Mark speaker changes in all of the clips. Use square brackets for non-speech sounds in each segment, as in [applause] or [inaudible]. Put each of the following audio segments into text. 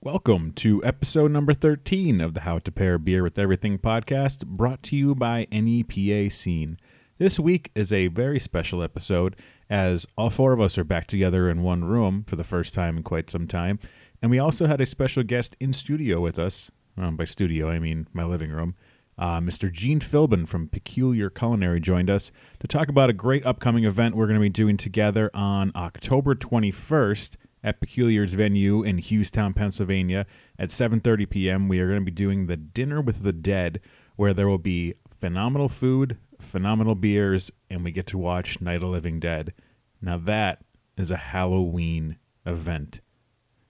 Speaker 1: Welcome to episode number 13 of the How to Pair Beer with Everything podcast, brought to you by NEPA Scene. This week is a very special episode as all four of us are back together in one room for the first time in quite some time. And we also had a special guest in studio with us. Um, by studio, I mean my living room. Uh, Mr. Gene Philbin from Peculiar Culinary joined us to talk about a great upcoming event we're going to be doing together on October 21st at Peculiar's venue in Hughestown, Pennsylvania at 7:30 p.m. We are going to be doing the Dinner with the Dead where there will be phenomenal food, phenomenal beers, and we get to watch Night of the Living Dead. Now that is a Halloween event.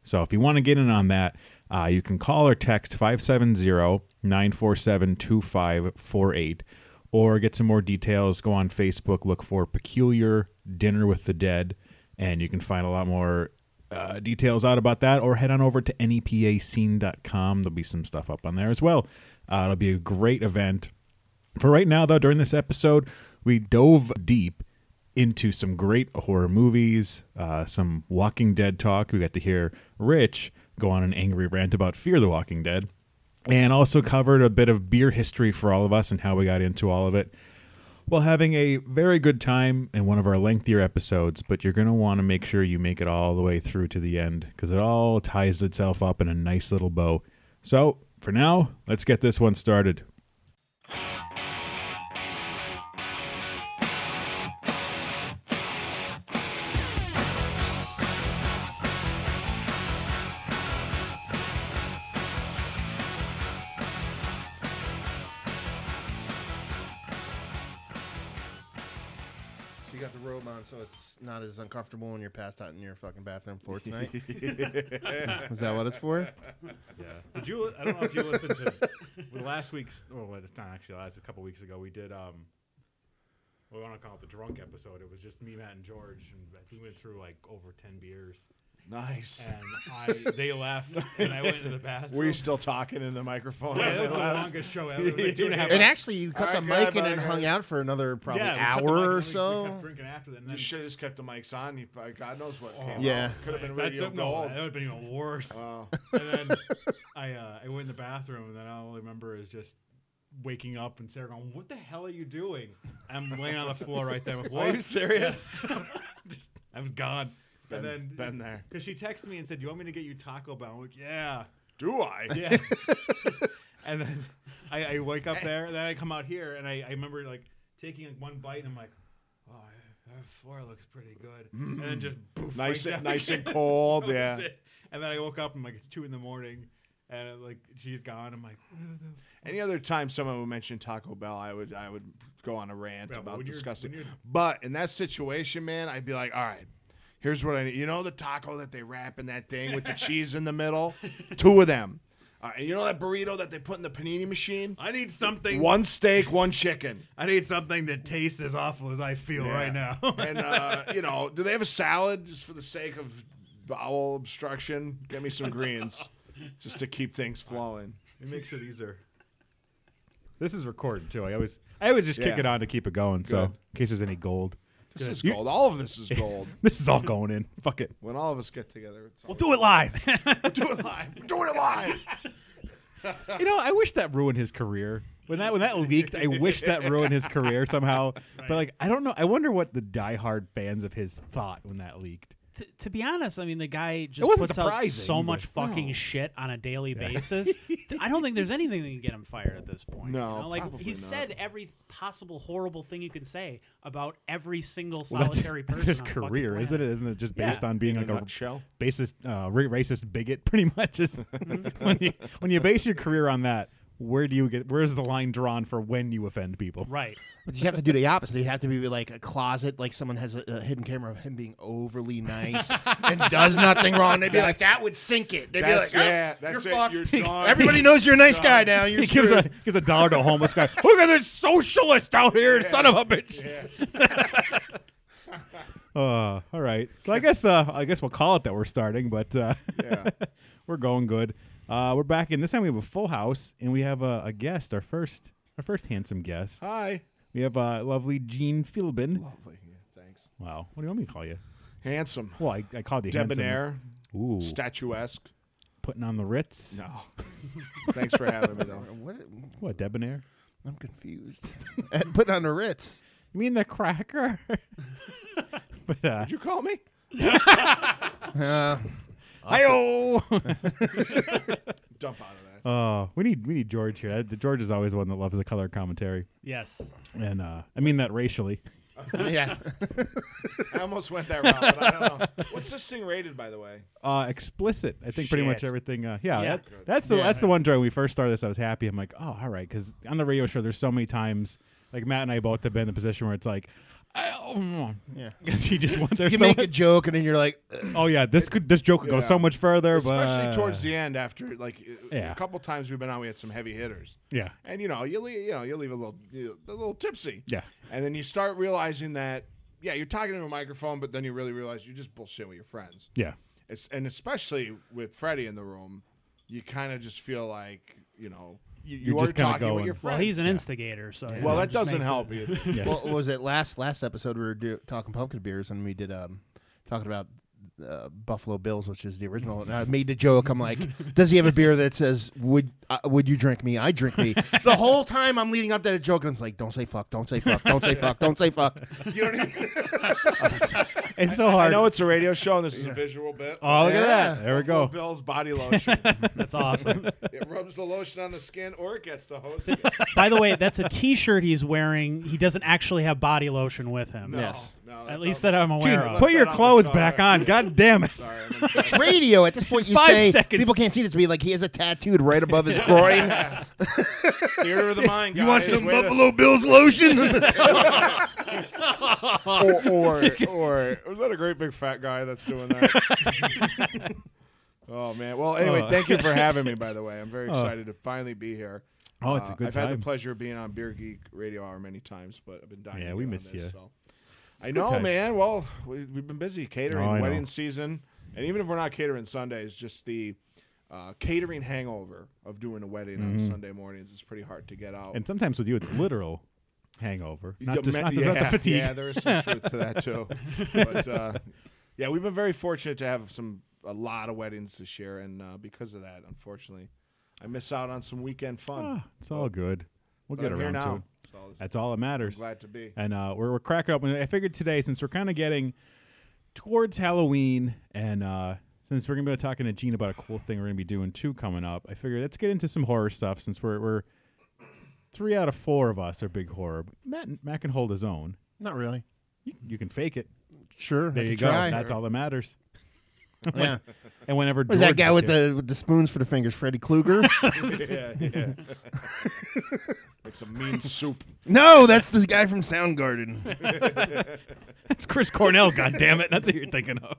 Speaker 1: So if you want to get in on that, uh, you can call or text 570-947-2548 or get some more details. Go on Facebook, look for Peculiar Dinner with the Dead, and you can find a lot more uh, details out about that or head on over to E nepascene.com. There'll be some stuff up on there as well. Uh, it'll be a great event. For right now, though, during this episode, we dove deep into some great horror movies, uh, some Walking Dead talk. We got to hear Rich go on an angry rant about Fear the Walking Dead, and also covered a bit of beer history for all of us and how we got into all of it. While having a very good time in one of our lengthier episodes, but you're going to want to make sure you make it all the way through to the end because it all ties itself up in a nice little bow. So, for now, let's get this one started.
Speaker 2: So you got the robe on, so it's not as uncomfortable when you're passed out in your fucking bathroom
Speaker 1: [laughs]
Speaker 2: floor tonight. [laughs] Is that what it's for?
Speaker 1: Did you? I don't know if you listened to [laughs] well, last week's. Well, it's not actually last. A couple weeks ago, we did. um We want to call it the drunk episode. It was just me, Matt, and George, and I think we went through like over ten beers.
Speaker 3: Nice.
Speaker 1: And I, they left, and I went to the bathroom.
Speaker 3: Were you still talking in the microphone?
Speaker 1: Yeah, that was the longest show ever. It was like two and a half.
Speaker 2: [laughs] And
Speaker 1: hours.
Speaker 2: actually, you cut
Speaker 3: All
Speaker 2: the
Speaker 3: right,
Speaker 2: mic
Speaker 3: good,
Speaker 2: in
Speaker 3: bye,
Speaker 2: and
Speaker 3: guys.
Speaker 2: hung out for another probably
Speaker 1: Yeah, we cut the mic,
Speaker 2: hour
Speaker 1: and
Speaker 2: or
Speaker 1: we- we kept
Speaker 2: so.
Speaker 1: drinking after that. And
Speaker 3: you
Speaker 1: then
Speaker 3: should have just kept the mics on. You, probably- God knows what came
Speaker 2: Yeah.
Speaker 3: Could have been
Speaker 1: Oh, [laughs] That
Speaker 3: radio
Speaker 1: took- no,
Speaker 3: gold.
Speaker 1: that would have been even worse.
Speaker 3: Wow.
Speaker 1: [laughs] and
Speaker 3: [laughs]
Speaker 1: then I uh, I went in the bathroom, and then all I remember is just waking up and Sarah going, "What the hell are you doing?" I'm laying on the floor right there. I'm like,
Speaker 3: [laughs] Are you
Speaker 1: "What?" [laughs]
Speaker 3: serious?
Speaker 1: Just- I was gone.
Speaker 3: Been-
Speaker 1: and then [laughs]
Speaker 3: been there.
Speaker 1: because she texted me and said, "Do you want me to get you Taco Bell?" I'm like,
Speaker 3: [laughs]
Speaker 1: "Yeah,
Speaker 3: Do I?
Speaker 1: yeah." [laughs] and then I, I wake up there, and then I come out here, and I, I remember like taking like, one bite, and I'm like, "Oh, that floor looks pretty good," and then just poof,
Speaker 3: Mm. Nice,
Speaker 1: right [laughs]
Speaker 3: and,
Speaker 1: down
Speaker 3: nice and
Speaker 1: again. [laughs]
Speaker 3: cold.
Speaker 1: That
Speaker 3: Oh, Yeah.
Speaker 1: was it. And then I woke up and like it's two in the morning, and uh, like she's gone. I'm like,
Speaker 3: Any other time someone would mention Taco Bell, I would I would go on a rant
Speaker 1: Yeah, but
Speaker 3: about
Speaker 1: when you're-
Speaker 3: discussing.
Speaker 1: when you're-
Speaker 3: But in that situation, man, I'd be like, all right, here's what I need. You know the taco that they wrap in that
Speaker 1: [laughs]
Speaker 3: thing with the cheese in the middle, two of them. All right, you know that burrito that they put in the panini machine.
Speaker 1: I need something.
Speaker 3: One steak, one chicken.
Speaker 1: I need something that tastes as awful as I feel [laughs] right
Speaker 3: Yeah.
Speaker 1: now.
Speaker 3: [laughs] and uh, you know, do they have a salad just for the sake of bowel obstruction? Get me some greens,
Speaker 1: [laughs]
Speaker 3: just to keep things flowing.
Speaker 1: Let me make sure these are. This is recording too. I always, I always just kick
Speaker 3: Yeah.
Speaker 1: it on to keep it going. So
Speaker 3: Good.
Speaker 1: in case there's any gold, [laughs]
Speaker 3: This is
Speaker 1: You-
Speaker 3: gold. All of this is
Speaker 1: [laughs]
Speaker 3: gold.
Speaker 1: this is all going in. Fuck it.
Speaker 3: when all of us get together, it's
Speaker 1: We'll do it live.
Speaker 3: do it live. We're doing it live.
Speaker 1: [laughs] you know, I wish that ruined his career. When that when that leaked, I wish
Speaker 3: [laughs]
Speaker 1: that ruined his career somehow. But like, I don't know. I wonder what the diehard fans of his thought when that leaked.
Speaker 4: T- to be honest, I mean the guy just
Speaker 1: wasn't
Speaker 4: puts out
Speaker 1: surprising,
Speaker 4: so
Speaker 1: but-
Speaker 4: much fucking shit on a
Speaker 3: [laughs]
Speaker 4: daily basis. Th- I don't think there's anything that can get him fired at this point.
Speaker 3: No,
Speaker 4: you know? like
Speaker 3: probably
Speaker 4: he
Speaker 3: not.
Speaker 4: said every possible horrible thing you can say about every single
Speaker 1: Well, that's-
Speaker 4: solitary
Speaker 1: [laughs]
Speaker 3: [laughs]
Speaker 1: that's
Speaker 4: person.
Speaker 1: his
Speaker 4: on the fucking
Speaker 1: career, isn't it?
Speaker 4: planet.
Speaker 1: Isn't it just
Speaker 4: Yeah.
Speaker 1: based on being
Speaker 3: In
Speaker 1: like
Speaker 3: a
Speaker 1: a
Speaker 3: nutshell.
Speaker 1: basis, uh, ra- racist bigot? [laughs] Pretty much
Speaker 4: [laughs]
Speaker 1: is
Speaker 4: Mm-hmm.
Speaker 1: when you when you base your career on that. Where do you get? Where is the line drawn for when you offend people?
Speaker 4: Right.
Speaker 2: You have to do the opposite. You have to be like a closet, like someone has a, a hidden camera of him being
Speaker 1: [laughs]
Speaker 2: overly nice and does nothing wrong. They'd be like,
Speaker 3: That's-
Speaker 2: that would sink it. They'd be like,
Speaker 3: That's
Speaker 2: "Oh,
Speaker 3: yeah. That's
Speaker 2: you're
Speaker 3: it.
Speaker 2: fucked."
Speaker 3: You're done.
Speaker 2: [laughs] Everybody knows you're a nice guy now.
Speaker 1: [laughs] [laughs]
Speaker 2: You're
Speaker 1: He gives a
Speaker 2: screwed.
Speaker 1: gives a dollar to a homeless guy. Look at this socialist out here, son of a bitch. Uh, all right. So I guess uh, I guess we'll call it that we're starting, but uh,
Speaker 3: Yeah.
Speaker 1: [laughs] we're going good. Uh, we're back in. This time we have a full house, and we have a, a guest. Our first our first handsome guest.
Speaker 3: Hi.
Speaker 1: We have uh, lovely Gene Philbin.
Speaker 3: Lovely. Yeah, thanks.
Speaker 1: Wow. What do you want me to call you?
Speaker 3: Handsome.
Speaker 1: Well, I, I called you handsome.
Speaker 3: Debonair.
Speaker 1: Ooh.
Speaker 3: Statuesque.
Speaker 1: putting on the Ritz. [laughs]
Speaker 3: No. Thanks for having me, though.
Speaker 2: What?
Speaker 1: What debonair?
Speaker 2: I'm confused. [laughs] Put on the Ritz.
Speaker 1: You mean the cracker? [laughs] but uh,
Speaker 3: Did you call me?
Speaker 1: [laughs]
Speaker 2: Uh,
Speaker 1: hi-oh!
Speaker 3: Dump out of that.
Speaker 1: oh, we need we need George here. That- George is always one that loves the color commentary,
Speaker 4: Yes.
Speaker 1: and uh, I mean that racially. [laughs]
Speaker 2: yeah.
Speaker 1: Oh.
Speaker 3: I almost went that route, but I don't know. What's this thing rated, by the way?
Speaker 1: Uh, explicit. I think pretty much
Speaker 3: Shit.
Speaker 1: everything. Uh, yeah,
Speaker 4: Yeah.
Speaker 1: that- that's the
Speaker 2: Yeah.
Speaker 1: that's the one during we first started this. I was happy. I'm like, oh, all right, because on the radio show, there's so many times like Matt and I both have been in the position where it's like, oh, [laughs]
Speaker 2: Yeah.
Speaker 1: because he just wants. there's
Speaker 2: You
Speaker 1: so
Speaker 2: make
Speaker 1: much-
Speaker 2: a joke and then you're like,
Speaker 1: Oh yeah, this could this joke could go
Speaker 3: Yeah.
Speaker 1: so much further,
Speaker 3: Especially
Speaker 1: but
Speaker 3: towards the end, after like
Speaker 1: Yeah.
Speaker 3: a couple times we've been on, we had some heavy hitters.
Speaker 1: yeah,
Speaker 3: and you know you leave, you know you leave a little you a little tipsy.
Speaker 1: Yeah.
Speaker 3: and then you start realizing that yeah you're talking to a microphone, but then you really realize you're just bullshit with your friends.
Speaker 1: yeah,
Speaker 3: It's and especially with Freddie in the room, you kind of just feel like you know you,
Speaker 1: you're
Speaker 3: are
Speaker 1: just kinda
Speaker 3: talking with
Speaker 1: going,
Speaker 3: your
Speaker 4: Well,
Speaker 3: friends.
Speaker 4: he's an instigator, so you
Speaker 3: well
Speaker 4: know,
Speaker 3: that
Speaker 4: it just
Speaker 3: doesn't
Speaker 4: makes
Speaker 3: help
Speaker 4: it-
Speaker 1: [laughs]
Speaker 3: either.
Speaker 1: yeah.
Speaker 2: well, what was it last last episode we were do, talking pumpkin beers and we did um talking about uh, Buffalo Bills, which is the original. And I made the joke.
Speaker 1: [laughs]
Speaker 2: I'm like, does he have a beer that says would uh, would you drink me? I drink
Speaker 1: [laughs]
Speaker 2: me. the whole time I'm leading up to the joke, and I'm like, don't say fuck, don't say fuck, don't say fuck, don't
Speaker 1: [laughs]
Speaker 2: say fuck.
Speaker 3: You know what I mean?
Speaker 1: it's so
Speaker 3: I
Speaker 1: hard.
Speaker 3: know it's a radio show and this is a visual bit.
Speaker 1: oh, look at
Speaker 2: Yeah.
Speaker 1: that! There we
Speaker 3: Buffalo
Speaker 1: go.
Speaker 3: Bill's body
Speaker 1: [laughs]
Speaker 3: lotion.
Speaker 4: [laughs]
Speaker 3: [laughs]
Speaker 4: That's awesome.
Speaker 3: it rubs the lotion on the skin, or it gets
Speaker 1: [laughs]
Speaker 3: the host.
Speaker 4: By the way, that's a T-shirt he's wearing. He doesn't actually have body lotion with him.
Speaker 3: No,
Speaker 2: Yes.
Speaker 3: no,
Speaker 4: At
Speaker 3: that's
Speaker 4: least
Speaker 3: all-
Speaker 4: that I'm aware
Speaker 1: Gene,
Speaker 4: of.
Speaker 1: put your
Speaker 3: that on the
Speaker 1: clothes
Speaker 3: cover.
Speaker 1: back on.
Speaker 3: [laughs]
Speaker 1: God damn it!
Speaker 3: Sorry, I'm embarrassed.
Speaker 2: Radio. At this point, you
Speaker 1: Five
Speaker 2: say
Speaker 1: seconds.
Speaker 2: people can't see this, but he, like he has a tattooed right above his groin.
Speaker 1: [laughs]
Speaker 3: Theater of the mind. Guys.
Speaker 2: You want some
Speaker 3: Way to-
Speaker 2: Buffalo
Speaker 1: [laughs]
Speaker 2: Bills lotion?
Speaker 3: [laughs] or or, or was that a great big fat guy that's doing that?
Speaker 1: [laughs]
Speaker 3: oh man. Well, anyway,
Speaker 1: Oh.
Speaker 3: thank you for having me. By the way, I'm very excited to finally be here.
Speaker 1: Uh. Oh, it's a
Speaker 3: Uh,
Speaker 1: good
Speaker 3: I've had
Speaker 1: time.
Speaker 3: the pleasure of being on Beer Geek Radio Hour many times, but I've been dying.
Speaker 1: Yeah,
Speaker 3: to
Speaker 1: we
Speaker 3: get on
Speaker 1: miss
Speaker 3: this,
Speaker 1: ya.
Speaker 3: So. I know,
Speaker 1: time.
Speaker 3: man. Well, we, we've been busy catering,
Speaker 1: Oh, I know.
Speaker 3: wedding season, and even if we're not catering Sundays, just the uh, catering hangover of doing a wedding on Sunday mornings is pretty hard to get out.
Speaker 1: Mm-hmm. and sometimes with you, it's literal hangover,
Speaker 3: Yeah,
Speaker 1: not just
Speaker 3: me-
Speaker 1: not, just
Speaker 3: yeah,
Speaker 1: not the fatigue.
Speaker 3: Yeah, there is some truth to that
Speaker 1: [laughs]
Speaker 3: too. But uh, yeah, we've been very fortunate to have some a lot of weddings this year, and uh, because of that, unfortunately, I miss out on some weekend fun.
Speaker 1: Ah, it's all good. We'll
Speaker 3: But
Speaker 1: get
Speaker 3: I'm here
Speaker 1: around
Speaker 3: now,
Speaker 1: to it.
Speaker 3: so I'm
Speaker 1: That's all that matters.
Speaker 3: glad to be.
Speaker 1: and uh, we're, we're cracking up. And I figured today, since we're kind of getting towards Halloween, and uh, since we're gonna be talking to Gene about a cool thing we're gonna be doing too coming up, I figured let's get into some horror stuff since we're we're three out of four of us are big horror. Matt Matt can hold his own.
Speaker 2: Not really.
Speaker 1: You, you can fake it.
Speaker 2: Sure.
Speaker 1: There
Speaker 2: I
Speaker 1: you
Speaker 2: can
Speaker 1: go.
Speaker 2: Try.
Speaker 1: That's all that matters.
Speaker 2: Yeah.
Speaker 1: And whenever
Speaker 2: Was that
Speaker 1: George
Speaker 2: guy
Speaker 1: was
Speaker 2: with
Speaker 1: here-
Speaker 2: the with the spoons for the fingers,
Speaker 1: [laughs]
Speaker 2: Freddy Krueger?
Speaker 3: yeah, [laughs] yeah. like some mean soup.
Speaker 2: no, that's the guy from
Speaker 4: [laughs]
Speaker 2: Soundgarden.
Speaker 1: It's Chris Cornell, God damn it! That's what you're thinking of.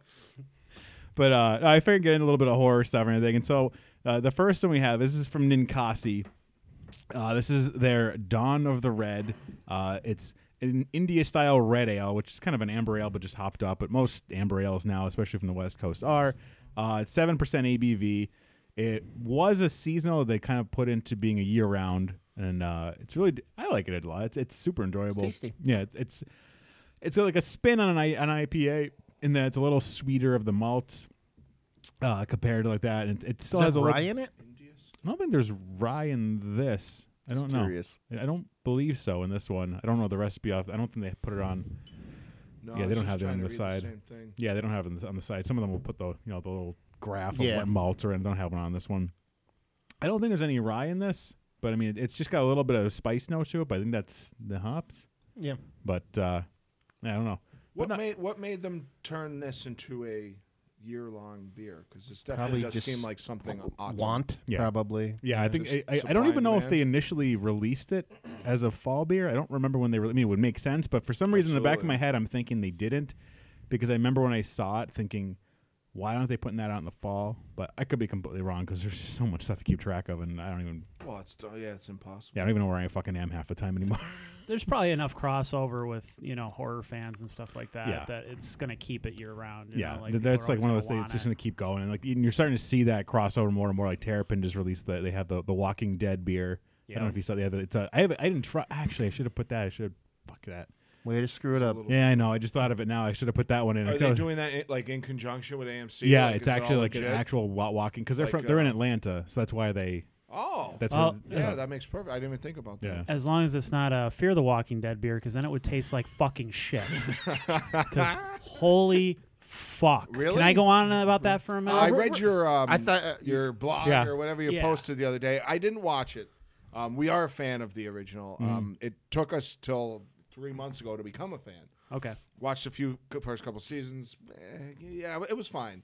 Speaker 1: But uh, I figured get in a little bit of horror stuff and everything. And so uh, the first one we have this is from Ninkasi. Uh, this is their Dawn of the Red. Uh, it's an India style red ale, which is kind of an amber ale, but just hopped up. But most amber ales now, especially from the West Coast, are. Uh, it's 7% ABV. It was a seasonal they kind of put into being a year round. And uh, it's really, I like it a lot. It's, it's super enjoyable.
Speaker 2: tasty.
Speaker 1: Yeah, it's, it's it's like a spin on an, I- an IPA in that it's a little sweeter of the malt uh, compared to like that, and it, it still
Speaker 2: Does
Speaker 1: has
Speaker 2: that
Speaker 1: a
Speaker 2: rye
Speaker 1: little.
Speaker 2: in it?
Speaker 1: I don't think there's rye in this. I don't know.
Speaker 2: curious.
Speaker 1: I don't believe so in this one. I don't know the recipe off. I don't think they put it on.
Speaker 3: No,
Speaker 1: Yeah,
Speaker 3: I
Speaker 1: they
Speaker 3: was
Speaker 1: don't have
Speaker 3: just
Speaker 1: that on
Speaker 3: trying to
Speaker 1: the
Speaker 3: read
Speaker 1: side.
Speaker 3: same thing.
Speaker 1: Yeah, they don't have it on the, on the side. Some of them will put the you know the little graph of
Speaker 2: Yeah.
Speaker 1: what malts are in. They don't have one on this one. I don't think there's any rye in this, but I mean it, it's just got a little bit of a spice note to it. But I think that's the hops.
Speaker 2: Yeah.
Speaker 1: But uh, I don't know.
Speaker 3: What
Speaker 1: not-
Speaker 3: made what made them turn this into a year long beer? Because this
Speaker 2: Probably
Speaker 3: definitely does
Speaker 2: just
Speaker 3: seem like something odd.
Speaker 2: Want
Speaker 1: Yeah.
Speaker 2: probably.
Speaker 1: Yeah, I think
Speaker 3: just
Speaker 1: I, I, I
Speaker 3: supply
Speaker 1: don't even
Speaker 3: and
Speaker 1: know if
Speaker 3: demand.
Speaker 1: they initially released it as a fall beer. I don't remember when they. Re- I mean, it would make sense, but for some reason, in the back of my
Speaker 3: Absolutely.
Speaker 1: head, I'm thinking they didn't, because I remember when I saw it, thinking, why aren't they putting that out in the fall? But I could be completely wrong because there's just so much stuff to keep track of, and I don't even.
Speaker 3: Well, it's uh, yeah, it's impossible.
Speaker 1: Yeah, I don't even know where I fucking am half the time anymore. [laughs]
Speaker 4: There's probably enough crossover with you know horror fans and stuff like that
Speaker 1: Yeah.
Speaker 4: that it's gonna keep it year round. you
Speaker 1: yeah,
Speaker 4: know, like
Speaker 1: th-
Speaker 4: people
Speaker 1: that's
Speaker 4: are
Speaker 1: like one of
Speaker 4: always
Speaker 1: those things.
Speaker 4: gonna
Speaker 1: It's just gonna
Speaker 4: want
Speaker 1: keep going, and like and you're starting to see that crossover more and more. Like Terrapin just released the they have the the Walking Dead beer. I don't
Speaker 4: Yeah.
Speaker 1: know if you saw the other. It's a, I have I didn't try. Actually, I should have put that. I should have fuck that.
Speaker 2: Way to screw it up.
Speaker 1: Yeah, I know. I just thought of it now. I should have put that one in. I
Speaker 3: Are they
Speaker 1: could've-
Speaker 3: doing that in, like in conjunction with AMC?
Speaker 1: yeah,
Speaker 3: Like,
Speaker 1: it's
Speaker 3: is it all
Speaker 1: actually like an
Speaker 3: legit?
Speaker 1: actual lot walking because they're
Speaker 3: Like,
Speaker 1: from they're in
Speaker 3: uh,
Speaker 1: Atlanta, so that's why they.
Speaker 3: Oh,
Speaker 1: That's
Speaker 4: Oh,
Speaker 1: what,
Speaker 3: yeah, that makes perfect. I didn't even think about
Speaker 1: yeah.
Speaker 3: that.
Speaker 4: As long as it's not a Fear the Walking Dead beer, because then it would taste like fucking shit.
Speaker 1: [laughs]
Speaker 4: 'Cause holy fuck!
Speaker 3: Really?
Speaker 4: Can I go on about that for a minute?
Speaker 3: I read your um,
Speaker 2: I thought, uh,
Speaker 3: your blog
Speaker 1: Yeah.
Speaker 3: or whatever you
Speaker 4: Yeah.
Speaker 3: posted the other day. I didn't watch it. Um, we are a fan of the original.
Speaker 1: Mm.
Speaker 3: Um, it took us till three months ago to become a fan.
Speaker 4: okay.
Speaker 3: Watched a few co- first couple seasons. Eh, yeah, it was fine.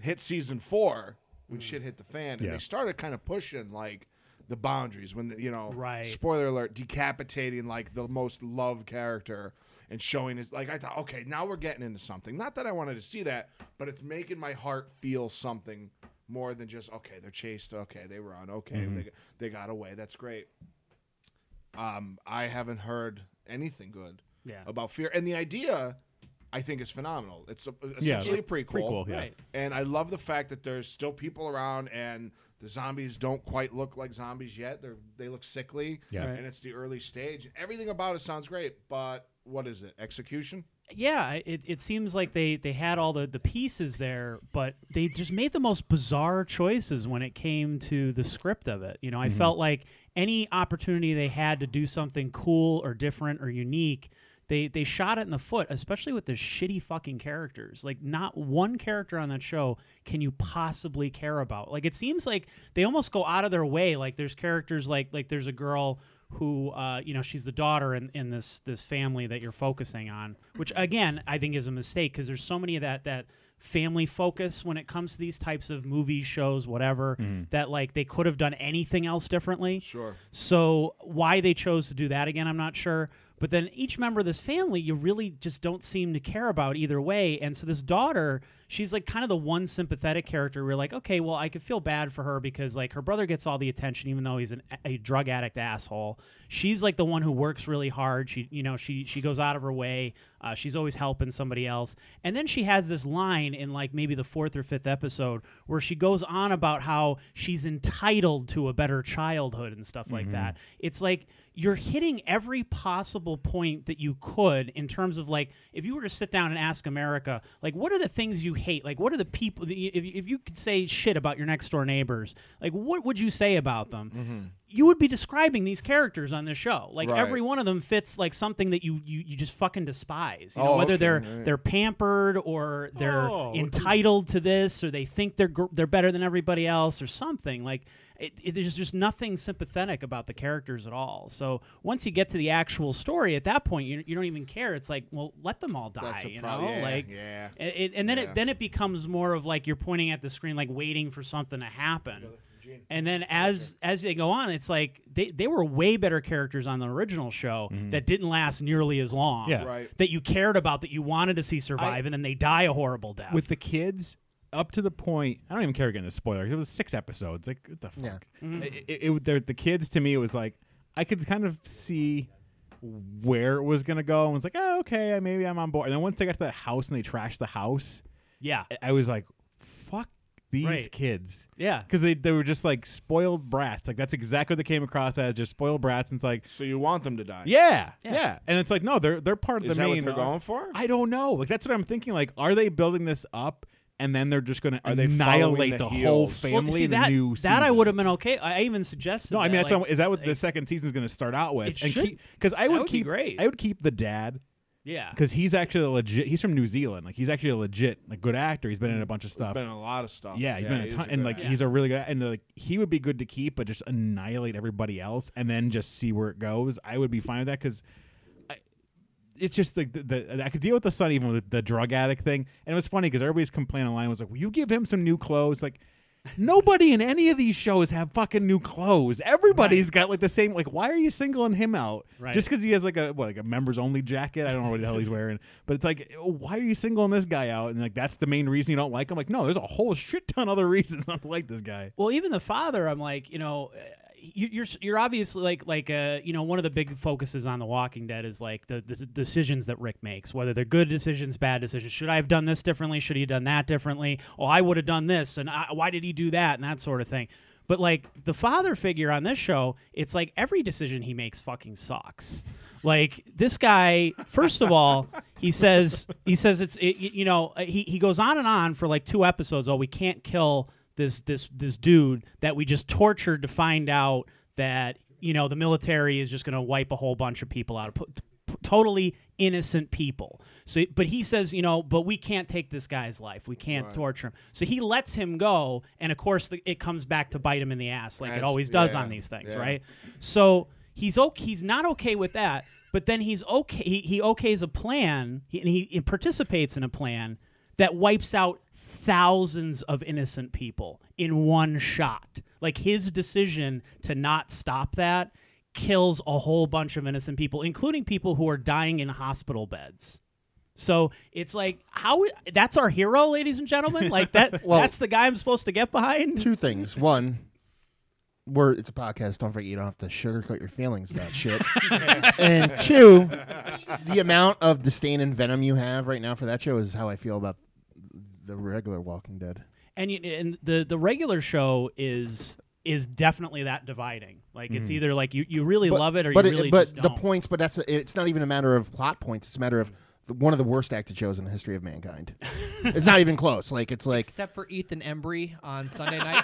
Speaker 3: Hit season four when shit hit the fan, and
Speaker 1: Yeah.
Speaker 3: they started kind of pushing like the boundaries when the, you know.
Speaker 4: Right.
Speaker 3: Spoiler alert: decapitating like the most loved character and showing his like. I thought, okay, now we're getting into something. Not that I wanted to see that, but it's making my heart feel something more than just okay. They're chased. Okay, they were on. Okay, they, they got away. That's great. Um, I haven't heard anything good
Speaker 4: Yeah.
Speaker 3: about fear, and the idea I think is phenomenal. It's a,
Speaker 1: Yeah,
Speaker 3: essentially
Speaker 1: like
Speaker 3: a prequel,
Speaker 1: prequel, yeah.
Speaker 4: Right.
Speaker 3: and I love the fact that there's still people around, and the zombies don't quite look like zombies yet. They are they look sickly,
Speaker 1: Yeah. Right.
Speaker 3: and it's the early stage. Everything about it sounds great, but what is it? Execution?
Speaker 4: yeah, it, it seems like they, they had all the, the pieces there, but they just made the most bizarre choices when it came to the script of it. You know, I felt like any opportunity they had to do something cool or different or unique, they, they shot it in the foot, especially with the shitty fucking characters. Like, not one character on that show can you possibly care about. Like, it seems like they almost go out of their way. Like, there's characters like like there's a girl who uh, you know she's the daughter in, in this this family that you're focusing on which again i think is a mistake because there's so many of that that family focus when it comes to these types of movies shows whatever that like they could have done anything else differently
Speaker 3: Sure.
Speaker 4: so why they chose to do that again i'm not sure but then each member of this family you really just don't seem to care about either way and so this daughter she's like kind of the one sympathetic character we're like okay well i could feel bad for her because like her brother gets all the attention even though he's an, a drug addict asshole she's like the one who works really hard she you know she she goes out of her way uh, she's always helping somebody else and then she has this line in like maybe the fourth or fifth episode where she goes on about how she's entitled to a better childhood and stuff like that it's like you're hitting every possible point that you could in terms of like if you were to sit down and ask america like what are the things you hate like what are the people that you, if, you- if you could say shit about your next door neighbors like what would you say about them you would be describing these characters on this show like
Speaker 3: Right.
Speaker 4: every one of them fits like something that you you, you just fucking despise you know
Speaker 3: Oh,
Speaker 4: whether
Speaker 3: okay,
Speaker 4: they're
Speaker 3: right.
Speaker 4: they're pampered or they're
Speaker 1: Oh.
Speaker 4: entitled to this or they think they're gr- they're better than everybody else or something like it, it, there's just nothing sympathetic about the characters at all so once you get to the actual story at that point you, you don't even care it's like well let them all die
Speaker 3: That's a
Speaker 4: you
Speaker 3: prob-
Speaker 4: know
Speaker 3: yeah,
Speaker 4: like
Speaker 3: yeah.
Speaker 4: it, it- and then
Speaker 3: Yeah.
Speaker 4: it then it becomes more of like you're pointing at the screen like waiting for something to happen and then as as they go on it's like they, they were way better characters on the original show that didn't last nearly as long
Speaker 1: Mm-hmm. Yeah.
Speaker 3: Right.
Speaker 4: that you cared about that you wanted to see survive and then they die a horrible death
Speaker 1: with the kids up to the point i don't even care again the spoiler 'cause it was six episodes like what the fuck
Speaker 2: Yeah.
Speaker 3: Mm-hmm.
Speaker 1: it, it, it- the, the kids to me it was like i could kind of see where it was gonna go and was like oh okay maybe i'm on board and then once they got to that house and they trashed the house
Speaker 4: yeah
Speaker 1: I- i was like fuck these
Speaker 4: Right.
Speaker 1: kids
Speaker 4: yeah
Speaker 1: because they, they were just like spoiled brats like that's exactly what they came across as just spoiled brats and it's like
Speaker 3: So you want them to die?
Speaker 1: yeah yeah,
Speaker 4: Yeah.
Speaker 1: and it's like no they're they're part of
Speaker 3: Is
Speaker 1: the
Speaker 3: that
Speaker 1: main
Speaker 3: what they're going for?
Speaker 1: I don't know. Like that's what I'm thinking. Like, are they building this up and then they're just going to
Speaker 3: Are they following
Speaker 1: annihilate
Speaker 3: the
Speaker 1: the, whole
Speaker 3: heels?
Speaker 1: family
Speaker 4: well, see,
Speaker 1: in
Speaker 4: that,
Speaker 1: the new
Speaker 4: that I
Speaker 1: season?
Speaker 4: would have been okay I, I even suggested
Speaker 1: No, I mean
Speaker 4: that,
Speaker 1: that's
Speaker 4: like,
Speaker 1: what, is that what the second season's going to start out with?
Speaker 4: It
Speaker 1: and
Speaker 4: should.
Speaker 1: keep because I
Speaker 4: That
Speaker 1: would,
Speaker 4: would be
Speaker 1: keep
Speaker 4: great.
Speaker 1: I would keep the dad
Speaker 4: yeah
Speaker 1: because he's actually a legit. He's from New Zealand. Like he's actually a legit like good actor. He's been in a bunch of stuff.
Speaker 3: Been in a lot of stuff.
Speaker 1: yeah, he's been in a
Speaker 3: is
Speaker 1: ton,
Speaker 3: good
Speaker 1: and like
Speaker 3: actor.
Speaker 1: he's a really good, and like he would be good to keep, but just annihilate everybody else, and then just see where it goes. I would be fine with that because it's just like the, the I could deal with the son even with the drug addict thing, and it was funny because everybody's complaining online was like, "Will you give him some new clothes?" Like. Nobody in any of these shows have fucking new clothes. Everybody's got like the same. Like, why are you singling him out?
Speaker 4: Right.
Speaker 1: Just because he has like a what, like a members only jacket? I don't know what the hell he's wearing. But it's like, "Oh, why are you singling this guy out? And like, that's the main reason you don't like him. Like, no, there's a whole shit ton of other reasons [laughs] not to like this guy.
Speaker 4: Well, even the father, I'm like, you know, uh, you, you're you're obviously like like uh, you know, one of the big focuses on The Walking Dead is like the, the decisions that Rick makes, whether they're good decisions, bad decisions. Should I have done this differently? Should he have done that differently? Oh, I would have done this, and I, why did he do that, and that sort of thing. But like the father figure on this show, it's like every decision he makes fucking sucks. Like this guy, first of all, he says he says it's it, you know he he goes on and on for like two episodes. Oh, we can't kill this this this dude that we just tortured to find out that you know the military is just going to wipe a whole bunch of people out. Put- p- totally innocent people. So, but he says, you know, but we can't take this guy's life. We can't torture him. So he lets him go, and of course, the, it comes back to bite him in the ass, like it
Speaker 3: That's-
Speaker 4: always does
Speaker 3: yeah,
Speaker 4: on these things,
Speaker 3: yeah.
Speaker 4: right? So he's okay. He's not okay with that, but then he's okay. He, he okays a plan, he, and he, he participates in a plan that wipes out thousands of innocent people in one shot. Like his decision to not stop that kills a whole bunch of innocent people, including people who are dying in hospital beds. So it's like how that's our hero, ladies and gentlemen. Like that,
Speaker 2: Well-
Speaker 4: that's the guy I'm supposed to get behind.
Speaker 1: [laughs]
Speaker 2: Two things. One, we're it's a podcast. Don't forget you don't have to sugarcoat your feelings
Speaker 4: [laughs]
Speaker 2: about shit. and two, the amount of disdain and venom you have right now for that show is how I feel about the regular Walking Dead.
Speaker 4: and you, and the the regular show is is definitely that dividing. Like it's either like you, you really love it or
Speaker 2: Mm-hmm. but
Speaker 4: you really
Speaker 2: but
Speaker 4: just
Speaker 2: the
Speaker 4: don't.
Speaker 2: points. But that's it's not even a matter of plot points. It's a matter of the, one of the worst acted shows in the history of
Speaker 4: [laughs]
Speaker 2: mankind. it's not even close. Like it's like
Speaker 5: Except for Ethan Embry on Sunday night.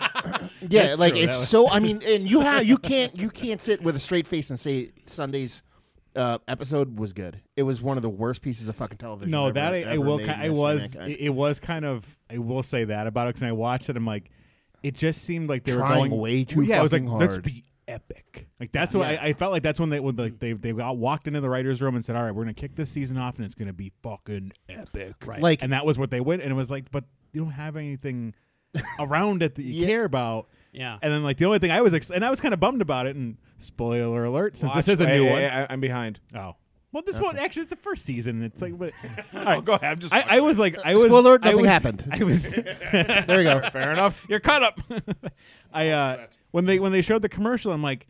Speaker 2: Yeah,
Speaker 1: That's
Speaker 2: like
Speaker 1: true.
Speaker 2: it's
Speaker 1: That was-
Speaker 2: so. I mean, and you have you can't you can't sit with a straight face and say Sunday's uh, episode was good. It was one of the worst pieces of fucking television.
Speaker 1: No,
Speaker 2: ever,
Speaker 1: that I, I
Speaker 2: ever
Speaker 1: will.
Speaker 2: made
Speaker 1: ki-
Speaker 2: in
Speaker 1: I
Speaker 2: history of
Speaker 1: was.
Speaker 2: mankind.
Speaker 1: It, it was kind of. I will say that about it because I watched it. I'm like, it just seemed like they were
Speaker 2: Trying
Speaker 1: going
Speaker 2: way too
Speaker 1: Yeah, I was like,
Speaker 2: fucking
Speaker 1: let's
Speaker 2: hard."
Speaker 1: be epic. Like that's what I, I felt like. That's when they when like they they got walked into the writers' room and said, all right, we're gonna kick this season off and it's gonna be fucking epic.
Speaker 4: Right.
Speaker 2: like
Speaker 1: And that was what they went. And it was like, but you don't have
Speaker 2: [laughs]
Speaker 1: anything around it that you
Speaker 2: Yeah.
Speaker 1: care about.
Speaker 4: yeah.
Speaker 1: And then like the only thing I was ex- and I was kind of bummed about it. And spoiler alert, since this is a
Speaker 3: Hey,
Speaker 1: new
Speaker 3: hey,
Speaker 1: one.
Speaker 3: hey, I, am behind.
Speaker 1: Oh. Well, this one actually it's the first season. It's like,
Speaker 2: [laughs]
Speaker 1: but all
Speaker 3: Oh,
Speaker 1: right,
Speaker 3: go ahead. I'm just
Speaker 1: I, I was like, I was.
Speaker 2: spoiler alert,
Speaker 1: I
Speaker 2: nothing
Speaker 1: was-
Speaker 2: happened.
Speaker 1: [laughs] I
Speaker 3: [laughs]
Speaker 1: was.
Speaker 2: there you go.
Speaker 1: [laughs]
Speaker 3: fair [laughs] enough.
Speaker 1: you're caught up. [laughs] I uh,
Speaker 3: set.
Speaker 1: when they when they showed the commercial, I'm like,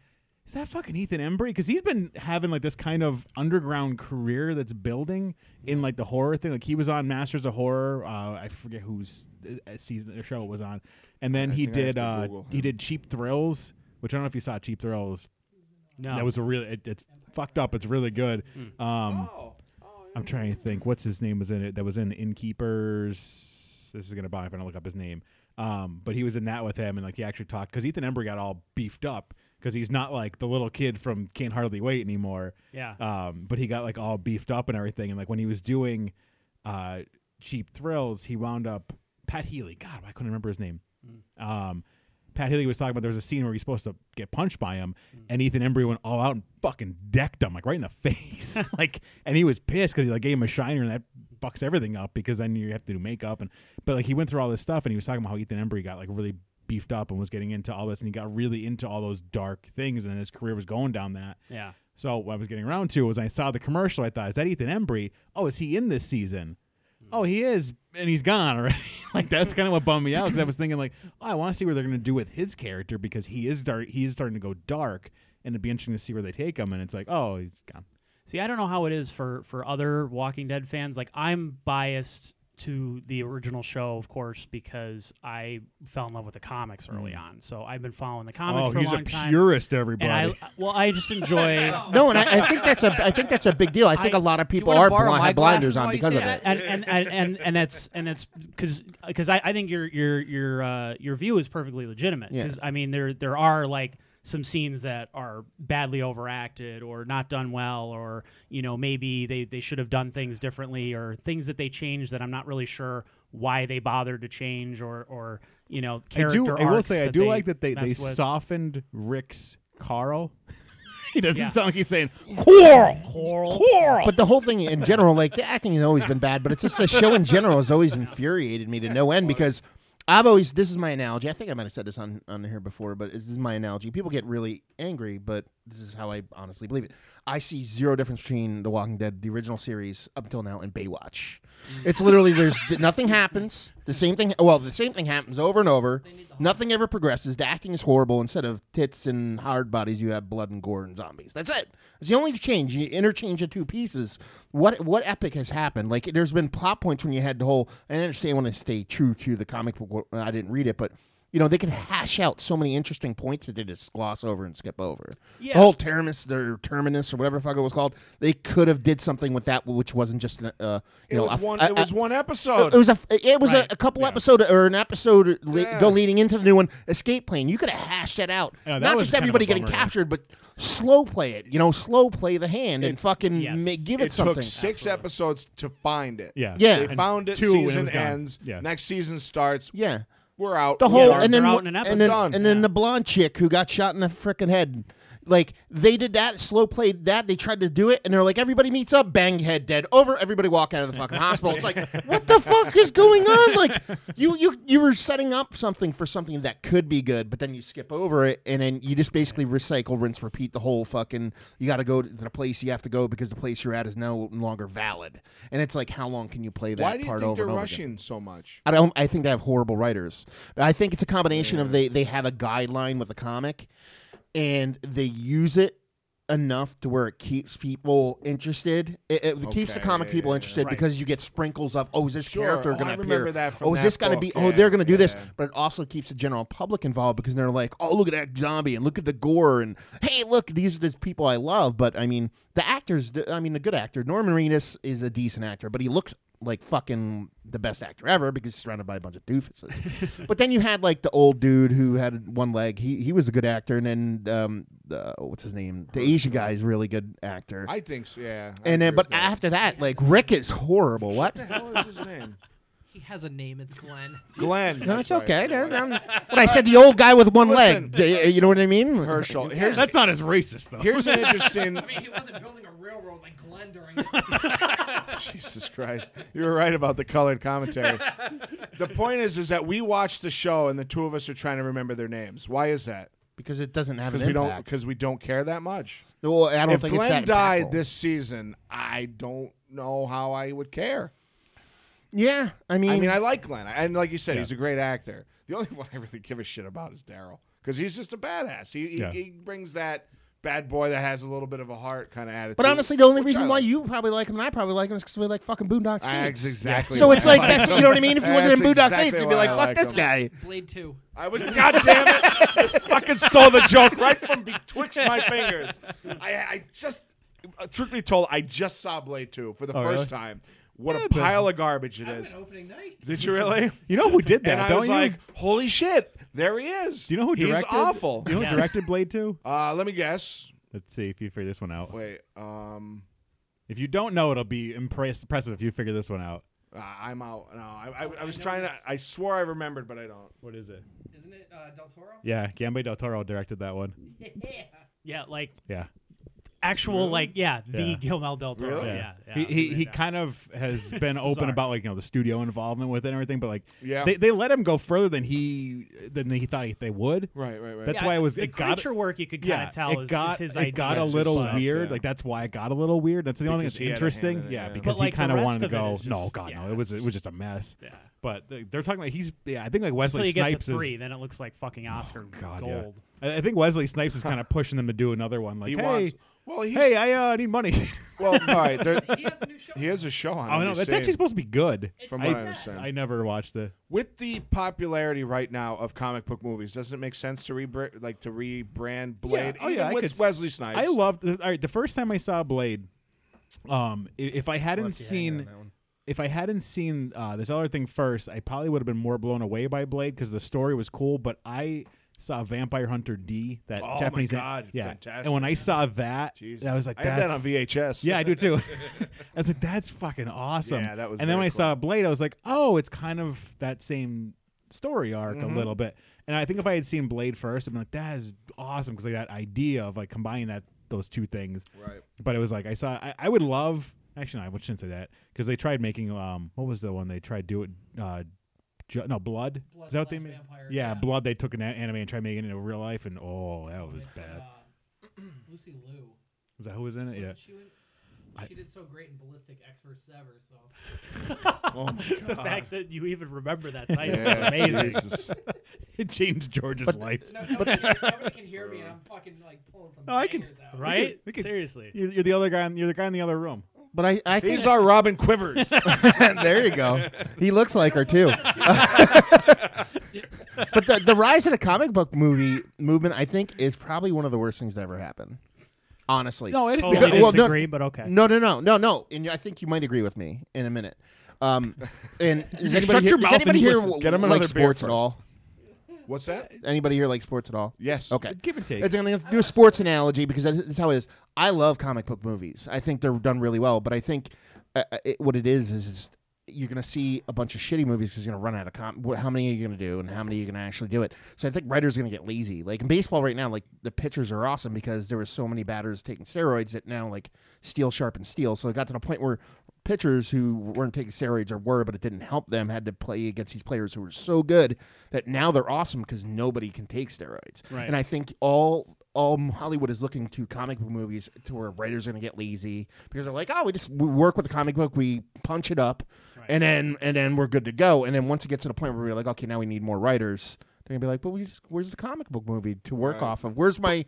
Speaker 1: is that fucking Ethan Embry? Because he's been having like this kind of underground career that's building in like the horror thing. Like he was on Masters of Horror. Uh, I forget whose uh, season or show it was on, and then he
Speaker 3: think I have
Speaker 1: did
Speaker 3: to
Speaker 1: uh,
Speaker 3: Google
Speaker 1: he did Cheap Thrills, which I don't know if you saw Cheap Thrills.
Speaker 4: no. Hmm.
Speaker 1: That was a really it, it's fucked up. It's really good. Um,
Speaker 3: Oh, oh,
Speaker 1: I'm trying to think. What's his name was in it? That was in Innkeepers. This is gonna bother me if I don't look up his name. Um, but he was in that with him, and like he actually talked because Ethan Embry got all beefed up because he's not like the little kid from Can't Hardly Wait anymore.
Speaker 4: Yeah.
Speaker 1: Um, but he got like all beefed up and everything, and like when he was doing uh, Cheap Thrills, he wound up Pat Healy. God, I couldn't I remember his name.
Speaker 4: Mm.
Speaker 1: Um, Pat Healy was talking about there was a scene where he's supposed to get punched by him,
Speaker 4: Mm.
Speaker 1: and Ethan Embry went all out and fucking decked him like right in the [laughs]
Speaker 4: [laughs]
Speaker 1: face, like, and he was pissed because he like gave him a shiner and that fucks everything up because then you have to do makeup and but like he went through all this stuff and he was talking about how Ethan Embry got like really beefed up and was getting into all this and he got really into all those dark things and his career was going down that.
Speaker 4: yeah.
Speaker 1: So what I was getting around to was I saw the commercial. I thought, is that Ethan Embry? Oh, is he in this season?
Speaker 4: Hmm.
Speaker 1: Oh, he is, and he's gone already. [laughs] like that's kind of what bummed me out because I was thinking like, oh, I want to see what they're going to do with his character because he is dark. He is starting to go dark, and it'd be interesting to see where they take him. And it's like, oh, he's gone.
Speaker 4: See, I don't know how it is for for other Walking Dead fans. Like I'm biased to the original show, of course, because I fell in love with the comics early
Speaker 2: Mm.
Speaker 4: on. So I've been following the comics
Speaker 1: oh,
Speaker 4: for
Speaker 1: he's
Speaker 4: a long
Speaker 1: a
Speaker 4: time.
Speaker 1: purist, everybody.
Speaker 4: and I well, I just
Speaker 1: [laughs]
Speaker 4: enjoy.
Speaker 2: No, and I, I think that's a I think that's a big deal. I think
Speaker 4: I-
Speaker 2: a lot of people
Speaker 5: wanna
Speaker 2: are
Speaker 5: borrow
Speaker 2: blind,
Speaker 5: my
Speaker 2: have blinders
Speaker 5: glasses
Speaker 2: on
Speaker 5: while you
Speaker 2: because
Speaker 5: say
Speaker 2: of
Speaker 5: that?
Speaker 2: it.
Speaker 4: and and and and, and that's and that's because because I, I think your your your uh, your view is perfectly legitimate
Speaker 2: Yeah.
Speaker 4: because I mean there there are like some scenes that are badly overacted or not done well or you know maybe they they should have done things differently or things that they changed that I'm not really sure why they bothered to change or or you know
Speaker 1: I
Speaker 4: character
Speaker 1: do. I will
Speaker 4: arcs
Speaker 1: say, I do like that they they
Speaker 4: messed with.
Speaker 1: softened Rick's Carl. [laughs] he doesn't
Speaker 4: Yeah.
Speaker 1: sound like he's saying Coral,
Speaker 4: Coral.
Speaker 1: Coral.
Speaker 2: But the whole thing in general, like the acting has always been bad, but it's just the show in general has always infuriated me to no end because I've always this is my analogy. I think I might have said this on, on here before, but this is my analogy. People get really angry, but this is how I honestly believe it. I see zero difference between The Walking Dead, the original series up until now, and Baywatch. It's literally there's nothing happens. The same thing. Well, the same thing happens over and over. Nothing ever progresses. The acting is horrible. Instead of tits and hard bodies, you have blood and gore and zombies. That's it. It's the only change. You interchange the two pieces. What what epic has happened? Like there's been plot points when you had the whole. I understand when I stay true to the comic book. I didn't read it, but you know, they could hash out so many interesting points that they just gloss over and skip over.
Speaker 4: Yeah.
Speaker 2: The whole terminus or terminus or whatever the fuck it was called, they could have did something with that which wasn't just an, uh, you
Speaker 3: It
Speaker 2: know,
Speaker 3: was
Speaker 2: a-
Speaker 3: one.
Speaker 2: a-
Speaker 3: It was
Speaker 2: a-
Speaker 3: one
Speaker 2: it
Speaker 3: episode.
Speaker 2: was a it was
Speaker 4: Right.
Speaker 2: a, a couple episode or an episode le-
Speaker 3: Yeah.
Speaker 2: go leading into the new one escape plan. You could have hashed that out.
Speaker 1: I know, that
Speaker 2: Not
Speaker 1: was
Speaker 2: just
Speaker 1: kind of a
Speaker 2: everybody getting
Speaker 1: bummer, yeah.
Speaker 2: captured, but slow play it. You know, slow play the hand and fucking
Speaker 4: yes.
Speaker 2: ma- give it,
Speaker 3: it
Speaker 2: something.
Speaker 3: took six episodes to find it.
Speaker 1: Yeah.
Speaker 2: Yeah.
Speaker 3: They
Speaker 2: And
Speaker 3: found it.
Speaker 1: two and it
Speaker 3: season
Speaker 1: was gone.
Speaker 3: ends.
Speaker 1: Yeah.
Speaker 3: Next season starts.
Speaker 2: yeah.
Speaker 3: We're out.
Speaker 2: The whole
Speaker 4: they're-
Speaker 2: and then
Speaker 4: they're
Speaker 2: wh-
Speaker 4: out in an
Speaker 2: and then,
Speaker 3: episode.
Speaker 2: and then
Speaker 4: Yeah.
Speaker 2: the blonde chick who got shot in the freaking head. Like they did that, slow played that. They tried to do it, and they're like, "Everybody meets up, bang, head dead, over." Everybody walk out of the fucking hospital. It's
Speaker 3: [laughs]
Speaker 2: like, what the fuck is going on? Like, you you you were setting up something for something that could be good, but then you skip over it, and then you just basically recycle, rinse, repeat the whole fucking. You got to go to the place you have to go because the place you're at is no longer valid, and it's like, how long can you play that
Speaker 3: Why do you
Speaker 2: part
Speaker 3: think
Speaker 2: over
Speaker 3: they're
Speaker 2: and over again?
Speaker 3: rushing so much?
Speaker 2: I don't. I think they have horrible writers. I think it's a combination of they they have a guideline with a comic, and they use it enough to where it keeps people interested. It, it keeps the
Speaker 3: Okay,
Speaker 2: comic
Speaker 3: yeah,
Speaker 2: people
Speaker 3: yeah, yeah.
Speaker 2: interested
Speaker 4: Right.
Speaker 2: because you get sprinkles of oh is this
Speaker 3: Sure.
Speaker 2: character
Speaker 3: Oh, I
Speaker 2: going to appear?
Speaker 3: remember that from
Speaker 2: oh is
Speaker 3: that
Speaker 2: this going to
Speaker 3: book.
Speaker 2: be? Oh
Speaker 3: Yeah,
Speaker 2: they're going to do this.
Speaker 3: yeah.
Speaker 2: But it also keeps the general public involved because they're like oh look at that zombie and look at the gore and hey look these are the people I love. But I mean the actors. I mean a good actor Norman Reedus is a decent actor, but he looks like fucking the best actor ever because he's surrounded by a bunch of doofuses.
Speaker 3: [laughs]
Speaker 2: but then you had like the old dude who had one leg. He he was a good actor, and then um, uh, what's his name? The Asian guy is a really good actor.
Speaker 3: I think so. Yeah. I
Speaker 2: and
Speaker 3: agree
Speaker 2: then, but
Speaker 3: with that.
Speaker 2: after that, like Rick is horrible.
Speaker 3: [laughs]
Speaker 2: What?
Speaker 3: What the hell is his name?
Speaker 5: [laughs] He has a name. It's Glenn.
Speaker 3: Glenn.
Speaker 2: No, it's
Speaker 3: that's right.
Speaker 2: okay. No, [laughs] no. But I said the old guy with one
Speaker 3: Listen.
Speaker 2: leg. D- You know what I mean?
Speaker 3: Herschel. Here's
Speaker 1: That's not as racist though.
Speaker 3: here's an interesting.
Speaker 5: I mean, he wasn't building a railroad like Glenn [laughs] during. The-
Speaker 3: Jesus Christ. You were right about the colored commentary. the point is is that we watch the show and the two of us are trying to remember their names. Why is that?
Speaker 2: Because it doesn't have an
Speaker 3: Because we don't
Speaker 2: impact.
Speaker 3: because we don't care that much.
Speaker 2: Well, I don't
Speaker 3: if
Speaker 2: think
Speaker 3: Glenn
Speaker 2: it's that
Speaker 3: died
Speaker 2: impactful.
Speaker 3: this season, I don't know how I would care.
Speaker 2: yeah, I mean,
Speaker 3: I mean, I like Glenn, and like you said, he's a great actor. The only [laughs] one I really give a shit about is Daryl because he's just a badass. He he,
Speaker 1: Yeah.
Speaker 3: he brings that bad boy that has a little bit of a heart kind of attitude.
Speaker 2: but honestly, the only
Speaker 3: which I
Speaker 2: reason why
Speaker 3: like.
Speaker 2: you probably like him and I probably like him is because we like fucking Boondock Saints.
Speaker 3: That's exactly.
Speaker 2: So
Speaker 3: why
Speaker 2: it's
Speaker 3: I
Speaker 2: like
Speaker 3: liked
Speaker 2: that's
Speaker 3: him.
Speaker 2: you know what I mean. If he wasn't in
Speaker 3: That's
Speaker 2: Boondock
Speaker 3: exactly
Speaker 2: Saints, you'd be
Speaker 3: why
Speaker 2: like,
Speaker 3: I
Speaker 2: "Fuck
Speaker 3: liked
Speaker 2: this
Speaker 3: him.
Speaker 2: guy."
Speaker 5: Blade two.
Speaker 3: I was [laughs] goddamn it! Just fucking stole the joke right from betwixt my fingers. I, I just, uh, truth be told, I just saw Blade Two for
Speaker 2: Oh,
Speaker 3: the first time. What a pile of garbage it
Speaker 5: I went
Speaker 3: is!
Speaker 5: [laughs] opening night.
Speaker 3: Did you really?
Speaker 1: You know who did that?
Speaker 3: And I
Speaker 1: don't
Speaker 3: was
Speaker 1: you?
Speaker 3: like, "Holy shit! There he is!"
Speaker 1: do you know who directed?
Speaker 3: He's awful.
Speaker 1: You know who
Speaker 4: Yes.
Speaker 1: directed Blade Two?
Speaker 3: Uh, let me guess.
Speaker 1: Let's see if you figure this one out.
Speaker 3: Wait, um,
Speaker 1: If you don't know, it'll be impress- impressive if you figure this one out.
Speaker 3: uh, I'm out. No, I, I, I was trying to. I swore I remembered, but I don't.
Speaker 1: What is it?
Speaker 5: Isn't it uh, Del Toro?
Speaker 1: Yeah, Gambay del Toro directed that one.
Speaker 5: Yeah.
Speaker 4: Yeah, like
Speaker 1: Yeah,
Speaker 4: actual, like yeah, the
Speaker 1: Yeah.
Speaker 4: Guillermo del Toro.
Speaker 3: Really?
Speaker 4: Oh, Yeah.
Speaker 1: yeah.
Speaker 4: yeah.
Speaker 1: he he, he
Speaker 4: Yeah.
Speaker 1: kind of has been open
Speaker 4: bizarre.
Speaker 1: about like you know the studio involvement with it and everything, but like
Speaker 3: Yeah.
Speaker 1: they, they let him go further than he than he thought they would.
Speaker 3: Right, right, right.
Speaker 1: That's why it was
Speaker 4: the
Speaker 1: it got
Speaker 4: creature work you could kind
Speaker 1: yeah,
Speaker 4: of tell
Speaker 1: it
Speaker 4: is,
Speaker 1: got
Speaker 4: is his
Speaker 1: it
Speaker 4: idea. uh,
Speaker 1: got a
Speaker 3: That's
Speaker 1: little
Speaker 3: his stuff,
Speaker 1: weird.
Speaker 3: yeah.
Speaker 1: Like that's why it got a little weird. That's the only
Speaker 3: Because
Speaker 1: thing
Speaker 3: he
Speaker 1: that's
Speaker 3: had a hand
Speaker 1: interesting.
Speaker 3: in it,
Speaker 1: yeah,
Speaker 3: yeah.
Speaker 1: because
Speaker 4: But, like,
Speaker 1: he
Speaker 4: the
Speaker 1: kind of
Speaker 4: rest
Speaker 1: wanted to
Speaker 4: of it
Speaker 1: go.
Speaker 4: is just-
Speaker 1: no, God, no.
Speaker 4: yeah.
Speaker 1: It was it was just a mess.
Speaker 4: Yeah.
Speaker 1: But they- they're talking like he's yeah. I think like
Speaker 4: Until
Speaker 1: Wesley
Speaker 4: you get to
Speaker 1: Snipes
Speaker 4: three,
Speaker 1: is Oh,
Speaker 4: then it looks like fucking Oscar
Speaker 1: God, yeah.
Speaker 4: gold. [laughs]
Speaker 1: I I think Wesley Snipes is kind of pushing them to do another one. Like,
Speaker 3: he
Speaker 1: hey,
Speaker 3: wants. Well, he's.
Speaker 1: hey, I uh, need money. [laughs]
Speaker 3: well, all right. There,
Speaker 5: He has a new show.
Speaker 3: he has a show on.
Speaker 1: oh no, that's actually supposed to be good.
Speaker 3: From what
Speaker 5: It's
Speaker 3: I
Speaker 5: not bad.
Speaker 3: understand.
Speaker 1: I never watched the.
Speaker 3: With the popularity right now of comic book movies, doesn't it make sense to rebr- like to rebrand Blade?
Speaker 1: oh, yeah,
Speaker 3: even
Speaker 1: I
Speaker 3: with
Speaker 1: could s-
Speaker 3: Wesley Snipes.
Speaker 1: I loved. All right, the first time I saw Blade, um, i- if I hadn't
Speaker 2: Lucky I know
Speaker 1: seen,
Speaker 2: that one.
Speaker 1: if I hadn't seen uh, this other thing first, I probably would have been more blown away by Blade because the story was cool. But I saw Vampire Hunter D, that
Speaker 3: Oh my
Speaker 1: Japanese,
Speaker 3: God,
Speaker 1: yeah.
Speaker 3: fantastic.
Speaker 1: And when I saw that,
Speaker 3: Jesus.
Speaker 1: I was like,
Speaker 3: I have
Speaker 1: "That's
Speaker 3: that on VHS.
Speaker 1: Yeah, I
Speaker 3: [laughs]
Speaker 1: do too. I was like, that's fucking awesome.
Speaker 3: Yeah, that was
Speaker 1: And then
Speaker 3: very
Speaker 1: when I
Speaker 3: cool.
Speaker 1: saw Blade, I was like, oh, it's kind of that same story arc
Speaker 3: Mm-hmm.
Speaker 1: a little bit. And I think if I had seen Blade first, I'd been like, that is awesome because like that idea of like combining that those two things.
Speaker 3: Right.
Speaker 1: But it was like I saw. I, I would love. Actually, no, I shouldn't say that because they tried making um what was the one they tried do it uh ju- no blood,
Speaker 5: Blood
Speaker 1: is that what they
Speaker 5: slash
Speaker 1: made
Speaker 5: vampire,
Speaker 1: yeah,
Speaker 5: yeah.
Speaker 1: blood they took an a- anime and tried making it into real life and oh that was
Speaker 5: With,
Speaker 1: bad
Speaker 5: uh, [clears throat] Lucy Liu.
Speaker 1: is that who was in it yeah
Speaker 5: Wasn't She, in-
Speaker 1: I-
Speaker 5: she did so great in Ballistic X vs. Ever.
Speaker 1: [laughs]
Speaker 5: So
Speaker 3: Oh my
Speaker 4: The
Speaker 3: god.
Speaker 4: fact that you even
Speaker 1: [laughs]
Speaker 4: remember that title
Speaker 3: yeah,
Speaker 4: is amazing.
Speaker 3: Jesus.
Speaker 1: it changed George's life
Speaker 5: no, nobody, can, nobody can hear me, and I'm fucking like pulling some
Speaker 1: No, I can-
Speaker 5: bangers out.
Speaker 4: Right?
Speaker 1: we could-
Speaker 4: Seriously.
Speaker 1: You're, you're the other guy. In, you're the guy in the other room.
Speaker 2: but I, I think
Speaker 3: These are Robin
Speaker 4: [laughs]
Speaker 3: Quivers.
Speaker 2: [laughs] there you go. He looks like her too. [laughs] but the, the rise of the comic book movie movement, I think, is probably one of the worst things to ever happen. Honestly,
Speaker 6: No, it-
Speaker 4: Totally
Speaker 2: Because- well, no-
Speaker 4: Oh, disagree, but okay.
Speaker 2: no, no, no, no, no. And I think you might agree with me in a minute. Um, and does anybody
Speaker 1: shut
Speaker 2: here,
Speaker 1: your
Speaker 2: does
Speaker 1: mouth and
Speaker 2: anybody here
Speaker 1: listen.
Speaker 2: w-
Speaker 3: Get him
Speaker 2: like
Speaker 3: another beer
Speaker 2: sports at
Speaker 3: first.
Speaker 2: all?
Speaker 3: What's that?
Speaker 2: Anybody here like sports at all?
Speaker 3: Yes.
Speaker 2: Okay.
Speaker 6: Give and take.
Speaker 2: It's going to do a sports analogy because that's, that's how it is. I love comic book movies. I think they're done really well, but I think uh, uh, it, what it is is it's, you're going to see a bunch of shitty movies because you're going to run out of com- wh- how many are you going to do and how many are you going to actually do it. So I think writers are going to get lazy. Like in baseball right now, like the pitchers are awesome because there were so many batters taking steroids that now like steel sharpens steel. So it got to the point where pitchers who weren't taking steroids or were, but it didn't help them, had to play against these players who were so good that now they're awesome because nobody can take steroids.
Speaker 4: Right.
Speaker 2: And I think all all Hollywood is looking to comic book movies to where writers are going to get lazy because they're like, oh, we just we work with the comic book, we punch it up, and then and then we're good to go. And then once it gets to the point where we're like, okay, now we need more writers. They're gonna be like, but we just, where's the comic book movie to work
Speaker 3: Right.
Speaker 2: off of? Where's my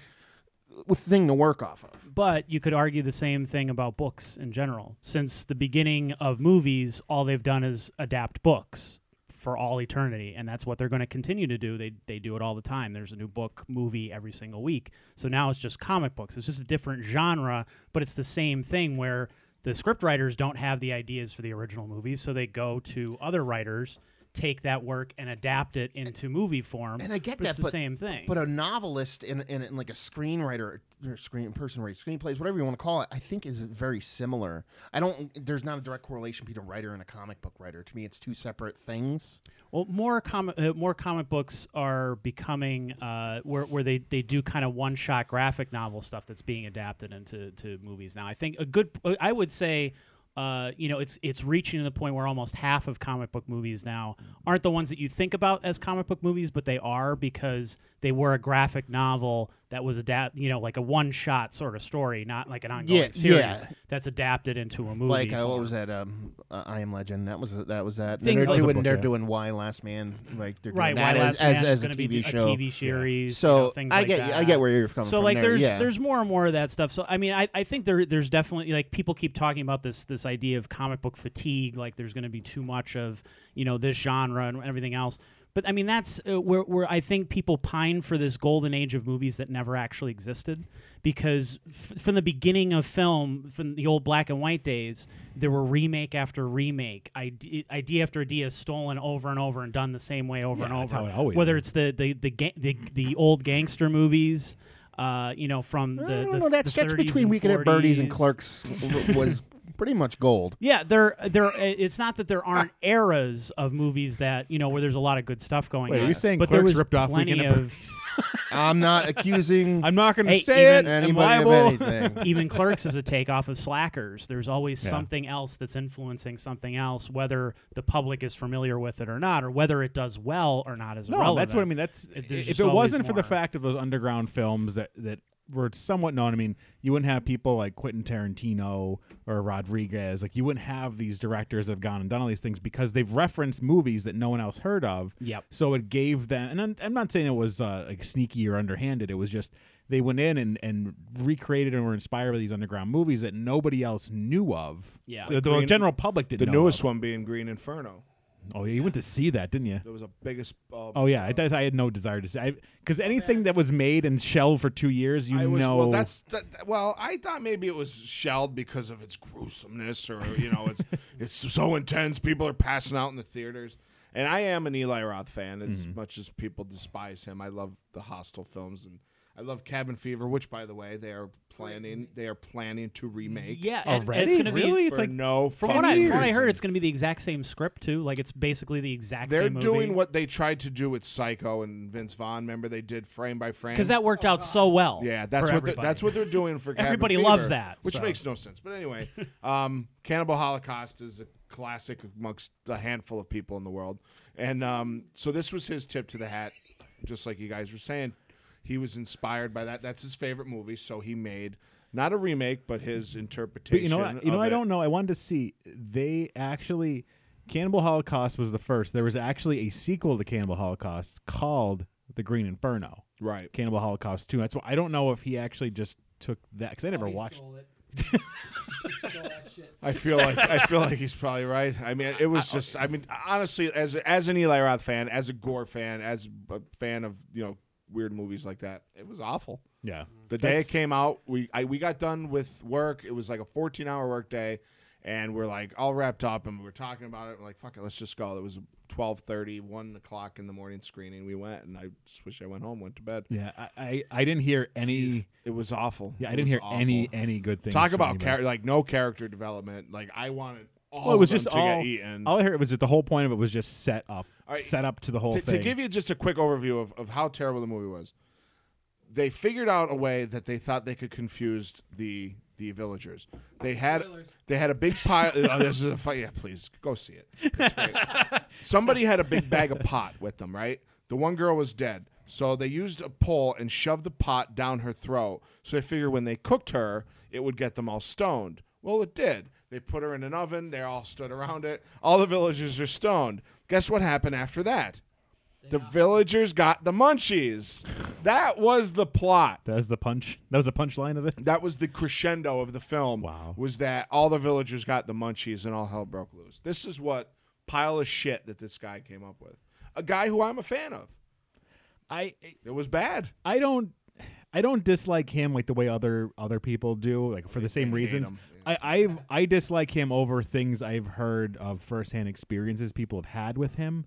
Speaker 2: thing to work off of?
Speaker 4: But you could argue the same thing about books in general. Since the beginning of movies, all they've done is adapt books for all eternity, and that's what they're going to continue to do. They they do it all the time. There's a new book, movie every single week. So now it's just comic books. It's just a different genre, but it's the same thing where the script writers don't have the ideas for the original movies, so they go to other writers, take that work and adapt it into movie form.
Speaker 2: And I get
Speaker 4: but it's
Speaker 2: that,
Speaker 4: the
Speaker 2: but-
Speaker 4: same thing.
Speaker 2: But a novelist and, and, and like a screenwriter or screen person writes screenplays, whatever you want to call it, I think is very similar. I don't. There's not a direct correlation between a writer and a comic book writer. To me, it's two separate things.
Speaker 4: Well, more comic uh, more comic books are becoming uh, where where they, they do kind of one shot graphic novel stuff that's being adapted into to movies now. I think a good I would say. Uh, you know, it's it's reaching the point where almost half of comic book movies now aren't the ones that you think about as comic book movies, but they are because they were a graphic novel that was adapt, you know, like a one shot sort of story, not like an ongoing
Speaker 2: Yeah,
Speaker 4: series
Speaker 2: yeah.
Speaker 4: that's adapted into a movie.
Speaker 2: Like uh, what
Speaker 4: form.
Speaker 2: was that? Um, uh, I Am Legend. That was that was that.
Speaker 4: Things
Speaker 2: they're
Speaker 4: like-
Speaker 2: doing
Speaker 1: Book,
Speaker 2: they're
Speaker 1: yeah.
Speaker 2: doing Why Last Man. Like they're doing
Speaker 4: right? Why
Speaker 2: that
Speaker 4: Last
Speaker 2: as, as,
Speaker 4: Man
Speaker 2: as a
Speaker 4: going to be
Speaker 2: TV
Speaker 4: a
Speaker 2: show.
Speaker 4: TV series.
Speaker 2: So
Speaker 4: you know, things
Speaker 2: I
Speaker 4: like
Speaker 2: get
Speaker 4: that.
Speaker 2: I get where you're coming
Speaker 4: so
Speaker 2: from.
Speaker 4: like
Speaker 2: there.
Speaker 4: there's
Speaker 2: yeah.
Speaker 4: there's more and more of that stuff so i mean i, I think there there's definitely like people keep talking about this this idea of comic book fatigue like there's going to be too much of you know this genre and everything else but i mean that's uh, where, where i think people pine for this golden age of movies that never actually existed because f- from the beginning of film from the old black and white days there were remake after remake idea, idea after idea stolen over and over and done the same way over
Speaker 1: Yeah,
Speaker 4: and over
Speaker 1: that's how it always
Speaker 4: whether
Speaker 1: is.
Speaker 4: it's the the the, ga- the, the old gangster movies uh, you know, from the,
Speaker 2: I don't
Speaker 4: the-
Speaker 2: know that
Speaker 4: the
Speaker 2: sketch
Speaker 4: 30s
Speaker 2: between
Speaker 4: and
Speaker 2: Weekend at Bernie's and
Speaker 4: 40s.
Speaker 2: Clerks w- was [laughs] pretty much gold.
Speaker 4: Yeah, there, there. It's not that there aren't eras of movies that you know where there's a lot of good stuff going
Speaker 1: Wait,
Speaker 4: on.
Speaker 1: are you saying
Speaker 4: but there
Speaker 1: Clerks
Speaker 4: was
Speaker 1: ripped off
Speaker 4: plenty
Speaker 1: Weekend at
Speaker 4: of
Speaker 2: I'm not
Speaker 4: [laughs]
Speaker 2: accusing
Speaker 1: I'm not going to
Speaker 4: Hey,
Speaker 1: say
Speaker 4: even-
Speaker 1: it. I'm
Speaker 2: anybody of
Speaker 1: liable.
Speaker 4: [laughs]
Speaker 1: [laughs]
Speaker 2: anything.
Speaker 4: even Clerks is a takeoff of Slackers. There's always
Speaker 1: Yeah.
Speaker 4: something else that's influencing something else, whether the public is familiar with it or not, or whether it does well or not is
Speaker 1: No,
Speaker 4: irrelevant.
Speaker 1: that's what I mean. That's
Speaker 4: It- there's
Speaker 1: if
Speaker 4: just
Speaker 1: it
Speaker 4: always
Speaker 1: wasn't for the
Speaker 4: more.
Speaker 1: fact of those underground films that that were somewhat known. I mean, you wouldn't have people like Quentin Tarantino or Rodriguez. Like you wouldn't have these directors that have gone and done all these things because they've referenced movies that no one else heard of.
Speaker 4: Yep.
Speaker 1: So it gave them, and I'm, I'm not saying it was uh, like sneaky or underhanded. It was just they went in and, and recreated and were inspired by these underground movies that nobody else knew of.
Speaker 4: Yeah.
Speaker 1: the, the
Speaker 3: Green-
Speaker 1: general public didn't.
Speaker 3: The
Speaker 1: know
Speaker 3: newest
Speaker 1: of.
Speaker 3: one being Green Inferno.
Speaker 1: Oh yeah, you went to see that, didn't you?
Speaker 3: There was a biggest. Uh,
Speaker 1: Oh yeah,
Speaker 3: uh,
Speaker 1: I, that- I had no desire to see because anything that was made and shelved for two years, you
Speaker 3: I was,
Speaker 1: know.
Speaker 3: Well, that's that, that- well. I thought maybe it was shelled because of its gruesomeness, or you know,
Speaker 4: [laughs]
Speaker 3: it's it's so intense. People are passing out in the theaters, and I am an Eli Roth fan. As
Speaker 4: Mm-hmm.
Speaker 3: much as people despise him, I love the Hostel films, and I love Cabin Fever, which, by the way, they are planning. They are planning to remake.
Speaker 4: Yeah, and- and
Speaker 1: already.
Speaker 4: it's going to be
Speaker 1: really, it's
Speaker 3: for
Speaker 1: like
Speaker 3: no.
Speaker 4: From what, I,
Speaker 1: years.
Speaker 4: from what I heard, it's going to be the exact same script too. Like it's basically the exact
Speaker 3: they're
Speaker 4: same movie.
Speaker 3: doing what they tried to do with Psycho and Vince Vaughn. Remember they did frame by frame.
Speaker 4: because that worked out so well.
Speaker 3: Yeah, that's
Speaker 4: for
Speaker 3: what they're,
Speaker 4: everybody.
Speaker 3: that's what they're doing for. Cabin
Speaker 4: Everybody
Speaker 3: Fever,
Speaker 4: loves that,
Speaker 3: which
Speaker 4: so.
Speaker 3: makes no sense. But anyway, um, Cannibal Holocaust is a classic amongst a handful of people in the world, and um, so this was his tip to the hat, just like you guys were saying. He was inspired by that. That's his favorite movie, so he made not a remake, but his
Speaker 1: but
Speaker 3: interpretation.
Speaker 1: you know, what, you
Speaker 3: of
Speaker 1: know, I
Speaker 3: it.
Speaker 1: don't know. I wanted to see they actually Cannibal Holocaust was the first. There was actually a sequel to Cannibal Holocaust called The Green Inferno,
Speaker 3: Right. Oh,
Speaker 1: Cannibal Holocaust Two. That's why I don't know if he actually just took that because I never
Speaker 5: He
Speaker 1: watched. [laughs]
Speaker 5: stole it. Stole that shit.
Speaker 3: I feel like I feel like he's probably right. I mean, it was just. I mean, honestly, as as an Eli Roth fan, as a Gore fan, as a fan of you know weird movies like that, it was awful.
Speaker 1: Yeah.
Speaker 3: The day it came out, we I, we got done with work. It was like a 14 hour work day, and we're like all wrapped up, and we were talking about it. We're like, fuck it, let's just go. It was 12:30, one o'clock in the morning screening. We went, and I just wish I went home, went to bed.
Speaker 1: Yeah. I, I, I didn't hear any.
Speaker 3: It was awful.
Speaker 1: Yeah, I
Speaker 3: It
Speaker 1: didn't
Speaker 3: was
Speaker 1: hear any
Speaker 3: awful.
Speaker 1: any good things.
Speaker 3: Talk
Speaker 1: from
Speaker 3: about
Speaker 1: anybody.
Speaker 3: char- like no character development. Like I wanted all
Speaker 1: Well, it was
Speaker 3: of them
Speaker 1: just
Speaker 3: to
Speaker 1: all.
Speaker 3: get eaten.
Speaker 1: All I heard was that the whole point of it was just set up,
Speaker 3: All right.
Speaker 1: set up to the whole
Speaker 3: to, to
Speaker 1: thing.
Speaker 3: give you just a quick overview of, of how terrible the movie was, they figured out a way that they thought they could confuse the the villagers. They had
Speaker 5: Spoilers.
Speaker 3: they had a big pile. oh, this is a fight. Yeah, please go see it. It's great. Somebody had a big bag of pot with them, right? The one girl was dead, so they used a pole and shoved the pot down her throat. So they figured when they cooked her, it would get them all stoned. Well, it did. They put her in an oven. They all stood around it. All the villagers are stoned. Guess what happened after that? The villagers got the munchies. That was the plot.
Speaker 1: that was the punch. That was the punchline of it.
Speaker 3: That was the crescendo of the film.
Speaker 1: Wow.
Speaker 3: Was that all the villagers got the munchies and all hell broke loose. This is what pile of shit that this guy came up with. A guy who I'm a fan of.
Speaker 1: I
Speaker 3: It was bad.
Speaker 1: I don't I don't dislike him like the way other other people do, like for the same
Speaker 3: hate
Speaker 1: reasons.
Speaker 3: him.
Speaker 1: I I've, I dislike him over things I've heard of firsthand experiences people have had with him,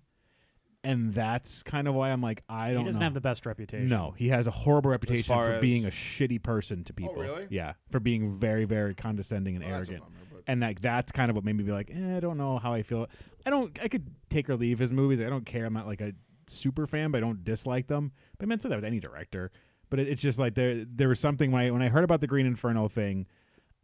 Speaker 1: and that's kind of why I'm like I don't
Speaker 4: He doesn't
Speaker 1: know.
Speaker 4: have the best reputation.
Speaker 1: no, he has a horrible reputation
Speaker 3: far
Speaker 1: for
Speaker 3: as- Oh,
Speaker 1: being a shitty person to people.
Speaker 3: really?
Speaker 1: Yeah, for being very, very condescending and
Speaker 3: Well, that's a
Speaker 1: arrogant.
Speaker 3: bummer, but-
Speaker 1: And like that's kind of what made me be like, eh, I don't know how I feel. I don't. I could take or leave his movies. I don't care. I'm not like a super fan, but I don't dislike them. But I meant to say that with any director. But it, it's just like there, there was something when I when I heard about the Green Inferno thing.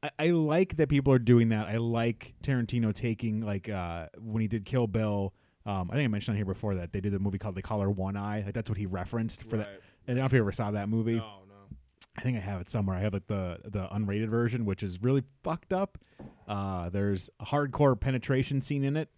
Speaker 1: I, I like that people are doing that. I like Tarantino taking like uh, when he did Kill Bill. Um, I think I mentioned on here before that they did a movie called They Call Her One Eye. Like that's what he referenced for that.
Speaker 3: Right.
Speaker 1: I don't know if you ever saw that movie.
Speaker 3: No, no.
Speaker 1: I think I have it somewhere. I have like the the unrated version, which is really fucked up. Uh, there's a hardcore penetration scene in it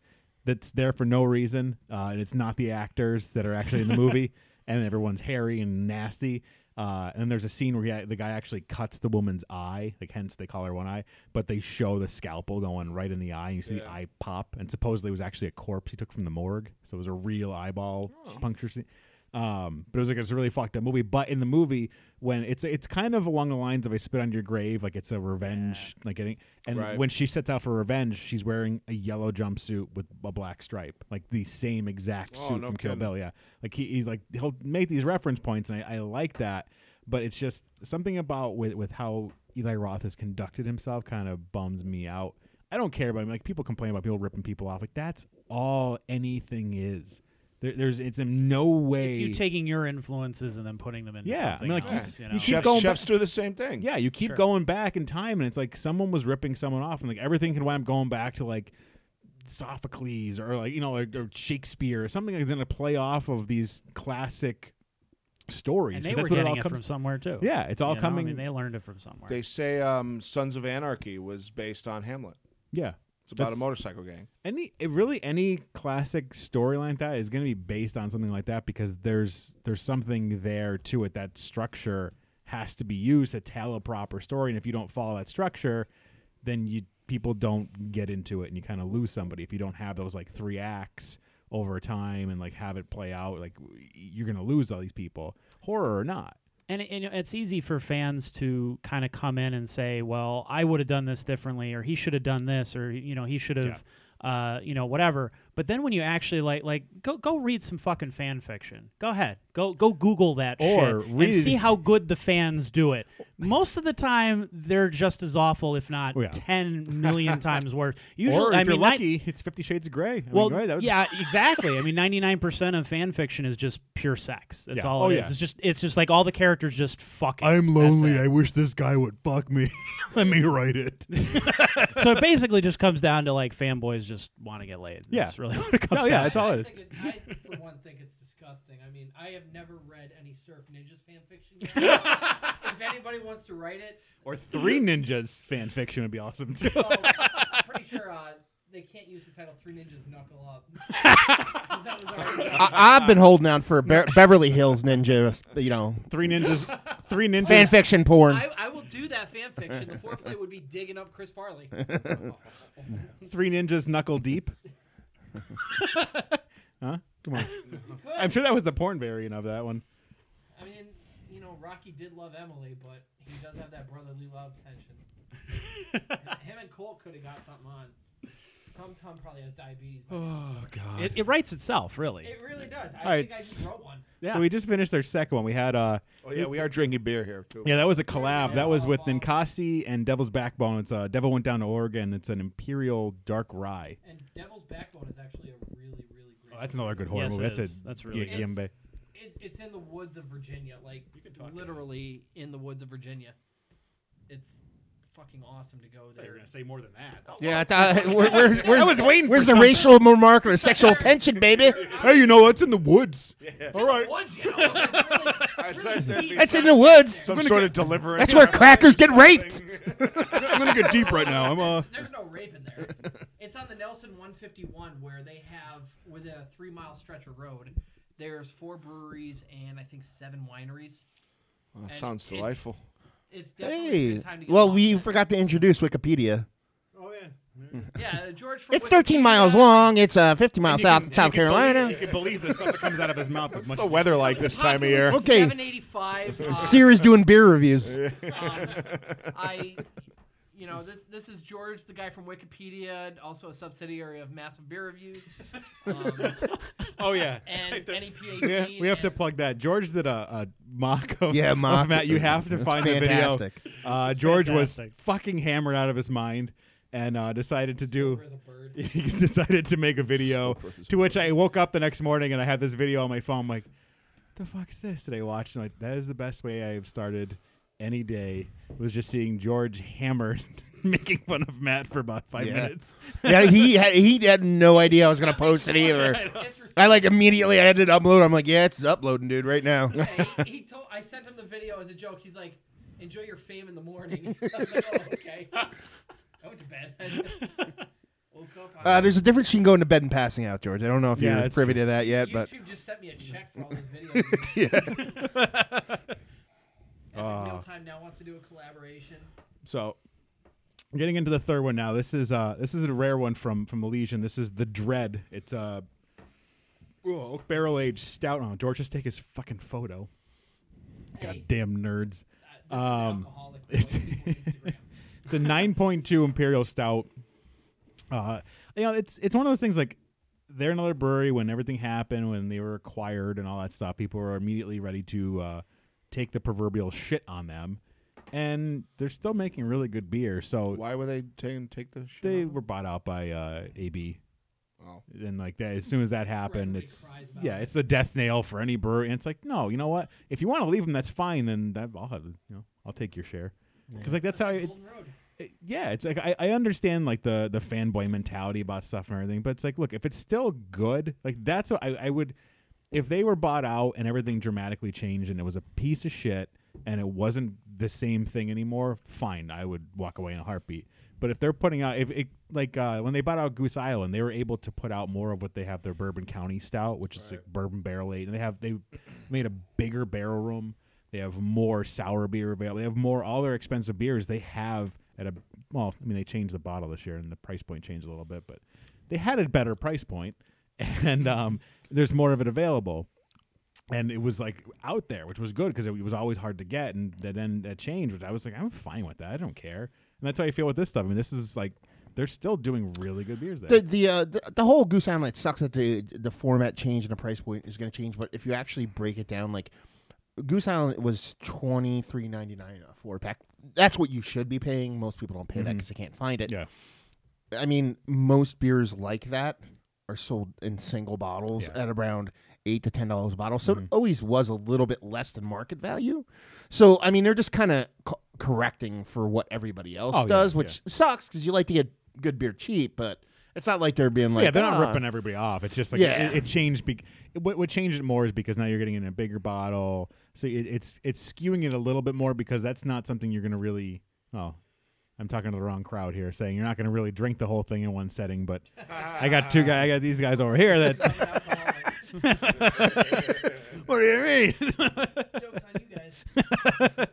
Speaker 1: that's there for no reason, uh, and it's not the actors that are actually in the movie, and everyone's hairy and nasty. Uh, and there's a scene where he, the guy actually cuts the woman's eye, like hence they call her one eye. But they show the scalpel going right in the eye, and you see the
Speaker 3: Yeah.
Speaker 1: eye pop. And supposedly it was actually a corpse he took from the morgue, so it was a real eyeball puncture scene. Um, but it was like it's a really fucked up movie. But in the movie, when it's it's kind of along the lines of "I spit on your grave," like it's a revenge, like getting. And
Speaker 3: Right.
Speaker 1: when she sets out for revenge, she's wearing a yellow jumpsuit with a black stripe, like the same exact
Speaker 3: Oh,
Speaker 1: suit
Speaker 3: no
Speaker 1: from Kill
Speaker 3: kidding.
Speaker 1: Bill. Yeah, like he, he like he'll make these reference points, and I, I like that. But it's just something about with with how Eli Roth has conducted himself kind of bums me out. I don't care about him. Like people complain about people ripping people off. Like that's all anything is. There, there's it's in no way
Speaker 4: It's you taking your influences and then putting them into
Speaker 1: Yeah, I
Speaker 4: something
Speaker 1: mean, like, you-
Speaker 4: else. You,
Speaker 1: you
Speaker 4: know?
Speaker 1: keep
Speaker 3: Chefs,
Speaker 1: going
Speaker 3: chefs
Speaker 1: back-
Speaker 3: do the same thing.
Speaker 1: yeah, you keep
Speaker 4: Sure.
Speaker 1: going back in time, and it's like someone was ripping someone off, and like everything can wind up going back to like Sophocles or like you know or, or Shakespeare or something that's going to play off of these classic stories.
Speaker 4: and
Speaker 1: 'cause
Speaker 4: they were
Speaker 1: that's what it
Speaker 4: getting
Speaker 1: all
Speaker 4: it
Speaker 1: comes.
Speaker 4: from somewhere too.
Speaker 1: yeah, it's all
Speaker 4: You know?
Speaker 1: coming.
Speaker 4: I mean, they learned it from somewhere.
Speaker 3: They say um, Sons of Anarchy was based on Hamlet.
Speaker 1: yeah,
Speaker 3: It's about
Speaker 1: That's-
Speaker 3: a motorcycle gang.
Speaker 1: any it really any classic storyline like that is going to be based on something like that because there's there's something there to it that structure has to be used to tell a proper story and if you don't follow that structure then you people don't get into it and you kind of lose somebody if you don't have those like three acts over time and like have it play out like w- you're going to lose all these people horror or not
Speaker 4: and, and it's easy for fans to kind of come in and say, "Well, I would have done this differently, or he should have done this, or you know, he should have, uh, you know, whatever." But then when you actually like, like, go go read some fucking fan fiction. Go ahead, go go Google that
Speaker 1: Or
Speaker 4: shit
Speaker 1: read-
Speaker 4: and see how good the fans do it. Most of the time, they're just as awful, if not
Speaker 1: Oh, yeah.
Speaker 4: ten
Speaker 1: [laughs]
Speaker 4: million times worse. Usually,
Speaker 1: or if
Speaker 4: I
Speaker 1: you're
Speaker 4: mean, not-
Speaker 1: lucky it's 50 shades of gray I mean,
Speaker 4: well,
Speaker 1: right, that would-
Speaker 4: yeah, exactly. I mean, ninety nine percent of fan fiction is just pure sex. That's
Speaker 1: Yeah.
Speaker 4: all
Speaker 1: Oh,
Speaker 4: it is.
Speaker 1: yeah.
Speaker 4: It's just it's just like all the characters just fucking. That's it.
Speaker 1: wish this guy would fuck me. [laughs] Let me write it.
Speaker 4: so it basically just comes down to like fanboys just want to get laid.
Speaker 1: Yeah.
Speaker 4: That's really [laughs] what it comes
Speaker 1: No, [laughs]
Speaker 4: down.
Speaker 1: yeah,
Speaker 4: to.
Speaker 1: it's all
Speaker 5: I,
Speaker 1: it is.
Speaker 5: think it, I, for one, think it's disgusting. I mean, I have never read any Surf Ninjas
Speaker 1: [laughs]
Speaker 5: fanfiction. if anybody wants to write it,
Speaker 1: Or three ninjas fan fiction would be awesome too.
Speaker 5: oh, I'm pretty sure uh, they can't use the title Three Ninjas Knuckle Up. [laughs] 'Cause that was already done.
Speaker 2: I, I've been holding out for a Be- Beverly Hills Ninja, you know,
Speaker 1: [laughs] Three ninjas, three ninjas,
Speaker 2: fan fiction porn.
Speaker 5: I, I will do that fan fiction, the foreplay would be digging up Chris Farley.
Speaker 1: Three Ninjas Knuckle [laughs] Deep. huh? Come on. I'm sure that was the porn variant of that one.
Speaker 5: I mean, you know, Rocky did love Emily, but he does have that brotherly love
Speaker 1: [laughs]
Speaker 5: tension. Him and Colt could have got something on. Tom Tom probably has diabetes.
Speaker 1: Oh,
Speaker 5: By now, so.
Speaker 1: God.
Speaker 4: It, it writes itself, really.
Speaker 5: It really does. I
Speaker 1: right,
Speaker 5: think I just
Speaker 1: s-
Speaker 5: wrote one.
Speaker 4: Yeah.
Speaker 1: So we just finished our second one. We had uh
Speaker 3: Oh yeah, we are drinking beer here too.
Speaker 1: yeah, that was a collab. That was with Ninkasi and Devil's Backbone. It's uh Devil Went Down to Oregon. It's an Imperial Dark Rye.
Speaker 5: And Devil's Backbone is actually a really, really great.
Speaker 1: Oh, that's another good horror
Speaker 4: Yes,
Speaker 1: movie.
Speaker 4: it
Speaker 1: That's
Speaker 4: is.
Speaker 1: a
Speaker 4: That's really
Speaker 1: gi-
Speaker 5: It's-
Speaker 1: gimbe.
Speaker 5: It, it's in the woods of Virginia, like
Speaker 6: You can talk into it.
Speaker 5: literally in the woods of Virginia. It's fucking awesome to go
Speaker 6: You're
Speaker 5: there.
Speaker 6: gonna say more than that.
Speaker 2: Yeah, I thought- [laughs] where- where's, where's,
Speaker 1: was waiting for
Speaker 2: Where's the
Speaker 1: something.
Speaker 2: racial remark or sexual tension,
Speaker 4: [laughs]
Speaker 2: baby?
Speaker 1: Hey, you know what's in the woods? All right.
Speaker 5: Woods, you
Speaker 6: [laughs]
Speaker 5: know, it's really-
Speaker 3: I'd say that'd be
Speaker 2: That's
Speaker 3: some,
Speaker 2: in the woods.
Speaker 3: some sort of deliverance.
Speaker 2: That's where crackers get raped.
Speaker 1: I'm gonna get deep right now. I'm uh
Speaker 5: There's no rape in there. It's, it's on the Nelson 151 where they have within a three mile stretch of road. There's four breweries and I think seven wineries.
Speaker 3: Well, that
Speaker 5: And
Speaker 3: sounds
Speaker 5: it's-
Speaker 3: delightful.
Speaker 5: It's definitely a
Speaker 2: Hey,
Speaker 5: good time to get
Speaker 2: well,
Speaker 5: lost
Speaker 2: we
Speaker 5: in.
Speaker 2: forgot to introduce Wikipedia.
Speaker 6: Oh yeah.
Speaker 5: Yeah, uh, George. From
Speaker 2: It's 13 miles
Speaker 5: Wikipedia.
Speaker 2: long. It's uh, 50 miles south of South
Speaker 1: You
Speaker 2: Carolina.
Speaker 1: can believe the stuff that comes out of his mouth as
Speaker 3: What's
Speaker 1: much
Speaker 3: the weather like this time of year?
Speaker 5: Populous
Speaker 2: Okay.
Speaker 5: 785. uh,
Speaker 2: Sears doing beer reviews.
Speaker 5: um, I, you know, this this is George, the guy from Wikipedia, and also a subsidiary of Massive Beer Reviews,
Speaker 2: [laughs]
Speaker 5: um,
Speaker 1: Oh yeah.
Speaker 5: and E NEPAC.
Speaker 1: Yeah, we have to
Speaker 5: and
Speaker 1: plug that. George did a, a mock of,
Speaker 2: Yeah,
Speaker 1: of
Speaker 2: mock.
Speaker 1: Matt. You have to
Speaker 2: It's
Speaker 1: find
Speaker 2: fantastic.
Speaker 1: the video. Uh, George was
Speaker 4: fantastic.
Speaker 1: fucking hammered out of his mind and uh, decided to [laughs] do.
Speaker 5: There's a bird.
Speaker 1: He decided to make a video. To which I woke up the next morning and I had this video on my phone. I'm like, the fuck's this that I watched? And I'm like, that is the best way I've started any day was just seeing George hammered [laughs] making fun of Matt for about five
Speaker 2: Yeah.
Speaker 1: minutes.
Speaker 2: yeah, he had, he had no idea I was gonna post it either. I like immediately I had to upload. I'm like, yeah, it's uploading, dude, right now. [laughs]
Speaker 5: Yeah, he, he told. I sent him the video as a joke. He's like, "Enjoy your fame in the morning." [laughs] I was like, "Oh,
Speaker 2: [laughs]
Speaker 5: okay." I went to bed. [laughs] Woke up on-
Speaker 2: Uh, there's a difference between going to bed and passing out, George. I don't know if
Speaker 1: Yeah,
Speaker 2: you're
Speaker 1: it's
Speaker 2: privy to that yet,
Speaker 5: YouTube
Speaker 2: but
Speaker 5: just sent me a check for all those videos.
Speaker 2: yeah.
Speaker 5: Epic Meal Time now wants to do a collaboration.
Speaker 1: So, getting into the third one now. This is uh this is a rare one from from the Legion. This is the Dread. It's uh oh, oak barrel aged stout. Oh, George, just take his fucking photo.
Speaker 5: Hey,
Speaker 1: Goddamn nerds. [laughs]
Speaker 5: uh, this is
Speaker 1: um,
Speaker 5: alcoholic. for most people on Instagram.
Speaker 1: It's a 9.2 imperial stout. Uh, you know, it's it's one of those things like they're another brewery when everything happened when they were acquired and all that stuff. People were immediately ready to uh, take the proverbial shit on them, and they're still making really good beer. So
Speaker 3: Why were they taking take the shit?
Speaker 1: they
Speaker 3: off?
Speaker 1: were bought out by uh, AB.
Speaker 3: Oh.
Speaker 1: And like that, as soon as that happened,
Speaker 5: Everybody
Speaker 1: it's
Speaker 5: cries about
Speaker 1: yeah,
Speaker 5: it.
Speaker 1: it's the death nail for any brewery. And it's like, no, you know what? If you want to leave them, that's fine. Then that, I'll have you know, I'll take your share. Because like that's how it,
Speaker 5: Golden Road.
Speaker 1: it- Uh, yeah, it's like I, I understand like the the fanboy mentality about stuff and everything, but it's like, look, if it's still good, like that's what I, I would. If they were bought out and everything dramatically changed and it was a piece of shit and it wasn't the same thing anymore, fine, I would walk away in a heartbeat. But if they're putting out, if it like uh, when they bought out Goose Island, they were able to put out more of what they have their Bourbon County Stout, which is like bourbon barrel aged, and they have they [coughs] made a bigger barrel room. They have more sour beer available. They have more all their expensive beers. They have at a well, I mean they changed the bottle this year and the price point changed a little bit, but they had a better price point, [laughs] and um, there's more of it available. And it was like out there, which was good because it was always hard to get. And th- then that changed, which I was like, I'm fine with that. I don't care. And that's how I feel with this stuff. I mean, this is like they're still doing really good beers there.
Speaker 2: The the, uh, the the whole Goose Island it sucks that the the format change and the price point is going to change. But if you actually break it down, like Goose Island was twenty three ninety nine a four pack. That's what you should be paying. Most people don't pay that because they can't find it.
Speaker 1: yeah,
Speaker 2: I mean, most beers like that are sold in single bottles at around eight to ten dollars a bottle. So
Speaker 1: Mm-hmm.
Speaker 2: it always was a little bit less than market value. So I mean, they're just kind of co- correcting for what everybody else
Speaker 1: Oh, yeah,
Speaker 2: does, which sucks because you like to get good beer cheap, but it's not like they're being like,
Speaker 1: yeah, they're not
Speaker 2: "Ah."
Speaker 1: ripping everybody off. It's just like
Speaker 2: Yeah.
Speaker 1: it, it changed. Be- what, what changed it more is because now you're getting in a bigger bottle, so it, it's it's skewing it a little bit more because that's not something you're going to really. Oh, I'm talking to the wrong crowd here, saying you're not going to really drink the whole thing in one setting. But I got two guy, I got these guys over here. That [laughs]
Speaker 5: Alcoholic.
Speaker 1: what do you mean?
Speaker 5: Joke's on you guys.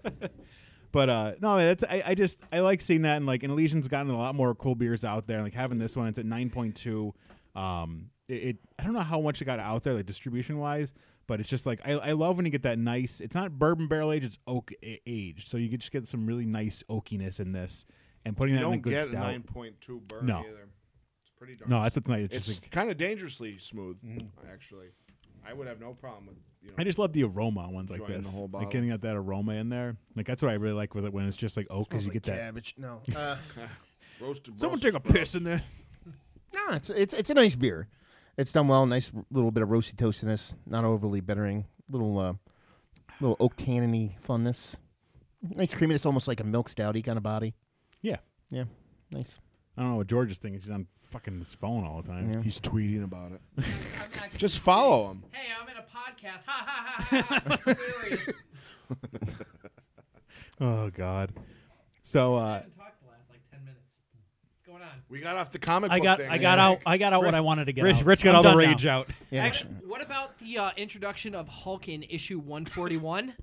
Speaker 1: but uh, no, that's I, I just I like seeing that and like and Elysian's gotten a lot more cool beers out there. Like having this one, it's at nine point two. Um, it, it I don't know how much it got out there like distribution wise, but it's just like I, I love when you get that nice. It's not bourbon barrel aged, it's oak a- aged, so you could just get some really nice oakiness in this and putting
Speaker 3: You
Speaker 1: that in a
Speaker 3: don't
Speaker 1: good
Speaker 3: get a
Speaker 1: stout.
Speaker 3: nine point two burn
Speaker 1: No.
Speaker 3: either. It's pretty darn.
Speaker 1: no, that's what's nice. It's,
Speaker 3: it's
Speaker 1: just like,
Speaker 3: kind of dangerously smooth.
Speaker 4: Mm-hmm.
Speaker 3: Actually, I would have no problem with you know.
Speaker 1: I just love the aroma on ones like
Speaker 3: Enjoying
Speaker 1: this.
Speaker 3: the whole
Speaker 1: like
Speaker 3: bottle. getting
Speaker 1: getting that aroma in there, like that's what I really like with it when it's just like oak because you get that.
Speaker 2: cabbage. No, uh,
Speaker 3: roasted.
Speaker 1: Someone
Speaker 3: Brussels
Speaker 1: take a
Speaker 3: sprouts.
Speaker 1: piss in there.
Speaker 2: no, it's it's it's a nice beer. It's done well. Nice little bit of roasty toastiness, not overly bittering. Little uh, little oak tanniny funness. Nice creaminess, almost like a milk stouty kind of body.
Speaker 1: Yeah,
Speaker 2: Yeah, nice.
Speaker 1: I don't know what George's thing is. He's on fucking his phone all the time.
Speaker 2: Yeah.
Speaker 3: He's tweeting about
Speaker 4: [laughs]
Speaker 3: it.
Speaker 5: I'm actually-
Speaker 3: Just follow him.
Speaker 5: Hey, I'm in a podcast. Ha ha ha ha. ha. Hilarious.
Speaker 1: Oh God. So
Speaker 5: I
Speaker 1: uh,
Speaker 5: haven't talked the last like ten minutes. What's going on?
Speaker 3: We got off the comic.
Speaker 4: I
Speaker 3: book
Speaker 4: got
Speaker 3: thing,
Speaker 4: I got out
Speaker 3: think.
Speaker 4: I got out what I wanted to get.
Speaker 1: Rich
Speaker 4: out.
Speaker 1: Rich got
Speaker 4: I'm
Speaker 1: all the
Speaker 4: done now.
Speaker 1: rage out.
Speaker 2: Yeah,
Speaker 5: Actually, what about the uh, introduction of Hulk in issue 141?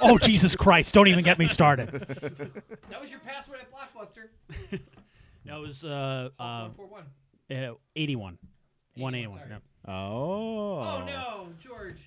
Speaker 4: oh Jesus Christ! Don't even get me
Speaker 1: [laughs]
Speaker 4: started.
Speaker 5: that was your password at Blockbuster.
Speaker 4: That was uh, uh,
Speaker 5: 141.
Speaker 4: uh, eighty-one, one eighty-one.
Speaker 5: sorry.
Speaker 4: yeah.
Speaker 1: Oh.
Speaker 5: Oh no, George.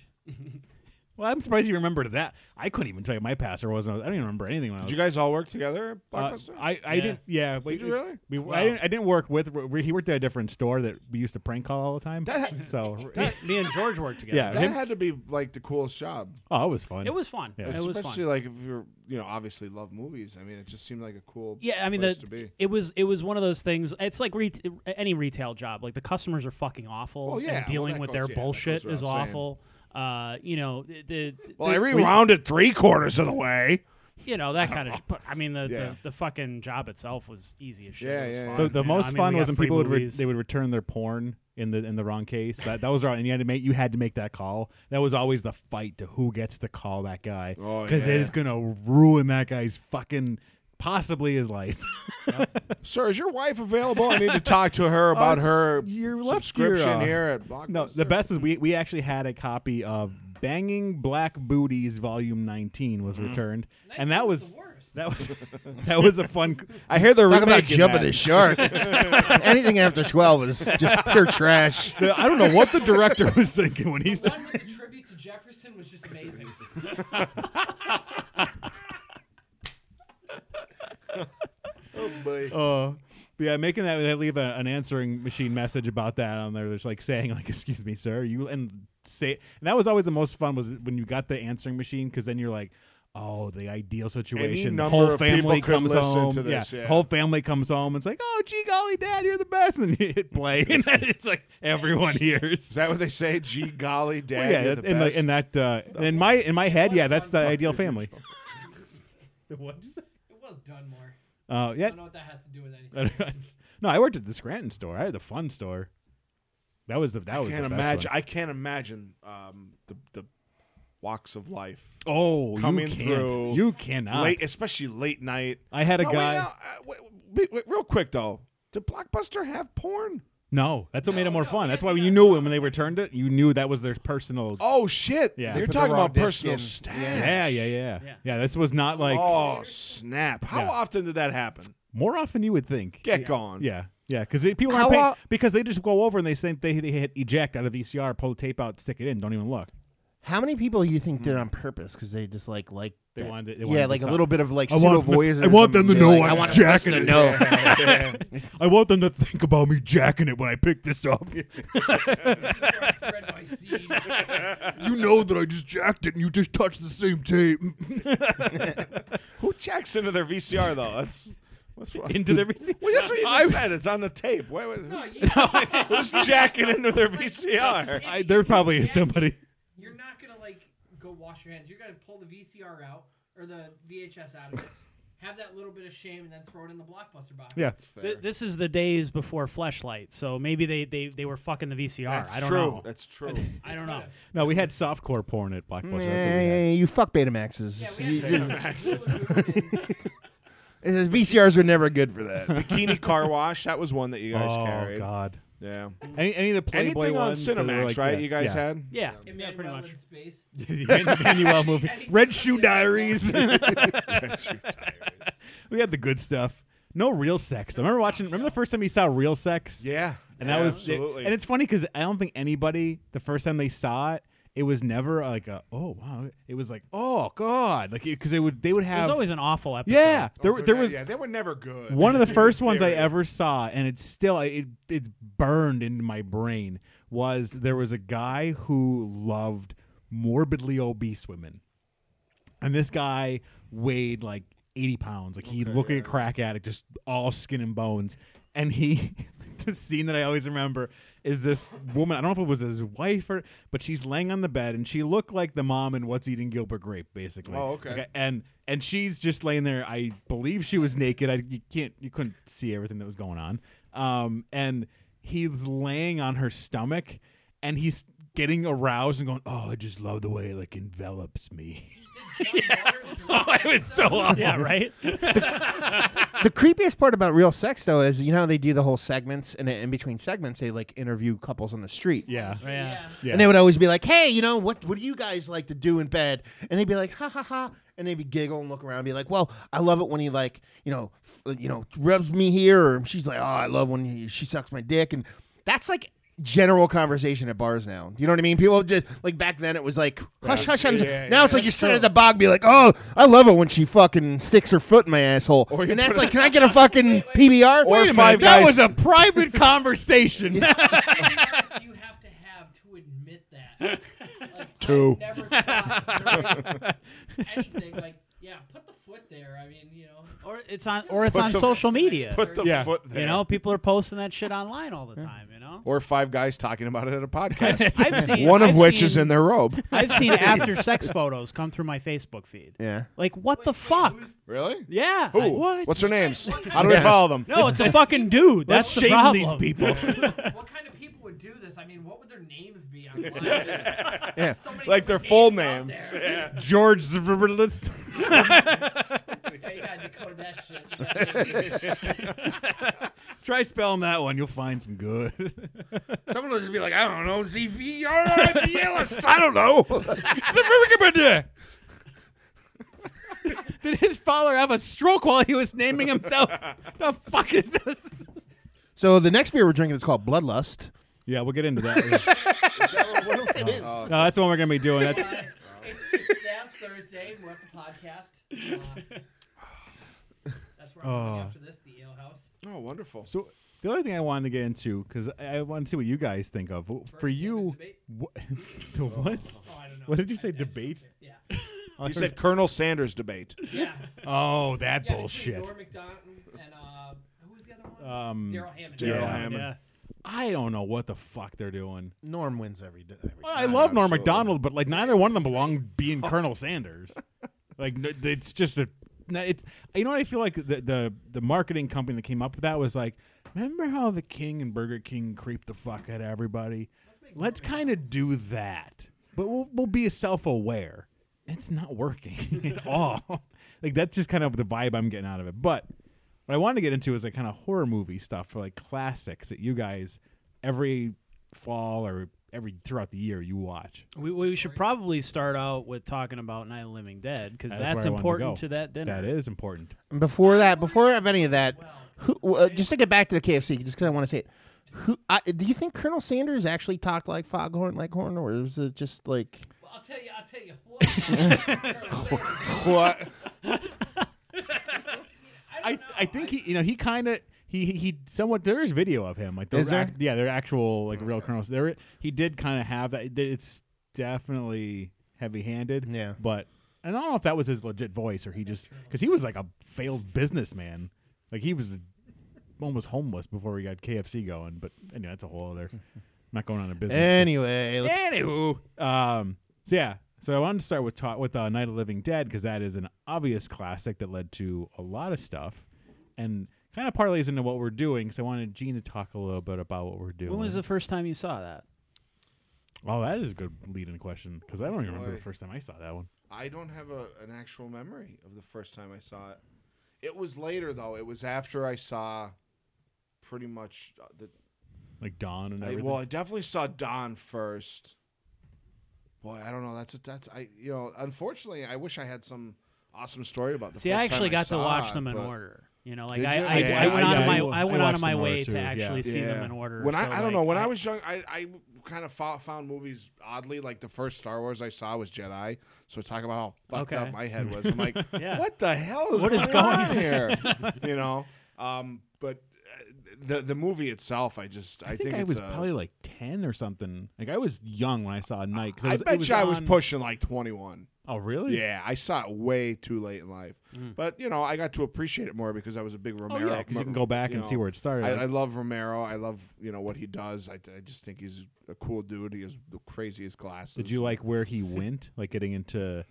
Speaker 1: Well, I'm surprised you remembered that. I couldn't even tell you my password was. I don't even remember anything when I
Speaker 3: Did
Speaker 1: was.
Speaker 3: you guys all work together at
Speaker 1: uh,
Speaker 3: Blockbuster?
Speaker 1: I, I
Speaker 4: Yeah.
Speaker 1: didn't. Yeah. Wait,
Speaker 3: Did you really?
Speaker 1: We,
Speaker 4: Wow.
Speaker 1: I didn't. I didn't work with. We, he worked at a different store that we used to prank call all the time. so
Speaker 4: Me, me and George worked together.
Speaker 1: Yeah.
Speaker 3: that
Speaker 1: him-
Speaker 3: had to be like the coolest job.
Speaker 1: [laughs] oh, it was fun.
Speaker 4: it was fun.
Speaker 1: Yeah.
Speaker 4: It was
Speaker 3: Especially
Speaker 4: fun.
Speaker 3: like if you're, you know, obviously love movies. I mean, it just seemed like a cool.
Speaker 4: Yeah, I mean,
Speaker 3: place
Speaker 4: the,
Speaker 3: to be.
Speaker 4: it was it was one of those things. It's like ret- any retail job. Like the customers are fucking awful.
Speaker 3: Well, yeah,
Speaker 4: and
Speaker 3: well,
Speaker 4: dealing
Speaker 3: that
Speaker 4: with
Speaker 3: goes-
Speaker 4: their
Speaker 3: yeah, that goes
Speaker 4: bullshit
Speaker 3: without
Speaker 4: is
Speaker 3: saying.
Speaker 4: awful. Uh, you know, the, the
Speaker 3: Well,
Speaker 4: the-
Speaker 3: I
Speaker 4: we-
Speaker 3: rewound it three quarters of the way.
Speaker 4: you
Speaker 3: [laughs]
Speaker 4: know that kind of. But I mean, the,
Speaker 3: Yeah.
Speaker 4: the the fucking job itself was easy as shit.
Speaker 3: Yeah,
Speaker 4: It was
Speaker 3: yeah,
Speaker 4: fun,
Speaker 1: The, the
Speaker 4: you know?
Speaker 1: most
Speaker 4: I mean,
Speaker 1: fun
Speaker 4: we
Speaker 1: was
Speaker 4: got
Speaker 1: when
Speaker 4: free
Speaker 1: people would re-
Speaker 4: movies.
Speaker 1: they would return their porn in the in the wrong case. That that was our and you had to make you had to make that call. That was always the fight to who gets to call that guy
Speaker 3: Oh,
Speaker 1: because it
Speaker 3: yeah.
Speaker 1: is gonna ruin that guy's fucking possibly his life. [laughs]
Speaker 3: Sir, is your wife available? I need to talk to [laughs] her about
Speaker 1: Uh,
Speaker 3: her
Speaker 1: your left
Speaker 3: subscription
Speaker 1: ear, uh,
Speaker 3: here at Blockbuster.
Speaker 1: No, the best is we we actually had a copy of Banging Black Booties Volume 19 was returned, and that was
Speaker 5: the worst.
Speaker 1: that was that was [laughs] a fun.
Speaker 3: I hear they're
Speaker 2: Talk about
Speaker 3: remaking
Speaker 2: jumping
Speaker 3: that.
Speaker 2: the
Speaker 1: [laughs]
Speaker 2: shark. Anything after twelve is just pure trash.
Speaker 1: I don't know what the director [laughs] was thinking
Speaker 5: [laughs]
Speaker 1: when he
Speaker 5: The
Speaker 1: started.
Speaker 5: one with the tribute to Jefferson was just amazing.
Speaker 3: Oh, boy.
Speaker 1: Uh, yeah, making that they leave a, an answering machine message about that on there. There's like saying like, [laughs] "Excuse me, sir," you and say, and that was always the most fun was when you got the answering machine because then you're like. Oh, the ideal situation. the
Speaker 3: number
Speaker 1: whole
Speaker 3: of people
Speaker 1: family
Speaker 3: could
Speaker 1: comes
Speaker 3: listen
Speaker 1: home.
Speaker 3: to this, yeah.
Speaker 1: whole family comes home. It's like, oh, gee golly, dad, you're the best, [laughs] and you hit play, and then it's like everyone hears.
Speaker 3: Is that what they say? Gee, [laughs] golly, dad,
Speaker 1: Well, yeah,
Speaker 3: you're
Speaker 1: that-
Speaker 3: the
Speaker 1: in,
Speaker 3: best.
Speaker 1: the, in that uh, in my in my head, yeah, that's the
Speaker 3: Fuck
Speaker 1: ideal
Speaker 3: you, dude.
Speaker 1: family.
Speaker 5: It was Dunmore.
Speaker 1: Uh,
Speaker 5: I
Speaker 1: yeah, [laughs]
Speaker 5: don't know what that has to do with anything.
Speaker 1: no, I worked at the Scranton store. I had the fun store. That was the that
Speaker 3: I
Speaker 1: was
Speaker 3: can't
Speaker 1: the best
Speaker 3: imagine.
Speaker 1: one.
Speaker 3: I can't imagine um, the the walks of life.
Speaker 1: oh,
Speaker 3: coming
Speaker 1: you can't.
Speaker 3: through
Speaker 1: you cannot.
Speaker 3: Late, especially late night.
Speaker 1: I had a
Speaker 3: No, wait,
Speaker 1: guy.
Speaker 3: no, uh, wait, wait, wait, real quick though, did Blockbuster have porn?
Speaker 1: no, that's what made it
Speaker 5: No,
Speaker 1: more
Speaker 5: no,
Speaker 1: fun.
Speaker 5: yeah,
Speaker 1: That's why
Speaker 5: yeah.
Speaker 1: you knew it when they returned it. You knew that was their personal.
Speaker 3: Oh shit!
Speaker 1: Yeah. They
Speaker 3: you're
Speaker 1: put
Speaker 2: the
Speaker 3: talking
Speaker 2: raw
Speaker 3: about
Speaker 2: disc
Speaker 3: personal
Speaker 2: in.
Speaker 3: stash.
Speaker 1: Yeah, yeah, yeah, yeah.
Speaker 4: Yeah.
Speaker 1: this was not like
Speaker 3: oh snap! How
Speaker 1: Yeah.
Speaker 3: often did that happen?
Speaker 1: more often you would think.
Speaker 3: Get
Speaker 1: yeah.
Speaker 3: gone.
Speaker 1: Yeah, yeah, because people
Speaker 3: How
Speaker 1: aren't paying,
Speaker 3: o-
Speaker 1: because they just go over and they think they, they hit eject out of the ECR, pull the tape out, stick it in, don't even look.
Speaker 2: How many people do you think did it on purpose because they just like like
Speaker 1: They
Speaker 2: that-
Speaker 1: wanted it- they
Speaker 2: yeah,
Speaker 1: wanted
Speaker 2: like
Speaker 1: the
Speaker 2: a
Speaker 1: thought.
Speaker 2: little bit of like
Speaker 1: I want them-
Speaker 2: pseudo-voyeurism.
Speaker 1: I want them to
Speaker 2: They're
Speaker 1: know
Speaker 2: like,
Speaker 1: I'm
Speaker 2: I want the person
Speaker 1: jacking
Speaker 2: to
Speaker 1: it.
Speaker 2: know.
Speaker 1: [laughs] I want them to think about me jacking it when I pick this up.
Speaker 5: Thread my
Speaker 1: [laughs]
Speaker 5: seed.
Speaker 1: you know that I just jacked it and you just touched the same tape.
Speaker 3: Who checks into their VCR though? That's what's wrong.
Speaker 1: Into [laughs] their receipt.
Speaker 3: [laughs] well, that's what you just said. It's on the tape. Wait, wait,
Speaker 5: No,
Speaker 3: who's,
Speaker 5: you,
Speaker 3: who's jacking into their
Speaker 5: [laughs]
Speaker 3: VCR?
Speaker 1: I, there probably is somebody.
Speaker 5: you're not gonna like go wash your hands. You're gonna pull the VCR out or the VHS out of it. Have that little bit of shame and then throw it in the blockbuster box.
Speaker 1: Yeah.
Speaker 4: Th- this is the days before fleshlight, so maybe they, they, they were fucking the VCR.
Speaker 3: That's
Speaker 4: I don't
Speaker 3: true.
Speaker 4: know.
Speaker 3: That's
Speaker 1: [laughs]
Speaker 3: true.
Speaker 4: I don't know.
Speaker 1: No, we had softcore porn at Blockbuster. That's what we
Speaker 2: Yeah,
Speaker 1: had.
Speaker 2: yeah, you fuck Betamaxes.
Speaker 5: Yeah,
Speaker 2: You
Speaker 5: we had
Speaker 2: just-
Speaker 5: Betamaxes.
Speaker 2: It says VCRs are never good for that.
Speaker 3: Bikini car wash. That was one that you guys
Speaker 1: Oh
Speaker 3: carried.
Speaker 1: God.
Speaker 3: Yeah.
Speaker 1: Any, any of the Playboy
Speaker 3: Anything on
Speaker 1: ones that are
Speaker 3: Cinemax,
Speaker 1: like-
Speaker 3: right?
Speaker 1: yeah,
Speaker 3: you
Speaker 1: yeah.
Speaker 3: guys had?
Speaker 4: Yeah, yeah,
Speaker 5: Emmanuel
Speaker 4: pretty much.
Speaker 5: in space.
Speaker 1: [laughs] the Manuel
Speaker 5: [laughs]
Speaker 1: movie, Red Shoe Diaries. we had the good stuff. No real sex. I remember watching. Remember the first time you saw real sex?
Speaker 3: [laughs] Yeah.
Speaker 1: [laughs] and that
Speaker 3: Yeah,
Speaker 1: was
Speaker 3: absolutely.
Speaker 1: and it's funny because I don't think anybody the first time they saw it, it was never like a oh wow. It was like oh god, like because they would they would have
Speaker 4: There's always an awful
Speaker 1: [laughs]
Speaker 4: episode.
Speaker 1: yeah.
Speaker 3: Oh,
Speaker 1: There
Speaker 3: they're
Speaker 1: were- there
Speaker 3: not-
Speaker 1: was
Speaker 3: yeah, they were never good.
Speaker 1: one
Speaker 3: [laughs]
Speaker 1: of the first ones I
Speaker 3: Period.
Speaker 1: ever saw, and it's still it it's burned into my brain. Was there was a guy who loved morbidly obese women, and this guy weighed like eighty pounds. Like he looked like a crack addict, just all skin and bones. And he, [laughs] the scene that I always remember is this woman. I don't know if it was his wife or, but she's laying on the bed, and she looked like the mom in What's Eating Gilbert Grape, basically.
Speaker 3: Oh, okay.
Speaker 1: Like, and and she's just laying there. I believe she was naked. I you can't you couldn't see everything that was going on. Um, and he's laying on her stomach, and he's getting aroused and going, "Oh, I just love the way it like envelops me." [laughs] oh, it was so awful.
Speaker 4: yeah, right.
Speaker 2: the creepiest part about real sex though is you know how they do the whole segments and in between segments they like interview couples on the street
Speaker 1: Yeah.
Speaker 4: yeah.
Speaker 1: Yeah.
Speaker 2: And they would always be like, "Hey, you know what? What do you guys like to do in bed?" And they'd be like, "Ha ha ha!" And they'd be giggle and look around, and be like, "Well, I love it when he like, you know, f- uh, you know, rubs me here." Or she's like, "Oh, I love when he, she sucks my dick." And that's like general conversation at bars now. Do you know what I mean? People just like back then it was like hush hush. hush.
Speaker 3: Yeah,
Speaker 2: now
Speaker 3: yeah,
Speaker 2: it's like you sit at the bog, and be like, "Oh, I love it when she fucking sticks her foot in my asshole."
Speaker 3: Or you
Speaker 2: and that's
Speaker 3: put
Speaker 2: like, "Can I get a fucking PBR?"
Speaker 3: Or
Speaker 1: Wait a
Speaker 3: Five
Speaker 1: minute, that
Speaker 3: Guys-
Speaker 1: was a private conversation.
Speaker 5: hours do you have to have to admit
Speaker 3: [laughs]
Speaker 5: that? Like,
Speaker 3: Two.
Speaker 5: I never thought during anything like, yeah, put the foot there. I mean, you know,
Speaker 4: [laughs] Or it's on or it's
Speaker 3: Put
Speaker 4: on
Speaker 3: the-
Speaker 4: social media.
Speaker 3: Put the
Speaker 1: Yeah.
Speaker 3: foot there.
Speaker 4: you know, people are posting that shit online all the time. You know,
Speaker 3: Or five guys talking about
Speaker 1: [laughs]
Speaker 3: it at a podcast.
Speaker 4: I've seen
Speaker 3: One of
Speaker 4: I've
Speaker 3: which
Speaker 4: seen-
Speaker 3: is in their robe.
Speaker 4: [laughs] I've
Speaker 3: [laughs]
Speaker 4: seen after sex photos come through my Facebook feed.
Speaker 2: yeah.
Speaker 4: Like what the fuck?
Speaker 3: Really?
Speaker 4: yeah.
Speaker 3: Who?
Speaker 4: I- what?
Speaker 3: What's their
Speaker 4: [laughs]
Speaker 3: names? How do I follow them?
Speaker 4: no, it's a fucking dude. That's the
Speaker 1: shame
Speaker 4: problem.
Speaker 1: these
Speaker 4: [laughs]
Speaker 1: people.
Speaker 5: [laughs] what kind of people would do this? I mean, what would their names be online?
Speaker 3: [laughs]
Speaker 5: There's so many
Speaker 3: Like their
Speaker 5: different
Speaker 3: full
Speaker 5: names
Speaker 3: names.
Speaker 5: out there.
Speaker 3: Yeah.
Speaker 1: George
Speaker 3: [laughs]
Speaker 1: Zverlis.
Speaker 5: Yeah, you gotta decode that shit. You gotta-
Speaker 1: Try spelling that one. You'll find some [laughs] good.
Speaker 2: Someone will just be like, "I don't know, ZVR, I don't know."
Speaker 1: [laughs] Did his father have a stroke while he was naming [laughs] himself? the fuck is this?
Speaker 2: So the next beer we're drinking is called Bloodlust.
Speaker 1: Yeah, we'll get into that.
Speaker 3: [laughs]
Speaker 2: It is.
Speaker 1: no, that's the one we're gonna be doing. That's [laughs]
Speaker 5: Uh, it's, it's last Thursday. We're at the podcast. Uh, that's where I'm going
Speaker 1: Oh.
Speaker 5: after this, the Ale House.
Speaker 3: Oh, wonderful.
Speaker 1: so. The other thing I wanted to get into because I, I wanted to see what you guys think of for you.
Speaker 5: debate?
Speaker 1: What? [laughs] the what?
Speaker 5: Oh, I don't know.
Speaker 1: What did you
Speaker 5: I-
Speaker 1: say,
Speaker 5: I just
Speaker 1: debate?
Speaker 5: jumped in.
Speaker 1: [laughs]
Speaker 5: Yeah.
Speaker 1: Oh,
Speaker 3: You said Colonel Sanders debate.
Speaker 5: Yeah.
Speaker 1: "Oh, that
Speaker 5: yeah
Speaker 1: bullshit."
Speaker 5: Norm McDonald and uh, who was the other one?
Speaker 1: Um,
Speaker 5: Daryl Hammond.
Speaker 1: Daryl
Speaker 3: Yeah.
Speaker 1: Hammond.
Speaker 4: Yeah.
Speaker 1: I don't know what the fuck they're doing.
Speaker 2: Norm wins every day. Every
Speaker 1: Well, I love Norm
Speaker 3: absolutely.
Speaker 1: Macdonald, but like neither one of them belong being Colonel Sanders. Like no- it's just a no, it's you know what I feel like the, the the marketing company that came up with that was like, remember how the King and Burger King creeped the fuck out of everybody? Let's kind of do that, but we'll we'll be self aware. It's not working [laughs] at all. like that's just kind of the vibe I'm getting out of it. But what I wanted to get into is like kind of horror movie stuff for like classics that you guys every fall or every throughout the year you watch.
Speaker 4: We, we should probably start out with talking about Night of the Living Dead because that's,
Speaker 1: where I wanted
Speaker 4: important
Speaker 1: go.
Speaker 4: to that dinner.
Speaker 1: That is important.
Speaker 2: And before that, before I have any of that, who, uh, just to get back to the KFC, just because I want to say it. Who I, do you think Colonel Sanders actually talked like Foghorn Leghorn, or was it just like?
Speaker 5: Well, I'll tell you. I'll tell you
Speaker 1: [laughs]
Speaker 5: what. I,
Speaker 3: What?
Speaker 5: don't
Speaker 1: I
Speaker 5: know.
Speaker 1: I think he you know he kind of he he- he somewhat there is video of him like those
Speaker 2: Is there?
Speaker 1: act- yeah they're actual like real colonels there he did kind of have that it's definitely heavy handed
Speaker 2: Yeah.
Speaker 1: but I don't know if that was his legit voice or he just because he was like a failed businessman like he was almost homeless before we got KFC going but anyway that's a whole other I'm not going on a business [laughs]
Speaker 2: Anyway, let's,
Speaker 1: Anywho, um, so yeah, so I wanted to start with ta- with uh, Night of the Living Dead because that is an obvious classic that led to a lot of stuff, and kind of parlays into what we're doing. So I wanted Gene to talk a little bit about what we're doing.
Speaker 4: When was the first time you saw that?
Speaker 1: oh, that is a good lead-in question because I don't even remember
Speaker 3: Boy.
Speaker 1: the first time I saw that one.
Speaker 3: I don't have a, an actual memory of the first time I saw it. It was later though. It was after I saw pretty much uh, the
Speaker 1: like Dawn and
Speaker 3: I-
Speaker 1: everything.
Speaker 3: well, I definitely saw Don first. Boy, I don't know. That's a, that's I you know. Unfortunately, I wish I had some awesome story about the.
Speaker 4: See,
Speaker 3: first
Speaker 4: I
Speaker 3: time
Speaker 4: actually got to
Speaker 3: saw
Speaker 4: watch
Speaker 3: it,
Speaker 4: them in
Speaker 3: but-
Speaker 4: order. You know, like
Speaker 3: Did
Speaker 4: I,
Speaker 3: you?
Speaker 4: I,
Speaker 3: Yeah,
Speaker 4: I went
Speaker 3: I-
Speaker 4: out of
Speaker 3: I
Speaker 4: my
Speaker 1: wa-
Speaker 4: I
Speaker 1: I
Speaker 4: went out
Speaker 1: watched
Speaker 4: of my
Speaker 1: them in order
Speaker 4: way
Speaker 1: too,
Speaker 4: to
Speaker 1: yeah.
Speaker 4: actually see them in order.
Speaker 3: When I,
Speaker 4: so,
Speaker 3: I don't
Speaker 4: like,
Speaker 3: know, when I, was young, I, I kind of fo- found movies oddly. Like the first Star Wars I saw was Jedi. So talk about how fucked
Speaker 4: Okay.
Speaker 3: up my head was.
Speaker 1: [laughs]
Speaker 3: I'm like,
Speaker 4: Yeah.
Speaker 3: what the hell is
Speaker 4: What is
Speaker 3: going on here? you know, um, but uh, the the movie itself, I just I,
Speaker 1: I think, I
Speaker 3: it's
Speaker 1: was
Speaker 3: a-
Speaker 1: probably like ten or something. Like I was young when I saw a night. 'cause it
Speaker 3: I
Speaker 1: was, it
Speaker 3: bet
Speaker 1: was
Speaker 3: you I was
Speaker 1: on-
Speaker 3: pushing like 21.
Speaker 1: Oh really? Mm.
Speaker 3: Yeah, I saw it way too late in life. But, you know, I got to appreciate it more because I was a big
Speaker 1: Oh
Speaker 3: Romero.
Speaker 1: yeah, because you can go back
Speaker 3: you
Speaker 1: and see
Speaker 3: know,
Speaker 1: where it started.
Speaker 3: I,
Speaker 1: Like,
Speaker 3: I love Romero. I love, you know, what he does. I, I just think he's a cool dude. He has the craziest glasses.
Speaker 1: Did you like where he went? Like getting into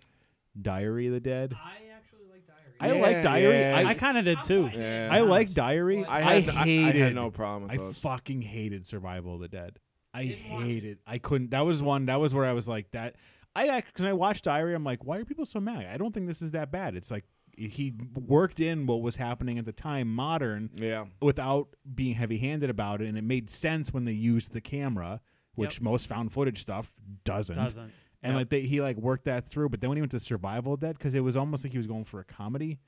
Speaker 1: Diary of the Dead.
Speaker 5: I actually like diary.
Speaker 1: I like
Speaker 3: Yeah,
Speaker 1: Diary.
Speaker 3: yeah.
Speaker 1: I,
Speaker 4: I kind of did too.
Speaker 3: Yeah.
Speaker 1: I like Diary.
Speaker 5: I
Speaker 1: I,
Speaker 3: had, I-
Speaker 1: hated.
Speaker 3: I, had no problem
Speaker 1: I
Speaker 3: with those.
Speaker 1: fucking hated Survival of the Dead. I
Speaker 5: Didn't watch it.
Speaker 1: hated. I couldn't. That was one. That was where I was like that. I act because I watched Diary. I'm like, why are people so mad? I don't think this is that bad. It's like he worked in what was happening at the time, modern,
Speaker 3: yeah.
Speaker 1: without being heavy-handed about it, and it made sense when they used the camera, which
Speaker 4: Yep.
Speaker 1: most found footage stuff doesn't.
Speaker 4: Doesn't.
Speaker 1: And
Speaker 4: Yep.
Speaker 1: like they, he like worked that through, but then when he went to Survival of the Dead, because it was almost like he was going for a comedy.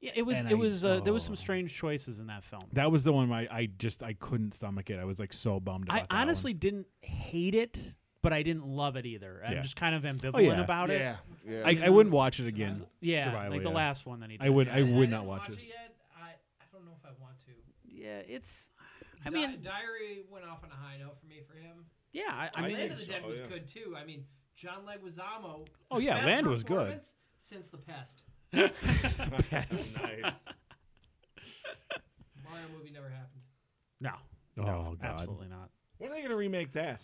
Speaker 4: Yeah, it was
Speaker 1: And
Speaker 4: it
Speaker 1: I-
Speaker 4: was uh, there was
Speaker 1: oh.
Speaker 4: some strange choices in that film.
Speaker 1: That was the one where I, I just I couldn't stomach it. I was like so bummed. About
Speaker 4: I
Speaker 1: that one.
Speaker 4: honestly didn't hate it, but I didn't love it either. I'm
Speaker 1: Yeah. Oh,
Speaker 4: just kind of ambivalent
Speaker 1: yeah.
Speaker 4: about it.
Speaker 3: Yeah. Yeah.
Speaker 1: I, [laughs] I wouldn't watch it again.
Speaker 4: Yeah,
Speaker 1: Survival,
Speaker 4: like the
Speaker 1: yeah.
Speaker 4: last one that he did.
Speaker 1: I would.
Speaker 4: Yeah,
Speaker 1: I
Speaker 5: I
Speaker 1: would
Speaker 5: didn't
Speaker 1: not watch it.
Speaker 5: yet. I, I don't know if I want to.
Speaker 4: yeah it's. I
Speaker 5: Di-
Speaker 4: mean,
Speaker 5: diary went off on a high note for me for him.
Speaker 4: yeah. I, I
Speaker 3: I
Speaker 4: mean,
Speaker 5: Land
Speaker 3: think
Speaker 5: of the
Speaker 4: [laughs]
Speaker 3: so,
Speaker 5: Dead was
Speaker 3: yeah.
Speaker 5: good too. I mean, John Leguizamo.
Speaker 1: Oh, yeah,
Speaker 5: best
Speaker 1: Land was good.
Speaker 5: performance Since the pest,
Speaker 3: nice.
Speaker 5: Mario movie never happened.
Speaker 4: [laughs] no,
Speaker 1: Oh,
Speaker 4: no,
Speaker 1: God.
Speaker 4: absolutely not.
Speaker 3: When are they going to remake that?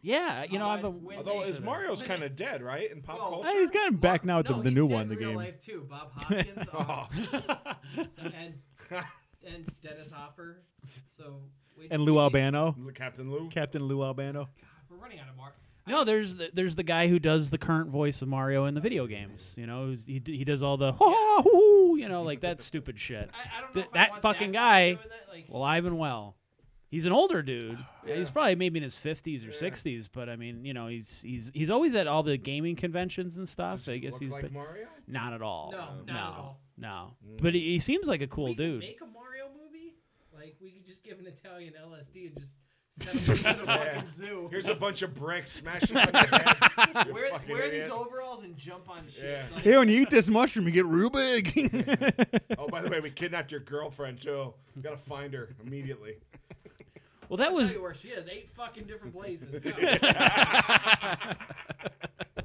Speaker 4: Yeah, you know, I've
Speaker 5: Although I
Speaker 4: been.
Speaker 5: went-
Speaker 3: Although, is
Speaker 4: Wait,
Speaker 3: Mario's kind of dead, right? In pop
Speaker 5: Well,
Speaker 3: culture?
Speaker 1: Hey, he's gotten back now with the,
Speaker 5: no,
Speaker 1: the
Speaker 5: he's
Speaker 1: new
Speaker 5: dead
Speaker 1: one. The
Speaker 5: in real
Speaker 1: game.
Speaker 5: Life too.
Speaker 1: [laughs]
Speaker 5: Bob Hoskins uh,
Speaker 3: Oh.
Speaker 5: and
Speaker 3: [laughs]
Speaker 5: and Dennis Hopper. So we,
Speaker 1: And Lou
Speaker 5: we-
Speaker 1: Albano,
Speaker 3: Captain Lou?
Speaker 1: Captain Lou Albano.
Speaker 5: God, we're running out of mark.
Speaker 4: No, there's the, there's the guy who does the current voice of Mario in the video games. You know, who's- he d- he does all the ha ha hoo, hoo, you know, like that stupid shit.
Speaker 5: I, I don't know
Speaker 4: Th-
Speaker 5: if I
Speaker 4: that
Speaker 5: want
Speaker 4: fucking
Speaker 5: guy
Speaker 4: guy,
Speaker 5: doing that, like-
Speaker 4: alive and well. He's an older dude.
Speaker 3: Yeah.
Speaker 4: He's probably maybe in his fifties or sixties, but I mean, you know, he's he's he's always at all the gaming conventions and stuff. I guess
Speaker 3: Look
Speaker 4: he's
Speaker 3: like
Speaker 4: been,
Speaker 3: Mario?
Speaker 4: not at all.
Speaker 5: No, not
Speaker 4: no,
Speaker 5: at all.
Speaker 4: no.
Speaker 3: Mm.
Speaker 4: But he, he seems like a cool
Speaker 5: we could
Speaker 4: dude.
Speaker 5: Make a Mario movie? Like we could just give an Italian LSD and
Speaker 1: [laughs]
Speaker 5: just send him to the
Speaker 3: Yeah.
Speaker 5: fucking zoo.
Speaker 4: [laughs]
Speaker 3: Here's a bunch of bricks. Smash it with your head. You
Speaker 5: wear
Speaker 3: fucking
Speaker 5: wear
Speaker 3: idiot.
Speaker 5: these overalls and jump on shit.
Speaker 3: Yeah.
Speaker 5: Like,
Speaker 1: when you eat this mushroom, you get real big.
Speaker 3: Oh, by the way, we kidnapped your girlfriend too. We gotta find her immediately.
Speaker 4: Well, that
Speaker 5: I'll
Speaker 4: was
Speaker 5: tell you where she is. Eight fucking different
Speaker 1: [laughs]
Speaker 5: places. Go.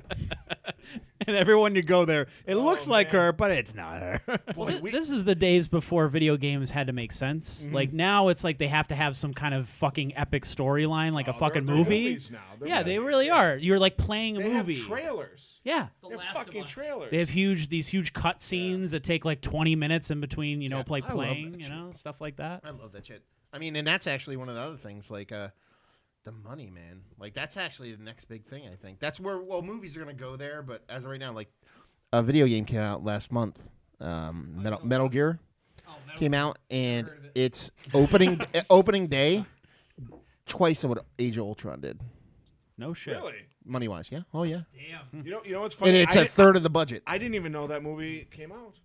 Speaker 1: and everyone you go there, it looks like
Speaker 3: Oh, man.
Speaker 1: her, but it's not her.
Speaker 3: Boy,
Speaker 4: Th-
Speaker 3: we, Mm-hmm.
Speaker 4: this is the days before video games had to make sense. Like now, it's like they have to have some kind of fucking epic storyline, like
Speaker 3: oh,
Speaker 4: a fucking
Speaker 3: they're- they're
Speaker 4: movie.
Speaker 3: movies now. They're
Speaker 4: Yeah, they
Speaker 3: movies.
Speaker 4: really are. You're like playing a
Speaker 3: They
Speaker 4: movie.
Speaker 3: have trailers.
Speaker 4: yeah,
Speaker 5: The
Speaker 3: They're
Speaker 5: Last
Speaker 3: fucking
Speaker 5: of Us.
Speaker 3: trailers.
Speaker 4: they have huge these huge cut scenes that take like 20 minutes in between. You know,
Speaker 2: Yeah,
Speaker 4: play
Speaker 2: I love
Speaker 4: playing.
Speaker 2: that
Speaker 4: You
Speaker 2: shit.
Speaker 4: know, stuff like that.
Speaker 2: I love that shit. I mean, and that's actually one of the other things, like uh, the money, man. Like that's actually the next big thing. I think that's where well, movies are gonna go there, but as of right now, like a video game came out last month, um, Metal Metal Gear
Speaker 5: Oh, Metal
Speaker 2: came
Speaker 5: Gear.
Speaker 2: out, and
Speaker 5: Heard of it.
Speaker 2: its opening uh, opening day, twice of what Age of Ultron did,
Speaker 4: No shit.
Speaker 3: really.
Speaker 2: money wise. Yeah, oh yeah,
Speaker 5: Damn.
Speaker 3: You know, you know what's funny?
Speaker 2: and it's
Speaker 3: I,
Speaker 2: a
Speaker 3: didn't-
Speaker 2: third of the budget.
Speaker 3: I didn't even know that movie came out.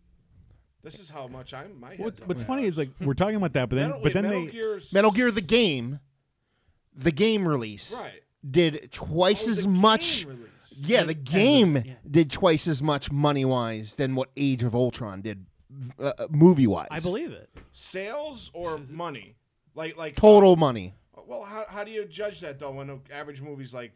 Speaker 3: This is how much I'm. My head's
Speaker 1: What's,
Speaker 3: on
Speaker 1: what's
Speaker 3: fire.
Speaker 1: funny is like we're talking about that, but then
Speaker 3: Metal,
Speaker 1: but
Speaker 3: wait,
Speaker 1: then
Speaker 3: Metal
Speaker 1: they
Speaker 3: Gear s-
Speaker 2: Metal Gear the game, the game release,
Speaker 3: Right.
Speaker 2: did twice
Speaker 3: Oh,
Speaker 2: as
Speaker 3: the
Speaker 2: much.
Speaker 3: game release.
Speaker 2: Yeah, the game
Speaker 4: yeah.
Speaker 2: did twice as much money wise than what Age of Ultron did uh, movie wise.
Speaker 4: I believe it.
Speaker 3: Sales or money? Like like uh,
Speaker 2: total money.
Speaker 3: Well, how, how do you judge that though? When an average movie's like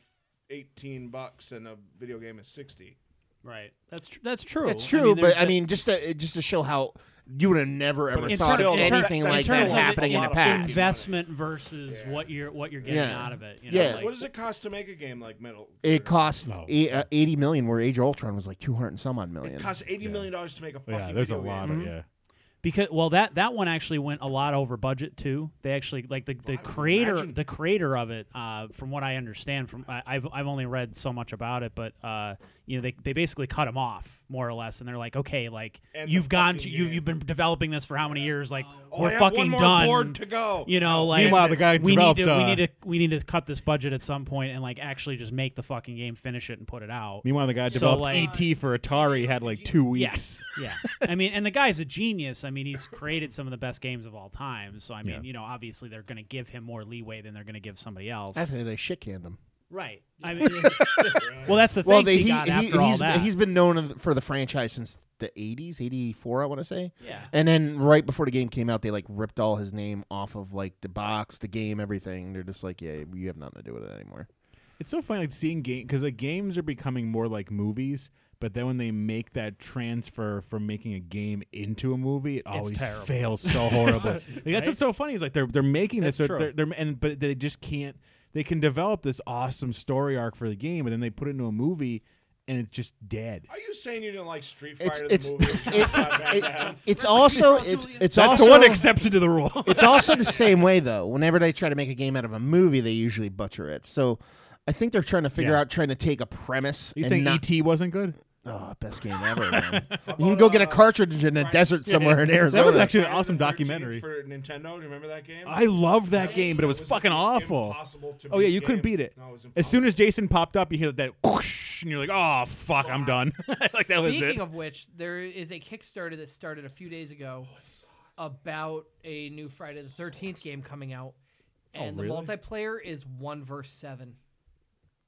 Speaker 3: eighteen bucks and a video game is sixty.
Speaker 4: Right. That's tr- that's true.
Speaker 2: That's
Speaker 4: I
Speaker 2: true,
Speaker 4: mean,
Speaker 2: but
Speaker 4: there's
Speaker 2: I
Speaker 4: the-
Speaker 2: mean, just to just to show how you would have never ever
Speaker 4: in
Speaker 2: thought
Speaker 4: terms-
Speaker 2: of
Speaker 4: in terms-
Speaker 2: anything
Speaker 4: in
Speaker 2: like
Speaker 4: terms
Speaker 2: that
Speaker 4: of
Speaker 2: happening in the
Speaker 4: in-
Speaker 2: past.
Speaker 4: Investment versus
Speaker 3: Yeah.
Speaker 4: what you're what you're getting
Speaker 2: Yeah.
Speaker 4: out of it. You know,
Speaker 2: Yeah.
Speaker 4: like-
Speaker 3: What does it cost to make a game like Metal? Gear?
Speaker 2: It cost
Speaker 1: No.
Speaker 2: eight, uh, eighty million, where Age of Ultron was like two hundred and some odd million.
Speaker 3: It costs eighty million dollars to make a fucking.
Speaker 1: yeah, there's a
Speaker 3: video
Speaker 1: lot
Speaker 3: game. Mm-hmm.
Speaker 1: of yeah.
Speaker 4: because well that that one actually went a lot over budget too they actually like the, the
Speaker 3: would
Speaker 4: creator
Speaker 3: imagine.
Speaker 4: the creator of it uh, from what i understand from I, I've, I've only read so much about it but uh, you know they, they basically cut him off more or less, and they're like, okay, like
Speaker 3: And the
Speaker 4: you've gone to
Speaker 3: fucking
Speaker 4: you
Speaker 3: game.
Speaker 4: you've been developing this for how many years? Like
Speaker 3: Oh, I
Speaker 4: we're
Speaker 3: have
Speaker 4: fucking
Speaker 3: one more
Speaker 4: done.
Speaker 3: board to go.
Speaker 4: You know, like
Speaker 1: Meanwhile, the guy
Speaker 4: we need
Speaker 1: developed,
Speaker 4: to
Speaker 1: uh,
Speaker 4: we need to we need to cut this budget at some point and like actually just make the fucking game, finish it, and put it out.
Speaker 1: Meanwhile, the guy
Speaker 4: So,
Speaker 1: developed
Speaker 4: like-
Speaker 1: ET for Atari had like two weeks.
Speaker 4: Yes. Yeah. I mean, and the guy's a genius. I mean, he's created some of the best games of all time. So I mean,
Speaker 1: Yeah.
Speaker 4: you know, obviously they're going to give him more leeway than they're going to give somebody else.
Speaker 2: I think they shit canned him.
Speaker 4: right. I mean,
Speaker 5: [laughs]
Speaker 4: well, that's the thing.
Speaker 2: Well, they,
Speaker 4: he,
Speaker 2: he,
Speaker 4: got
Speaker 2: he,
Speaker 4: after all
Speaker 2: he's,
Speaker 4: that.
Speaker 2: he's been known for the franchise since the 80s, 84, I want to say.
Speaker 4: yeah.
Speaker 2: And then right before the game came out, they like ripped all his name off of like the box, the game, everything. They're just like, yeah, you have nothing to do with it anymore.
Speaker 1: It's so funny like seeing game because like games are becoming more like movies, but then when they make that transfer from making a game into a movie, it always
Speaker 4: terrible.
Speaker 1: fails so horrible. like, [laughs] that's what's so funny is like they're they're making this,
Speaker 4: That's
Speaker 1: so
Speaker 4: true.
Speaker 1: they're, they're and but they just can't. They can develop this awesome story arc for the game, and then they put it into a movie, and it's just dead.
Speaker 3: Are you saying you didn't like Street
Speaker 2: It's
Speaker 3: Fighter
Speaker 2: it's
Speaker 3: the movie?
Speaker 2: [laughs] it, it, it's also it's it's
Speaker 1: That's
Speaker 2: also
Speaker 1: the one exception to the rule.
Speaker 2: [laughs] it's also the same way though. Whenever they try to make a game out of a movie, they usually butcher it. So I think they're trying to figure
Speaker 1: Yeah.
Speaker 2: out trying to take a premise.
Speaker 1: [laughs] you E
Speaker 2: and
Speaker 1: saying
Speaker 2: not-
Speaker 1: ET wasn't good?
Speaker 2: Oh, best game ever,
Speaker 5: [laughs]
Speaker 2: man. you can go get a cartridge in a desert somewhere in Arizona.
Speaker 1: That was actually an
Speaker 3: Friday the
Speaker 1: awesome
Speaker 3: 13th
Speaker 1: documentary.
Speaker 3: for Nintendo. Do you remember that game?
Speaker 1: I loved that game, but it was,
Speaker 3: was
Speaker 1: fucking
Speaker 3: im-
Speaker 1: awful.
Speaker 3: impossible to
Speaker 1: Oh yeah,
Speaker 3: beat
Speaker 1: you couldn't
Speaker 3: game.
Speaker 1: beat it.
Speaker 3: No, it was
Speaker 1: as soon
Speaker 3: impossible.
Speaker 1: as Jason popped up, you hear that whoosh, and you're like, "Oh fuck, I'm done." [laughs] like that was
Speaker 5: Speaking
Speaker 1: it.
Speaker 5: of which, there is a Kickstarter that started a few days ago
Speaker 1: Oh,
Speaker 5: about a new Friday the Thirteenth game coming out, and
Speaker 1: Oh, really?
Speaker 5: the multiplayer is one verse seven.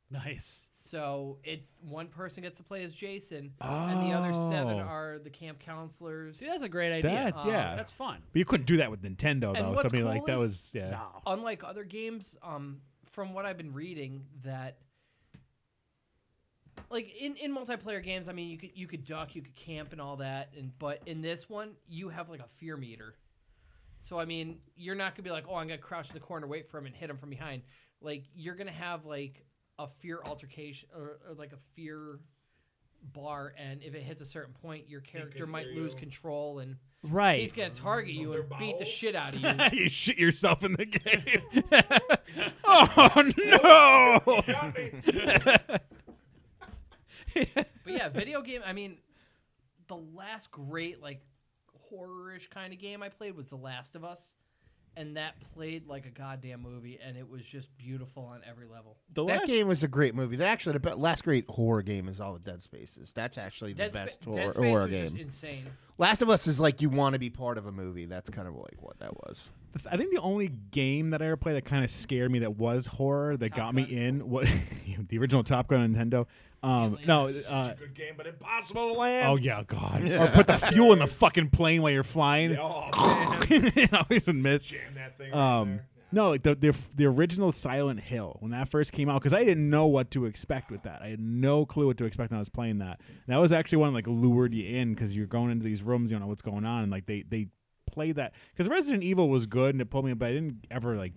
Speaker 4: nice.
Speaker 5: So it's one person gets to play as Jason, and the other seven
Speaker 1: Oh.
Speaker 5: are the camp counselors.
Speaker 4: See, that's a great idea. Uh,
Speaker 1: That- yeah.
Speaker 4: That's fun.
Speaker 1: but you couldn't do that with Nintendo though.
Speaker 5: what's
Speaker 1: Something
Speaker 5: cool
Speaker 1: like that
Speaker 5: is-
Speaker 1: was yeah.
Speaker 4: No.
Speaker 5: Unlike other games, um, from what I've been reading, that like in, in multiplayer games, I mean, you could you could duck, you could camp, and all that, and but in this one, you have like a fear meter. So I mean, you're not gonna be like, oh, I'm gonna crouch in the corner, wait for him, and hit him from behind. Like you're gonna have like a fear altercation or, or like a fear bar, and if it hits a certain point, your character
Speaker 3: can
Speaker 5: might
Speaker 3: hear
Speaker 5: lose
Speaker 3: you.
Speaker 5: control, and
Speaker 4: Right.
Speaker 5: he's gonna target you
Speaker 3: their
Speaker 5: and beat the
Speaker 3: bowels?
Speaker 5: shit out of
Speaker 1: [laughs]
Speaker 3: [laughs]
Speaker 5: you.
Speaker 1: you shit yourself in the game. [laughs] oh no! [laughs]
Speaker 3: Got me.
Speaker 5: But yeah, video game. I mean, the last great like horror-ish kind of game I played was The Last of Us, and that played like a goddamn movie, and it was just beautiful on every level.
Speaker 1: The
Speaker 2: That
Speaker 1: last
Speaker 2: game was a great movie. That actually the be- last great horror game is all the Dead Spaces. That's actually the
Speaker 5: Dead, Spa-
Speaker 2: best horror,
Speaker 5: Dead Space
Speaker 2: horror
Speaker 5: was just
Speaker 2: game.
Speaker 5: insane.
Speaker 2: Last of Us is like you want to be part of a movie. That's kind of like what that was.
Speaker 1: I think the only game that I ever played that kind of scared me that was horror that got me in was [laughs] the original Top Gun on Nintendo. Um, no,
Speaker 3: Such
Speaker 1: uh,
Speaker 3: a good game, but impossible to land.
Speaker 1: oh yeah, God! Or put the fuel in the fucking plane while you're
Speaker 3: [laughs]
Speaker 1: flying. [laughs]
Speaker 3: [laughs] Oh, man.
Speaker 1: I always would miss.
Speaker 3: Jam that thing. right
Speaker 1: Um,
Speaker 3: there.
Speaker 1: no, like the, the the original Silent Hill when that first came out, because I didn't know what to expect with that. I had no clue what to expect when I was playing that. And that was actually one that, like lured you in because you're going into these rooms, you don't know what's going on, and like they they play that because Resident Evil was good and it pulled me, in, but I didn't ever like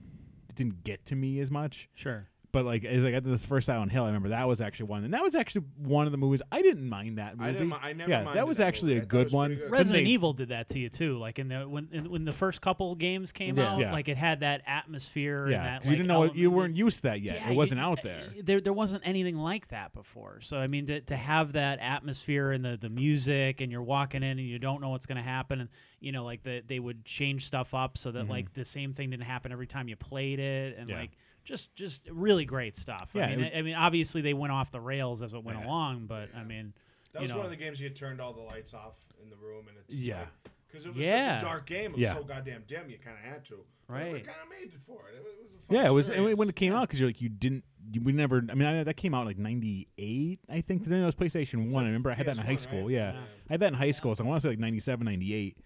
Speaker 1: it didn't get to me as much.
Speaker 4: Sure.
Speaker 1: But like as I got to this first Silent Hill, I remember that was actually one, and that was actually one of the movies I didn't mind that movie.
Speaker 3: I didn't mi- I never
Speaker 1: yeah,
Speaker 3: minded
Speaker 1: that was
Speaker 3: that
Speaker 1: actually
Speaker 3: movie.
Speaker 1: a
Speaker 3: I thought it
Speaker 1: good
Speaker 3: was
Speaker 1: one.
Speaker 3: pretty good.
Speaker 1: Didn't
Speaker 4: Resident
Speaker 1: they-
Speaker 4: Evil did that to you too. Like in the when in, when the first couple games came
Speaker 2: Yeah.
Speaker 4: out,
Speaker 1: Yeah.
Speaker 4: like it had that atmosphere.
Speaker 1: Yeah,
Speaker 4: and that,
Speaker 1: 'cause you
Speaker 4: like,
Speaker 1: didn't know it, you
Speaker 4: element-
Speaker 1: weren't used to that yet.
Speaker 4: Yeah,
Speaker 1: it
Speaker 4: you- uh,
Speaker 1: wasn't out there.
Speaker 4: There, there wasn't anything like that before. So I mean, to, to have that atmosphere and the, the music, and you're walking in and you don't know what's going to happen, and you know, like the, they would change stuff up so that like the same thing didn't happen every time you played it, and
Speaker 1: Mm-hmm. Yeah.
Speaker 4: like just just really great stuff.
Speaker 1: Yeah,
Speaker 4: I mean,
Speaker 1: it was-
Speaker 4: I, I mean, obviously they went off the rails as it went
Speaker 1: Yeah.
Speaker 4: along, but I mean,
Speaker 3: That
Speaker 4: you
Speaker 3: was
Speaker 4: know,
Speaker 3: one of the games you had turned all the lights off in the room, and it's
Speaker 1: Yeah.
Speaker 3: because it was
Speaker 4: Yeah.
Speaker 3: such a dark game. It was
Speaker 1: Yeah.
Speaker 3: so goddamn dim. You kind of had to.
Speaker 4: Right.
Speaker 3: kind of made it for it. It was, it was a fun
Speaker 1: Yeah, it was
Speaker 3: experience.
Speaker 1: and when it came out because you're like you didn't you, we never I mean I, that came out like '98 I think 'cause then it was PlayStation One I remember I had that in high
Speaker 3: PS1,
Speaker 1: school
Speaker 3: right?
Speaker 1: yeah.
Speaker 3: Yeah.
Speaker 1: I had that in high school so I want to say like '97 '98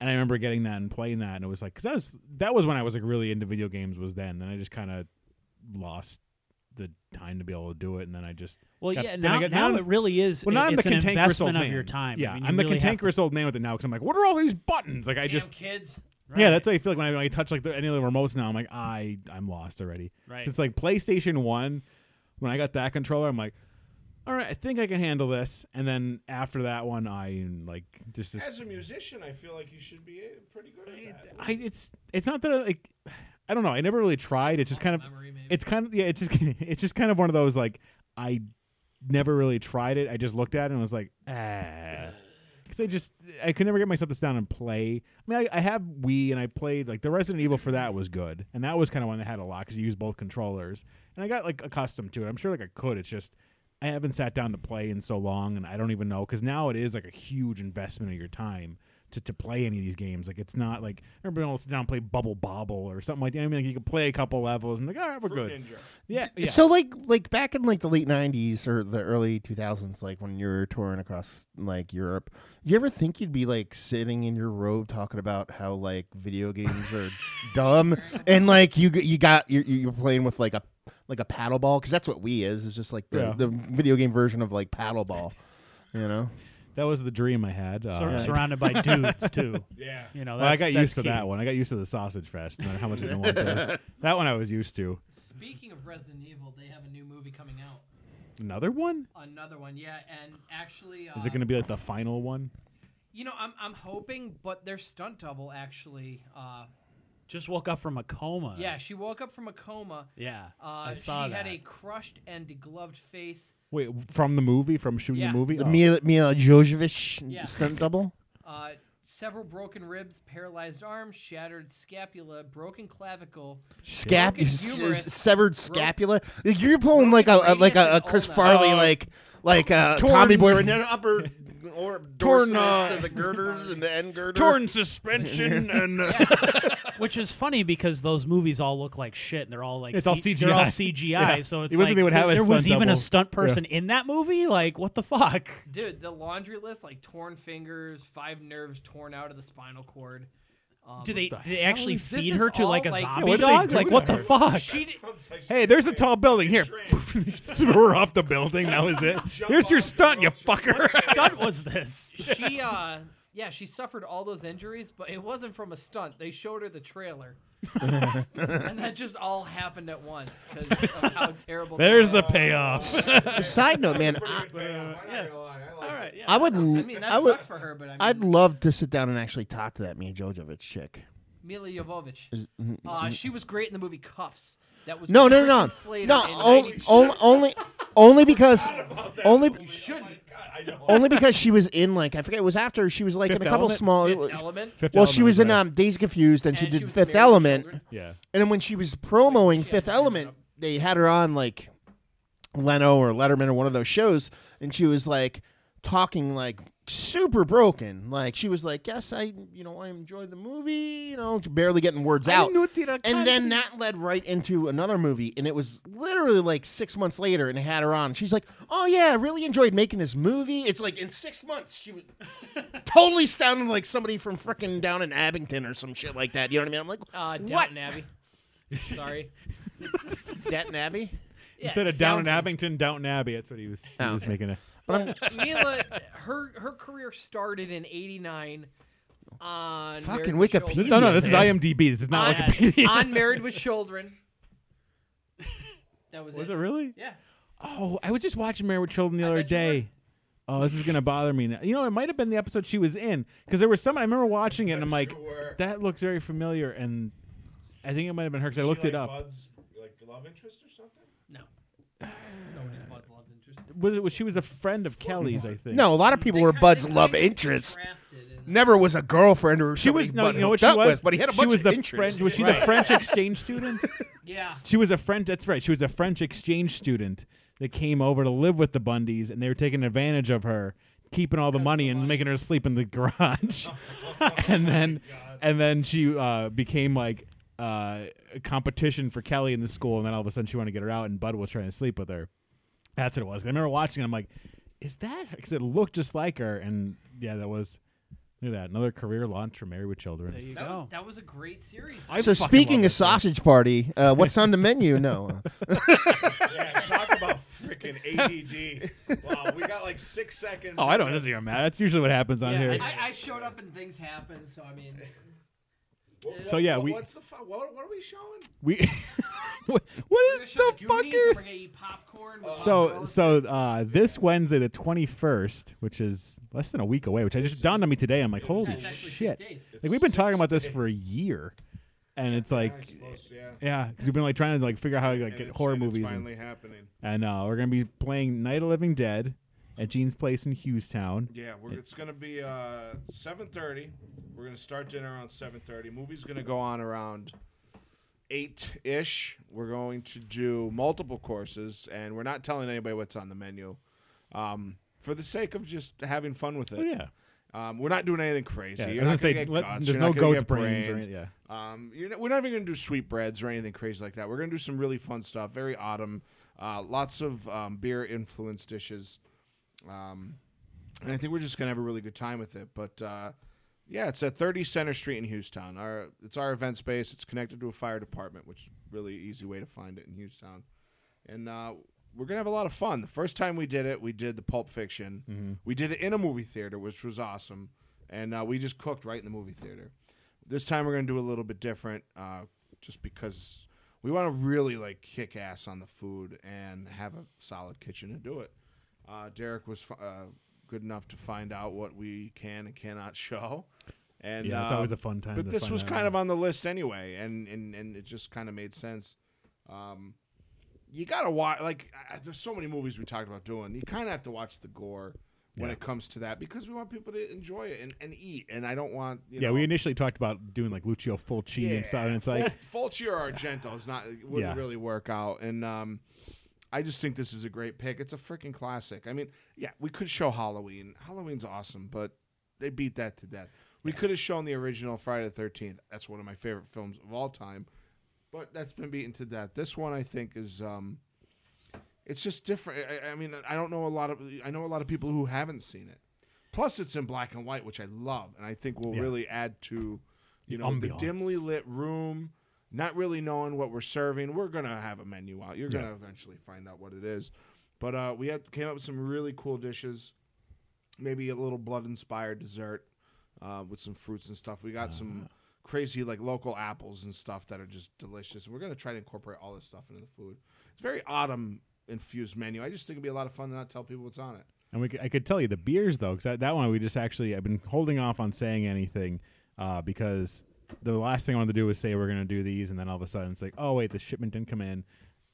Speaker 1: and I remember getting that and playing that and it was like because that was that was when I was like really into video games was then then I just kind of lost the time to be able to do it and then I just
Speaker 4: well,
Speaker 1: got-
Speaker 4: yeah.
Speaker 1: then I
Speaker 4: Now,
Speaker 1: got-
Speaker 4: now it really is.
Speaker 1: well,
Speaker 4: it-
Speaker 1: now I'm
Speaker 4: it's
Speaker 1: the
Speaker 4: an
Speaker 1: cantankerous old
Speaker 4: investment
Speaker 1: man.
Speaker 4: of your time.
Speaker 1: Yeah,
Speaker 4: I mean, you
Speaker 1: am the
Speaker 4: really have to-
Speaker 1: cantankerous old man with it now because I'm like, what are all these buttons? Like I
Speaker 5: Damn
Speaker 1: just
Speaker 5: kids.
Speaker 1: Yeah,
Speaker 4: Right.
Speaker 1: that's how I feel like when I, when I touch like the, any of the remotes now. I'm like, I I'm lost already.
Speaker 4: Right.
Speaker 1: It's like PlayStation One. When I got that controller, I'm like, all right, I think I can handle this. And then after that one, I like just. just
Speaker 3: As a musician, I feel like you should be uh, pretty good at that.
Speaker 1: I it's it's not that I, like I don't know. I never really tried. It's just [laughs] kind of
Speaker 5: Memory, maybe.
Speaker 1: it's kind of yeah. It's just it's just kind of one of those like I never really tried it. I just looked at it and was like, ah. Because I just, I could never get myself to sit down and play. I mean, I, I have Wii and I played, like, the Resident Evil for that was good. And that was kind of one that had a lot because you use both controllers. And I got, like, accustomed to it. I'm sure, like, I could. It's just, I haven't sat down to play in so long and I don't even know. Because now it is, like, a huge investment of your time. To, to play any of these games, like it's not like everybody will sit down and play Bubble Bobble or something like that. I mean, like you can play a couple levels and like, all right, we're
Speaker 3: Fruit
Speaker 1: good.
Speaker 3: Ninja.
Speaker 1: Yeah, yeah.
Speaker 2: [laughs] So like like back in like the late '90s or the early 2000s, like when you were touring across like Europe, you ever think you'd be like sitting in your robe talking about how like video games are dumb and like you g- you got you're, you're playing with like a like a paddle ball because that's what we is is just like the,
Speaker 1: Yeah.
Speaker 2: the video game version of like paddle ball, you know?
Speaker 1: That was the dream I had. Uh,
Speaker 4: Sur-
Speaker 1: [laughs]
Speaker 4: surrounded by dudes too.
Speaker 3: Yeah. [laughs]
Speaker 4: You know, that's,
Speaker 1: well, I got
Speaker 4: that's
Speaker 1: used to
Speaker 4: key.
Speaker 1: that one. I got used to the sausage fest. No matter how much I didn't want
Speaker 2: [laughs]
Speaker 1: to. That one I was used to.
Speaker 5: Speaking of Resident Evil, they have a new movie coming out.
Speaker 1: Another one?
Speaker 5: Another one, yeah. And actually, uh,
Speaker 1: Is it going to be like the final one?
Speaker 5: You know, I'm I'm hoping, but their stunt double actually. Uh,
Speaker 4: Just woke up from a coma.
Speaker 5: yeah, she woke up from a coma.
Speaker 4: Yeah.
Speaker 5: Uh,
Speaker 4: Uh. I saw
Speaker 5: she
Speaker 4: that.
Speaker 5: had a [laughs] crushed and degloved face.
Speaker 1: Wait, from the movie? From shooting
Speaker 5: Yeah.
Speaker 1: the movie?
Speaker 2: The
Speaker 1: Oh.
Speaker 2: Mila Mila Jovovich
Speaker 5: Yeah.
Speaker 2: stunt double.
Speaker 5: Uh, several broken ribs, paralyzed arms, shattered scapula, broken
Speaker 4: [laughs]
Speaker 5: clavicle.
Speaker 2: Scap
Speaker 5: Broken
Speaker 2: s-
Speaker 5: humerus.
Speaker 2: s- severed scapula. Like, You're pulling like a,
Speaker 5: Broken
Speaker 2: a- like a, a
Speaker 5: radius and
Speaker 2: Chris
Speaker 5: ulna.
Speaker 2: Farley
Speaker 1: Uh,
Speaker 2: like like a
Speaker 1: torn-
Speaker 2: Tommy Boy right now uh, upper or
Speaker 1: Torn,
Speaker 2: torn
Speaker 1: uh,
Speaker 2: the girders and the end girder.
Speaker 1: Torn
Speaker 2: [laughs]
Speaker 1: suspension and. Uh,
Speaker 4: Which is funny because those movies all look like shit, and they're all like
Speaker 1: It's all
Speaker 4: They're
Speaker 1: [laughs]
Speaker 4: all
Speaker 1: CGI.
Speaker 4: CGI.
Speaker 1: Yeah.
Speaker 4: So it's
Speaker 1: You would think
Speaker 4: like
Speaker 1: they would have a
Speaker 4: there was
Speaker 1: stunt
Speaker 4: even a
Speaker 1: double.
Speaker 4: stunt person in that movie. Like what the fuck?
Speaker 5: Dude, the laundry list like torn fingers, five nerves torn out of the spinal cord. Um,
Speaker 4: Do they, do they
Speaker 1: hell
Speaker 4: actually
Speaker 1: is-
Speaker 5: this
Speaker 4: feed
Speaker 5: is
Speaker 4: her to
Speaker 5: all,
Speaker 4: like a
Speaker 5: like- Yeah,
Speaker 4: zombie
Speaker 1: what do they
Speaker 4: dog?
Speaker 1: do
Speaker 4: Like
Speaker 1: with
Speaker 4: what the
Speaker 1: her?
Speaker 4: fuck? [laughs]
Speaker 5: She did,
Speaker 1: hey, there's a tall building. Here. [laughs] Threw her off the building. That was it. Here's your
Speaker 3: off the
Speaker 1: stunt, you [laughs]
Speaker 3: ropes.
Speaker 1: fucker.
Speaker 4: stunt was this? [laughs]
Speaker 5: she uh yeah she suffered all those injuries but it wasn't from a stunt they showed her the trailer and that just all happened at once because of
Speaker 4: [laughs]
Speaker 5: how terrible that
Speaker 1: There's the
Speaker 5: was.
Speaker 1: payoff.
Speaker 2: Side note, [laughs] man,
Speaker 3: Pretty
Speaker 2: I,
Speaker 3: good payoff. I'm not gonna lie. I like it.
Speaker 4: yeah.
Speaker 2: I would. l-
Speaker 5: i mean that
Speaker 2: I would.
Speaker 5: sucks for her but i mean
Speaker 2: I'd love to sit down and actually talk to that Mila Jovovich chick.
Speaker 5: mila jovovich uh, she was great in the movie cuffs that was
Speaker 2: No,
Speaker 5: with
Speaker 2: no, no,
Speaker 5: Christian Slater
Speaker 2: no, oh, no.
Speaker 5: in 90
Speaker 2: Only, only, only [laughs] because, only,
Speaker 5: you
Speaker 1: Oh
Speaker 5: shouldn't
Speaker 3: God, I know.
Speaker 2: only because she was in like I forget. It was after she was like in
Speaker 1: Fifth
Speaker 2: a couple
Speaker 1: Element?
Speaker 2: small.
Speaker 5: Fifth element
Speaker 1: Fifth
Speaker 2: well,
Speaker 1: Element
Speaker 2: she was in
Speaker 1: there.
Speaker 2: um, Days Confused, and, she
Speaker 5: and
Speaker 2: did
Speaker 5: was in
Speaker 2: Fifth
Speaker 5: Married with
Speaker 2: Element.
Speaker 5: Children.
Speaker 1: Yeah.
Speaker 2: And then when she was promoing
Speaker 5: She had
Speaker 2: Fifth
Speaker 5: to give it
Speaker 2: Element,
Speaker 5: up.
Speaker 2: they had her on like Leno or Letterman or one of those shows, and she was like talking like super broken. Like she was like, "Yes, I, you know, I enjoyed the movie, you know, barely getting words out." And then that led right into another movie, and it was literally like six months later, and it had her on. She's like, "Oh yeah, I really enjoyed making this movie." It's like in six months, she
Speaker 5: [laughs]
Speaker 2: was totally sounded like somebody from frickin' down in Abington or some shit like that. You know what I mean? I'm like,
Speaker 5: uh
Speaker 2: What?
Speaker 1: [laughs]
Speaker 5: downton abbey sorry
Speaker 2: Denton Abbey.
Speaker 5: Yeah,
Speaker 1: Instead of down in
Speaker 5: Downton.
Speaker 1: Abington, Downton Abbey. That's what he was, he
Speaker 2: Oh.
Speaker 1: was making it.
Speaker 2: But
Speaker 5: [laughs] Mila, her her career started in '89 on
Speaker 2: Fucking
Speaker 5: Married with
Speaker 2: Wikipedia.
Speaker 5: Children.
Speaker 1: No, no, this is
Speaker 2: man.
Speaker 1: IMDb. This is not
Speaker 5: on,
Speaker 1: Wikipedia.
Speaker 5: on Married with Children. That
Speaker 1: [laughs]
Speaker 5: was,
Speaker 1: Was it really?
Speaker 5: Yeah,
Speaker 1: Oh, I was just watching Married with Children the
Speaker 5: I
Speaker 1: other
Speaker 5: bet you
Speaker 1: day. Oh, this is gonna bother me now. You know, it might have been the episode she was in because there was some. I remember watching it, and I'm like,
Speaker 3: Sure.
Speaker 1: that looks very familiar, and I think it might have been her because I
Speaker 3: She,
Speaker 1: looked
Speaker 3: like,
Speaker 1: it up.
Speaker 3: Bud's, like love interest or something? [laughs]
Speaker 5: no. Nobody's
Speaker 1: [sighs]
Speaker 5: blood love interest.
Speaker 1: Was it? Was she was a friend of Kelly's? I think.
Speaker 2: no, a lot of people
Speaker 5: They
Speaker 2: were
Speaker 5: kind-
Speaker 2: Bud's
Speaker 5: they kind
Speaker 2: love
Speaker 5: of
Speaker 2: interest.
Speaker 5: contrasted in that.
Speaker 2: Never was a girlfriend or
Speaker 1: She was no.
Speaker 2: somebody
Speaker 1: You
Speaker 2: Bud
Speaker 1: know what she
Speaker 2: hooked
Speaker 1: was?
Speaker 2: up with, but he had a
Speaker 1: she
Speaker 2: bunch
Speaker 1: was
Speaker 2: of
Speaker 1: the
Speaker 2: interests.
Speaker 1: French. Was she the
Speaker 2: [laughs]
Speaker 1: French exchange student?
Speaker 5: Yeah,
Speaker 1: She was a French. That's right. She was a French exchange student that came over to live with the Bundys, and they were taking advantage of her, keeping all the money and making her sleep in the garage. and then, and then she uh, became like uh, a competition for Kelly in the school. And then all of a sudden, she wanted to get her out, and Bud was trying to sleep with her. That's what it was. 'Cause I remember watching. it, I'm like, is that because it looked just like her? And yeah, that was. Look at that! Another career launch for Married with Children.
Speaker 4: There you
Speaker 5: that,
Speaker 4: go.
Speaker 5: was, that was a great series.
Speaker 1: I
Speaker 2: So
Speaker 1: fucking
Speaker 2: speaking
Speaker 1: love
Speaker 2: of
Speaker 1: that show.
Speaker 2: sausage party,
Speaker 1: [laughs]
Speaker 2: uh, what's on the menu? No,
Speaker 3: Yeah, talk about
Speaker 1: [laughs]
Speaker 3: freaking ADD. Wow, we got like six seconds.
Speaker 1: Oh, I don't. This is your That's usually what happens on
Speaker 4: Yeah,
Speaker 1: here.
Speaker 5: I, I showed up and things happened, so
Speaker 3: [laughs]
Speaker 5: I mean,
Speaker 3: What-
Speaker 1: So, yeah,
Speaker 3: what-
Speaker 1: we-
Speaker 3: What's the fu- what, what are we showing?
Speaker 1: We [laughs] what, what
Speaker 5: we're gonna
Speaker 1: is
Speaker 5: show
Speaker 1: the
Speaker 5: the Goonies and we're
Speaker 1: fucker?
Speaker 5: gonna eat popcorn. with
Speaker 1: So
Speaker 5: mozzarella
Speaker 1: so
Speaker 5: sticks.
Speaker 1: uh, this Wednesday the twenty first, which is less than a week away, which I just dawned on me today. I'm like,
Speaker 5: Yeah,
Speaker 1: holy
Speaker 5: it's actually six
Speaker 1: shit!
Speaker 5: days.
Speaker 1: Like we've been talking about this for a year, and it's like,
Speaker 3: I suppose, yeah.
Speaker 1: yeah, because we've been like trying to like figure out how to like
Speaker 3: And
Speaker 1: get
Speaker 3: it's-
Speaker 1: horror
Speaker 3: and
Speaker 1: movies.
Speaker 3: It's
Speaker 1: and-
Speaker 3: finally happening.
Speaker 1: And uh, we're gonna be playing Night of the Living Dead at Gene's place in Hughestown.
Speaker 3: Yeah, we're, it's gonna be uh, seven thirty. We're gonna start dinner around seven thirty. Movie's gonna go on around eight ish. We're going to do multiple courses, and we're not telling anybody what's on the menu, um, for the sake of just having fun with it.
Speaker 1: Oh yeah,
Speaker 3: Um, we're not doing anything crazy.
Speaker 1: yeah.
Speaker 3: You're
Speaker 1: I
Speaker 3: not
Speaker 1: was gonna say
Speaker 3: get
Speaker 1: let-
Speaker 3: guts.
Speaker 1: there's
Speaker 3: You're
Speaker 1: no
Speaker 3: not gonna
Speaker 1: goat
Speaker 3: get
Speaker 1: brains. Or,
Speaker 3: brains.
Speaker 1: anything, yeah,
Speaker 3: Um, you're not, we're not even going to do sweetbreads or anything crazy like that. We're going to do some really fun stuff. Very autumn. Uh, lots of um, beer influenced dishes. Um, and I think we're just going to have a really good time with it. But uh, yeah, it's at 30 Center Street in Houston. Our it's our event space. It's connected to a fire department, which is really easy way to find it in Houston. And uh, we're gonna have a lot of fun. The first time we did it, we did the Pulp Fiction.
Speaker 1: Mm-hmm.
Speaker 3: We did it in a movie theater, which was awesome. And uh, we just cooked right in the movie theater. This time we're gonna do a little bit different, uh, just because we want to really like kick ass on the food and have a solid kitchen to do it. Uh, Derek was fi- uh, good enough to find out what we can and cannot show. And
Speaker 1: Yeah, it's
Speaker 3: uh,
Speaker 1: always a fun time
Speaker 3: But
Speaker 1: to
Speaker 3: this
Speaker 1: find
Speaker 3: was
Speaker 1: out.
Speaker 3: kind of on the list anyway, and and and it just kind of made sense. Um, you gotta watch like I, I- there's so many movies we talked about doing. You kind of have to watch the gore when
Speaker 1: Yeah.
Speaker 3: it comes to that because we want people to enjoy it and, and eat. And I don't want you
Speaker 1: yeah.
Speaker 3: know,
Speaker 1: We initially talked about doing like Lucio Fulci and stuff, and it's
Speaker 3: Ful- [laughs]
Speaker 1: like,
Speaker 3: Fulci or Argento is not it wouldn't
Speaker 1: Yeah.
Speaker 3: really work out. And um, I just think this is a great pick. It's a freaking classic. I mean, yeah, we could show Halloween. Halloween's awesome, but they beat that to death. We could have shown the original Friday the Thirteenth. That's one of my favorite films of all time, but that's been beaten to death. This one, I think, is. Um, it's just different. I, I- I mean, I don't know a lot of. I know a lot of people who haven't seen it. Plus, it's in black and white, which I love, and I think will
Speaker 1: Yeah.
Speaker 3: really add to, you know, the
Speaker 1: ambiance.
Speaker 3: dimly lit room. Not really knowing what we're serving. We're gonna have a menu out. You're gonna eventually find out what it is. But uh, we had, came up with some really cool dishes. Maybe a little blood inspired dessert uh, with some fruits and stuff. We got
Speaker 1: Uh-huh.
Speaker 3: some crazy like local apples and stuff that are just delicious. We're gonna try to incorporate all this stuff into the food. It's a very autumn infused menu. I just think it'd be a lot of fun to not tell people what's on it.
Speaker 1: and we could, I could tell you the beers though, because that, that one we just actually I've been holding off on saying anything uh, because the last thing I wanted to do was say we're gonna do these, and then all of a sudden it's like, oh wait, the shipment didn't come in.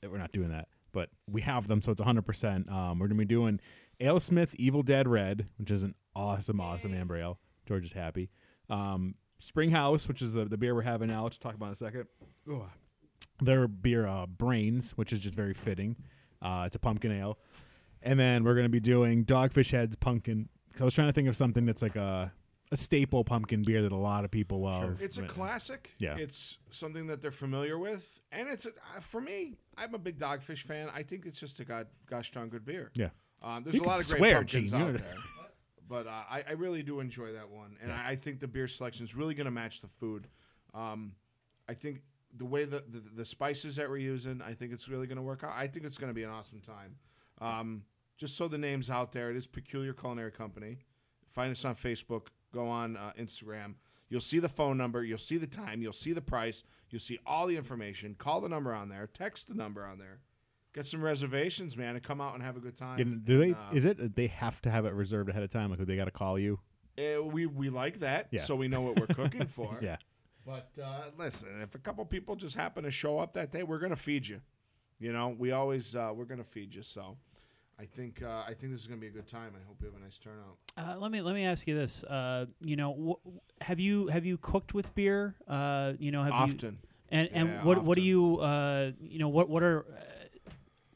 Speaker 1: We're not doing that, but we have them, so it's 100. Um, percent We're gonna be doing AleSmith Evil Dead Red, which is an awesome, awesome amber ale. George is happy. Um, Spring House, which is the, the beer we're having now, which we'll talk about in a second. Ugh. Their beer, uh, Brains, which is just very fitting. Uh, it's a pumpkin ale. And then we're going to be doing Dogfish Heads Pumpkin. 'Cause I was trying to think of something that's like a, a staple pumpkin beer that a lot of people love.
Speaker 3: It's a
Speaker 1: Right.
Speaker 3: classic.
Speaker 1: Yeah.
Speaker 3: It's something that they're familiar with, and it's a, uh, for me. I'm a big dogfish fan. I think it's just a god, gosh darn good beer.
Speaker 1: Yeah.
Speaker 3: Um, there's
Speaker 1: You
Speaker 3: a lot
Speaker 1: can
Speaker 3: of great
Speaker 1: swear,
Speaker 3: pumpkins
Speaker 1: Gene.
Speaker 3: out
Speaker 1: You're-
Speaker 3: there, but uh, I, I really do enjoy that one, and I, I think the beer selection is really going to match the food. Um, I think the way the, the the spices that we're using, I think it's really going to work out. I think it's going to be an awesome time. Um, just so the name's out there, it is Peculiar Culinary Company. Find us on Facebook. Go on uh, Instagram. You'll see the phone number. You'll see the time. You'll see the price. You'll see all the information. Call the number on there. Text the number on there. Get some reservations, man, and come out and have a good time.
Speaker 1: And do they?
Speaker 3: And, uh,
Speaker 1: is it that they have to have it reserved ahead of time? Like they got to call you?
Speaker 3: Eh, we we like that,
Speaker 1: Yeah.
Speaker 3: so we know what we're cooking for.
Speaker 1: [laughs] Yeah.
Speaker 3: But uh, listen, if a couple people just happen to show up that day, we're gonna feed you. You know, we always uh, we're gonna feed you. So, I think uh, I think this is gonna be a good time. I hope you have a nice turnout.
Speaker 4: Uh, let me let me ask you this. Uh, you know, wh- have you have you cooked with beer? Uh, you know, have you-
Speaker 3: Often,
Speaker 4: and and
Speaker 3: Yeah,
Speaker 4: what what do
Speaker 3: often.
Speaker 4: you uh, you know what what are uh,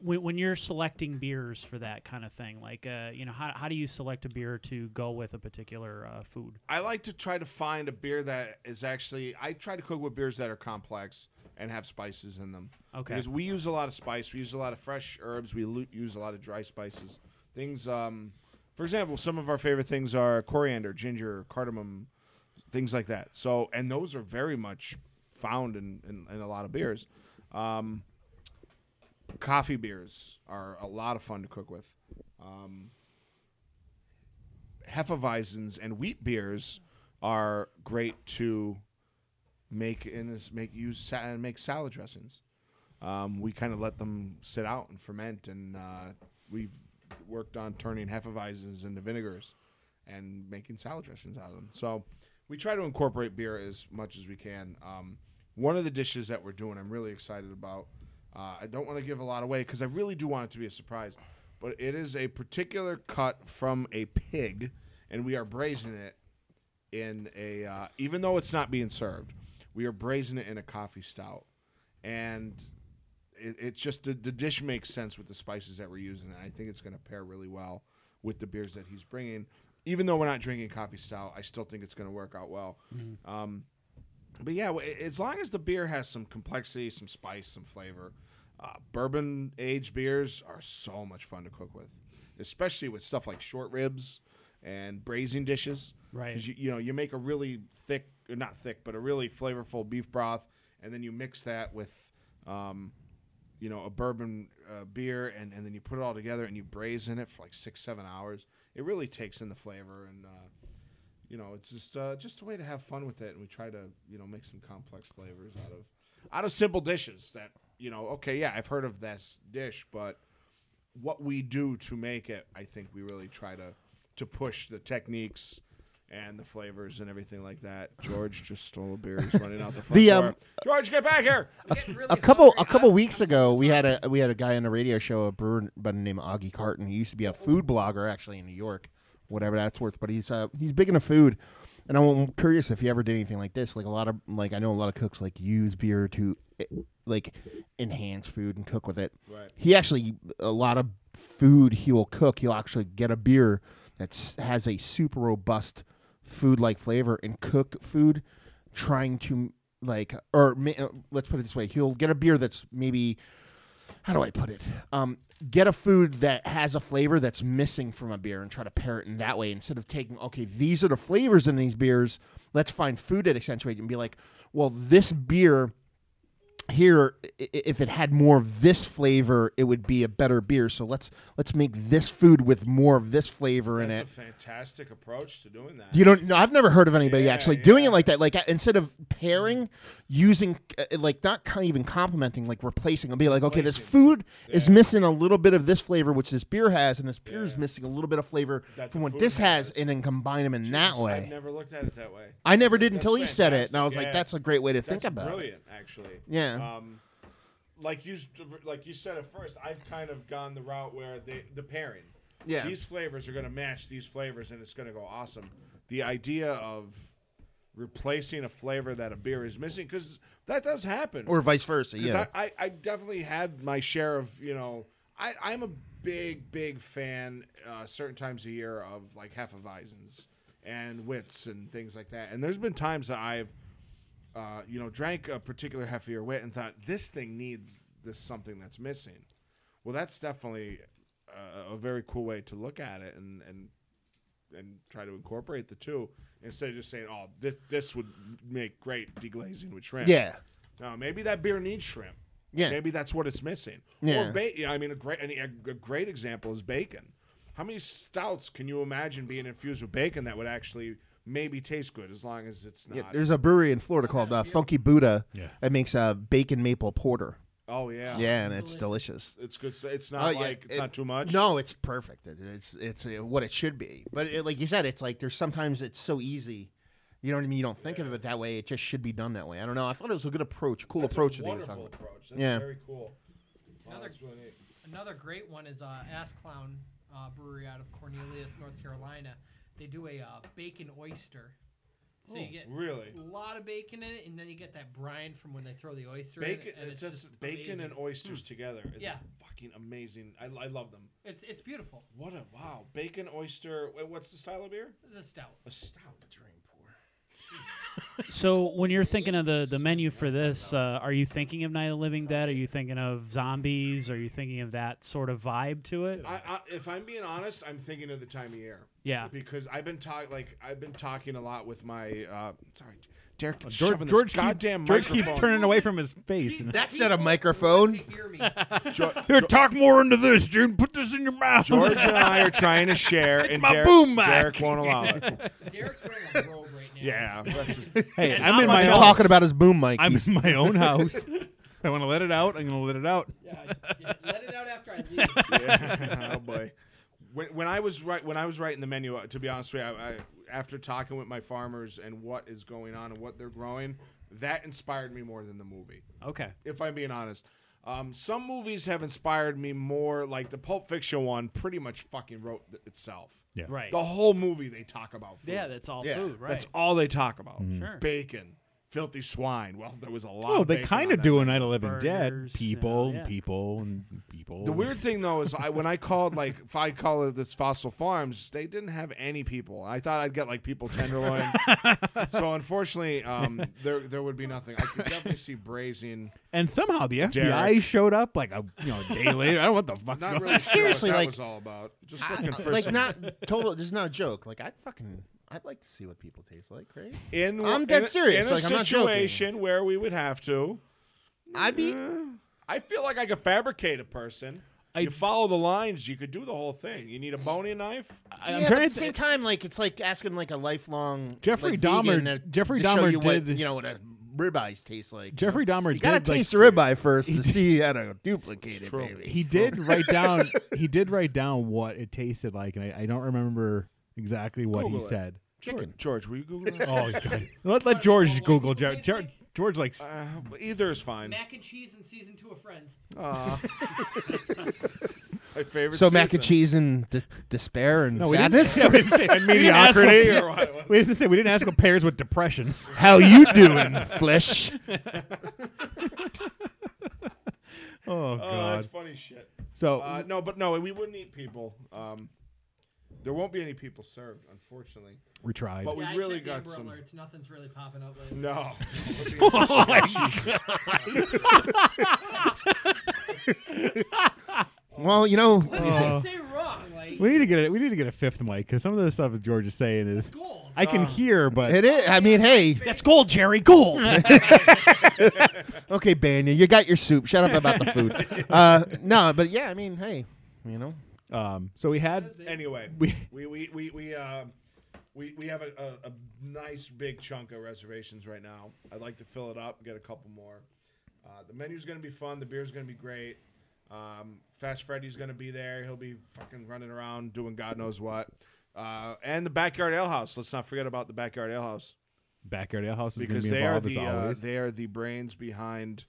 Speaker 4: when, when you're selecting beers for that kind of thing? Like, uh, you know, how how do you select a beer to go with a particular uh, food?
Speaker 3: I like to try to find a beer that is actually. I try to cook with beers that are complex and have spices in them.
Speaker 4: Okay.
Speaker 3: Because we use a lot of spice. We use a lot of fresh herbs. We lo- use a lot of dry spices. Things. Um, for example, some of our favorite things are coriander, ginger, cardamom, things like that. So, and those are very much found in in, in a lot of beers. Um, coffee beers are a lot of fun to cook with. Um, Hefeweizens and wheat beers are great to make in this, make use sa- and make salad dressings. Um, we kind of let them sit out and ferment, and uh, we've worked on turning hefeweizens into vinegars and making salad dressings out of them. So we try to incorporate beer as much as we can. Um, one of the dishes that we're doing, I'm really excited about. Uh, I don't want to give a lot away because I really do want it to be a surprise, but it is a particular cut from a pig, and we are braising it in a. Uh, even though it's not being served, we are braising it in a coffee stout, and it, it's just the, the dish makes sense with the spices that we're using, and I think it's going to pair really well with the beers that he's bringing. Even though we're not drinking coffee stout, I still think it's going to work out well. Um, but yeah, w- as long as the beer has some complexity, some spice, some flavor, uh, bourbon aged beers are so much fun to cook with, especially with stuff like short ribs and braising dishes.
Speaker 4: Right.
Speaker 3: 'Cause You, you know, you make a really thick, or not thick, but a really flavorful beef broth, and then you mix that with, um, you know, a bourbon uh, beer, and, and then you put it all together and you braise in it for like six, seven hours. It really takes in the flavor and. Uh, you know, it's just uh, just a way to have fun with it, and we try to you know make some complex flavors out of out of simple dishes that you know. Okay, yeah, I've heard of this dish, but what we do to make it, I think we really try to to push the techniques and the flavors and everything like that. George just stole a beer. He's running out
Speaker 2: [laughs]
Speaker 3: the front
Speaker 2: The,
Speaker 3: door.
Speaker 2: um,
Speaker 3: George, get back here!
Speaker 5: I'm getting really
Speaker 2: a couple a
Speaker 5: hungry.
Speaker 2: couple
Speaker 5: I-
Speaker 2: weeks ago we had a we had a guy on the radio show a brewer by the name of Augie Carton. He used to be a food blogger actually in New York, whatever that's worth. But he's uh, he's big into food, and I'm curious if he ever did anything like this. Like a lot of like I know a lot of cooks like use beer to eh, like enhance food and cook with it.
Speaker 3: Right.
Speaker 2: He actually a lot of food he will cook. He'll actually get a beer that has a super robust food like flavor and cook food trying to like or ma- uh, let's put it this way he'll get a beer that's maybe how do i put it um get a food that has a flavor that's missing from a beer and try to pair it in that way instead of taking okay these are the flavors in these beers let's find food that accentuates it and be like well this beer here i- i- if it had more of this flavor it would be a better beer so let's let's make this food with more of this flavor in it
Speaker 3: That's a fantastic approach to doing that.
Speaker 2: you don't know. I've never heard of anybody
Speaker 3: Yeah,
Speaker 2: actually doing
Speaker 3: yeah.
Speaker 2: it like that. Like uh, instead of pairing, using uh, like not kind of even complimenting, like replacing. I'll be like, okay, this food is missing a little bit of this flavor, which this beer has, and this beer is missing a little bit of flavor
Speaker 3: That
Speaker 2: from
Speaker 3: the
Speaker 2: what
Speaker 3: food
Speaker 2: this has,
Speaker 3: has.
Speaker 2: and then combine them in
Speaker 3: Jesus,
Speaker 2: that way.
Speaker 3: I've never looked at it that way.
Speaker 2: I never did until he
Speaker 3: That's
Speaker 2: said it, and I was
Speaker 3: fantastic.
Speaker 2: like,
Speaker 3: Yeah.
Speaker 2: that's a great way to think
Speaker 3: That's
Speaker 2: about it.
Speaker 3: brilliant, actually.
Speaker 2: Yeah.
Speaker 3: Um, like you, like you said at first, I've kind of gone the route where they, the pairing.
Speaker 2: Yeah.
Speaker 3: These flavors are going to match these flavors, and it's going to go awesome. The idea of replacing a flavor that a beer is missing, because that does happen.
Speaker 2: Or vice versa.
Speaker 3: Because
Speaker 2: Yeah.
Speaker 3: I, I, I definitely had my share of, you know, I, I'm a big, big fan uh, certain times a year of like Hefeweizens and wits and things like that. And there's been times that I've, uh, you know, drank a particular Hefe or wit and thought, this thing needs this something that's missing. Well, that's definitely a, a very cool way to look at it and, and and try to incorporate the two instead of just saying, "Oh, this this would make great deglazing with shrimp."
Speaker 2: Yeah.
Speaker 3: No, maybe that beer needs shrimp.
Speaker 2: Yeah.
Speaker 3: Maybe that's what it's missing.
Speaker 2: Yeah.
Speaker 3: Or ba- yeah, I mean, a great a, a great example is bacon. How many stouts can you imagine being infused with bacon that would actually maybe taste good as long as it's not?
Speaker 2: Yeah, there's a brewery in Florida called uh, Funky Buddha
Speaker 1: Yeah.
Speaker 2: that makes uh, bacon maple porter.
Speaker 3: oh yeah.
Speaker 2: yeah, and it's delicious.
Speaker 3: It's good. s- It's not
Speaker 2: Oh, yeah.
Speaker 3: like it's
Speaker 2: It-
Speaker 3: not too much.
Speaker 2: No, it's perfect. It- it's it's uh, what it should be. But it, like you said, it's like there's sometimes it's so easy. You know what I mean? You don't think of it that way. It just should be done that way. I don't know. I thought it was a good approach, cool
Speaker 3: That's
Speaker 2: approach.
Speaker 3: a
Speaker 2: that he was talking
Speaker 3: wonderful
Speaker 2: about.
Speaker 3: approach. That's
Speaker 2: Yeah.
Speaker 3: very cool. Wow,
Speaker 5: Another-
Speaker 3: that's really neat.
Speaker 5: Another great one is uh, Ass Clown uh, Brewery out of Cornelius, North Carolina. They do a uh, bacon oyster. So you get
Speaker 3: Oh, Really?
Speaker 5: a lot of bacon in it, and then you get that brine from when they throw the oyster in
Speaker 3: Bacon.
Speaker 5: it. And
Speaker 3: it's
Speaker 5: it's,
Speaker 3: just,
Speaker 5: just
Speaker 3: bacon
Speaker 5: amazing. Hmm.
Speaker 3: and oysters together is
Speaker 5: Yeah.
Speaker 3: a fucking amazing. I, I love them.
Speaker 5: It's, it's beautiful.
Speaker 3: What a wow! Bacon oyster. wait, What's the style of beer?
Speaker 5: It's a stout.
Speaker 3: A stout. Drain pour.
Speaker 4: So when you're thinking of the, the menu for this, uh, are you thinking of Night of the Living Dead? Are you thinking of zombies? Are you thinking of that sort of vibe to it?
Speaker 3: I, I, if I'm being honest, I'm thinking of the time of year.
Speaker 4: Yeah.
Speaker 3: Because I've been talking, like I've been talking a lot with my. Uh, sorry, Derek. keeps
Speaker 1: Oh, George,
Speaker 3: shoving this
Speaker 1: George, keep-
Speaker 3: goddamn
Speaker 1: George keeps
Speaker 3: microphone.
Speaker 1: turning away from his face. and-
Speaker 2: That's not a
Speaker 5: People
Speaker 2: microphone.
Speaker 5: want to hear me. It's
Speaker 3: Jo-
Speaker 1: [laughs] Here, talk more into this, June. Put this in your mouth.
Speaker 3: George uh, and I are trying to share, and
Speaker 1: my
Speaker 3: Derek,
Speaker 1: boom mic.
Speaker 3: Derek won't allow it.
Speaker 1: [laughs]
Speaker 5: Derek's wearing a robe right now.
Speaker 3: Yeah, that's just,
Speaker 1: hey,
Speaker 4: not
Speaker 1: I'm in
Speaker 4: much
Speaker 1: my
Speaker 2: He's
Speaker 4: else.
Speaker 1: own,
Speaker 2: talking about his boom mic.
Speaker 1: [laughs] I'm
Speaker 2: He's-
Speaker 1: in my own house. I want to let it out. I'm gonna let it out.
Speaker 5: Yeah, yeah, let it out after I leave.
Speaker 3: yeah. [laughs] oh boy. when, when I was right when I was writing the menu, uh, to be honest with you, I, I, after talking with my farmers and what is going on and what they're growing, that inspired me more than the movie.
Speaker 4: Okay.
Speaker 3: If I'm being honest, um, some movies have inspired me more. Like the Pulp Fiction one, pretty much fucking wrote th- itself.
Speaker 1: Yeah.
Speaker 4: Right.
Speaker 3: The whole movie they talk about. food.
Speaker 4: yeah, that's all
Speaker 2: Yeah,
Speaker 4: food, right? Mm-hmm.
Speaker 3: That's all they talk about.
Speaker 4: Sure.
Speaker 3: Bacon, filthy swine. Well, there was a lot.
Speaker 1: Oh,
Speaker 3: of
Speaker 1: they
Speaker 3: bacon
Speaker 1: kind
Speaker 3: on
Speaker 1: of
Speaker 3: that
Speaker 1: do a Night of the Living
Speaker 4: Burgers,
Speaker 1: Dead.
Speaker 4: uh,
Speaker 1: People,
Speaker 4: yeah.
Speaker 1: and people, and people.
Speaker 3: The weird thing though is I when I called like if I call it this fossil farms, they didn't have any people. I thought I'd get like
Speaker 1: [laughs]
Speaker 3: people tenderloin. so unfortunately, um, there there would be nothing. I could definitely see braising.
Speaker 1: And somehow the FBI
Speaker 3: Derek.
Speaker 1: showed up like a you know a day later. I don't know [laughs] what the fuck's
Speaker 3: Not
Speaker 1: going
Speaker 3: really
Speaker 1: on.
Speaker 3: sure
Speaker 2: Seriously,
Speaker 3: what that
Speaker 2: like-
Speaker 3: was all about. [laughs] Just looking for
Speaker 2: like
Speaker 3: some-
Speaker 2: not total. This is not a joke. Like I'd fucking. I'd like to see what people taste like, right?
Speaker 3: in
Speaker 2: I'm
Speaker 3: in
Speaker 2: dead
Speaker 3: a-
Speaker 2: serious,
Speaker 3: in a
Speaker 2: like, I'm not joking.
Speaker 3: situation where we would have to.
Speaker 2: I'd
Speaker 3: Uh,
Speaker 2: be.
Speaker 3: I feel like I could fabricate a person. you follow the lines, you could do the whole thing. You need a boning knife.
Speaker 1: I-
Speaker 2: yeah,
Speaker 1: I'm
Speaker 2: but
Speaker 1: trying
Speaker 2: at
Speaker 1: to
Speaker 2: the same time, like it's like asking like a lifelong
Speaker 1: Jeffrey
Speaker 2: like,
Speaker 1: Dahmer-
Speaker 2: vegan to-
Speaker 1: Jeffrey
Speaker 2: to show
Speaker 1: Dahmer
Speaker 2: you what,
Speaker 1: did-
Speaker 2: you know what a ribeye tastes like.
Speaker 1: Jeffrey Dahmer
Speaker 2: you
Speaker 1: did
Speaker 2: gotta
Speaker 1: like,
Speaker 2: taste the ribeye
Speaker 1: [laughs]
Speaker 2: first to see how to duplicate
Speaker 3: It's
Speaker 2: it,
Speaker 3: true.
Speaker 2: baby.
Speaker 1: he did write down he did write down what it tasted like, and I, I don't remember exactly what
Speaker 3: Google
Speaker 1: he
Speaker 3: it.
Speaker 1: said.
Speaker 2: Chicken.
Speaker 3: George, will you Google
Speaker 2: [laughs]
Speaker 3: that? Uh,
Speaker 1: [laughs] Oh God! Let, let George
Speaker 5: What
Speaker 1: Google.
Speaker 5: it
Speaker 1: Ger-
Speaker 5: tastes
Speaker 1: Ger-
Speaker 5: like?
Speaker 1: George likes
Speaker 3: Uh, either is fine.
Speaker 5: Mac and cheese in season two of Friends.
Speaker 3: My favorite.
Speaker 2: So mac and
Speaker 3: season.
Speaker 2: cheese and d- despair and
Speaker 1: we didn't-
Speaker 2: sadness.
Speaker 1: [laughs] yeah,
Speaker 2: [laughs]
Speaker 1: we didn't say-
Speaker 2: and
Speaker 1: We didn't ask
Speaker 2: mediocrity.
Speaker 1: what-
Speaker 3: or what-
Speaker 1: we didn't say [laughs] we didn't ask what pairs with depression.
Speaker 2: How you doing, flesh?
Speaker 1: Oh
Speaker 3: Oh,
Speaker 1: God!
Speaker 3: that's funny shit.
Speaker 1: so
Speaker 3: Uh, no, but no, we wouldn't eat people. Um, there won't be any people served, unfortunately.
Speaker 1: we tried.
Speaker 3: but We
Speaker 5: Yeah, I
Speaker 3: really
Speaker 5: checked
Speaker 3: got
Speaker 5: Amber
Speaker 3: some-
Speaker 5: Alerts. Nothing's really popping up lately.
Speaker 3: No.
Speaker 2: Well, you know,
Speaker 5: [laughs] What did
Speaker 1: Oh.
Speaker 5: I say wrong? Like
Speaker 1: We need to get a, we need to get a fifth mic because some of the stuff that George is saying is
Speaker 5: gold.
Speaker 1: I
Speaker 3: Um,
Speaker 1: can hear, but
Speaker 2: it is. I mean, hey,
Speaker 4: That's gold, Jerry. Gold.
Speaker 3: [laughs]
Speaker 2: okay, Banya, you got your soup. Shut up about
Speaker 1: [laughs]
Speaker 2: the food. Uh, no, but yeah, I mean, hey, you know,
Speaker 1: [laughs] um. So we had
Speaker 3: anyway, we
Speaker 1: We-
Speaker 3: we we we we, uh, we, we have a, a, a nice big chunk of reservations right now. I'd like to fill it up, get a couple more. Uh, the menu's gonna be fun. The beer's gonna be great. Um, Fast Freddy's gonna be there. He'll be fucking running around doing God knows what. Uh, and the backyard ale house. Let's not forget about the backyard ale house.
Speaker 1: backyard ale house is going
Speaker 3: because
Speaker 1: to be
Speaker 3: they are
Speaker 1: involved as
Speaker 3: the uh,
Speaker 1: always.
Speaker 3: they are the brains behind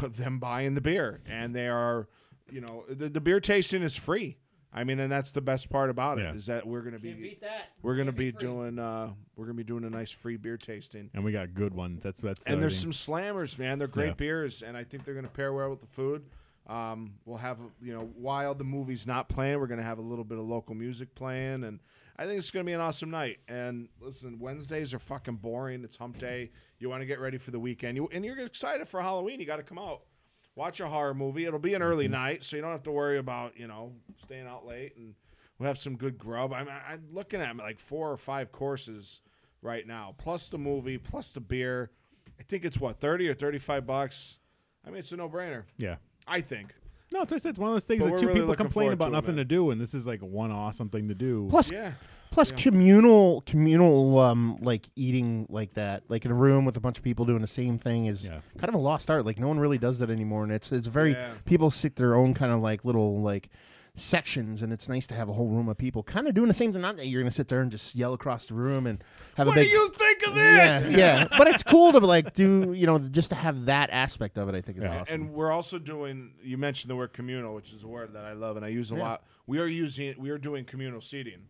Speaker 3: [laughs] them buying the beer, and they are you know the, the beer tasting is free. I mean, and that's the best part about it
Speaker 1: Yeah.
Speaker 3: is that we're gonna
Speaker 5: Can't
Speaker 3: be
Speaker 5: beat that.
Speaker 3: we're gonna
Speaker 5: Can't
Speaker 3: be
Speaker 5: free.
Speaker 3: doing uh, we're gonna be doing a nice free beer tasting.
Speaker 1: and we got good ones. That's that's. the
Speaker 3: And
Speaker 1: other
Speaker 3: there's
Speaker 1: thing.
Speaker 3: some slammers, man. They're great
Speaker 1: Yeah.
Speaker 3: beers, and I think they're gonna pair well with the food. Um, we'll have you know while the movie's not playing, we're gonna have a little bit of local music playing, and I think it's gonna be an awesome night. And listen, Wednesdays are fucking boring. It's Hump Day. You want to get ready for the weekend, you, and you're excited for Halloween. You got to come out, watch a horror movie. It'll be an early night, so you don't have to worry about you know staying out late, and we'll have some good grub. I'm, I'm looking at like four or five courses right now, plus the movie, plus the beer. I think it's what thirty or thirty-five bucks. I mean, it's a no-brainer.
Speaker 1: yeah.
Speaker 3: I think.
Speaker 1: No, it's, it's one of those things
Speaker 3: But
Speaker 1: that
Speaker 3: we're
Speaker 1: two
Speaker 3: really
Speaker 1: people
Speaker 3: looking
Speaker 1: complain
Speaker 3: forward
Speaker 1: about
Speaker 3: to it,
Speaker 1: nothing to
Speaker 3: man.
Speaker 1: do, and this is like one awesome thing to do.
Speaker 2: plus
Speaker 3: Yeah.
Speaker 2: plus communal communal um like eating like that, like in a room with a bunch of people doing the same thing is
Speaker 1: Yeah.
Speaker 2: kind of a lost art. Like no one really does that anymore, and it's it's very
Speaker 3: Yeah.
Speaker 2: people stick their own kind of like little like sections and it's nice to have a whole room of people kind of doing the same thing not that you're gonna sit there and just yell across the room and have
Speaker 3: What
Speaker 2: a
Speaker 3: do
Speaker 2: big
Speaker 3: you think of
Speaker 2: Yeah,
Speaker 3: this?
Speaker 2: yeah. But it's cool to like do you know just to have that aspect of it. I think is awesome.
Speaker 3: And we're also doing. You mentioned the word communal, which is a word that I love and I use a lot. We are using. We are doing communal seating,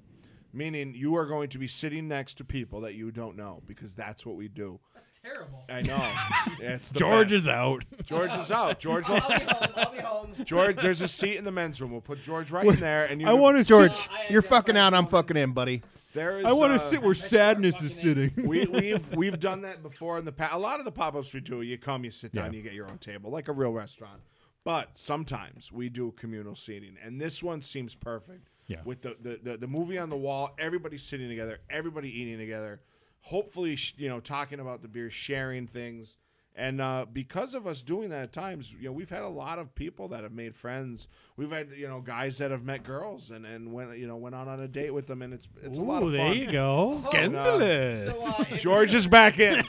Speaker 3: meaning you are going to be sitting next to people that you don't know because that's what we do.
Speaker 5: That's terrible.
Speaker 1: [laughs]
Speaker 3: I know. it's the
Speaker 1: George
Speaker 3: best.
Speaker 1: is out.
Speaker 3: George is out. George.
Speaker 5: I'll be home. I'll be home.
Speaker 3: George, there's a seat in the men's room. We'll put George right in there, and you.
Speaker 1: [laughs] I want to
Speaker 2: George,
Speaker 5: Uh, I
Speaker 2: you're
Speaker 5: identify
Speaker 2: fucking out. I'm
Speaker 5: with-
Speaker 2: fucking in, buddy.
Speaker 3: There is.
Speaker 1: I want to
Speaker 3: uh,
Speaker 1: sit where sadness is
Speaker 3: [laughs]
Speaker 1: sitting. [laughs]
Speaker 3: we, we've we've done that before in the past. A lot of the pop ups we do, you come, you sit down,
Speaker 1: Yeah.
Speaker 3: you get your own table, like a real restaurant. But sometimes we do communal seating, and this one seems perfect.
Speaker 1: Yeah.
Speaker 3: With the the, the, the movie on the wall, everybody sitting together, everybody eating together. Hopefully, sh- you know, talking about the beer, sharing things, and uh, because of us doing that at times, you know, we've had a lot of people that have made friends. We've had you know guys that have met girls and and went you know went out on a date with them, and it's it's a lot of fun.
Speaker 4: there
Speaker 3: [laughs]
Speaker 4: you go.
Speaker 3: Oh,
Speaker 1: Scandalous.
Speaker 5: So, uh, Oh, if
Speaker 3: George
Speaker 5: you're-
Speaker 3: is back in.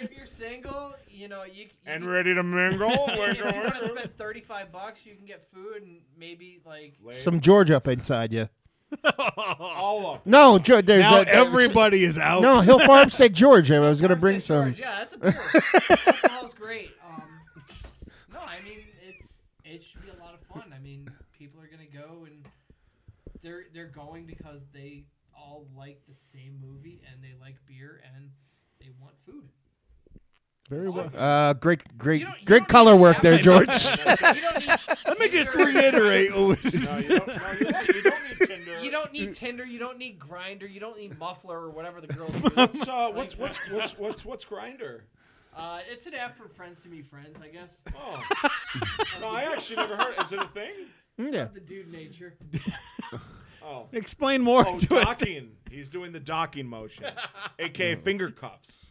Speaker 5: If you're single, you you know, you, you
Speaker 3: and
Speaker 5: can-
Speaker 3: ready to mingle.
Speaker 5: [laughs] If
Speaker 3: Winker,
Speaker 5: you want to
Speaker 3: winker.
Speaker 5: spend thirty-five bucks, you can get food and maybe like
Speaker 2: Some George up inside you.
Speaker 3: all up.
Speaker 2: No, George. There's
Speaker 1: Now
Speaker 2: a, there's-
Speaker 1: everybody is out.
Speaker 2: No, Hill Farm said George. I was gonna
Speaker 5: Farm
Speaker 2: bring
Speaker 5: St.
Speaker 2: some.
Speaker 5: George, Yeah, that's a beer.
Speaker 2: [laughs]
Speaker 5: Alcohol's great. Um, no, I mean it's it should be a lot of fun. I mean, people are gonna go and they're they're going because they all like the same movie and they like beer and they want food.
Speaker 1: Very
Speaker 5: well.
Speaker 2: Uh, great, great,
Speaker 5: You don't- you
Speaker 2: great
Speaker 5: don't
Speaker 2: color
Speaker 5: need
Speaker 2: work
Speaker 5: that
Speaker 2: there,
Speaker 1: [laughs]
Speaker 5: much.
Speaker 2: George. [laughs]
Speaker 5: You don't need
Speaker 1: Let me just
Speaker 5: Tinder.
Speaker 1: reiterate. what was-
Speaker 3: No, you don't, no, you don't, you don't need Tinder. [laughs]
Speaker 5: You don't need Tinder. You don't need Grinder. You don't need Muffler or whatever
Speaker 1: [laughs]
Speaker 5: the girls do.
Speaker 3: What's uh, what's what's what's what's what's grinder?
Speaker 5: Uh, it's an app for friends to be friends, I guess.
Speaker 3: Oh,
Speaker 5: [laughs]
Speaker 3: no, I actually never heard. Is it a
Speaker 1: [laughs]
Speaker 3: thing?
Speaker 2: Hmm, yeah.
Speaker 5: Of the dude nature.
Speaker 3: Oh,
Speaker 1: Explain more.
Speaker 3: oh,
Speaker 1: to us.
Speaker 3: docking. He's doing the docking motion, aka finger cuffs.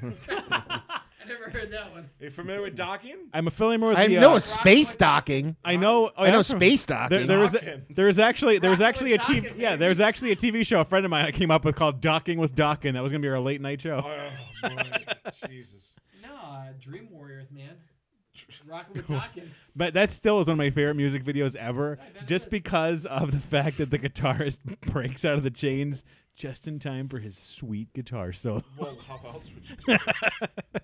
Speaker 5: I never heard that one.
Speaker 3: Are you familiar with docking?
Speaker 1: I'm familiar more with
Speaker 2: I
Speaker 1: the.
Speaker 2: know
Speaker 1: uh,
Speaker 2: a space docking.
Speaker 1: I know. oh,
Speaker 2: I know
Speaker 1: I'm from-
Speaker 2: space
Speaker 1: There,
Speaker 2: docking.
Speaker 1: there was
Speaker 3: Docking.
Speaker 1: there was actually there was
Speaker 5: Rockin'
Speaker 1: actually a
Speaker 5: with
Speaker 1: TV
Speaker 5: Dockin',
Speaker 1: yeah
Speaker 5: baby.
Speaker 1: there was actually a TV show a friend of mine I came up with called Docking with Dockin that was gonna be our late night show.
Speaker 3: Oh, boy. Jesus.
Speaker 5: No, uh, Dream
Speaker 1: [laughs]
Speaker 5: Warriors, man. Rockin' with Dockin.
Speaker 1: But that still is one of my favorite music videos ever,
Speaker 5: I bet it
Speaker 1: just
Speaker 5: is.
Speaker 1: because of the fact that the guitarist [laughs] breaks out of the chains just in time for his sweet guitar solo.
Speaker 3: Well, how else would you? Do it?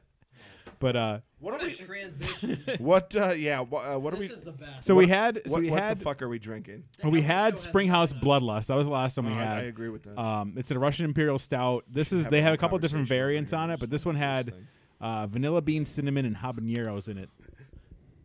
Speaker 1: But uh,
Speaker 3: What
Speaker 5: What
Speaker 3: are
Speaker 5: a
Speaker 1: [laughs]
Speaker 3: we?
Speaker 5: transition.
Speaker 3: What? Uh, yeah. What, uh, what are
Speaker 5: this
Speaker 3: we?
Speaker 5: is the best.
Speaker 1: so we
Speaker 3: What-
Speaker 1: had so
Speaker 3: what
Speaker 1: we
Speaker 3: what
Speaker 1: had Oh,
Speaker 3: the fuck are we drinking?
Speaker 5: The
Speaker 1: we
Speaker 5: Ellen
Speaker 1: had
Speaker 5: Show has
Speaker 1: Springhouse
Speaker 5: been, uh,
Speaker 1: Bloodlust. That was the last one we
Speaker 3: Oh,
Speaker 1: had.
Speaker 3: I, I agree with that.
Speaker 1: Um, it's a Russian Imperial Stout. This is
Speaker 3: have
Speaker 1: they
Speaker 3: a
Speaker 1: have
Speaker 3: whole
Speaker 1: a couple different
Speaker 3: conversation over
Speaker 1: variants
Speaker 3: here.
Speaker 1: on it, but this one had
Speaker 3: Interesting.
Speaker 1: uh, vanilla bean, cinnamon, and habaneros in it.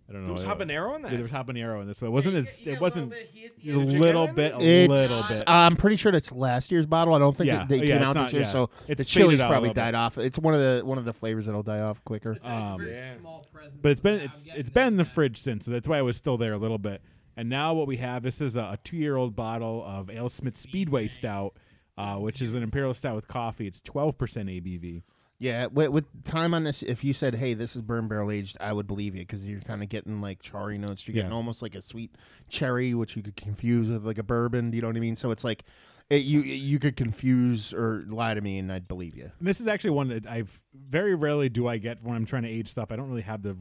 Speaker 1: I don't know.
Speaker 3: there was
Speaker 1: I don't-
Speaker 3: habanero in that.
Speaker 1: Yeah, there was habanero in this, but it wasn't
Speaker 5: You
Speaker 1: as
Speaker 5: get- you
Speaker 1: it
Speaker 5: get a
Speaker 1: wasn't
Speaker 5: little bit of heat at the
Speaker 1: a
Speaker 5: end.
Speaker 1: little
Speaker 3: in
Speaker 1: bit,
Speaker 3: it?
Speaker 1: a
Speaker 2: It's,
Speaker 1: little bit.
Speaker 2: I'm pretty sure it's last year's bottle. I don't think
Speaker 1: Yeah.
Speaker 2: it, they
Speaker 1: Oh, yeah,
Speaker 2: came
Speaker 1: it's
Speaker 2: out
Speaker 1: not-
Speaker 2: this year,
Speaker 1: yeah.
Speaker 2: so
Speaker 1: It's
Speaker 2: the
Speaker 1: faded
Speaker 2: chili's
Speaker 1: out a
Speaker 2: probably
Speaker 1: little bit.
Speaker 2: died off. It's one of the one of the flavors that'll die off quicker.
Speaker 5: It's, a- it's a very
Speaker 3: Um,
Speaker 5: small present.
Speaker 1: but it's been
Speaker 5: I'm
Speaker 1: it's
Speaker 5: getting
Speaker 1: it's
Speaker 5: that
Speaker 1: been in the
Speaker 5: back.
Speaker 1: fridge since, so that's why it was still there a little bit. And now what we have this is a, a two year old bottle of Ale Smith Speedway Stout, uh, which is an imperial stout with coffee. It's twelve percent ABV.
Speaker 2: Yeah, with, with time on this, if you said, "Hey, this is burn barrel aged," I would believe you because you're kind of getting like charry notes. You're getting
Speaker 1: Yeah.
Speaker 2: almost like a sweet cherry, which you could confuse with like a bourbon. Do you know what I mean? So it's like it, you you could confuse or lie to me, and I'd believe you.
Speaker 1: And this is actually one that I've very rarely do I get when I'm trying to age stuff. I don't really have the,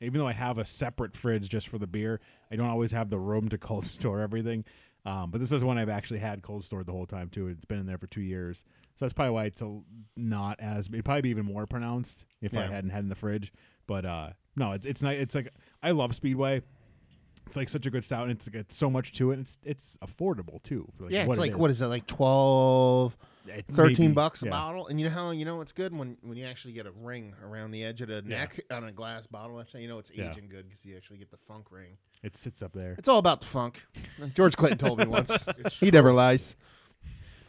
Speaker 1: even though I have a separate fridge just for the beer, I don't always have the room to [laughs] cold store everything. Um, but this is one I've actually had cold stored the whole time too. It's been in there for two years, so that's probably why it's a, not as it'd probably be even more pronounced if I
Speaker 2: Yeah.
Speaker 1: hadn't had it in the fridge. But uh, no, it's it's not. It's like I love Speedway. It's like such a good stout, and it's got so much to it. And it's it's affordable too. For like
Speaker 2: yeah,
Speaker 1: what
Speaker 2: it's
Speaker 1: it
Speaker 2: like
Speaker 1: is.
Speaker 2: what is it like 12,
Speaker 1: It
Speaker 2: 13
Speaker 1: maybe-
Speaker 2: bucks a
Speaker 1: yeah.
Speaker 2: bottle? And you know how you know it's good when when you actually get a ring around the edge of the neck on a glass bottle. That's how you know it's
Speaker 1: Yeah.
Speaker 2: aging good because you actually get the funk ring.
Speaker 1: It sits up there.
Speaker 2: It's all about
Speaker 1: [laughs]
Speaker 2: the funk. George Clinton told me once. he never lies.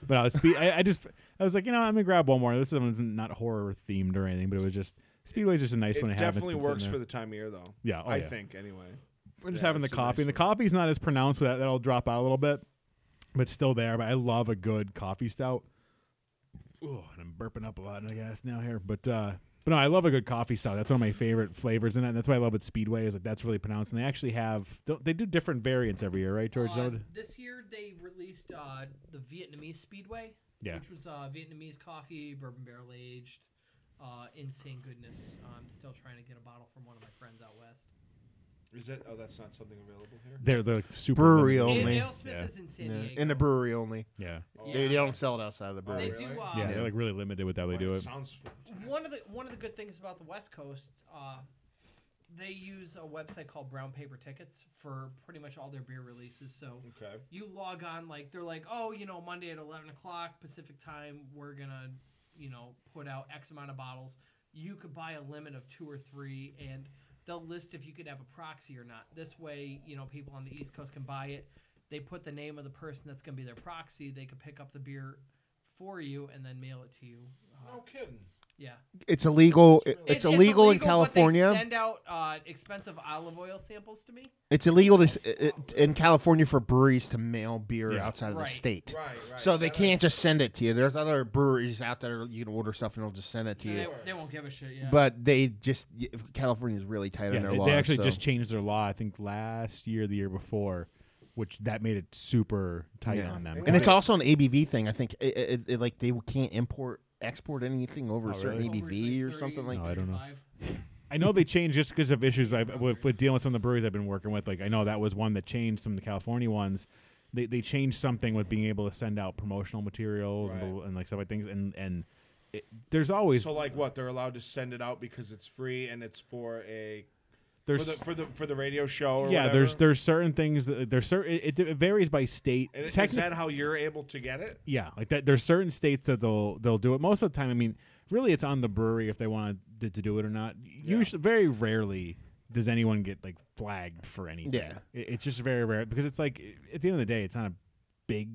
Speaker 1: But I was spe- I, I just I was like, you know, I'm gonna grab one more. This one's not horror themed or anything, but it was just Speedway's just a nice one.
Speaker 3: It
Speaker 1: to have. It's
Speaker 3: definitely
Speaker 1: been sitting
Speaker 3: works
Speaker 1: there.
Speaker 3: for the time of year, though.
Speaker 1: Yeah, oh,
Speaker 3: I
Speaker 1: yeah.
Speaker 3: think anyway.
Speaker 1: We're just
Speaker 3: yeah,
Speaker 1: having the
Speaker 3: it's a
Speaker 1: coffee,
Speaker 3: nice
Speaker 1: and the
Speaker 3: one.
Speaker 1: coffee's not as pronounced. With that that'll drop out a little bit, but still there. But I love a good coffee stout. Oh, and I'm burping up a lot in the gas now here, but uh, but no, I love a good coffee stout. That's one of my favorite flavors in it. And that's why I love it. Speedway is like that's really pronounced, and they actually have don't, they do different variants every year, right, George?
Speaker 5: Uh,
Speaker 1: Don't-
Speaker 5: this year they released uh, the Vietnamese Speedway,
Speaker 1: Yeah.
Speaker 5: which was uh, Vietnamese coffee, bourbon barrel aged, uh, insane goodness. I'm still trying to get a bottle from one of my friends out west.
Speaker 3: Is it? Oh, that's not something available here.
Speaker 1: They're the super
Speaker 2: Brewery
Speaker 1: limited.
Speaker 2: only.
Speaker 5: Ale Smith
Speaker 1: Yeah.
Speaker 5: is in San
Speaker 2: Yeah,
Speaker 5: Diego.
Speaker 2: in the brewery only.
Speaker 1: Yeah,
Speaker 3: Oh, Yeah.
Speaker 2: They, they don't sell it outside of the brewery.
Speaker 5: They
Speaker 3: Really?
Speaker 5: do. Uh,
Speaker 1: yeah, they're like really limited with how they
Speaker 3: Wow,
Speaker 1: do
Speaker 3: that
Speaker 1: it.
Speaker 3: Sounds. fantastic.
Speaker 5: One of the one of the good things about the West Coast, uh, they use a website called Brown Paper Tickets for pretty much all their beer releases. So
Speaker 3: Okay.
Speaker 5: you log on, like they're like, oh, you know, Monday at eleven o'clock Pacific time, we're gonna, you know, put out X amount of bottles. You could buy a limit of two or three, and they'll list if you could have a proxy or not. This way, you know, people on the East Coast can buy it. They put the name of the person that's gonna be their proxy. They could pick up the beer for you and then mail it to you. Uh,
Speaker 3: No kidding.
Speaker 5: yeah.
Speaker 2: It's illegal.
Speaker 3: It's
Speaker 2: It's,
Speaker 3: really-
Speaker 2: illegal, in
Speaker 5: but they
Speaker 2: California.
Speaker 5: send out uh, expensive olive oil samples to me.
Speaker 2: It's illegal to, s- i- i- in California for breweries to mail beer
Speaker 1: Yeah.
Speaker 2: outside of
Speaker 5: Right.
Speaker 2: the state.
Speaker 3: Right. Right.
Speaker 2: So they
Speaker 3: That
Speaker 2: can't just send it to you. There's other breweries out there you can order stuff and they'll just send it to
Speaker 5: They,
Speaker 2: you.
Speaker 3: Sure.
Speaker 5: they won't give a shit. Yeah.
Speaker 2: But they just y- California's really tight on
Speaker 1: Yeah,
Speaker 2: their
Speaker 1: they,
Speaker 2: laws.
Speaker 1: they actually
Speaker 2: so-
Speaker 1: just changed their law. I think last year, the year before, which that made it super tight
Speaker 2: Yeah.
Speaker 1: on them.
Speaker 2: and it's also an ABV thing. I think it, it, it- like they can't import export anything over
Speaker 1: Oh,
Speaker 2: a certain
Speaker 1: really?
Speaker 5: Over
Speaker 2: ABV
Speaker 5: like
Speaker 2: or
Speaker 5: 30,
Speaker 2: something like.
Speaker 1: No,
Speaker 2: that.
Speaker 1: I don't know.
Speaker 5: 35.
Speaker 1: I know they changed just because of issues I've, with, with dealing with some of the breweries I've been working with. Like I know that was one that changed some of the California ones. They they changed something with being able to send out promotional materials and,
Speaker 3: Right.
Speaker 1: blah- and like stuff like things and and it, there's always
Speaker 3: So like what? They're allowed to send it out because it's free and it's for a for
Speaker 1: there's
Speaker 3: the for the for the radio show. Or
Speaker 1: yeah
Speaker 3: whatever?
Speaker 1: there's there's certain things that there's certain it, it varies by state.
Speaker 3: And is- is
Speaker 1: Techni-
Speaker 3: that how you're able to get it?
Speaker 1: Yeah, like that. There's certain states that they'll they'll do it. Most of the time, I mean, really, it's on the brewery if they want to, to do it or not. Usually, very rarely does anyone get like flagged for anything.
Speaker 2: Yeah.
Speaker 1: It- it's just very rare because it's like at the end of the day, it's not a big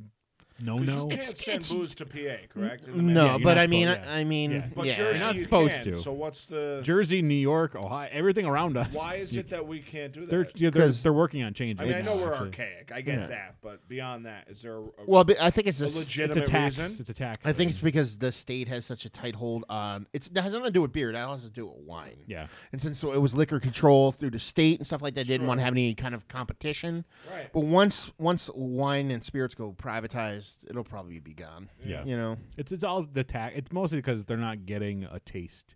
Speaker 1: no
Speaker 3: 'Cause
Speaker 1: Oh, no.
Speaker 3: You can't send booze to PA, correct? In the
Speaker 2: No,
Speaker 1: Yeah, you're
Speaker 2: but
Speaker 1: not
Speaker 2: I mean,
Speaker 1: supposed- yeah.
Speaker 2: I, I mean,
Speaker 1: Yeah.
Speaker 3: but
Speaker 2: yeah.
Speaker 3: Jersey,
Speaker 1: You're not
Speaker 3: you
Speaker 1: supposed
Speaker 3: can.
Speaker 1: to.
Speaker 3: So what's the?
Speaker 1: Jersey, New York, Ohio, everything around us.
Speaker 3: why is
Speaker 1: you-
Speaker 3: it that we can't do that?
Speaker 1: They're, yeah, they're
Speaker 2: 'Cause-
Speaker 1: they're working on changing.
Speaker 3: I mean, I
Speaker 1: it
Speaker 3: know
Speaker 1: now,
Speaker 3: we're
Speaker 1: actually.
Speaker 3: archaic. I get
Speaker 2: Yeah.
Speaker 3: that, but beyond that, is there a, a-
Speaker 2: Well, but I think it's a
Speaker 3: a
Speaker 2: s-
Speaker 1: It's a
Speaker 3: legitimate
Speaker 1: tax.
Speaker 3: reason?
Speaker 1: It's a tax.
Speaker 2: I think
Speaker 1: thing.
Speaker 2: it's because the state has such a tight hold on. It's, it has nothing to do with beer. It has to do with wine.
Speaker 1: yeah.
Speaker 2: And since it was liquor control through the state and stuff like that, they didn't want to have any kind of competition.
Speaker 3: Right.
Speaker 2: But once once wine and spirits go privatized, it'll probably be gone.
Speaker 1: Yeah.
Speaker 2: You know.
Speaker 1: It's it's all the tax. It's mostly because they're not getting a taste.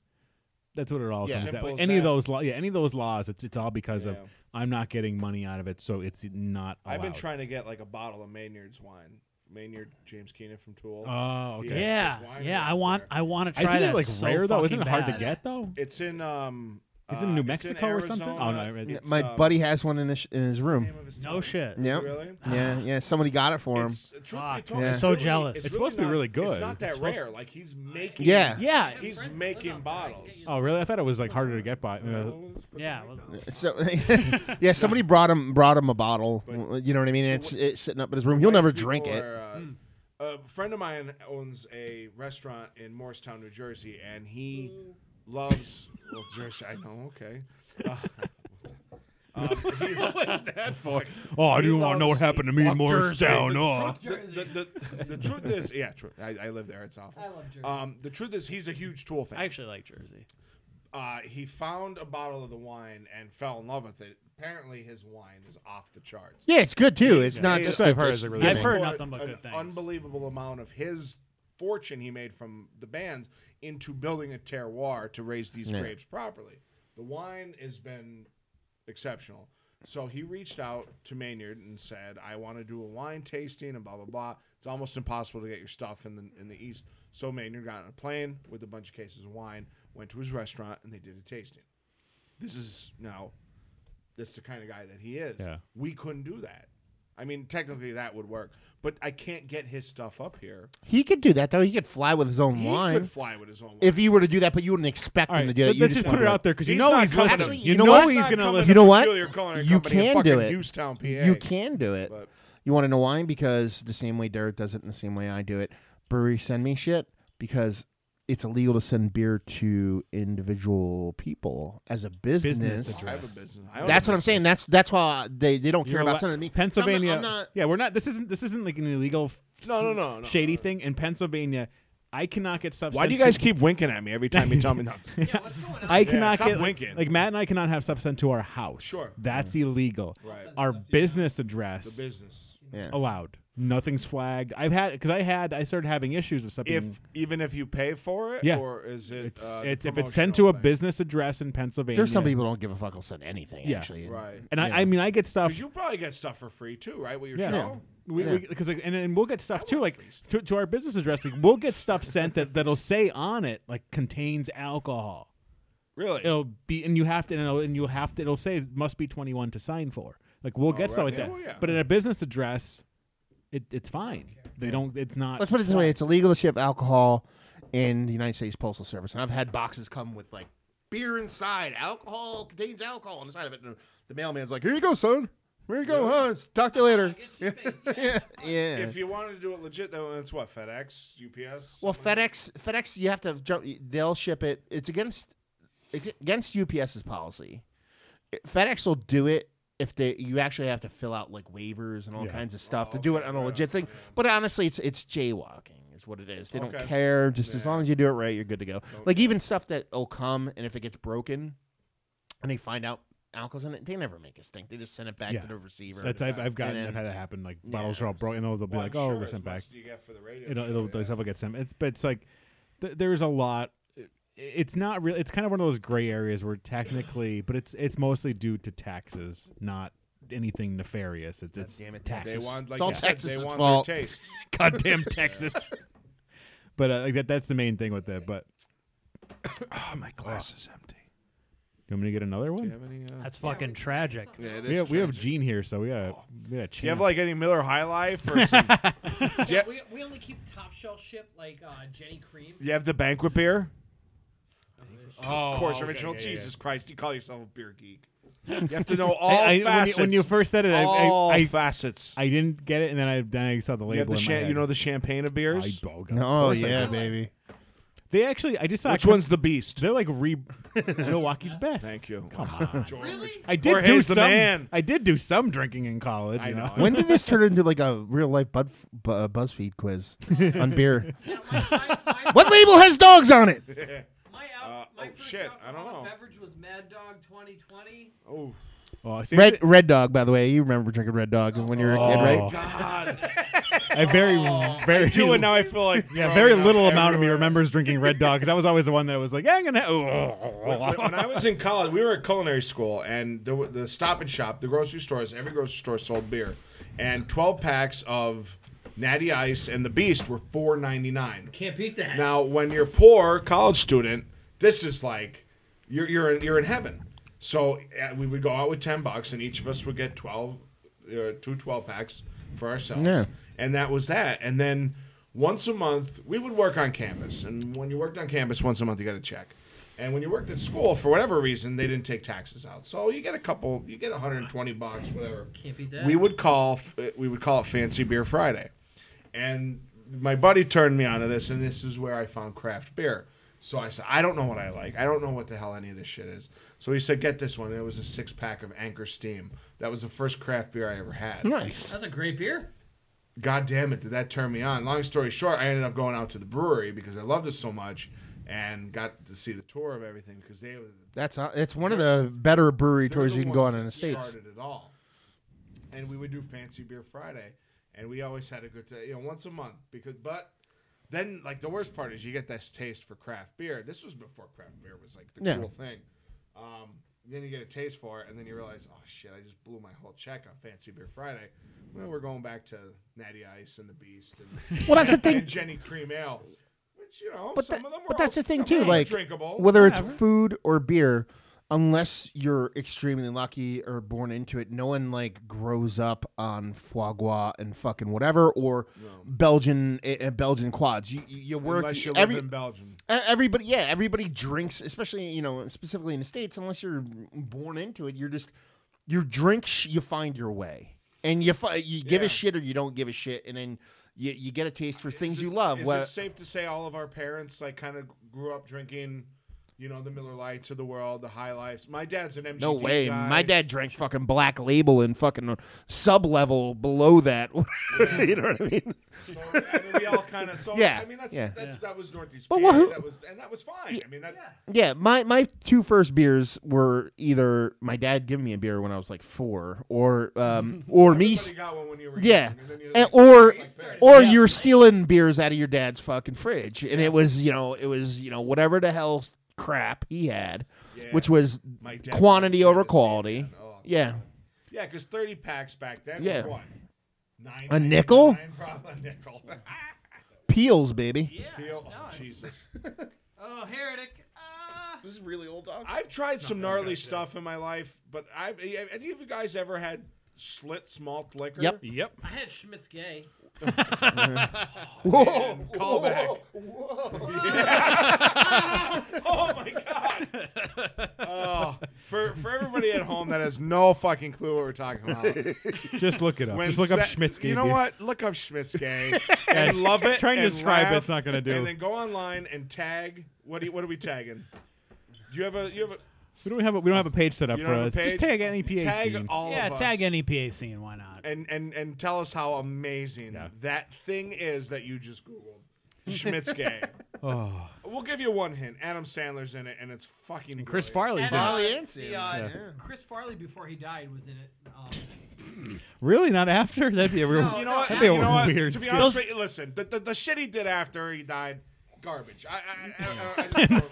Speaker 1: That's what it all
Speaker 2: Yeah.
Speaker 1: comes down.
Speaker 3: Simple
Speaker 1: to.
Speaker 3: as
Speaker 1: Any of
Speaker 3: that.
Speaker 1: those, law, yeah, any of those laws. It's it's all because of
Speaker 3: Yeah.
Speaker 1: I'm not getting money out of it, so it's not. Allowed.
Speaker 3: I've been trying to get like a bottle of Maynard's wine. Maynard James Keenan from Tool.
Speaker 1: Oh,
Speaker 3: He
Speaker 1: okay.
Speaker 3: has this
Speaker 4: Yeah,
Speaker 3: winery
Speaker 4: yeah. I
Speaker 3: out
Speaker 4: want,
Speaker 3: there.
Speaker 4: I want to
Speaker 1: I
Speaker 4: try
Speaker 1: see
Speaker 4: that.
Speaker 1: that like
Speaker 4: so
Speaker 1: rare though. Isn't it
Speaker 4: fucking
Speaker 1: hard to
Speaker 4: bad.
Speaker 1: get though?
Speaker 3: It's in um.
Speaker 1: It's
Speaker 3: uh,
Speaker 1: in New
Speaker 3: it's
Speaker 1: Mexico or something?
Speaker 3: Arizona.
Speaker 1: Oh, no, I read-
Speaker 3: It's,
Speaker 2: My
Speaker 3: um,
Speaker 2: buddy has one in his, in his room.
Speaker 3: name of his
Speaker 4: No
Speaker 3: town.
Speaker 4: shit.
Speaker 2: Yeah.
Speaker 3: Really?
Speaker 1: Ah.
Speaker 2: Yeah, yeah. Somebody got it for him.
Speaker 3: It's, truth be
Speaker 4: Fuck,
Speaker 3: told,
Speaker 2: man.
Speaker 3: it's
Speaker 2: I'm
Speaker 4: so
Speaker 3: really-
Speaker 4: jealous.
Speaker 1: It's supposed to be
Speaker 3: not-
Speaker 1: really good.
Speaker 3: It's not
Speaker 1: It's
Speaker 3: that
Speaker 1: supposed-
Speaker 3: rare. Like he's making.
Speaker 2: Yeah.
Speaker 4: Yeah,
Speaker 3: He's
Speaker 5: Friends that live
Speaker 3: making
Speaker 5: out there, I can
Speaker 3: bottles.
Speaker 5: get you
Speaker 1: Oh, really? I thought it was like harder to get by. uh,
Speaker 3: Well, let's put
Speaker 4: yeah.
Speaker 3: the
Speaker 4: well,
Speaker 3: mic down.
Speaker 1: [laughs]
Speaker 2: So [laughs] yeah, somebody brought him brought him a bottle. you know what I mean? And it's it's sitting up in his room. He'll
Speaker 3: White
Speaker 2: never
Speaker 3: people
Speaker 2: drink it.
Speaker 3: are, uh, A friend of mine owns a restaurant in Morristown, New Jersey, and he loves. Well, Jersey, I know. Okay. Uh, [laughs] um, he- [laughs] Fuck.
Speaker 1: oh, I didn't
Speaker 3: He
Speaker 1: want to know what
Speaker 3: loves-
Speaker 1: happened to me in Morristown. Oh.
Speaker 3: The, the, the, the truth is, yeah, true. I, I live there. It's awful.
Speaker 5: I love Jersey.
Speaker 3: Um, the truth is, he's a huge Tool fan.
Speaker 4: I actually like Jersey.
Speaker 3: uh, he found a bottle of the wine and fell in love with it. Apparently, his wine is off the charts.
Speaker 2: Yeah, it's good too. It's
Speaker 1: Yeah.
Speaker 2: not
Speaker 1: Yeah, that's
Speaker 2: just.
Speaker 1: what
Speaker 2: a
Speaker 1: I've heard
Speaker 2: just-
Speaker 1: is a really
Speaker 4: I've
Speaker 1: good
Speaker 4: heard
Speaker 3: Poured
Speaker 4: nothing but
Speaker 3: an
Speaker 4: good things.
Speaker 3: Unbelievable amount of his fortune he made from the bands into building a terroir to raise these
Speaker 2: Yeah.
Speaker 3: grapes properly. The wine has been exceptional. So he reached out to Maynard and said, "I want to do a wine tasting and blah blah blah. It's almost impossible to get your stuff in the in the east." So Maynard got on a plane with a bunch of cases of wine, went to his restaurant, and they did a tasting. This is now that's the kind of guy that he is.
Speaker 1: Yeah.
Speaker 3: We couldn't do that. I mean, technically that would work, but I can't get his stuff up here.
Speaker 2: He could do that though. He could fly with his own
Speaker 3: He
Speaker 2: wine.
Speaker 3: could fly with his own.
Speaker 2: if you were to do that, but you wouldn't expect
Speaker 1: All
Speaker 2: him to
Speaker 1: right,
Speaker 2: do that.
Speaker 1: let-
Speaker 2: You
Speaker 1: let's
Speaker 2: just
Speaker 1: just put it out there because you
Speaker 3: He's
Speaker 1: know
Speaker 3: not
Speaker 1: he's
Speaker 3: coming
Speaker 1: listening.
Speaker 3: to-
Speaker 2: Actually,
Speaker 1: you
Speaker 2: you know
Speaker 1: know
Speaker 2: what?
Speaker 1: he's
Speaker 3: He's not
Speaker 1: gonna
Speaker 3: coming
Speaker 1: listen.
Speaker 2: You know what?
Speaker 3: Peculiar Culinary
Speaker 2: You
Speaker 3: Company in
Speaker 2: can
Speaker 3: fucking
Speaker 2: do it.
Speaker 3: Newtown, PA.
Speaker 2: You can do it.
Speaker 3: But-
Speaker 2: You want to know why? Because the same way Derek does it and the same way I do it, breweries send me shit because it's illegal to send beer to individual people as a business.
Speaker 1: address.
Speaker 3: I have a business. I own
Speaker 2: That's
Speaker 3: a
Speaker 2: what I'm saying. That's that's why they, they don't care
Speaker 1: You're
Speaker 2: about
Speaker 1: allo-
Speaker 2: sending me. So I'm not-
Speaker 1: Pennsylvania.
Speaker 2: I'm not-
Speaker 1: yeah, we're not. This isn't. This isn't like an illegal. f-
Speaker 3: No, no, no, no,
Speaker 1: Shady
Speaker 3: no.
Speaker 1: thing in Pennsylvania. I cannot get substance.
Speaker 3: Why do you guys keep winking at me every time you
Speaker 1: [laughs]
Speaker 3: tell me that?
Speaker 5: Yeah, what's going on?
Speaker 1: I cannot
Speaker 3: stop
Speaker 1: get like-
Speaker 3: winking.
Speaker 1: Like Matt and I cannot have stuff sent to our house.
Speaker 3: Sure. Mm.
Speaker 1: that's illegal.
Speaker 3: Right.
Speaker 1: Our business address
Speaker 3: The business.
Speaker 2: yeah.
Speaker 1: allowed. Nothing's flagged. I've had because I had I started having issues with something.
Speaker 3: If even if you pay for it,
Speaker 1: Mm. Yeah.
Speaker 3: or is it?
Speaker 1: it's,
Speaker 3: uh, the
Speaker 1: it's if it's sent to a
Speaker 3: promotional thing?
Speaker 1: business address in Pennsylvania.
Speaker 2: There's some people don't give a fuck. I'll send anything.
Speaker 1: Yeah.
Speaker 2: Actually,
Speaker 3: right?
Speaker 1: and I, I mean I get stuff.
Speaker 3: Because you probably get stuff for free too, right? With your
Speaker 1: Yeah.
Speaker 3: show.
Speaker 1: We,
Speaker 2: Yeah.
Speaker 1: we, cause like, and then we'll get stuff too, like to, to our business address. Like we'll get stuff sent that that'll say on it like contains alcohol.
Speaker 3: Really?
Speaker 1: It'll be and you have to and, it'll, and you'll have to. It'll say must be twenty one to sign for. Like we'll get stuff
Speaker 3: Oh, right.
Speaker 1: like
Speaker 3: Yeah,
Speaker 1: that.
Speaker 3: well, yeah.
Speaker 1: But in a business address, it, it's fine. They don't. It's not.
Speaker 2: Let's put it this way: it's illegal to ship alcohol in the United States Postal Service, and I've had boxes come with like beer inside, alcohol contains alcohol on the side of it. And the mailman's like, "Here you go, son. Here you go. Huh? Talk to you later."
Speaker 5: Get your face, yeah.
Speaker 2: [laughs] yeah.
Speaker 1: Eh.
Speaker 3: If you wanted to do it legit, though, it's what FedEx, UPS.
Speaker 2: well,
Speaker 3: something like that?
Speaker 2: FedEx, FedEx, you have to jump. They'll ship it. It's against it's against UPS's policy. FedEx will do it if they you actually have to fill out like waivers and all
Speaker 1: Yeah.
Speaker 2: kinds of stuff
Speaker 3: Oh,
Speaker 2: to do it on a legit thing. But honestly, it's it's jaywalking is what it is. They
Speaker 3: Okay.
Speaker 2: don't care. Just as
Speaker 3: Yeah.
Speaker 2: long as you do it right, you're good to go. Like even stuff that'll come and if it gets broken, and they find out alcohol's in it, they never make a stink. They just send it back
Speaker 1: Yeah.
Speaker 2: to the receiver.
Speaker 1: That's I've, I've gotten.
Speaker 2: And
Speaker 1: I've
Speaker 2: then-
Speaker 1: had it happen. Like bottles are all broken. and They'll be
Speaker 3: Well,
Speaker 1: like,
Speaker 3: I'm
Speaker 1: oh,
Speaker 3: sure
Speaker 1: we're
Speaker 3: as
Speaker 1: sent
Speaker 3: much
Speaker 1: back.
Speaker 3: as You get for the radio.
Speaker 1: it'll
Speaker 3: show,
Speaker 1: it'll
Speaker 3: yeah.
Speaker 1: stuff will get sent. It's but it's like th- there's a lot. it's not really. It's kind of one of those gray areas where technically, but it's it's mostly due to taxes, not anything nefarious. It's it's
Speaker 2: damn it,
Speaker 1: taxes.
Speaker 3: They want like
Speaker 2: all
Speaker 3: you said,
Speaker 2: Texas'
Speaker 3: they want
Speaker 2: fault.
Speaker 3: their taste.
Speaker 1: [laughs]
Speaker 3: [laughs]
Speaker 1: goddamn Texas. but uh, like that, that's the main thing with that. But [coughs]
Speaker 3: Oh, my glass is empty.
Speaker 1: you want me to get another one?
Speaker 3: Do you have any? Uh,
Speaker 4: That's fucking tragic.
Speaker 3: yeah, it is
Speaker 1: we have, we have
Speaker 3: tragic.
Speaker 1: Gene here, so we gotta we gotta
Speaker 3: Do you have
Speaker 1: champ.
Speaker 3: like any Miller High Life
Speaker 1: [laughs]
Speaker 3: or some? do you,
Speaker 5: we, we only keep top shelf shit like uh, Jenny Cream.
Speaker 3: you have the banquet beer?
Speaker 1: oh,
Speaker 3: Of course,
Speaker 1: okay,
Speaker 3: original.
Speaker 1: yeah, yeah,
Speaker 3: Jesus Christ, you call yourself a beer
Speaker 1: [laughs]
Speaker 3: geek? You have to know all
Speaker 1: I- I- when you- when
Speaker 3: facets.
Speaker 1: you first said it, I- I-
Speaker 3: all
Speaker 1: I-
Speaker 3: facets.
Speaker 1: yeah. I didn't get it, and then I then I saw the label.
Speaker 3: you have the
Speaker 1: in my
Speaker 3: cha-
Speaker 1: head.
Speaker 3: you know the champagne of
Speaker 1: I,
Speaker 3: beers.
Speaker 1: oh, God, of
Speaker 2: Oh
Speaker 1: course I
Speaker 2: yeah,
Speaker 1: do.
Speaker 2: baby.
Speaker 1: They actually, I just saw a
Speaker 3: Which
Speaker 1: couple-
Speaker 3: one's the beast?
Speaker 1: They're like [laughs] re Milwaukee's best.
Speaker 3: Thank you. Come on, George.
Speaker 5: Really?
Speaker 1: I did do
Speaker 3: Jorge's the
Speaker 1: some.
Speaker 3: man.
Speaker 1: I did do some drinking in college.
Speaker 3: I
Speaker 1: you know. [laughs]
Speaker 3: know.
Speaker 2: When did this turn into like a real life Bud, bu- uh, BuzzFeed quiz on
Speaker 3: [laughs]
Speaker 2: beer?
Speaker 5: Yeah, my, my, my,
Speaker 2: What label has dogs on it?
Speaker 5: My, out,
Speaker 3: Uh,
Speaker 5: my
Speaker 3: oh,
Speaker 5: first
Speaker 3: shit, I don't
Speaker 5: alcoholic
Speaker 3: know.
Speaker 5: beverage was Mad Dog 2020.
Speaker 3: Oh,
Speaker 1: Oh, see,
Speaker 2: Red Red Dog, by the way. You remember drinking Red Dog when you were a kid,
Speaker 1: Oh.
Speaker 2: right?
Speaker 3: God.
Speaker 1: [laughs] I very, very.
Speaker 3: [laughs] Do it now. I feel like
Speaker 1: Yeah,
Speaker 3: throwing
Speaker 1: very
Speaker 3: up
Speaker 1: little amount of me
Speaker 3: everywhere.
Speaker 1: remembers drinking Red Dog because I was always the one that was like, yeah, I'm gonna.
Speaker 3: when, when- [laughs] when
Speaker 1: Oh.
Speaker 3: I was in college, we were at culinary school, and the, the Stop and Shop, the grocery stores, every grocery store sold beer, and twelve packs of Natty Ice and the Beast were four ninety nine.
Speaker 5: Can't beat that.
Speaker 3: Now, when you're poor college student, this is like you're you're in, you're in heaven. So uh, we would go out with ten bucks, and each of us would get twelve, uh, two 12 packs for ourselves,
Speaker 2: Yeah.
Speaker 3: and that was that. And then once a month, we would work on campus, and when you worked on campus once a month, you got a check. And when you worked at school, for whatever reason, they didn't take taxes out, so you get a couple, you get 120 bucks, whatever.
Speaker 5: Can't beat that.
Speaker 3: We would call we would call it Fancy Beer Friday, and my buddy turned me onto this, and this is where I found craft beer. So I said, I don't know what I like. I don't know what the hell any of this shit is. So he said, get this one. And it was a six pack of Anchor Steam. That was the first craft beer I ever had.
Speaker 2: Nice.
Speaker 5: That's a great beer.
Speaker 3: God damn it, did that turn me on? Long story short, I ended up going out to the brewery because I loved it so much, and got to see the tour of everything because they were
Speaker 2: That's uh, it's one of the better brewery
Speaker 3: they're
Speaker 2: tours
Speaker 3: the
Speaker 2: you can go
Speaker 3: ones
Speaker 2: on in the
Speaker 3: that
Speaker 2: states.
Speaker 3: Started it all, and we would do Fancy Beer Friday, and we always had a good day, you know, once a month. Because, but then, like the worst part is you get this taste for craft beer. This was before craft beer was like the
Speaker 2: Yeah.
Speaker 3: cool thing. Um, then you get a taste for it, and then you realize, oh shit, I just blew my whole check on Fancy Beer Friday. Well, we're going back to Natty Ice and the Beast, and,
Speaker 2: [laughs] Well, that's the thing.
Speaker 3: and Jenny Cream Ale. Which, you know,
Speaker 2: But,
Speaker 3: some
Speaker 2: that-
Speaker 3: of them were
Speaker 2: but that's the thing
Speaker 3: some of them
Speaker 2: too.
Speaker 3: were
Speaker 2: Like
Speaker 3: drinkable.
Speaker 2: whether it's food or beer, unless you're extremely lucky or born into it, no one like grows up on foie gras and fucking whatever or Belgian eh, eh, Belgian quads. You you you work
Speaker 3: unless you live
Speaker 2: every
Speaker 3: in Belgium.
Speaker 2: e- everybody yeah everybody drinks especially you know specifically in the states unless you're born into it. You're just you drink sh- you find your way and you fi- you give
Speaker 3: Yeah.
Speaker 2: a shit or you don't give a shit and then. You, you get a taste for things
Speaker 3: Is
Speaker 2: you
Speaker 3: it-
Speaker 2: love.
Speaker 3: Is
Speaker 2: whe-
Speaker 3: it safe to say all of our parents like kind of grew up drinking, you know, the Miller Lights of the world, the High Lifes? My dad's an MGD
Speaker 2: No way.
Speaker 3: guy.
Speaker 2: My dad drank fucking black label and fucking sub level below that. [laughs] you know what I mean?
Speaker 3: So, I mean, we all kind of. So
Speaker 2: Yeah,
Speaker 3: I mean, that's,
Speaker 2: yeah.
Speaker 3: that's that was Northeast.
Speaker 2: But
Speaker 3: But
Speaker 2: wha- who-
Speaker 3: that was and that was fine. I mean, that
Speaker 2: Yeah, my, my two first beers were either my dad giving me a beer when I was like four, or
Speaker 3: [laughs]
Speaker 2: um, or me,
Speaker 3: everybody got one when you were
Speaker 2: yeah,
Speaker 3: young, and then you-
Speaker 2: And- or
Speaker 3: like this.
Speaker 2: or you're stealing beers out of your dad's fucking fridge, and it was you know it was you know whatever the hell crap he had,
Speaker 3: Yeah.
Speaker 2: which was
Speaker 3: My dad
Speaker 2: quantity
Speaker 3: did
Speaker 2: over
Speaker 3: the same,
Speaker 2: quality.
Speaker 3: man. Oh.
Speaker 2: Yeah,
Speaker 3: yeah, because thirty packs back then.
Speaker 2: Yeah.
Speaker 3: Yeah. What? Nine
Speaker 2: A
Speaker 3: [laughs]
Speaker 2: nickel?
Speaker 3: nine, probably A
Speaker 5: [laughs]
Speaker 3: nickel.
Speaker 2: peels, baby.
Speaker 5: Yeah.
Speaker 3: Feel-
Speaker 5: no,
Speaker 3: oh,
Speaker 5: it's-
Speaker 3: Jesus.
Speaker 5: Oh, heretic. Ah.
Speaker 2: This is really old dog.
Speaker 3: I've tried some gnarly stuff in my life, but I've. Any of you guys ever had slit malt liquor?
Speaker 2: Yep.
Speaker 1: [laughs] Yep.
Speaker 5: I had Schmidt's gay.
Speaker 2: Whoa,
Speaker 3: Call back. [laughs] oh my god. Oh, for for everybody at home that has no fucking clue what we're talking about.
Speaker 1: [laughs] Just look it up.
Speaker 3: When
Speaker 1: Just look up
Speaker 3: Sa-
Speaker 1: Schmidt's
Speaker 3: You know what? Look up Schmidt's gay
Speaker 1: [laughs]
Speaker 3: and love it.
Speaker 1: Trying to
Speaker 3: and
Speaker 1: describe
Speaker 3: laugh,
Speaker 1: it's not gonna do.
Speaker 3: And then go online and tag. What do you, what are we tagging? Do you have a you have a
Speaker 1: We don't have a, we don't have a page set up
Speaker 3: you
Speaker 1: for
Speaker 3: don't have a
Speaker 1: us.
Speaker 3: page?
Speaker 1: Just tag any PA
Speaker 3: Tag
Speaker 1: scene.
Speaker 3: all
Speaker 4: Yeah,
Speaker 3: of us.
Speaker 4: tag any PA scene. Why not?
Speaker 3: and and and tell us how amazing
Speaker 1: Yeah.
Speaker 3: that thing is that you just googled.
Speaker 1: [laughs]
Speaker 3: Schmidt's gay.
Speaker 1: Oh. [laughs]
Speaker 3: We'll give you one hint. Adam Sandler's in it, and it's fucking.
Speaker 1: Chris
Speaker 3: brilliant.
Speaker 1: Farley's in it.
Speaker 5: And, uh,
Speaker 2: Farley and Sam.
Speaker 5: the, uh,
Speaker 2: Yeah.
Speaker 5: Chris Farley, before he died, was in it. Um,
Speaker 1: Really? Not after? That'd be a real.
Speaker 5: No.
Speaker 3: You know what?
Speaker 5: That'd
Speaker 1: be a
Speaker 3: you know what?
Speaker 1: weird
Speaker 3: To be
Speaker 1: skit.
Speaker 3: honest, with you, listen, the, the the shit he did after he died garbage. I, I, I, I,
Speaker 1: [laughs]
Speaker 3: I, just don't-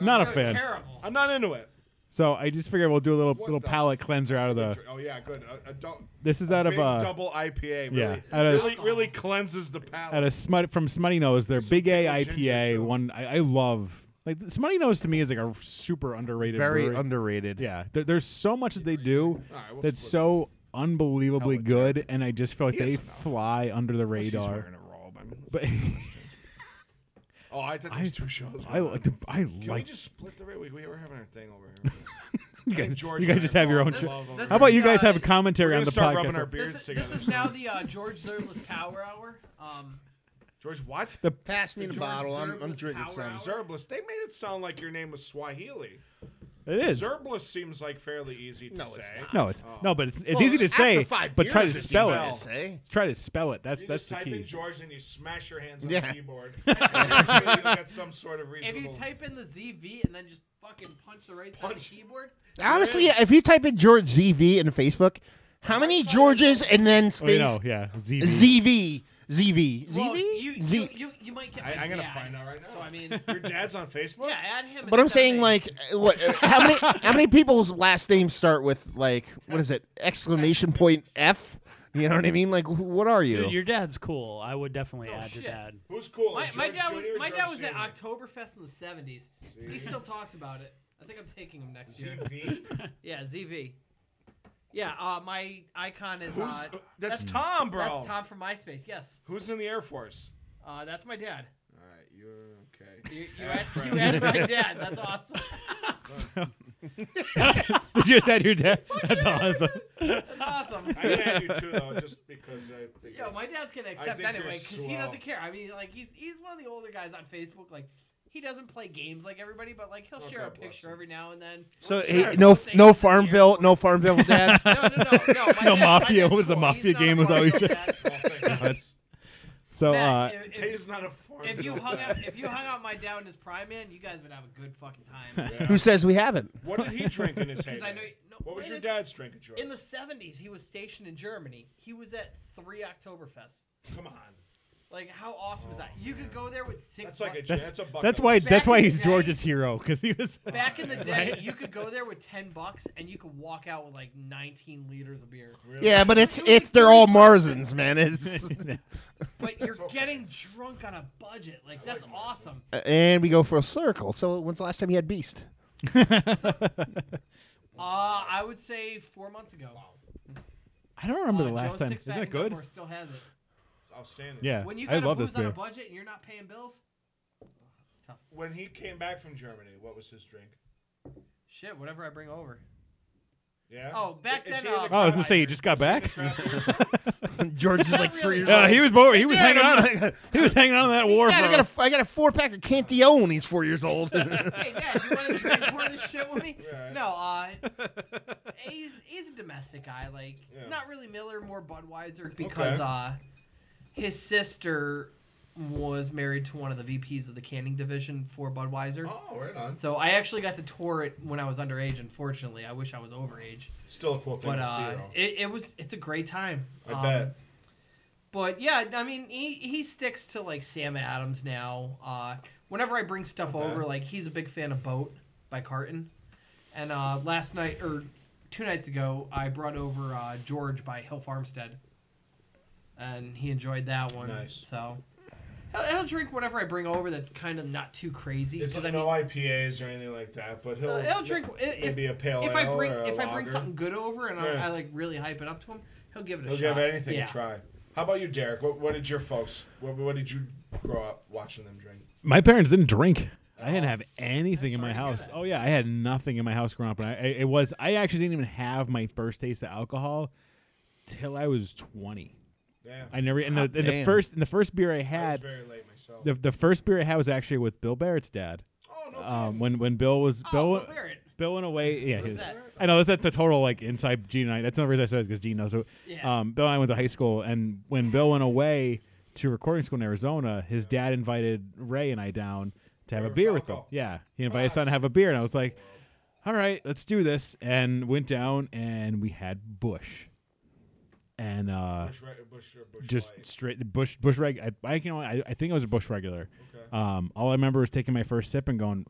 Speaker 3: I-
Speaker 1: Not a
Speaker 5: They're
Speaker 1: fan.
Speaker 5: Terrible.
Speaker 3: I'm not into it.
Speaker 1: So I just figured we'll do a little
Speaker 3: What
Speaker 1: little
Speaker 3: the
Speaker 1: palate cleanser out of the.
Speaker 3: oh yeah, good. A, adult.
Speaker 1: Uh. This is out of
Speaker 3: big
Speaker 1: uh,
Speaker 3: double IPA. Really,
Speaker 1: yeah, out of-
Speaker 3: really, really cleanses the
Speaker 1: at
Speaker 3: palate.
Speaker 1: a smut from Smutty Nose, their Big A
Speaker 3: ginger
Speaker 1: IPA.
Speaker 3: ale.
Speaker 1: One I, I love. Like Smutty Nose to me is like a super underrated.
Speaker 2: Very
Speaker 1: brewery.
Speaker 2: underrated.
Speaker 1: Yeah, there, there's so much that they do
Speaker 3: All right, we'll
Speaker 1: that's
Speaker 3: split
Speaker 1: so unbelievably good, and I just feel like
Speaker 3: He has
Speaker 1: they
Speaker 3: enough.
Speaker 1: fly under the
Speaker 3: He's
Speaker 1: radar.
Speaker 3: wearing a robe. I mean,
Speaker 1: But [laughs]
Speaker 3: oh, I thought there was two shows.
Speaker 1: I like the, I
Speaker 3: Can we
Speaker 1: like.
Speaker 3: just split the rate? We, we were having a thing over here.
Speaker 1: [laughs] You
Speaker 3: and
Speaker 1: guys,
Speaker 3: George
Speaker 1: you guys
Speaker 3: and
Speaker 1: just
Speaker 3: I
Speaker 1: have your
Speaker 3: fall
Speaker 1: own.
Speaker 3: in
Speaker 1: tr-
Speaker 3: love over
Speaker 5: This
Speaker 1: How
Speaker 5: is
Speaker 1: about you
Speaker 5: the,
Speaker 1: guys
Speaker 5: uh,
Speaker 1: have a commentary
Speaker 3: We're
Speaker 1: on
Speaker 3: gonna
Speaker 1: the
Speaker 3: start
Speaker 1: podcast?
Speaker 3: rubbing our beards
Speaker 5: This,
Speaker 3: together.
Speaker 5: this is now the uh, George Zerbless Power Hour. Um,
Speaker 3: George, [laughs] what?
Speaker 1: The-
Speaker 2: Pass me
Speaker 5: The
Speaker 2: the
Speaker 5: George
Speaker 2: bottle. I'm, I'm
Speaker 5: Zerbless
Speaker 2: drinking
Speaker 5: Power
Speaker 2: some.
Speaker 5: Hour.
Speaker 3: Zerbless. They made it sound like your name was Swahili.
Speaker 1: It is.
Speaker 3: Zerbless seems like fairly easy to
Speaker 2: No,
Speaker 3: say.
Speaker 2: it's not.
Speaker 1: No, it's
Speaker 3: Oh.
Speaker 1: no, but it's it's
Speaker 2: Well,
Speaker 1: easy to
Speaker 2: after
Speaker 1: say,
Speaker 2: five
Speaker 1: but try to
Speaker 2: beers, it's
Speaker 1: spell
Speaker 2: easy
Speaker 1: it.
Speaker 2: to say.
Speaker 1: Try to spell it. That's
Speaker 3: You
Speaker 1: that's
Speaker 3: just
Speaker 1: the
Speaker 3: type in
Speaker 1: key.
Speaker 3: George and you smash your hands on
Speaker 2: Yeah.
Speaker 3: the keyboard. And make sure you get some sort of
Speaker 5: if
Speaker 3: reasonable.
Speaker 5: you type in the ZV and then just fucking punch the right side of the
Speaker 3: Punch.
Speaker 5: keyboard,
Speaker 2: Honestly, if you type in George ZV in Facebook, how many Georges and then
Speaker 1: Oh, you
Speaker 2: space
Speaker 1: know, yeah. ZB.
Speaker 2: ZV ZV
Speaker 5: well, you,
Speaker 2: ZV
Speaker 5: you,
Speaker 2: Z?
Speaker 5: you, you might get.
Speaker 3: I,
Speaker 5: my
Speaker 3: am gonna
Speaker 5: dad.
Speaker 3: find out right now.
Speaker 5: So
Speaker 3: [laughs]
Speaker 5: I mean,
Speaker 3: your dad's on Facebook.
Speaker 5: yeah, add him.
Speaker 2: But
Speaker 5: and
Speaker 2: I'm
Speaker 5: send
Speaker 2: saying
Speaker 5: me.
Speaker 2: like eh, what? How many how many people's last names start with like what is it exclamation point F? You know what I mean? Like wh- what are
Speaker 4: Dude,
Speaker 2: you?
Speaker 4: your dad's cool. I would definitely
Speaker 5: Oh,
Speaker 4: add
Speaker 5: shit.
Speaker 4: your dad.
Speaker 3: Who's cool?
Speaker 5: My, my dad, was, my dad was at
Speaker 3: October.
Speaker 5: Oktoberfest in the '70s. He still talks about it. I think I'm taking him next year.
Speaker 3: ZV?
Speaker 5: Yeah, ZV. Yeah, uh, my icon is.
Speaker 3: Who's,
Speaker 5: uh,
Speaker 3: uh, that's Tom, bro.
Speaker 5: That's Tom from MySpace. Yes,
Speaker 3: Who's in the Air Force?
Speaker 5: uh, that's my dad.
Speaker 3: All right, you're okay.
Speaker 5: You, you,
Speaker 3: Add
Speaker 5: add,
Speaker 3: friend.
Speaker 5: you added my dad. That's awesome.
Speaker 1: Did [laughs] you just add your dad? That's awesome.
Speaker 5: That's awesome.
Speaker 3: I can add you too, though, just because I think.
Speaker 5: [laughs] Yo, my dad's gonna
Speaker 3: think
Speaker 5: accept
Speaker 3: you're
Speaker 5: anyway because he
Speaker 3: swell.
Speaker 5: doesn't care. I mean, like he's he's one of the older guys on Facebook. Like he doesn't play games like everybody, but like he'll
Speaker 3: Oh,
Speaker 5: share a
Speaker 3: God bless
Speaker 5: picture
Speaker 3: him.
Speaker 5: every now and then.
Speaker 2: So
Speaker 5: Sure,
Speaker 2: hey,
Speaker 5: he'll
Speaker 2: no
Speaker 5: say
Speaker 2: no
Speaker 5: he's in the
Speaker 2: Farmville
Speaker 5: air.
Speaker 2: no [laughs] Farmville dad.
Speaker 5: No, no, no, no. my
Speaker 1: No
Speaker 5: dad-
Speaker 1: Mafia
Speaker 5: my dad's
Speaker 1: was a
Speaker 5: cool.
Speaker 1: Mafia
Speaker 5: He's not
Speaker 1: game was
Speaker 5: Mario
Speaker 1: always-
Speaker 5: dad.
Speaker 3: [laughs] Oh, thank God.
Speaker 1: So uh,
Speaker 5: Matt, if- if-
Speaker 3: He's not a farmer.
Speaker 5: If you hung out, if you hung out with my dad in his prime, man, you guys would have a good fucking
Speaker 3: [laughs]
Speaker 5: time.
Speaker 2: Who says we haven't?
Speaker 3: What did he drink
Speaker 5: [laughs]
Speaker 3: in his
Speaker 5: Because I know.
Speaker 3: heyday?
Speaker 5: No,
Speaker 3: What was
Speaker 5: in
Speaker 3: your
Speaker 5: his-
Speaker 3: dad's drink at George?
Speaker 5: In the '70s, he was stationed in Germany. He was at three Oktoberfest.
Speaker 3: Come on.
Speaker 5: Like, how awesome is that? You could go there with six.
Speaker 3: That's like a
Speaker 5: bucks.
Speaker 3: that's, that's a bucket.
Speaker 1: that's why
Speaker 3: list.
Speaker 1: that's why
Speaker 5: in the
Speaker 1: he's
Speaker 5: day-
Speaker 1: George's hero because he was.
Speaker 5: Back in the day,
Speaker 1: Right?
Speaker 5: you could go there with ten bucks and you could walk out with like 19 liters of beer.
Speaker 3: Really?
Speaker 2: Yeah, but it's it's they're all Marzens, man. [laughs] It's
Speaker 3: [laughs]
Speaker 5: But you're getting drunk on a budget. Like, that's
Speaker 3: like that.
Speaker 5: awesome.
Speaker 2: and we go for a circle. So when's the last time you had Beast?
Speaker 5: Uh, I would say four months ago.
Speaker 1: [laughs] I don't remember
Speaker 5: Uh,
Speaker 1: the last
Speaker 5: Joe's
Speaker 1: time.
Speaker 5: Sixpack
Speaker 1: Isn't it
Speaker 5: in
Speaker 1: good?
Speaker 5: Dunmore Still has it.
Speaker 3: Outstanding.
Speaker 1: Yeah,
Speaker 5: When you
Speaker 1: I
Speaker 5: got a
Speaker 1: love this
Speaker 5: booze on a
Speaker 1: beer.
Speaker 5: budget and you're not paying bills,
Speaker 3: When he came back from Germany, what was his drink?
Speaker 5: shit, whatever I bring over.
Speaker 3: Yeah.
Speaker 5: Oh, back
Speaker 3: Is
Speaker 5: then,
Speaker 3: he in the
Speaker 5: uh,
Speaker 3: crowd?
Speaker 1: Oh, I was gonna say you just got
Speaker 3: Is he in
Speaker 1: back.
Speaker 3: the
Speaker 1: [laughs]
Speaker 2: [laughs]
Speaker 3: crowd?
Speaker 2: George is like
Speaker 5: Not
Speaker 2: three
Speaker 5: really.
Speaker 2: years
Speaker 5: Yeah,
Speaker 1: Uh,
Speaker 2: old.
Speaker 1: he was bored. He was
Speaker 2: Yeah,
Speaker 1: hanging
Speaker 2: I'm
Speaker 1: on. [laughs] He was hanging on to that war.
Speaker 2: Dad, I
Speaker 1: for-
Speaker 2: got a I got a four pack of Cantillon. He's four years old.
Speaker 5: hey, Dad, you want to drink more of this shit with me?
Speaker 3: [laughs] Yeah.
Speaker 5: No, uh, he's, he's a domestic guy. Like,
Speaker 3: Yeah.
Speaker 5: not really Miller, more Budweiser, because
Speaker 3: Okay.
Speaker 5: uh, his sister was married to one of the VPs of the canning division for Budweiser.
Speaker 1: [laughs]
Speaker 3: Oh, right on.
Speaker 5: So I actually got to tour it when I was underage. Unfortunately, I wish I was overage.
Speaker 3: Still a cool thing
Speaker 5: But
Speaker 3: to
Speaker 5: uh,
Speaker 3: see,
Speaker 5: it, it was it's a great time.
Speaker 3: though. I
Speaker 5: Um,
Speaker 3: bet.
Speaker 5: But yeah, I mean, he, he sticks to like Sam Adams now. Uh, whenever I bring stuff
Speaker 3: Okay.
Speaker 5: over, like he's a big fan of Boat by Carton. And uh, last night or two nights ago, I brought over uh, George by Hill Farmstead, and he enjoyed that one.
Speaker 3: Nice.
Speaker 5: So he'll, he'll drink whatever I bring over. That's kind of not too crazy.
Speaker 3: It's
Speaker 5: 'cause
Speaker 3: like
Speaker 5: I
Speaker 3: no
Speaker 5: mean,
Speaker 3: IPAs or anything like that, but he'll
Speaker 5: he'll, Uh, he'll drink i- if,
Speaker 3: maybe a pale
Speaker 5: if I
Speaker 3: ale
Speaker 5: bring
Speaker 3: or a
Speaker 5: if I bring
Speaker 3: lager.
Speaker 5: something good over and
Speaker 3: Yeah.
Speaker 5: I, I like really hype it up to him, he'll give it a
Speaker 3: He'll
Speaker 5: shot.
Speaker 3: give anything
Speaker 5: yeah.
Speaker 3: a try. How about you, Derek? What, what did your folks? What, what did you grow up watching them drink?
Speaker 1: My parents didn't drink. I didn't have anything in my
Speaker 5: sorry to hear
Speaker 1: house.
Speaker 5: that.
Speaker 1: Oh yeah, I had nothing in my house growing up. And I, I, it was I actually didn't even have my first taste of alcohol till I was twenty.
Speaker 3: Yeah,
Speaker 1: I never and the,
Speaker 2: Hot
Speaker 1: and the
Speaker 2: damn.
Speaker 1: first and the first beer I
Speaker 3: I was
Speaker 1: had
Speaker 3: very late myself.
Speaker 1: the, the first beer I had was actually with Bill Barrett's dad.
Speaker 3: oh no,
Speaker 1: Um, when when Bill was
Speaker 5: Oh,
Speaker 1: Bill
Speaker 5: Bill Barrett.
Speaker 1: Bill went away. Yeah,
Speaker 5: Who's
Speaker 1: his,
Speaker 5: that?
Speaker 1: I know that's, that's a total like inside Gene and I. That's the reason I said because Gene knows. So,
Speaker 5: Yeah.
Speaker 1: um, Bill and I went to high school, and when Bill went away to recording school in Arizona, his dad invited Ray and I down to have a
Speaker 3: were
Speaker 1: beer with them.
Speaker 3: Falco.
Speaker 1: Yeah, he
Speaker 5: Oh,
Speaker 1: invited us down to have a beer, and I was like, "All right, let's do this." And went down, and we had Bush. and uh,
Speaker 3: Bush, re- bush, bush
Speaker 1: just
Speaker 3: light.
Speaker 1: straight the bush bush reg. I, I can only, I, I think it was a bush regular.
Speaker 3: Okay.
Speaker 1: Um, all I remember was taking my first sip and going,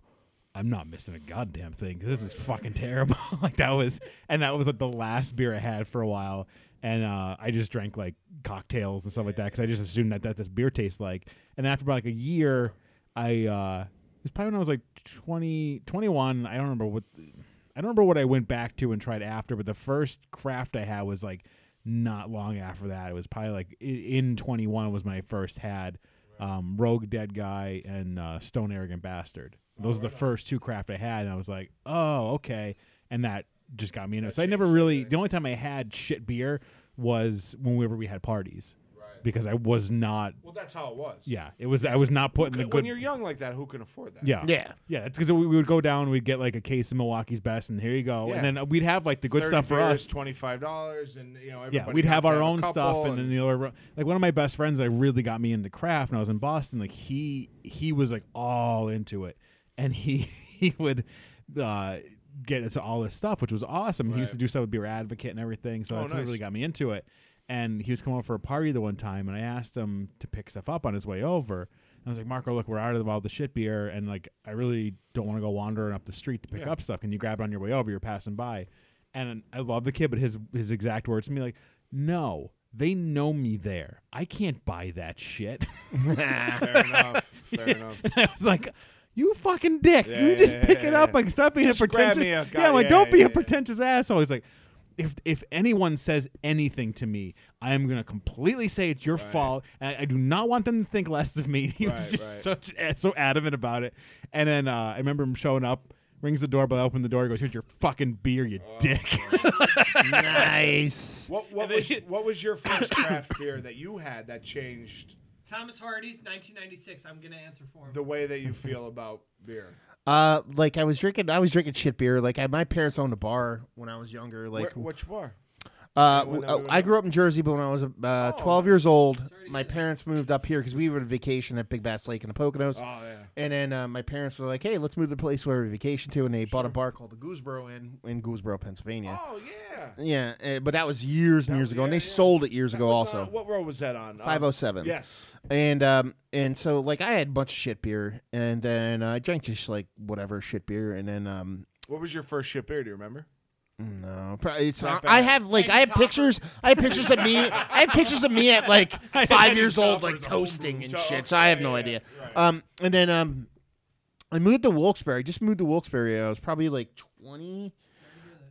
Speaker 1: "I'm not missing a goddamn thing. 'cause This was fucking terrible." [laughs] like that was, and that was like the last beer I had for a while. And uh, I just drank like cocktails and stuff like that because I just assumed that that this beer tastes like. And after about like a year, I uh, it was probably when I was like 20, 21. I don't remember what. I don't remember what I went back to and tried after, but the first craft I had was like not long after that. It was probably like i- in 21 was my first had um, Rogue Dead Guy and uh, Stone Arrogant Bastard.
Speaker 3: Oh,
Speaker 1: Those are the first two craft I had, and I was like, oh, okay. And that just got me into it. So I never really, the only time I had shit beer was whenever we had parties
Speaker 3: Right.
Speaker 1: because I was not,
Speaker 3: Well, that's how it was.
Speaker 1: yeah, it was, I was not putting the
Speaker 3: When
Speaker 1: good.
Speaker 3: you're young like that, who can afford that?
Speaker 1: yeah.
Speaker 2: Yeah.
Speaker 1: Yeah, it's because we we would go down, we'd get like a case of Milwaukee's best, and here you go.
Speaker 3: Yeah.
Speaker 1: And then we'd have like the good
Speaker 3: 30
Speaker 1: stuff for
Speaker 3: beers,
Speaker 1: us.
Speaker 3: twenty-five dollars, and you know,
Speaker 1: yeah,
Speaker 3: everybody
Speaker 1: we'd
Speaker 3: got
Speaker 1: have
Speaker 3: to
Speaker 1: our
Speaker 3: a
Speaker 1: own stuff,
Speaker 3: couple
Speaker 1: and, then the other like one of my best friends that really got me into craft. When I was in Boston, like he he was like all into it, and he [laughs] he would uh, get into all this stuff, which was awesome. He used to
Speaker 3: Right.
Speaker 1: do stuff with Beer Advocate and everything, so
Speaker 3: Oh,
Speaker 1: that's what
Speaker 3: nice.
Speaker 1: really got me into it. And he was coming over for a party the one time, and I asked him to pick stuff up on his way over. And I was like, Marco, look, we're out of all the shit beer, and like I really don't want to go wandering up the street to pick
Speaker 3: Yeah.
Speaker 1: up stuff. Can you grab it on your way over? You're passing by. And I love the kid, but his his exact words to me like, no, they know me there. I can't buy that shit. [laughs]
Speaker 3: fair enough. Fair enough.
Speaker 1: and I was like, you fucking dick.
Speaker 3: Yeah,
Speaker 1: you
Speaker 3: yeah,
Speaker 1: just
Speaker 3: yeah,
Speaker 1: pick
Speaker 3: yeah,
Speaker 1: it
Speaker 3: yeah.
Speaker 1: up. Like, stop being
Speaker 3: Just
Speaker 1: a
Speaker 3: grab
Speaker 1: pretentious.
Speaker 3: me a guy-
Speaker 1: yeah, like,
Speaker 3: yeah,
Speaker 1: don't be
Speaker 3: yeah,
Speaker 1: a
Speaker 3: yeah.
Speaker 1: pretentious asshole. He's like, if if anyone says anything to me, I am gonna completely say it's your fault, and I, I do not want them to think less of me. [laughs] He was
Speaker 3: Right,
Speaker 1: just
Speaker 3: right.
Speaker 1: such so adamant about it. And then uh, I remember him showing up. Rings the doorbell, I open the door, he goes, Here's your fucking beer, you
Speaker 3: Oh,
Speaker 1: dick.
Speaker 2: nice.
Speaker 1: [laughs]
Speaker 3: What what was what was your first craft beer that you had that changed
Speaker 5: Thomas Hardy's 1996. I'm gonna answer for him.
Speaker 3: the way that you feel about beer?
Speaker 2: Uh, like I was drinking, I was drinking shit beer. Like I, my parents owned a bar when I was younger. Like,
Speaker 3: Where- which bar?
Speaker 2: uh,
Speaker 3: when that
Speaker 2: uh,
Speaker 3: we were-
Speaker 2: I grew up in Jersey, but when I was uh,
Speaker 3: Oh.
Speaker 2: twelve years old,
Speaker 5: Sorry to
Speaker 2: my
Speaker 5: hear that.
Speaker 2: parents moved up here because we were on vacation at Big Bass Lake in the Poconos.
Speaker 3: Oh yeah.
Speaker 2: And then uh, my parents were like, "Hey, let's move to the place where we vacation to," and they bought a bar called the Gooseboro Inn in Gooseboro, Pennsylvania.
Speaker 3: Oh yeah.
Speaker 2: Yeah, eh, but that was years and years ago, and they
Speaker 3: yeah, yeah.
Speaker 2: sold it years
Speaker 3: That
Speaker 2: ago.
Speaker 3: was
Speaker 2: Also,
Speaker 3: on- what row was that on? Um,
Speaker 2: 507.
Speaker 3: Yes.
Speaker 2: and um and so like I had a bunch of shit beer, and then uh, I drank just like whatever shit beer, and then um
Speaker 3: What was your first shit beer? Do you remember?
Speaker 2: no, probably it's uh,
Speaker 3: Not
Speaker 2: I
Speaker 3: bad.
Speaker 2: have like I have
Speaker 5: Tiny
Speaker 2: pictures, I have pictures of me, I have pictures of me at
Speaker 3: [laughs]
Speaker 2: like five years old,
Speaker 3: Topper's
Speaker 2: like
Speaker 3: a homebrew.
Speaker 2: toasting and
Speaker 3: To-
Speaker 2: shit. So I have
Speaker 3: okay,
Speaker 2: no
Speaker 3: yeah,
Speaker 2: idea.
Speaker 3: yeah, right.
Speaker 2: Um and then um I moved to Wilkes-Barre. I just moved to Wilkes-Barre. I was probably like twenty.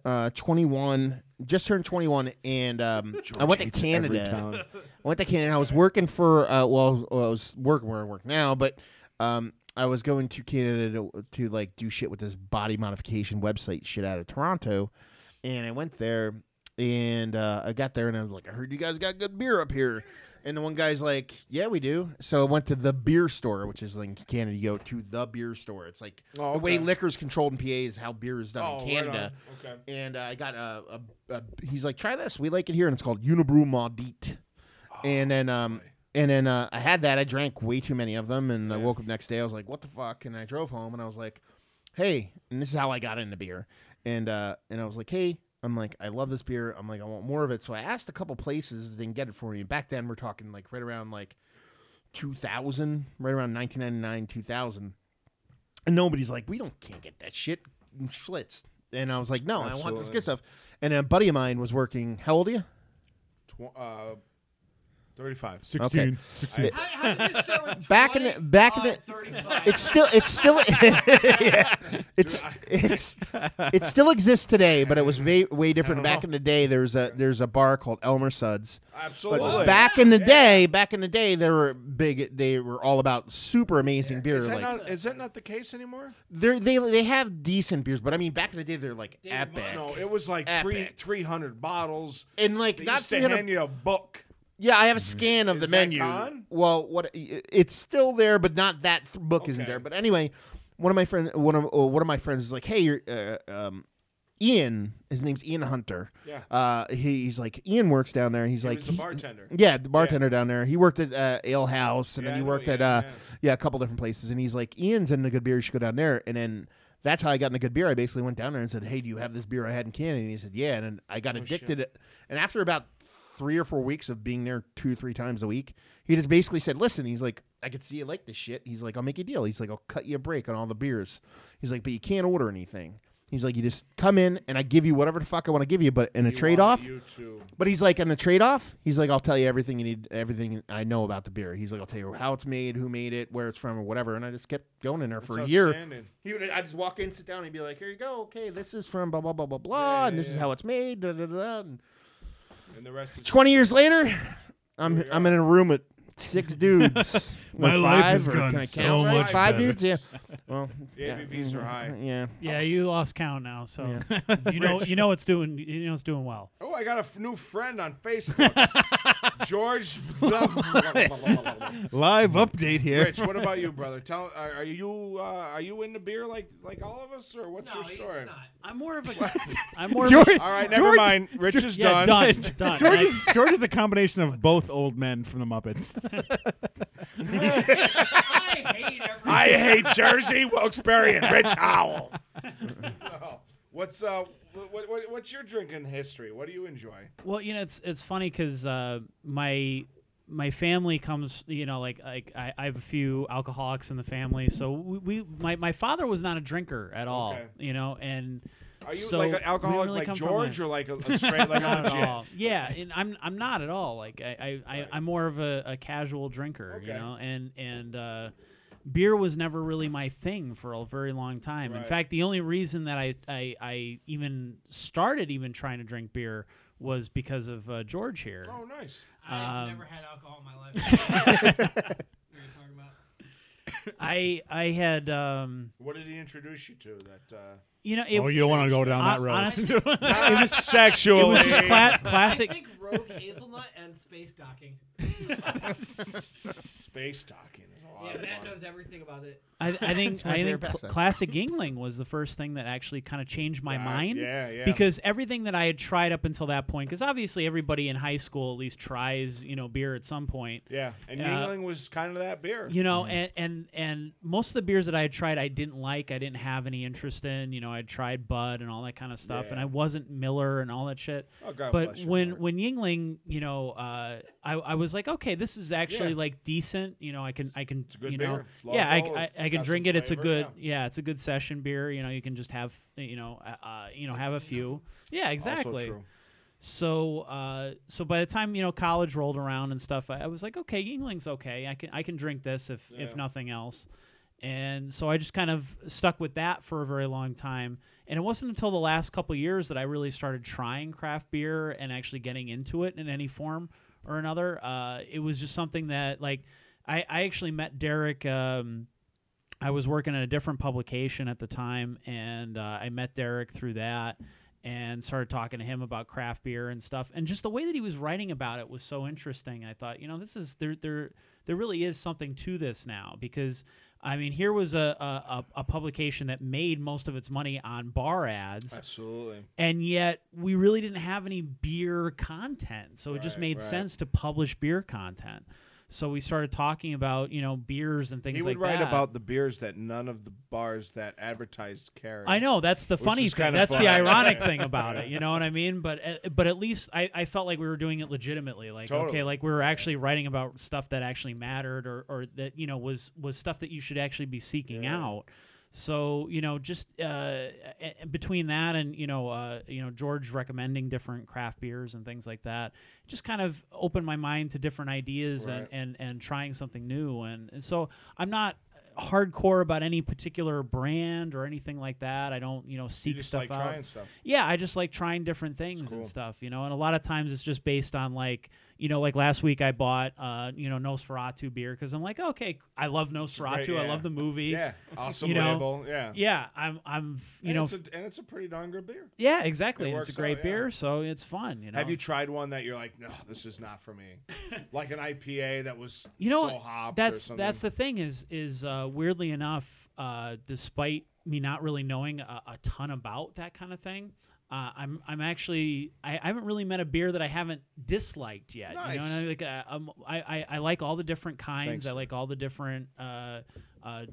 Speaker 2: Uh, 21, just turned 21, and
Speaker 3: [laughs]
Speaker 2: um, I went to Canada. I went to Canada. I was working for uh, well, I was working where I work now, but um, I was going to Canada to, to like do shit with this body modification website shit out of Toronto, and I went there and uh, I got there and I was like, I heard you guys got good beer up here. And the one guy's like, Yeah, we do. So I went to the beer store, which is like in Canada. You go to the beer store. It's like
Speaker 3: Oh,
Speaker 2: the way
Speaker 3: okay.
Speaker 2: liquor's controlled in PA is how beer is done
Speaker 3: Oh,
Speaker 2: in
Speaker 3: right
Speaker 2: Canada
Speaker 3: on. Okay.
Speaker 2: and uh, I got a, a, a. He's like, try this. We like it here, and it's called Unibrew Maudit. and then, um, and then uh, I had that. I drank way too many of them, and I woke up next day. I was like, what the fuck? And I drove home, and I was like, hey, and this is how I got into beer. And uh, and I was like, hey. I'm like, I love this beer. I'm like, I want more of it. So I asked a couple places that didn't get it for me. Back then, we're talking like right around like 2000, right around 1999, 2000. And nobody's like, we don't can't get that shit. Schlitz. And I was like, no, I want this
Speaker 3: Absolutely.
Speaker 2: good stuff. And a buddy of mine was working. How old are you?
Speaker 3: Tw- uh, Thirty-five.
Speaker 1: 16.
Speaker 2: Okay.
Speaker 1: 16.
Speaker 5: How, how did this start with
Speaker 2: Back in
Speaker 5: 20
Speaker 2: the- back in
Speaker 5: on
Speaker 2: the-
Speaker 5: 35?
Speaker 2: [laughs] It's still, it's still, yeah. it's, it's, it still exists today, but it was way, way different back in the day. There's a, there's a bar called Elmer Suds. But
Speaker 3: Absolutely.
Speaker 2: back in the day, back in the day, they were big. They were all about super amazing beer.
Speaker 3: is
Speaker 2: like
Speaker 3: that, not, is that not the case anymore?
Speaker 2: they're, they, they have decent beers, but I mean, back in the day, they're like
Speaker 5: They were
Speaker 2: epic.
Speaker 3: No, it was like three
Speaker 2: Epic.
Speaker 3: three hundred bottles.
Speaker 2: And like
Speaker 3: They
Speaker 2: not
Speaker 3: used to
Speaker 2: 300
Speaker 3: hand you a book.
Speaker 2: Yeah, I have a scan of
Speaker 3: Is
Speaker 2: the
Speaker 3: that
Speaker 2: menu.
Speaker 3: gone?
Speaker 2: Well, what it's still there, but not that th- book isn't
Speaker 3: Okay.
Speaker 2: there. But anyway, one of my friend, one of uh, one of my friends is like, "Hey, you're, uh, um, Ian. His name's Ian Hunter.
Speaker 3: Yeah.
Speaker 2: Uh, he- he's like Ian works down there. He's
Speaker 3: He
Speaker 2: like
Speaker 3: was the
Speaker 2: he-
Speaker 3: bartender.
Speaker 2: Yeah, the bartender down there. He worked at uh, Ale House, and
Speaker 3: Yeah,
Speaker 2: then he
Speaker 3: I know
Speaker 2: worked at
Speaker 3: Ian,
Speaker 2: uh,
Speaker 3: yeah.
Speaker 2: yeah, a couple different places. And he's like, Ian's in a good beer. You should go down there. And then that's how I got into good beer. I basically
Speaker 3: Oh,
Speaker 2: went down there and said, Hey, do you have this beer I had in Canada? And he said, Yeah. And then I got addicted. And after about three or four weeks of being there two, three times a week, he just basically said, Listen, he's like, I could see you like this shit. He's like, I'll make you a deal. He's like, I'll cut you a break on all the beers. He's like, But you can't order anything. He's like, You just come in and I give you whatever the fuck I want to give you, but in a
Speaker 3: You
Speaker 2: trade
Speaker 3: want
Speaker 2: off.
Speaker 3: You to
Speaker 2: But he's like, on the trade off, he's like, I'll tell you everything you need, everything I know about the beer. He's like, I'll tell you how it's made, who made it, where it's from, or whatever. And I just kept going in there for a
Speaker 3: It's
Speaker 2: year.
Speaker 3: outstanding.
Speaker 2: He would, I just walk in, sit down, and be like, "Here you go. Okay, this is from blah blah blah blah blah,
Speaker 3: Yeah,
Speaker 2: and
Speaker 3: yeah,
Speaker 2: this is
Speaker 3: yeah.
Speaker 2: how it's made." Da, da, da, da. And
Speaker 3: and the rest is
Speaker 2: Twenty years later, I'm
Speaker 3: Here we
Speaker 2: I'm in a room with
Speaker 3: [laughs]
Speaker 2: six dudes.
Speaker 1: My
Speaker 2: Or
Speaker 1: life
Speaker 2: five,
Speaker 1: has
Speaker 2: or
Speaker 1: gone
Speaker 2: can I
Speaker 1: so
Speaker 2: count right?
Speaker 3: much
Speaker 2: Five
Speaker 1: better. [laughs]
Speaker 2: dudes, yeah. Well,
Speaker 3: The
Speaker 2: yeah. Mm-hmm.
Speaker 3: ABVs are high.
Speaker 2: Yeah,
Speaker 4: Yeah, you lost count now, so [laughs] you know you know it's doing you know it's doing well.
Speaker 3: Oh, I got a f- new friend on
Speaker 2: [laughs]
Speaker 3: Facebook. George.
Speaker 1: [laughs] Live update here.
Speaker 3: Rich, what about you, brother? Tell are, are you uh, are you into beer like like all of us, or what's
Speaker 5: no,
Speaker 3: your story?
Speaker 5: It's not.
Speaker 4: I'm more of a [laughs] I'm more of
Speaker 1: George,
Speaker 3: All right, never
Speaker 1: George-
Speaker 3: mind. Rich is
Speaker 4: a yeah,
Speaker 3: done.
Speaker 4: [laughs] done done.
Speaker 1: George is, George is a combination of both old men from the Muppets.
Speaker 5: I
Speaker 3: [laughs]
Speaker 5: hate everything.
Speaker 2: [laughs]
Speaker 3: I hate Jersey, Wilkes-Barre, and Rich Howell. Oh, what's uh, what, what, what's your drinking history? What do you enjoy?
Speaker 4: Well, you know, it's it's funny because uh, my my family comes, you know, like like I, I have a few alcoholics in the family, so we, we my my father was not a drinker at all,
Speaker 3: Okay.
Speaker 4: you know, and
Speaker 3: Are you
Speaker 4: so
Speaker 3: like
Speaker 4: we
Speaker 3: an
Speaker 4: didn't
Speaker 3: alcoholic
Speaker 4: really
Speaker 3: like
Speaker 4: come from
Speaker 3: George,
Speaker 4: a-
Speaker 3: or like a, a straight
Speaker 4: [laughs]
Speaker 3: like a
Speaker 4: not at
Speaker 3: legit?
Speaker 4: all. uh, Yeah, and I'm I'm not at all. Like I, I, I I'm more of a, a casual drinker, you
Speaker 3: Okay.
Speaker 4: know, and and uh, beer was never really my thing for a very long time. In
Speaker 3: Right.
Speaker 4: fact, the only reason that I, I I even started even trying to drink beer was because of uh, George here.
Speaker 3: Oh, nice.
Speaker 5: I've
Speaker 4: Um,
Speaker 5: never had alcohol in my life. [laughs] what are you talking about?
Speaker 4: I I had um
Speaker 3: What did he introduce you to? That
Speaker 4: [laughs]
Speaker 3: uh,
Speaker 4: you know it,
Speaker 1: oh, you don't want to go down that
Speaker 4: Hon-
Speaker 1: road. [laughs]
Speaker 4: honestly-
Speaker 3: it was sexual.
Speaker 4: it was just cla-
Speaker 5: I
Speaker 4: classic.
Speaker 5: think rogue hazelnut and space docking.
Speaker 3: space talking is a lot
Speaker 5: Yeah,
Speaker 3: of
Speaker 5: Matt
Speaker 3: fun.
Speaker 5: knows everything about it.
Speaker 4: I,
Speaker 2: [laughs]
Speaker 4: I think
Speaker 2: my
Speaker 4: I think
Speaker 2: favorite
Speaker 4: cl-
Speaker 2: pastime.
Speaker 4: classic Yingling was the first thing that actually kind of changed my
Speaker 3: Uh,
Speaker 4: mind.
Speaker 3: Yeah, yeah.
Speaker 4: because everything that I had tried up until that point, because obviously everybody in high school at least tries, you know, beer at some point,
Speaker 3: yeah, and
Speaker 4: uh,
Speaker 3: Yingling was kind of that beer.
Speaker 4: you
Speaker 1: Mm.
Speaker 4: know, and and and most of the beers that I had tried, I didn't like, I didn't have any interest in, you know, I tried Bud and all that kind of stuff, and
Speaker 3: Yeah.
Speaker 4: I wasn't Miller and all that shit.
Speaker 3: Oh, God
Speaker 4: but
Speaker 3: bless your
Speaker 4: when
Speaker 3: heart.
Speaker 4: when Yingling, you know, uh, I I was like, okay, this is actually
Speaker 3: Yeah.
Speaker 4: like decent, you know, I can I can
Speaker 3: a good
Speaker 4: you know,
Speaker 3: beer. It's
Speaker 4: yeah, I,
Speaker 3: local,
Speaker 4: I,
Speaker 3: it's
Speaker 4: I can
Speaker 3: got
Speaker 4: drink
Speaker 3: some
Speaker 4: it. It's a
Speaker 3: flavor,
Speaker 4: good yeah. it's a good session beer. You know, you can just have you know uh, uh, you know have a few. Yeah, exactly.
Speaker 3: Also true.
Speaker 4: So, uh, so by the time you know college rolled around and stuff, I, I was like, okay, Yingling's okay. I can I can drink this if
Speaker 3: Yeah.
Speaker 4: if nothing else. And so I just kind of stuck with that for a very long time. And it wasn't until the last couple years that I really started trying craft beer and actually getting into it in any form or another. Uh, it was just something that like I, I actually met Derek. Um, I was working at a different publication at the time, and uh, I met Derek through that and started talking to him about craft beer and stuff. And just the way that he was writing about it was so interesting. I thought, you know, this is there there there really is something to this now because I mean, here was a a, a, a publication that made most of its money on bar ads
Speaker 3: Absolutely.
Speaker 4: and yet we really didn't have any beer content so it just
Speaker 3: Right,
Speaker 4: made
Speaker 3: right.
Speaker 4: sense to publish beer content so we started talking about you know beers and things
Speaker 3: He would
Speaker 4: like
Speaker 3: write
Speaker 4: that
Speaker 3: about the beers that none of the bars that advertised carry.
Speaker 4: I know that's the funny
Speaker 3: is
Speaker 4: thing.
Speaker 3: kinda
Speaker 4: That's
Speaker 3: funny.
Speaker 4: the ironic
Speaker 3: [laughs]
Speaker 4: thing about it. You know what I mean? But uh, but at least I, I felt like we were doing it legitimately. Like
Speaker 3: Totally.
Speaker 4: okay, like we were actually writing about stuff that actually mattered, or or that you know was was stuff that you should actually be seeking out. So you know, just uh, a- a- between that and you know, uh, you know, George recommending different craft beers and things like that, just kind of opened my mind to different ideas
Speaker 3: Right.
Speaker 4: and, and and trying something new. And, and so I'm not hardcore about any particular brand or anything like that. I don't, you know,
Speaker 3: You
Speaker 4: seek
Speaker 3: just
Speaker 4: stuff
Speaker 3: like
Speaker 4: out.
Speaker 3: trying stuff.
Speaker 4: Yeah, I just like trying different things and
Speaker 3: cool.
Speaker 4: stuff, you know. And a lot of times it's just based on like, you know, like last week I bought, uh, you know, Nosferatu beer because I'm like, okay, I love Nosferatu, I
Speaker 3: yeah.
Speaker 4: love the movie.
Speaker 3: Yeah. Awesome
Speaker 4: You know,
Speaker 3: label. Yeah.
Speaker 4: Yeah, I'm, I'm, you
Speaker 3: and
Speaker 4: know,
Speaker 3: it's a, and it's a pretty darn good beer.
Speaker 4: yeah, exactly.
Speaker 3: it
Speaker 4: and It's a
Speaker 3: works
Speaker 4: great
Speaker 3: out, yeah.
Speaker 4: beer, so it's fun. You know,
Speaker 3: Have you tried one that you're like, no, this is not for
Speaker 4: [laughs]
Speaker 3: me? like an IPA that was
Speaker 4: you know
Speaker 3: so hopped or
Speaker 4: that's
Speaker 3: something.
Speaker 4: that's the thing is is uh, weirdly enough uh, despite me not really knowing a, a ton about that kind of thing uh, I'm I'm actually I, I haven't really met a beer that I haven't disliked yet. You know,
Speaker 3: Nice.
Speaker 4: and I, like uh, um, I, I I like all the differks different kinds.
Speaker 3: Thanks.
Speaker 4: I like all the different uh, uh,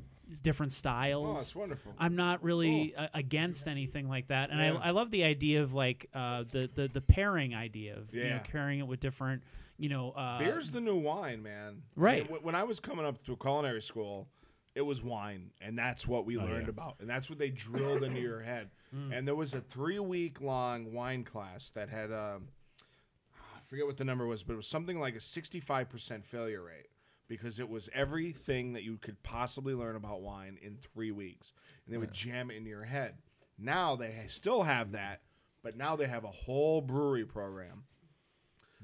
Speaker 4: different styles.
Speaker 3: Oh, it's wonderful.
Speaker 4: I'm not really uh, against anything like that, and I, I love the idea of like uh, the, the the pairing idea of you know
Speaker 3: Yeah.
Speaker 4: pairing it with different you know uh,
Speaker 3: Beer's the new wine, man.
Speaker 4: Right.
Speaker 3: I mean, wh- when I was coming up to culinary school, it was wine, and that's what
Speaker 4: Oh,
Speaker 3: we learned about, and that's what they drilled into your
Speaker 4: [coughs]
Speaker 3: head.
Speaker 4: Hmm.
Speaker 3: And there was a three-week-long wine class that had, um, I forget what the number was, but it was something like a sixty-five percent failure rate because it was everything that you could possibly learn about wine in three weeks, and they would jam it into your head. Now they ha- still have that, but now they have a whole brewery program.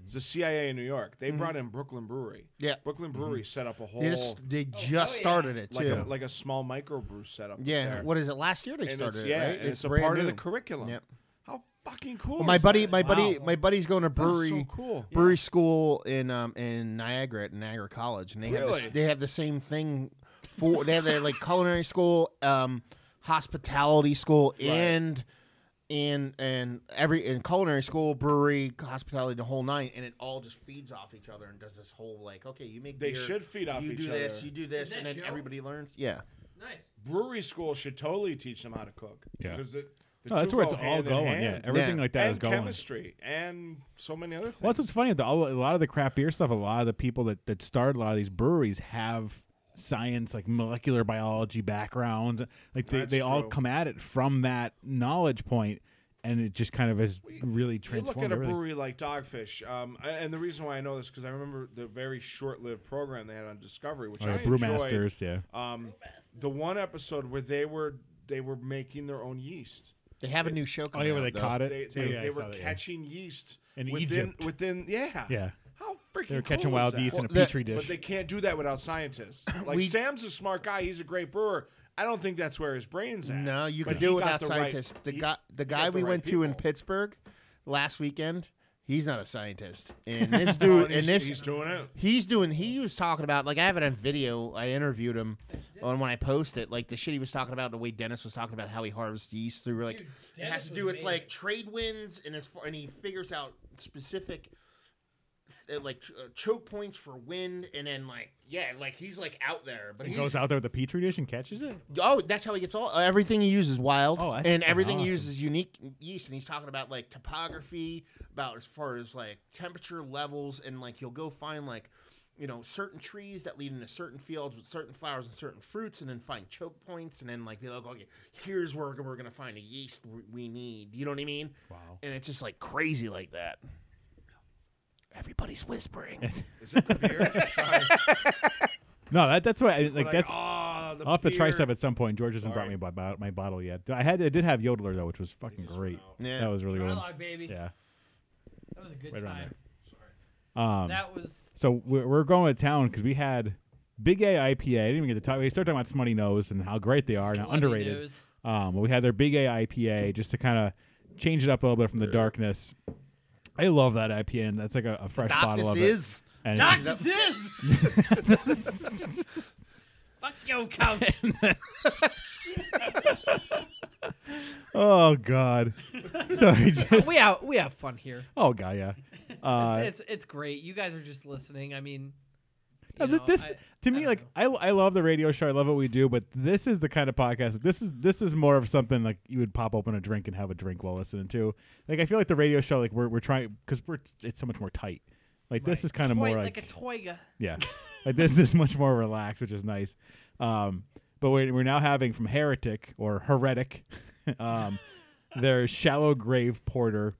Speaker 3: It's the CIA in New York. They brought in Brooklyn Brewery.
Speaker 2: Mm-hmm. Yeah. Mm-hmm.
Speaker 3: Brooklyn Brewery set up a whole
Speaker 2: They just, they just
Speaker 5: oh, yeah.
Speaker 2: started it too.
Speaker 3: like a, like a small microbrew setup. up
Speaker 2: yeah,
Speaker 3: there.
Speaker 2: what is it? Last year they
Speaker 3: And
Speaker 2: started
Speaker 3: it's,
Speaker 2: it.
Speaker 3: yeah,
Speaker 2: right?
Speaker 3: and it's, a
Speaker 2: brand
Speaker 3: part of
Speaker 2: new.
Speaker 3: the curriculum.
Speaker 2: Yep.
Speaker 3: How fucking cool!
Speaker 2: Well, my
Speaker 3: is
Speaker 2: buddy,
Speaker 3: that?
Speaker 2: my buddy,
Speaker 4: Wow.
Speaker 2: my buddy's going to
Speaker 3: That's
Speaker 2: brewery
Speaker 3: so cool.
Speaker 2: brewery school in um in Niagara at Niagara College, and they have
Speaker 3: Really?
Speaker 2: this, they have the same thing for they have their like culinary school, um, hospitality school, and and and every in culinary school, brewery, hospitality, the whole nine, and it all just feeds off each other and does this whole like okay, you make
Speaker 3: They
Speaker 2: beer,
Speaker 3: should feed off
Speaker 2: you
Speaker 3: each
Speaker 2: do this,
Speaker 3: other.
Speaker 2: you do this,
Speaker 5: Is
Speaker 2: and
Speaker 5: that
Speaker 2: then
Speaker 5: Joe?
Speaker 2: everybody learns. Yeah,
Speaker 5: Nice.
Speaker 3: Brewery school should totally teach them how to cook.
Speaker 1: Yeah.
Speaker 3: because the, the
Speaker 1: No, Oh, that's
Speaker 3: two
Speaker 1: where it's
Speaker 3: go
Speaker 1: all
Speaker 3: hand in
Speaker 1: going. Yeah,
Speaker 3: hand.
Speaker 1: everything
Speaker 2: Yeah.
Speaker 1: like that is
Speaker 3: and
Speaker 1: going.
Speaker 3: chemistry and so many other things.
Speaker 1: Well, that's what's funny. The, all, a lot of the craft beer stuff, a lot of the people that, that started a lot of these breweries have science, like molecular biology background. Like they,
Speaker 3: That's
Speaker 1: they all
Speaker 3: true.
Speaker 1: come at it from that knowledge point, and it just kind of is really
Speaker 3: you look
Speaker 1: transformed.
Speaker 3: at a
Speaker 1: everything.
Speaker 3: brewery like Dogfish, um, a- and the reason why I know this because I remember the very short-lived program they had on Discovery, which
Speaker 1: Or
Speaker 3: I enjoyed.
Speaker 1: Oh, brewmasters, yeah.
Speaker 3: um, the one episode where they were they were making their own yeast.
Speaker 2: they have a new show.
Speaker 1: Oh
Speaker 2: Coming
Speaker 1: yeah, where
Speaker 2: out,
Speaker 1: they
Speaker 2: though.
Speaker 1: caught it.
Speaker 3: They
Speaker 1: too.
Speaker 3: they,
Speaker 1: Yeah, I
Speaker 3: they
Speaker 1: saw
Speaker 3: were
Speaker 1: that, yeah.
Speaker 3: catching yeast
Speaker 1: In
Speaker 3: within
Speaker 1: Egypt.
Speaker 3: within yeah
Speaker 1: Yeah.
Speaker 3: how freaking
Speaker 1: They were
Speaker 3: cool
Speaker 1: catching
Speaker 3: is
Speaker 1: wild
Speaker 3: that?
Speaker 1: yeast in a
Speaker 2: Well, that-
Speaker 1: petri
Speaker 3: But
Speaker 1: dish.
Speaker 3: they can't do that
Speaker 2: [coughs]
Speaker 3: without scientists. Like
Speaker 2: We-
Speaker 3: Sam's a smart guy; he's a great brewer. I don't think that's where his brains at.
Speaker 2: No, you
Speaker 3: But
Speaker 2: could
Speaker 3: he
Speaker 2: do it
Speaker 3: got
Speaker 2: without
Speaker 3: the right-
Speaker 2: scientists. the
Speaker 3: he-
Speaker 2: guy, the
Speaker 3: he
Speaker 2: guy
Speaker 3: got the
Speaker 2: we
Speaker 3: right
Speaker 2: went to in
Speaker 3: people.
Speaker 2: Pittsburgh last weekend, he's not a scientist.
Speaker 3: [laughs]
Speaker 2: And this dude, and
Speaker 3: And Oh, he's,
Speaker 2: this,
Speaker 3: he's
Speaker 2: he's,
Speaker 3: doing it.
Speaker 2: doing. He was talking about like I have it on video. I interviewed him on when I post it. Like the shit he was talking about, the way Dennis was talking about how he harvests yeast through like
Speaker 5: Dude,
Speaker 2: it has
Speaker 5: Dennis
Speaker 2: to
Speaker 5: was
Speaker 2: do with
Speaker 5: amazing.
Speaker 2: like trade winds and as far, and he figures out specific uh, like ch- uh, choke points for wind and then like yeah like he's like out there but
Speaker 1: He
Speaker 2: he's
Speaker 1: goes out there with a petri dish and catches it.
Speaker 2: Oh, that's how he gets all everything he uses wild,
Speaker 1: Oh, that's fucking
Speaker 2: and everything
Speaker 1: awesome.
Speaker 2: he uses unique yeast. And he's talking about like topography, about as far as like temperature levels, and like you'll go find like you know certain trees that lead into certain fields with certain flowers and certain fruits, and then find choke points, and then like be like, okay, here's where we're gonna find a yeast we- we need. You know what I mean?
Speaker 1: Wow.
Speaker 2: And it's just like crazy like that. Everybody's whispering.
Speaker 3: Is it
Speaker 1: [laughs]
Speaker 3: the beer? Sorry.
Speaker 1: No, that, that's why. I- Like
Speaker 3: Like,
Speaker 1: that's.
Speaker 3: "Ah, the
Speaker 1: I'll have to try
Speaker 3: beer."
Speaker 1: stuff at some point. George hasn't
Speaker 3: Sorry.
Speaker 1: brought me my, my bottle yet. I had I did have Yodeler though, which was fucking great.
Speaker 2: Yeah.
Speaker 1: That was really good.
Speaker 5: Trilog, baby.
Speaker 1: Yeah.
Speaker 5: That was a good
Speaker 1: Right around
Speaker 5: time.
Speaker 1: Um,
Speaker 5: That was
Speaker 1: so we're, we're going to town because we had Big A IPA. I didn't even get to talk. We started talking about Smutty Nose and how great they are and how
Speaker 5: Slutty
Speaker 1: underrated.
Speaker 5: Nose.
Speaker 1: Um, but we had their Big A IPA just to kind of change it up a little bit from the darkness. I love that IPA, and that's like a, a fresh
Speaker 2: Doc,
Speaker 1: bottle
Speaker 2: this
Speaker 1: of it.
Speaker 2: is.
Speaker 1: And it's
Speaker 5: Doc,
Speaker 1: just-
Speaker 5: this is. [laughs] Fuck
Speaker 2: [laughs]
Speaker 5: yo, couch.
Speaker 1: oh God! [laughs] so we just
Speaker 5: we have we have fun here.
Speaker 1: oh God, yeah. Uh,
Speaker 5: it's, it's it's great. You guys are just listening. I mean,
Speaker 1: No,
Speaker 5: you
Speaker 1: th-
Speaker 5: know,
Speaker 1: this
Speaker 5: I-
Speaker 1: to
Speaker 5: I
Speaker 1: me
Speaker 5: don't
Speaker 1: like
Speaker 5: know.
Speaker 1: I, I love the radio show. I love what we do, but this is the kind of podcast. This is this is more of something like you would pop open a drink and have a drink while listening to. Like I feel like the radio show, like we're we're trying because we're it's so much more tight. Like this
Speaker 5: Right.
Speaker 1: is kind of more
Speaker 5: Toy-
Speaker 1: like,
Speaker 5: like a toyga.
Speaker 1: yeah, like this is much more relaxed, which is nice. Um, but we're we're now having from Heretic or Heretic, [laughs] um, their Shallow Grave Porter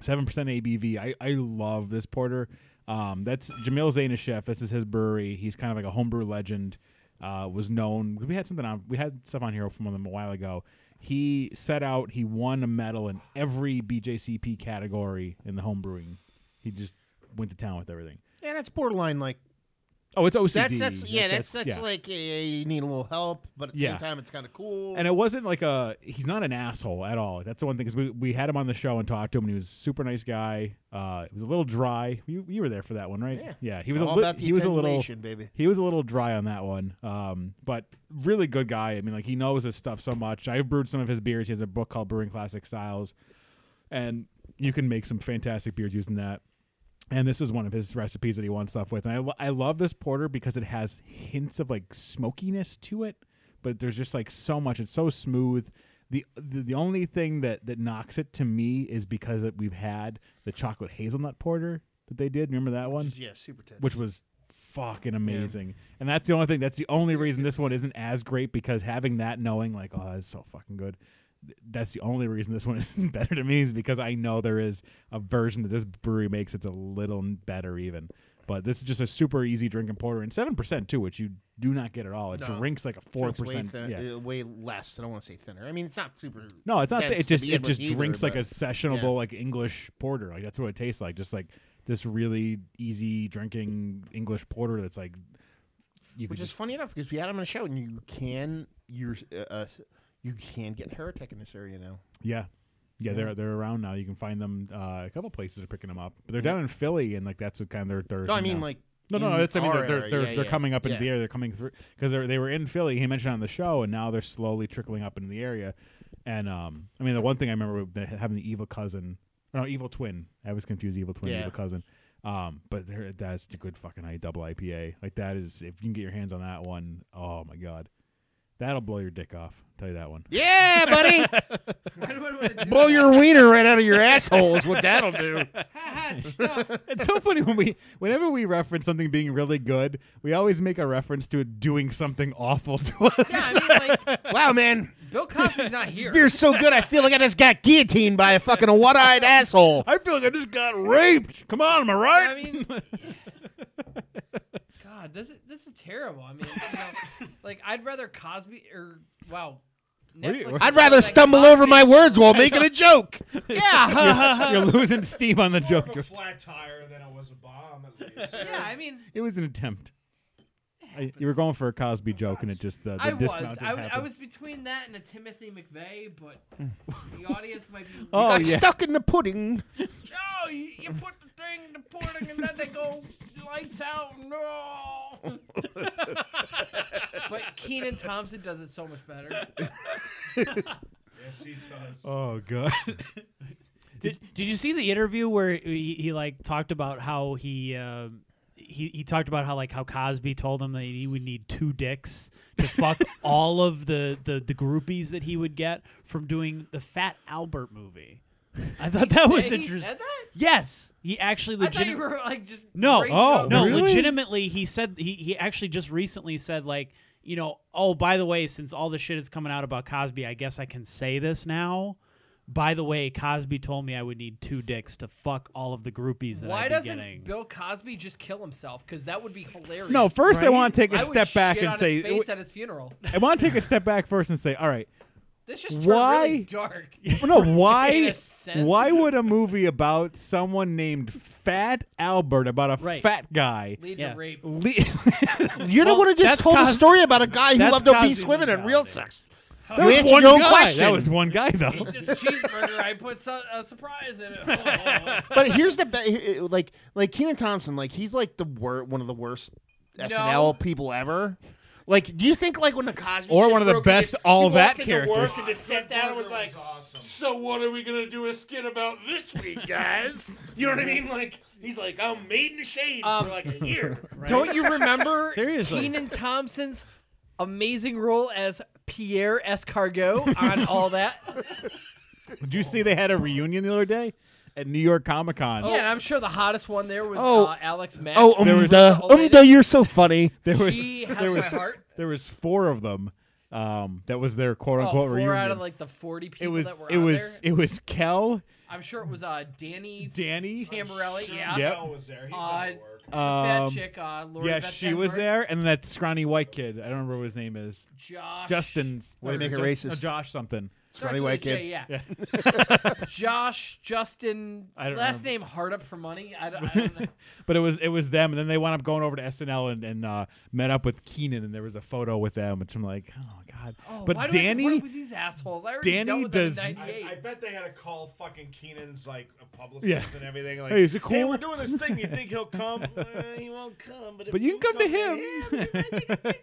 Speaker 1: seven percent ABV. I, I love this porter. Um, that's Jamil Zainashev. This is his brewery. He's kind of like a homebrew legend. Uh, was known. We had something on. We had stuff on here from them a while ago. He set out. He won a medal in every BJCP category in the homebrewing. He just went to town with everything.
Speaker 2: And it's borderline like
Speaker 1: Oh, it's OCD.
Speaker 2: That's that's yeah,
Speaker 1: That-
Speaker 2: that's that's,
Speaker 1: yeah.
Speaker 2: like yeah, yeah, you need a little help, but at the
Speaker 1: Yeah.
Speaker 2: same time it's kind of cool.
Speaker 1: And it wasn't like a he's not an asshole at all. That's the one thing because we, we had him on the show and talked to him and he was a super nice guy. Uh, it was a little dry. You you were there for that one, right?
Speaker 2: Yeah.
Speaker 1: he was
Speaker 2: All
Speaker 1: a li-
Speaker 2: about the
Speaker 1: he was a little
Speaker 2: attenuation, baby.
Speaker 1: he was a little dry on that one. Um, but really good guy. I mean, like he knows his stuff so much. I've brewed some of his beers. He has a book called Brewing Classic Styles, and you can make some fantastic beers using that. And this is one of his recipes that he wants stuff with. And I, lo- I love this porter because it has hints of like smokiness to it. but there's just like so much. It's so smooth. The, the, the only thing that, that knocks it to me is because that we've had the chocolate hazelnut porter that they did. Remember that one?
Speaker 2: Yeah, super tits.
Speaker 1: which was fucking amazing. And that's the only thing. That's the only reason this one isn't as great because having that, knowing like, oh, it's so fucking good. th- That's the only reason this one [laughs] isn't better to me is because I know there is a version that this brewery makes. that's a little n- better even. But this is just a super easy drinking porter and seven percent too, which you do not get at all. It
Speaker 2: No.
Speaker 1: drinks like a four
Speaker 2: It's way,
Speaker 1: percent.
Speaker 2: thin-
Speaker 1: yeah.
Speaker 2: uh, way less. I don't want to say thinner. I mean, it's not super.
Speaker 1: No, it's not.
Speaker 2: dense
Speaker 1: That, it
Speaker 2: to
Speaker 1: just
Speaker 2: begin
Speaker 1: it
Speaker 2: with
Speaker 1: just
Speaker 2: either,
Speaker 1: drinks like a
Speaker 2: but-
Speaker 1: sessionable
Speaker 2: yeah.
Speaker 1: like English porter. Like that's what it tastes like. Just like this really easy drinking English porter that's like you could
Speaker 2: which is
Speaker 1: just
Speaker 2: funny enough because we had him on the show, and you can you're uh, uh, you can get heretic in this area now.
Speaker 1: yeah. Yeah, they're they're around now. You can find them. Uh, a couple places are picking them up, but they're down in Philly, and like that's what kind of their. their
Speaker 2: No, I
Speaker 1: thing
Speaker 2: mean
Speaker 1: now.
Speaker 2: like
Speaker 1: no, no,
Speaker 2: in
Speaker 1: no. That's I mean
Speaker 2: our
Speaker 1: they're they're,
Speaker 2: area.
Speaker 1: they're,
Speaker 2: Yeah,
Speaker 1: they're
Speaker 2: yeah.
Speaker 1: coming up into
Speaker 2: Yeah.
Speaker 1: the area. They're coming through because they they were in Philly. He mentioned on the show, and now they're slowly trickling up into the area. And um, I mean the one thing I remember with the- having the evil cousin, or no, evil twin. I was confused, evil twin, and
Speaker 2: Yeah.
Speaker 1: evil cousin. Um, but there, that's a good fucking I double IPA. Like that is if you can get your hands on that one, oh my god, that'll blow your dick off. tell you that one.
Speaker 2: Yeah, buddy,
Speaker 5: [laughs] Why do I want to do
Speaker 2: blow your wiener right out of your asshole is what that'll
Speaker 5: [laughs]
Speaker 2: do.
Speaker 1: It's so funny when we, whenever we reference something being really good, we always make a reference to it doing something awful to us. [laughs]
Speaker 5: Yeah, I mean,
Speaker 2: [laughs]
Speaker 5: like
Speaker 2: Wow, man,
Speaker 5: Bill Cosby's not here.
Speaker 2: beer's so good. I feel like I just got guillotined by a fucking one-eyed
Speaker 5: [laughs]
Speaker 2: asshole.
Speaker 1: I feel like I just got raped. Come on, am I right?
Speaker 5: I
Speaker 1: [laughs]
Speaker 5: mean, God, this is this is terrible. I mean, you know, like I'd rather Cosby or wow.
Speaker 1: do you-
Speaker 5: Netflix
Speaker 2: I'd rather
Speaker 5: like
Speaker 2: stumble over my
Speaker 5: Cosby-
Speaker 2: words while making a joke.
Speaker 5: [laughs]
Speaker 1: [laughs]
Speaker 5: Yeah,
Speaker 1: You're losing steam on the
Speaker 3: More of
Speaker 1: joke.
Speaker 3: a flat tire than it was a bomb, at
Speaker 5: [laughs]
Speaker 3: least.
Speaker 5: yeah. I mean,
Speaker 1: It was an attempt. I, you were going for a Cosby joke, and it just uh, the
Speaker 5: I was
Speaker 1: dismount didn't
Speaker 5: I, w- I
Speaker 1: happen.
Speaker 5: was between that and a Timothy McVeigh, but
Speaker 2: Mm.
Speaker 5: the audience might be.
Speaker 1: Oh,
Speaker 2: Got
Speaker 1: yeah.
Speaker 2: stuck in the pudding.
Speaker 5: No, you, you put the thing in the pudding and then they go lights out. oh. No. [laughs] but Keenan Thompson does it so much better.
Speaker 1: [laughs]
Speaker 3: yes, he does.
Speaker 1: Oh god!
Speaker 4: Did, did you see the interview where he, he like talked about how he uh, he he talked about how like how Cosby told him that he would need two dicks to [laughs] fuck all of the, the the groupies that he would get from doing the Fat Albert movie. I thought that was
Speaker 5: Say he
Speaker 4: interesting.
Speaker 5: Said that?
Speaker 4: Yes, he actually
Speaker 5: I thought you
Speaker 4: legitimately.
Speaker 5: were like just
Speaker 4: No,
Speaker 5: breaking
Speaker 4: oh
Speaker 5: up.
Speaker 4: no,
Speaker 1: Really?
Speaker 4: legitimately, he said he he actually just recently said like you know oh by the way since all the shit is coming out about Cosby, I guess I can say this now. By the way, Cosby told me I would need two dicks to fuck all of the groupies that
Speaker 5: Why
Speaker 4: I'd
Speaker 5: doesn't
Speaker 4: be getting.
Speaker 5: Bill Cosby just kill himself? Because that would be hilarious.
Speaker 1: No, first I
Speaker 4: Right?
Speaker 1: want to take a
Speaker 5: I would
Speaker 1: step back
Speaker 5: shit
Speaker 1: and
Speaker 5: on
Speaker 1: say
Speaker 5: his face at his funeral.
Speaker 1: I want to take a step back first and say, all right,
Speaker 5: This just turned
Speaker 1: Why?
Speaker 5: really
Speaker 1: [laughs]
Speaker 5: dark.
Speaker 1: Well, no,
Speaker 5: [laughs] In
Speaker 1: why?
Speaker 5: a sense.
Speaker 1: Why would a movie about someone named Fat Albert about a
Speaker 4: Right.
Speaker 1: fat guy?
Speaker 5: Lead
Speaker 4: Yeah.
Speaker 5: to rape.
Speaker 1: Le-
Speaker 2: You're the
Speaker 4: Well,
Speaker 2: one who just
Speaker 4: that's
Speaker 2: told a
Speaker 4: Cos-
Speaker 2: story about a guy who
Speaker 4: that's
Speaker 2: loved obese
Speaker 4: Cosby
Speaker 2: women and real
Speaker 4: mentality.
Speaker 2: sex.
Speaker 1: that
Speaker 2: You
Speaker 1: was
Speaker 2: answered
Speaker 1: one
Speaker 2: your own
Speaker 1: guy.
Speaker 2: question.
Speaker 1: That was one guy
Speaker 5: [laughs]
Speaker 1: though.
Speaker 5: Just cheeseburger. I put su- a surprise in it.
Speaker 1: [laughs]
Speaker 5: Oh,
Speaker 2: But here's the be- like like Keenan Thompson, like he's like the wor- one of the worst SNL people ever. Like, do you think like when the Cosby
Speaker 1: Or
Speaker 2: shit
Speaker 1: one of the
Speaker 2: broke and
Speaker 1: best
Speaker 2: he- he
Speaker 1: all
Speaker 2: walked
Speaker 1: that
Speaker 2: into
Speaker 1: characters.
Speaker 2: work and just sat down and was
Speaker 3: Burger
Speaker 2: like,
Speaker 3: awesome.
Speaker 2: "So what are we gonna do a skit about this week, guys?" you know what I mean? Like, he's like, "I'm made in the shade
Speaker 5: Um,
Speaker 2: for like a year."
Speaker 5: Don't you
Speaker 2: [laughs]
Speaker 5: remember
Speaker 4: Seriously.
Speaker 5: Keenan Thompson's amazing role as Pierre Escargot on all
Speaker 2: [laughs]
Speaker 5: that?
Speaker 1: Did you see they had a reunion the other day at New York Comic Con?
Speaker 5: Yeah, and I'm sure the hottest one there was
Speaker 2: Oh.
Speaker 5: uh, Alex Mack.
Speaker 2: Oh, um,
Speaker 1: There was-
Speaker 2: duh.
Speaker 5: Oh,
Speaker 2: um,
Speaker 5: wait.
Speaker 2: duh, you're so funny.
Speaker 1: There was
Speaker 5: she has
Speaker 1: there
Speaker 5: my
Speaker 1: was
Speaker 5: heart.
Speaker 1: there was four of them. Um, that was their quote
Speaker 5: Oh,
Speaker 1: unquote
Speaker 5: four
Speaker 1: reunion.
Speaker 5: out of like the 40 people
Speaker 1: it was
Speaker 5: that were
Speaker 1: it
Speaker 5: on
Speaker 1: was
Speaker 5: there.
Speaker 1: it was Kel,
Speaker 5: I'm sure it was uh, Danny
Speaker 1: Danny,
Speaker 5: Tamborelli. Yeah.
Speaker 1: Yep.
Speaker 3: Mel was there. He's
Speaker 5: Uh,
Speaker 3: at work.
Speaker 1: um,
Speaker 5: Fat chick, uh, Lori
Speaker 1: yeah,
Speaker 5: Beth
Speaker 1: she was
Speaker 5: Denberg,
Speaker 1: there, and that scrawny white kid. I don't remember what his name is.
Speaker 5: Josh.
Speaker 1: Justin's.
Speaker 2: Way to make it
Speaker 1: Josh-
Speaker 2: racist.
Speaker 1: no, uh, Josh something.
Speaker 5: Starts
Speaker 2: Ronnie
Speaker 5: with a
Speaker 2: White
Speaker 5: J,
Speaker 2: kid.
Speaker 5: Yeah.
Speaker 1: [laughs]
Speaker 5: Josh, Justin.
Speaker 1: I don't
Speaker 5: last
Speaker 1: remember.
Speaker 5: name Hardup for money. I don't, I
Speaker 1: [laughs]
Speaker 5: don't know.
Speaker 1: But it was it was them, and then they wound up going over to SNL and, and uh, met up with Keenan, and there was a photo with them, which I'm like, oh god.
Speaker 5: Oh,
Speaker 1: but
Speaker 5: why do I have to work
Speaker 1: Danny,
Speaker 5: with these assholes? I already
Speaker 1: Danny
Speaker 5: dealt with them in
Speaker 1: does-
Speaker 5: 98.
Speaker 3: I, [laughs] I bet they had to call fucking Keenan's like a publicist
Speaker 1: Yeah.
Speaker 3: and everything. Like,
Speaker 1: Hey, is it
Speaker 3: Hey,
Speaker 1: cool?"
Speaker 3: we're doing this thing. You think he'll come?
Speaker 1: [laughs]
Speaker 3: Uh, he won't come, but, if
Speaker 1: but you
Speaker 3: you
Speaker 1: can come to
Speaker 3: yeah,
Speaker 1: [laughs] him.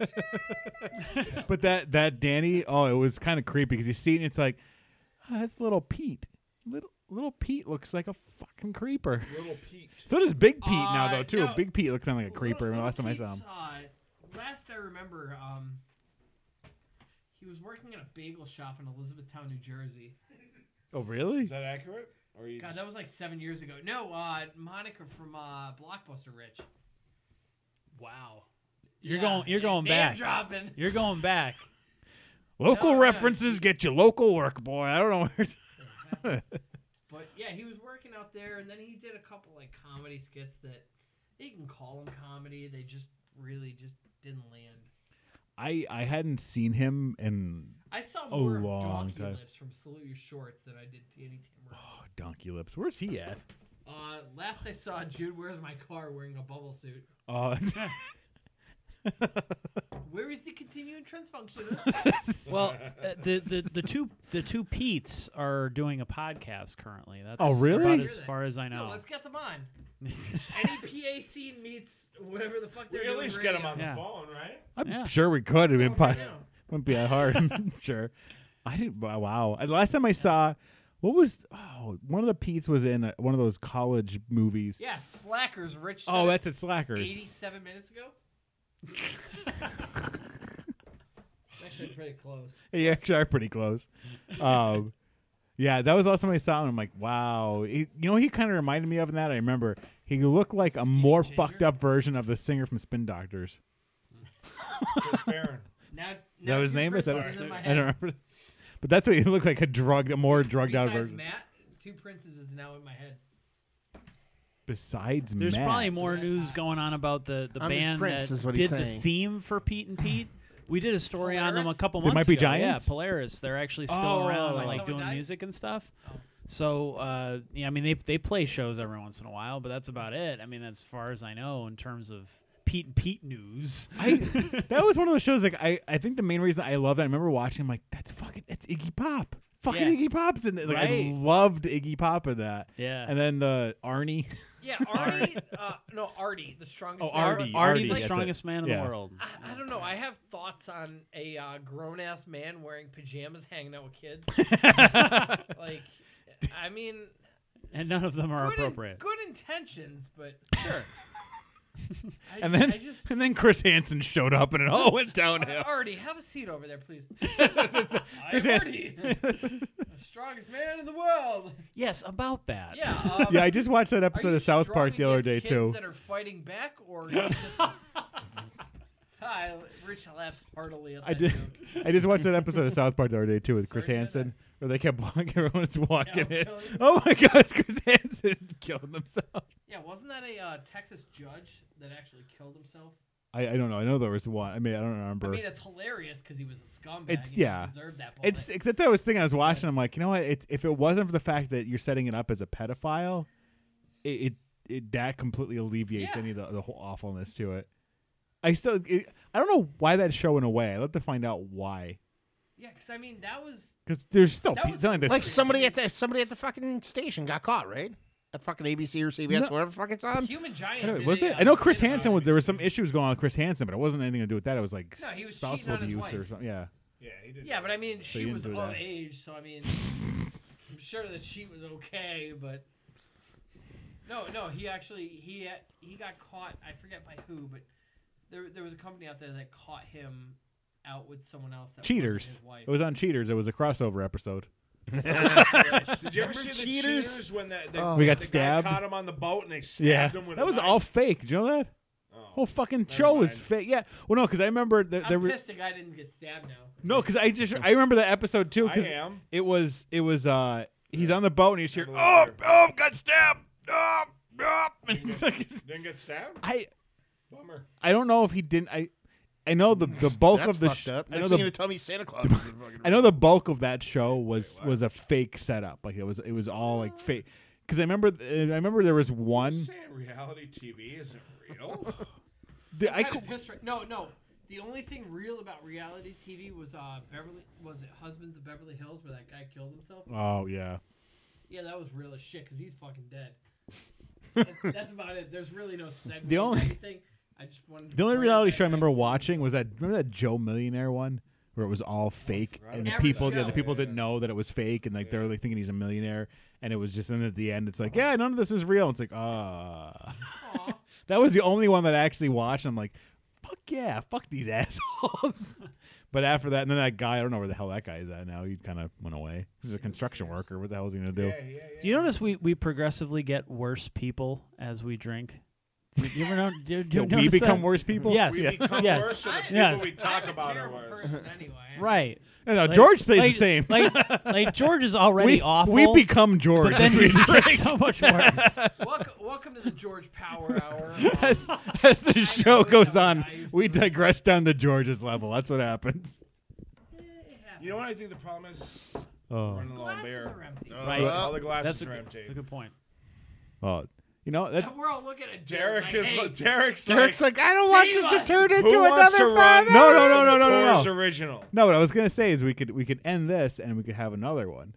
Speaker 1: but that that Danny, oh, it was kind of creepy because you see it, and it's like, oh, that's little Pete. Little little Pete looks like a fucking creeper.
Speaker 3: Little Pete.
Speaker 1: So does Big Pete now
Speaker 5: Uh,
Speaker 1: though too.
Speaker 5: no.
Speaker 1: Big Pete looks kind of like a
Speaker 5: Well,
Speaker 1: creeper.
Speaker 5: Little-
Speaker 1: last time I
Speaker 5: Little
Speaker 1: saw him.
Speaker 5: Pete's, uh, last I remember, um, He was working in a bagel shop in Elizabethtown, New Jersey.
Speaker 1: Oh, really?
Speaker 3: Is that accurate? Or you
Speaker 5: God,
Speaker 3: just-
Speaker 5: that was like seven years ago. No, uh, Monica from uh, Blockbuster Rich. Wow.
Speaker 4: You're
Speaker 5: Yeah.
Speaker 4: going. You're going
Speaker 5: Name
Speaker 4: back.
Speaker 5: Dropping.
Speaker 4: [laughs] [laughs] You're going back.
Speaker 1: Local
Speaker 5: No, no.
Speaker 1: references get you local work, boy. I don't know where. [laughs] It's...
Speaker 5: But yeah, he was working out there, and then he did a couple like comedy skits that they can call them comedy. They just really just didn't land.
Speaker 1: I I hadn't seen him in
Speaker 5: I saw more of
Speaker 1: long
Speaker 5: Donkey
Speaker 1: time.
Speaker 5: Lips from Salute Your Shorts than I did Danny Timmer.
Speaker 1: oh, Donkey Lips. Where's he [laughs] at?
Speaker 5: Uh, last I saw Jude, where's my car wearing a bubble suit?
Speaker 1: Oh,
Speaker 5: Where is the
Speaker 1: [laughs]
Speaker 5: continuing transfunction?
Speaker 4: Well, uh, the, the the two the two Pete's are doing a podcast currently. That's
Speaker 1: Oh, really?
Speaker 4: About as far as I
Speaker 5: no,
Speaker 4: know.
Speaker 5: let's get
Speaker 1: [laughs]
Speaker 5: them on. Any PA scene meets whatever the fuck
Speaker 3: We
Speaker 5: they're
Speaker 3: at
Speaker 5: doing
Speaker 3: least
Speaker 5: right
Speaker 3: get him
Speaker 5: now.
Speaker 3: on
Speaker 4: Yeah.
Speaker 3: the phone, right?
Speaker 1: [laughs] I'm
Speaker 4: Yeah.
Speaker 1: sure we could. It would
Speaker 5: Right
Speaker 1: probably,
Speaker 5: now.
Speaker 1: [laughs] wouldn't be that [laughs] hard. sure. I didn't. wow, Wow. And the Last time I saw, what was? Oh, one of the Pete's was in a, one of those college movies.
Speaker 5: Yeah, Slackers, Rich.
Speaker 1: Oh,
Speaker 5: said it
Speaker 1: that's at Slackers.
Speaker 5: 87 minutes ago?
Speaker 1: [laughs]
Speaker 5: Actually, pretty close.
Speaker 1: [laughs] You actually are pretty close. Um, [laughs] yeah, that was the last time I saw him. I'm like, wow. He- you know, he kind of reminded me of in that. I remember he looked like a
Speaker 5: Skinny
Speaker 1: more
Speaker 5: ginger?
Speaker 1: fucked up version of the singer from Spin Doctors.
Speaker 3: Chris Barron.
Speaker 5: Now,
Speaker 1: Is that
Speaker 5: now
Speaker 1: what his
Speaker 5: two
Speaker 1: name is? I
Speaker 5: princes
Speaker 1: don't,
Speaker 5: in my
Speaker 1: I
Speaker 5: head.
Speaker 1: don't remember. But that's what he looked like a drugged, a more drugged out
Speaker 5: Besides
Speaker 1: version.
Speaker 5: Matt, two princes is now in my head.
Speaker 1: Besides
Speaker 4: There's
Speaker 1: Matt.
Speaker 4: probably more
Speaker 5: Yeah.
Speaker 4: news going on about the the
Speaker 2: I'm his
Speaker 4: band
Speaker 2: prince,
Speaker 4: that
Speaker 2: is what
Speaker 4: did
Speaker 2: he's
Speaker 4: the
Speaker 2: saying.
Speaker 4: theme for Pete and Pete. We did a story on them a
Speaker 5: Polaris?
Speaker 4: couple
Speaker 1: They
Speaker 4: months
Speaker 1: might be
Speaker 4: ago.
Speaker 1: giants?
Speaker 4: Yeah, Polaris. They're actually still
Speaker 1: Oh,
Speaker 4: around,
Speaker 1: like
Speaker 4: like
Speaker 5: someone
Speaker 4: doing
Speaker 5: died?
Speaker 4: music and stuff.
Speaker 5: Oh.
Speaker 4: So, uh, yeah, I mean, they they play shows every once in a while, but that's about it. I mean, as far as I know, in terms of Pete and Pete news.
Speaker 1: [laughs]
Speaker 4: [laughs]
Speaker 1: I that was one of those shows. Like I, I think the main reason I loved it, I remember watching. I'm like, that's fucking, it's Iggy Pop. Fucking
Speaker 4: Yeah.
Speaker 1: Iggy Pop's in it. Like, I
Speaker 4: Right.
Speaker 1: loved Iggy Pop in that.
Speaker 4: Yeah.
Speaker 1: And then the
Speaker 5: [laughs]
Speaker 1: Arnie. [laughs]
Speaker 5: Yeah, Artie. uh, no, Artie, the strongest.
Speaker 1: Oh,
Speaker 5: man.
Speaker 1: Artie.
Speaker 4: Artie, the
Speaker 1: that's it.
Speaker 4: strongest man in
Speaker 1: Yeah.
Speaker 4: the world.
Speaker 5: I, I don't know. I have thoughts on a uh, grown ass man wearing pajamas hanging out
Speaker 1: [laughs]
Speaker 5: with kids. like, I mean,
Speaker 4: And none of them are
Speaker 5: good, in-
Speaker 4: appropriate.
Speaker 5: good intentions, but sure. [laughs] I
Speaker 1: And
Speaker 5: ju-
Speaker 1: then,
Speaker 5: I just
Speaker 1: [laughs]
Speaker 5: uh,
Speaker 1: and then Chris Hansen showed up, and it all went
Speaker 5: [laughs]
Speaker 1: downhill.
Speaker 5: Artie, have a seat over there, please.
Speaker 1: Chris
Speaker 5: I'm Artie,
Speaker 1: Hansen.
Speaker 5: the strongest man in
Speaker 1: [laughs]
Speaker 5: the world.
Speaker 4: Yes, about that.
Speaker 5: Yeah. Um,
Speaker 1: yeah, I just watched that
Speaker 5: are
Speaker 1: episode
Speaker 5: you
Speaker 1: of South
Speaker 5: strong
Speaker 1: Park the other
Speaker 5: against
Speaker 1: day
Speaker 5: kids
Speaker 1: too.
Speaker 5: That are fighting back,
Speaker 1: [laughs]
Speaker 5: or you just- [laughs] Hi, Rich laughs heartily at that
Speaker 1: I did.
Speaker 5: joke.
Speaker 1: I just watched that episode of South Park the other day too with Chris
Speaker 5: Sorry to hear
Speaker 1: Hansen, where they kept walking. [laughs] Everyone's walking in.
Speaker 5: Yeah, I'm telling you.
Speaker 1: Oh my [laughs] gosh, Chris Hansen [laughs] killed himself.
Speaker 5: Yeah, wasn't that a uh, Texas judge that actually killed himself?
Speaker 1: I, I don't know. I know there was one. I mean, I don't remember.
Speaker 5: I mean, it's hilarious because he was a scumbag.
Speaker 1: It's-
Speaker 5: and he
Speaker 1: yeah.
Speaker 5: deserved that. Bullet.
Speaker 1: It's except I was thinking I was watching. I'm like, you know what? It, if it wasn't for the fact that you're setting it up as a pedophile, it it, it that completely alleviates
Speaker 5: Yeah.
Speaker 1: any of the, the whole awfulness to it. I still, it, I don't know why that show went away. I'd love to find out why.
Speaker 5: yeah, because I mean that was
Speaker 1: Because there's still
Speaker 5: That
Speaker 1: pe-
Speaker 5: was-
Speaker 1: something that's
Speaker 2: Like somebody at the somebody at the fucking station got caught, right? At fucking ABC or CBS,
Speaker 1: No.
Speaker 2: whatever fucking it's on.
Speaker 5: human
Speaker 1: Um, I
Speaker 5: giant.
Speaker 1: don't know,
Speaker 5: did
Speaker 1: was
Speaker 5: a,
Speaker 1: it?
Speaker 5: uh,
Speaker 1: I know Chris
Speaker 5: skit about
Speaker 1: Hansen
Speaker 5: it.
Speaker 1: was. There was some issues going on with Chris Hansen, but it wasn't anything to do with that. It was like
Speaker 5: No, he was cheating
Speaker 1: spousal
Speaker 5: on his
Speaker 1: abuse or
Speaker 5: wife.
Speaker 1: something. Yeah.
Speaker 3: Yeah, he did.
Speaker 5: Yeah, but I mean, she
Speaker 1: you
Speaker 5: was
Speaker 1: didn't
Speaker 5: of
Speaker 1: do that.
Speaker 5: age, so I mean, I'm sure that she was okay, but no, no, he actually he uh, he got caught. I forget by who, but there there was a company out there that caught him out with someone else. That wasn't
Speaker 1: Cheaters.
Speaker 5: His wife.
Speaker 1: It was on Cheaters. It was a crossover episode.
Speaker 3: Did you ever see
Speaker 2: Remember
Speaker 3: the
Speaker 2: Cheaters?
Speaker 3: cheaters, when that, that
Speaker 2: Oh.
Speaker 1: We got
Speaker 3: the
Speaker 1: stabbed.
Speaker 3: Guy caught him on the boat and they stabbed
Speaker 1: Yeah,
Speaker 3: him with
Speaker 1: that
Speaker 3: a
Speaker 1: was
Speaker 3: knife? Oh,
Speaker 1: all fake. Do you know that? Whole fucking show was
Speaker 3: mind.
Speaker 1: fake. Yeah. Well, no, because I remember there,
Speaker 5: I'm
Speaker 1: there was
Speaker 5: pissed the guy didn't get stabbed now.
Speaker 1: no, because I
Speaker 3: [laughs]
Speaker 1: just I remember that episode too.
Speaker 3: I
Speaker 1: 'cause
Speaker 3: am.
Speaker 1: It was it was uh he's on the boat and he's here.
Speaker 3: I'm a
Speaker 1: Oh
Speaker 3: little
Speaker 1: oh, got stabbed. Oh oh. [laughs] And it's like,
Speaker 3: Didn't get stabbed.
Speaker 1: I
Speaker 3: Bummer.
Speaker 1: I don't know if he didn't. I I know the the bulk
Speaker 2: That's
Speaker 1: of the
Speaker 2: fucked
Speaker 1: sh-
Speaker 2: up.
Speaker 1: I
Speaker 2: Next
Speaker 1: know
Speaker 2: thing you're
Speaker 1: the
Speaker 2: gonna tell me Santa Claus. is the fucking-
Speaker 1: I know the bulk of that show was
Speaker 3: what?
Speaker 1: was a fake setup. Like it was it was all like fake. Because I remember uh, I remember there was one.
Speaker 3: Saying reality TV isn't
Speaker 5: [laughs]
Speaker 3: real.
Speaker 1: The, I
Speaker 5: Kinda
Speaker 1: cou-
Speaker 5: pissed right- No, no. The only thing real about reality TV was uh Beverly was it Husbands of Beverly Hills where that guy killed himself.
Speaker 1: oh yeah.
Speaker 5: Yeah, that was real as shit because he's fucking
Speaker 1: [laughs]
Speaker 5: dead. That- That's about it. There's really no segue.
Speaker 1: The only-
Speaker 5: or anything. I just wanted to
Speaker 1: The only
Speaker 5: point
Speaker 1: reality
Speaker 5: out
Speaker 1: show I
Speaker 5: that
Speaker 1: remember watching was that remember that Joe Millionaire one where it was all fake
Speaker 3: forgot
Speaker 1: and the
Speaker 5: about
Speaker 1: people
Speaker 5: that.
Speaker 1: yeah the people
Speaker 3: Yeah.
Speaker 1: didn't know that it was fake and like they're like thinking he's a millionaire and it was just then at the end it's like
Speaker 3: Uh-huh.
Speaker 1: yeah none of this is real and it's like ah [laughs]
Speaker 5: Aw.
Speaker 1: that was the only one that I actually watched and I'm like fuck yeah fuck these [laughs] assholes But after that, and then that guy, I don't know where the hell that guy is at now. He kind of went away. He's a construction worker. What the hell is he gonna do?
Speaker 3: yeah, yeah.
Speaker 6: Do you notice we, we progressively get worse people as we drink? You, you ever know? do you- do you
Speaker 1: [laughs] Yeah, we
Speaker 6: notice
Speaker 1: become
Speaker 6: that?
Speaker 1: worse people.
Speaker 6: Yes.
Speaker 3: We become
Speaker 6: yes.
Speaker 3: worse, and the people
Speaker 6: Yes.
Speaker 3: we talk
Speaker 5: I'm a
Speaker 3: about are
Speaker 5: terrible
Speaker 3: worse. [laughs]
Speaker 5: person anyway.
Speaker 1: [laughs]
Speaker 6: Right.
Speaker 1: No, no,
Speaker 6: Like-
Speaker 1: George stays
Speaker 6: like-
Speaker 1: the same.
Speaker 6: Like,
Speaker 1: [laughs]
Speaker 6: like George is already
Speaker 1: we,
Speaker 6: awful.
Speaker 1: we become George.
Speaker 6: but
Speaker 1: [laughs]
Speaker 6: then
Speaker 1: as we
Speaker 6: we get [laughs]
Speaker 1: drink.
Speaker 6: so much
Speaker 1: [laughs]
Speaker 6: worse.
Speaker 5: Welcome, welcome to the
Speaker 3: [laughs]
Speaker 5: George Power Hour.
Speaker 1: as,
Speaker 5: Um,
Speaker 1: as the show
Speaker 5: know
Speaker 1: goes
Speaker 5: that
Speaker 1: on,
Speaker 5: guy.
Speaker 1: we digress down to George's level. That's what happens.
Speaker 3: You know what I think the problem is?
Speaker 6: Oh.
Speaker 3: Running low on
Speaker 5: glasses
Speaker 3: beer.
Speaker 5: are empty.
Speaker 3: Uh,
Speaker 6: Right.
Speaker 3: All the glasses
Speaker 6: That's a
Speaker 3: are
Speaker 6: good-
Speaker 3: empty.
Speaker 6: That's a good point.
Speaker 1: Well, Oh, you know that.
Speaker 5: And we're all looking at Derek.
Speaker 3: Derek
Speaker 5: like,
Speaker 3: is
Speaker 5: hey,
Speaker 3: Derek's,
Speaker 2: Derek's like, I don't want this to
Speaker 5: us.
Speaker 2: turn into
Speaker 3: who wants to
Speaker 2: another
Speaker 3: run?
Speaker 2: five
Speaker 1: No,
Speaker 2: hours."
Speaker 1: no, no, no, no, no,
Speaker 3: Coors
Speaker 1: no.
Speaker 3: Original.
Speaker 1: No, what I was gonna say is we could we could end this and we could have another one.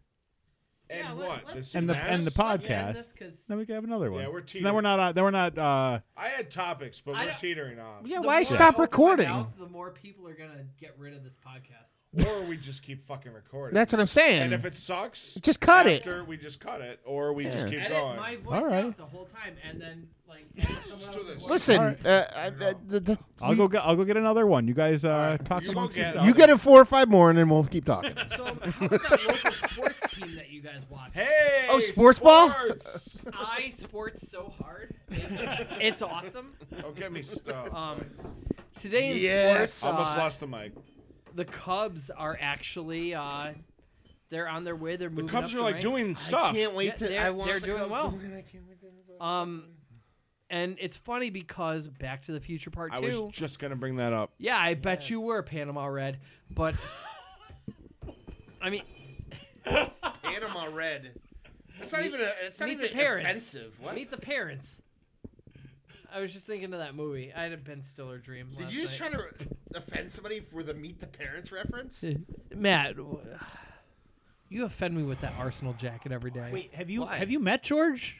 Speaker 3: And
Speaker 5: Yeah, let-
Speaker 3: what?
Speaker 5: let's
Speaker 3: This
Speaker 5: do
Speaker 1: And the-
Speaker 3: mass?
Speaker 1: and the pod-
Speaker 5: let's end this
Speaker 1: podcast.
Speaker 5: 'cause
Speaker 1: Then we could have another one.
Speaker 3: Yeah, we're
Speaker 1: So then we're not. Uh, then we're not. Uh,
Speaker 3: I had topics, but
Speaker 5: I
Speaker 3: we're
Speaker 5: don't-
Speaker 3: teetering off.
Speaker 2: Yeah,
Speaker 5: the
Speaker 2: why
Speaker 5: more I
Speaker 2: stop
Speaker 5: open my
Speaker 2: recording?
Speaker 5: mouth, the more people are gonna get rid of this podcast.
Speaker 3: Or we just keep fucking recording.
Speaker 2: That's what I'm
Speaker 3: and
Speaker 2: saying.
Speaker 3: if it sucks,
Speaker 2: Just cut it.
Speaker 3: after, We just cut it, or we just
Speaker 2: Yeah.
Speaker 3: keep
Speaker 5: Edit
Speaker 3: going.
Speaker 5: my voice
Speaker 1: All right.
Speaker 5: out the whole time, and then like edit someone
Speaker 3: do
Speaker 5: else's
Speaker 3: this.
Speaker 5: voice.
Speaker 2: Listen,
Speaker 1: All right.
Speaker 2: uh, I, I, the, the,
Speaker 1: I'll go. Get, I'll go get another one. You guys uh, talk
Speaker 3: You go
Speaker 1: amongst
Speaker 3: get-
Speaker 1: yourselves.
Speaker 2: you get in four or five more, and then we'll keep talking.
Speaker 5: So how about that local sports team that you guys watch?
Speaker 3: hey,
Speaker 2: Oh, sports ball?
Speaker 3: sports!
Speaker 5: I sports so
Speaker 3: [laughs]
Speaker 5: hard. It's, it's awesome.
Speaker 3: oh, get me stuff.
Speaker 5: Um, today in
Speaker 2: Yes.
Speaker 5: sports,
Speaker 3: Almost
Speaker 5: uh,
Speaker 3: lost the mic.
Speaker 5: the Cubs are actually uh, they're on their way. They're
Speaker 3: The
Speaker 5: moving
Speaker 3: Cubs
Speaker 5: up
Speaker 3: are
Speaker 5: the
Speaker 3: like
Speaker 5: ranks.
Speaker 3: doing stuff.
Speaker 2: Can't wait
Speaker 5: Yeah,
Speaker 2: to.
Speaker 5: they're-
Speaker 2: I want
Speaker 5: they're
Speaker 2: the
Speaker 5: doing
Speaker 2: Cubs
Speaker 5: well.
Speaker 2: to win. I can't wait to-
Speaker 5: Um, and it's funny because Back to the Future Part
Speaker 3: I
Speaker 5: Two.
Speaker 3: was just gonna bring that up.
Speaker 5: yeah, I bet you were Panama Red,
Speaker 3: [laughs]
Speaker 5: but I mean,
Speaker 2: Panama Red. It's not
Speaker 5: Meet-
Speaker 2: even. A, it's not
Speaker 5: meet
Speaker 2: even
Speaker 5: the parents.
Speaker 2: offensive. What?
Speaker 5: meet the parents. I was just thinking of that movie. I had a Ben Stiller dream.
Speaker 2: Did
Speaker 5: last
Speaker 2: you just
Speaker 5: night.
Speaker 2: try to [laughs] offend somebody for the meet the parents reference?
Speaker 5: Matt? w- You offend me with that Arsenal jacket every day.
Speaker 6: Wait, have you
Speaker 2: Why?
Speaker 6: have you met George?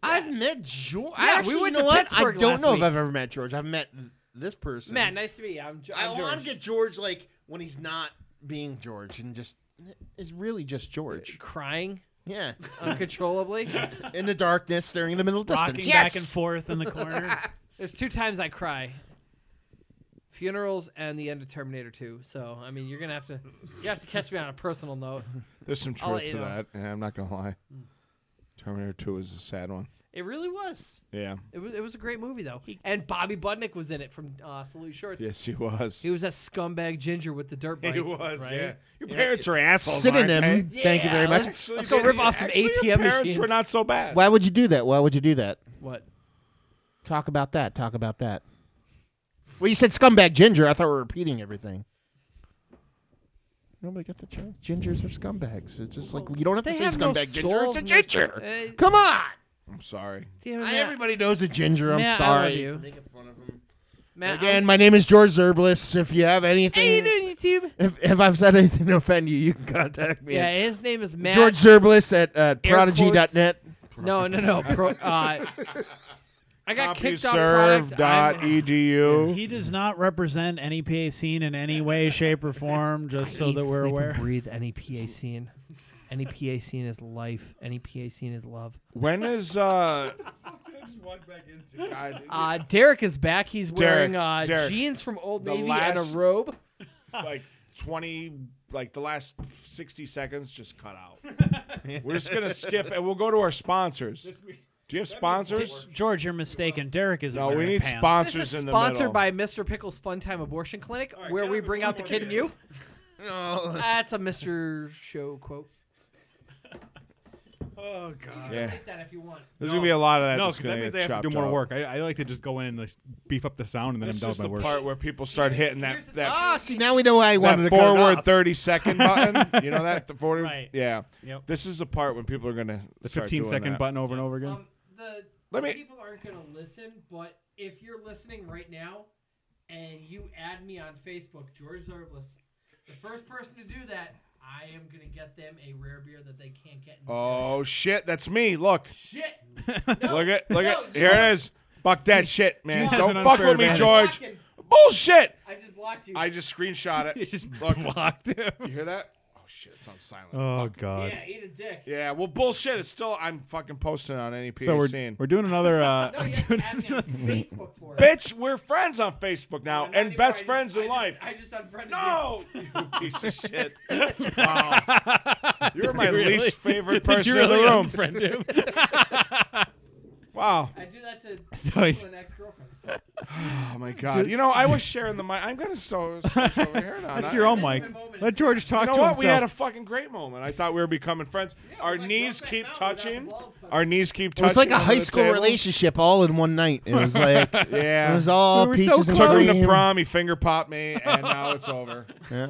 Speaker 2: I've met George.
Speaker 5: Yeah,
Speaker 2: I
Speaker 5: we
Speaker 2: actually,
Speaker 5: went
Speaker 2: you know
Speaker 5: to
Speaker 2: what? I
Speaker 5: Pittsburgh
Speaker 2: don't
Speaker 5: last
Speaker 2: know
Speaker 5: week.
Speaker 2: if I've ever met George. I've met th- this person.
Speaker 5: Matt, nice to meet you. I'm, Jo-
Speaker 2: I
Speaker 5: I'm
Speaker 2: want to
Speaker 5: George.
Speaker 2: get George like when he's not being George and just is really just George.
Speaker 5: crying
Speaker 2: Yeah, [laughs]
Speaker 5: uncontrollably.
Speaker 2: in the darkness, staring in the middle distance.
Speaker 6: Rocking
Speaker 2: yes!
Speaker 6: back and forth in the [laughs] corner.
Speaker 5: There's two times I cry. Funerals and the end of Terminator 2. So I mean, you're gonna have to you have to catch me on a personal note.
Speaker 3: There's some
Speaker 5: I'll
Speaker 3: truth
Speaker 5: let
Speaker 3: to
Speaker 5: you know.
Speaker 3: that, and I'm not gonna lie. Terminator 2 is a sad one.
Speaker 5: It really was.
Speaker 3: Yeah.
Speaker 5: It was it was a great movie though. And Bobby Budnick was in it from uh, Salute Shorts.
Speaker 3: Yes, she was.
Speaker 5: He was that scumbag ginger with the dirt
Speaker 3: [laughs]
Speaker 5: bike.
Speaker 3: He was,
Speaker 5: right?
Speaker 3: yeah. Your parents are assholes.
Speaker 2: Synonym. Thank you
Speaker 5: Yeah,
Speaker 2: very much.
Speaker 5: let's-
Speaker 3: Actually,
Speaker 5: Let's go rip off some
Speaker 3: actually, Your
Speaker 5: ATM
Speaker 3: parents
Speaker 5: machines.
Speaker 3: were not so bad.
Speaker 2: Why would you do that? Why would you do that?
Speaker 5: What?
Speaker 2: Talk about that. Talk about that. Well, you said scumbag ginger. I thought we were repeating everything. Nobody got the joke. Gingers are scumbags. It's just like you don't have to
Speaker 5: They
Speaker 2: say
Speaker 5: have no
Speaker 2: scumbag ginger.
Speaker 5: soul,
Speaker 2: It's a
Speaker 5: no-
Speaker 2: ginger.
Speaker 5: Uh,
Speaker 2: Come on.
Speaker 3: I'm sorry.
Speaker 5: damn it,
Speaker 2: I-
Speaker 5: Matt.
Speaker 2: everybody knows a ginger. I'm
Speaker 5: Matt, I love
Speaker 2: sorry.
Speaker 5: you.
Speaker 2: Making fun of him.
Speaker 5: Matt,
Speaker 2: Again,
Speaker 5: I'm-
Speaker 2: my name is George Zerblis. If you have
Speaker 5: Hey, you
Speaker 2: anything,
Speaker 5: doing YouTube?
Speaker 2: if, if I've said anything to offend you, you can contact me.
Speaker 5: Yeah,
Speaker 2: at
Speaker 5: his name is Matt.
Speaker 2: George Zerblis at uh,
Speaker 5: Air quotes.
Speaker 2: prodigy.net.
Speaker 5: No, no, no. Pro, uh, I got kicked off product. I'm-
Speaker 3: E. CompuServe.edu.
Speaker 6: he does not represent any PA scene in any way, shape, or [laughs] form. Just so
Speaker 5: Eat,
Speaker 6: that we're
Speaker 5: sleep, and
Speaker 6: aware.
Speaker 5: Breathe any PA scene. Any PA scene is life. Any PA scene is love.
Speaker 3: When is uh?
Speaker 5: [laughs]
Speaker 3: God,
Speaker 5: Uh, Derek is back. He's
Speaker 3: Derek,
Speaker 5: wearing uh,
Speaker 3: Derek.
Speaker 5: jeans from Old
Speaker 3: The
Speaker 5: Navy
Speaker 3: last-
Speaker 5: and a robe.
Speaker 3: like twenty, like the last sixty seconds, just
Speaker 1: [laughs]
Speaker 3: cut out. We're just gonna skip, and we'll go to our sponsors. Do you have sponsors?
Speaker 6: George, you're mistaken. Derek is.
Speaker 3: No,
Speaker 6: wearing
Speaker 3: we need
Speaker 6: pants.
Speaker 3: sponsors.
Speaker 5: This is
Speaker 3: in the
Speaker 5: sponsored
Speaker 3: middle.
Speaker 5: by Mr. Pickle's Fun Time Abortion Clinic, where we bring out the kid
Speaker 3: [laughs]
Speaker 5: in you. That's a Mr. Show quote.
Speaker 3: Yeah,
Speaker 5: Take that if you want.
Speaker 3: there's gonna be a lot of that.
Speaker 1: No,
Speaker 3: that's
Speaker 1: because that
Speaker 3: gonna
Speaker 1: means I
Speaker 3: get
Speaker 1: have to do
Speaker 3: chopped
Speaker 1: more
Speaker 3: out.
Speaker 1: work. I, I like to just go in and like, beef up the sound, and then
Speaker 3: This
Speaker 1: I'm
Speaker 3: is
Speaker 1: done with
Speaker 3: the
Speaker 1: my work.
Speaker 3: part where people start hitting that
Speaker 5: Here's the
Speaker 3: that
Speaker 2: Ah, see, now we know why I wanted
Speaker 3: that
Speaker 2: to
Speaker 3: forward
Speaker 2: cut it off.
Speaker 1: [laughs]
Speaker 3: 30 second button. You know that? The forward?
Speaker 6: Right.
Speaker 3: Yeah.
Speaker 6: Yep.
Speaker 3: This is the part when people are going to
Speaker 1: the
Speaker 3: start
Speaker 1: 15
Speaker 3: doing
Speaker 1: second
Speaker 3: that.
Speaker 1: button over and over again.
Speaker 5: Um, the
Speaker 3: Let
Speaker 5: the
Speaker 3: me-
Speaker 5: people aren't going to listen, but if you're listening right now and you add me on Facebook, George Zerblis, the first person to do that, I am going to get them a rare beer that they can't get. In
Speaker 3: Oh, shit. That's me.
Speaker 1: [laughs]
Speaker 3: Look.
Speaker 5: shit!
Speaker 3: [laughs] Look at. Look
Speaker 5: No,
Speaker 3: at.
Speaker 5: you
Speaker 3: Here
Speaker 5: don't.
Speaker 3: it is. Fuck that shit, man.
Speaker 5: has
Speaker 3: Don't
Speaker 1: an
Speaker 3: fuck
Speaker 1: unfair
Speaker 3: with me,
Speaker 1: advantage.
Speaker 3: George.
Speaker 5: Blocking.
Speaker 3: Bullshit.
Speaker 5: I just blocked you.
Speaker 3: I just
Speaker 1: [laughs] [laughs]
Speaker 3: screenshot
Speaker 1: You
Speaker 3: it.
Speaker 1: just
Speaker 3: Look.
Speaker 1: blocked him.
Speaker 3: You hear that? Oh, shit, it's on silent.
Speaker 1: Oh
Speaker 3: Fuck.
Speaker 1: god.
Speaker 5: yeah, eat a dick.
Speaker 3: Yeah, well, bullshit. It's still I'm fucking posting on any PA
Speaker 1: So we're
Speaker 3: scene.
Speaker 1: we're doing another.
Speaker 5: [laughs] No,
Speaker 1: Uh,
Speaker 5: you have to add me on [laughs] Facebook for it.
Speaker 3: Bitch, we're friends on Facebook now,
Speaker 5: I'm not
Speaker 3: and
Speaker 5: even-
Speaker 3: best
Speaker 5: I
Speaker 3: friends
Speaker 5: just,
Speaker 3: in
Speaker 5: I
Speaker 3: life.
Speaker 5: Just, I just unfriended
Speaker 3: no, you piece of shit. Wow.
Speaker 5: [laughs]
Speaker 3: You're my
Speaker 1: you really- [laughs]
Speaker 3: least favorite
Speaker 1: did you
Speaker 3: person in
Speaker 1: really
Speaker 3: the room.
Speaker 1: unfriend him?
Speaker 3: Wow.
Speaker 5: you. I do that to
Speaker 1: [laughs] So
Speaker 5: people
Speaker 1: he's- [laughs]
Speaker 5: and ex-girlfriends.
Speaker 3: Oh my god. You know, I was sharing the mic. I'm gonna still
Speaker 1: [laughs]
Speaker 3: switch over here now.
Speaker 1: That's
Speaker 3: I-
Speaker 1: your own
Speaker 5: That's
Speaker 1: mic.
Speaker 5: my moment.
Speaker 1: Let George talk
Speaker 3: You know
Speaker 1: to
Speaker 3: what?
Speaker 1: himself.
Speaker 3: We had a fucking great moment. I thought we were becoming friends. Our
Speaker 5: it's like
Speaker 3: knees
Speaker 5: Brokeback
Speaker 3: keep
Speaker 5: Mountain without
Speaker 3: touching.
Speaker 5: the wall pushing.
Speaker 3: Our knees keep
Speaker 2: It
Speaker 3: touching.
Speaker 2: was like a
Speaker 3: under
Speaker 2: high
Speaker 3: the
Speaker 2: school
Speaker 3: table.
Speaker 2: relationship all in one night. It was like
Speaker 3: [laughs] Yeah.
Speaker 2: it was all
Speaker 1: We were so
Speaker 2: peaches and
Speaker 1: close.
Speaker 3: Took him
Speaker 2: cream.
Speaker 3: to prom. He finger popped me, and
Speaker 1: [laughs]
Speaker 3: now it's over.
Speaker 2: Yeah.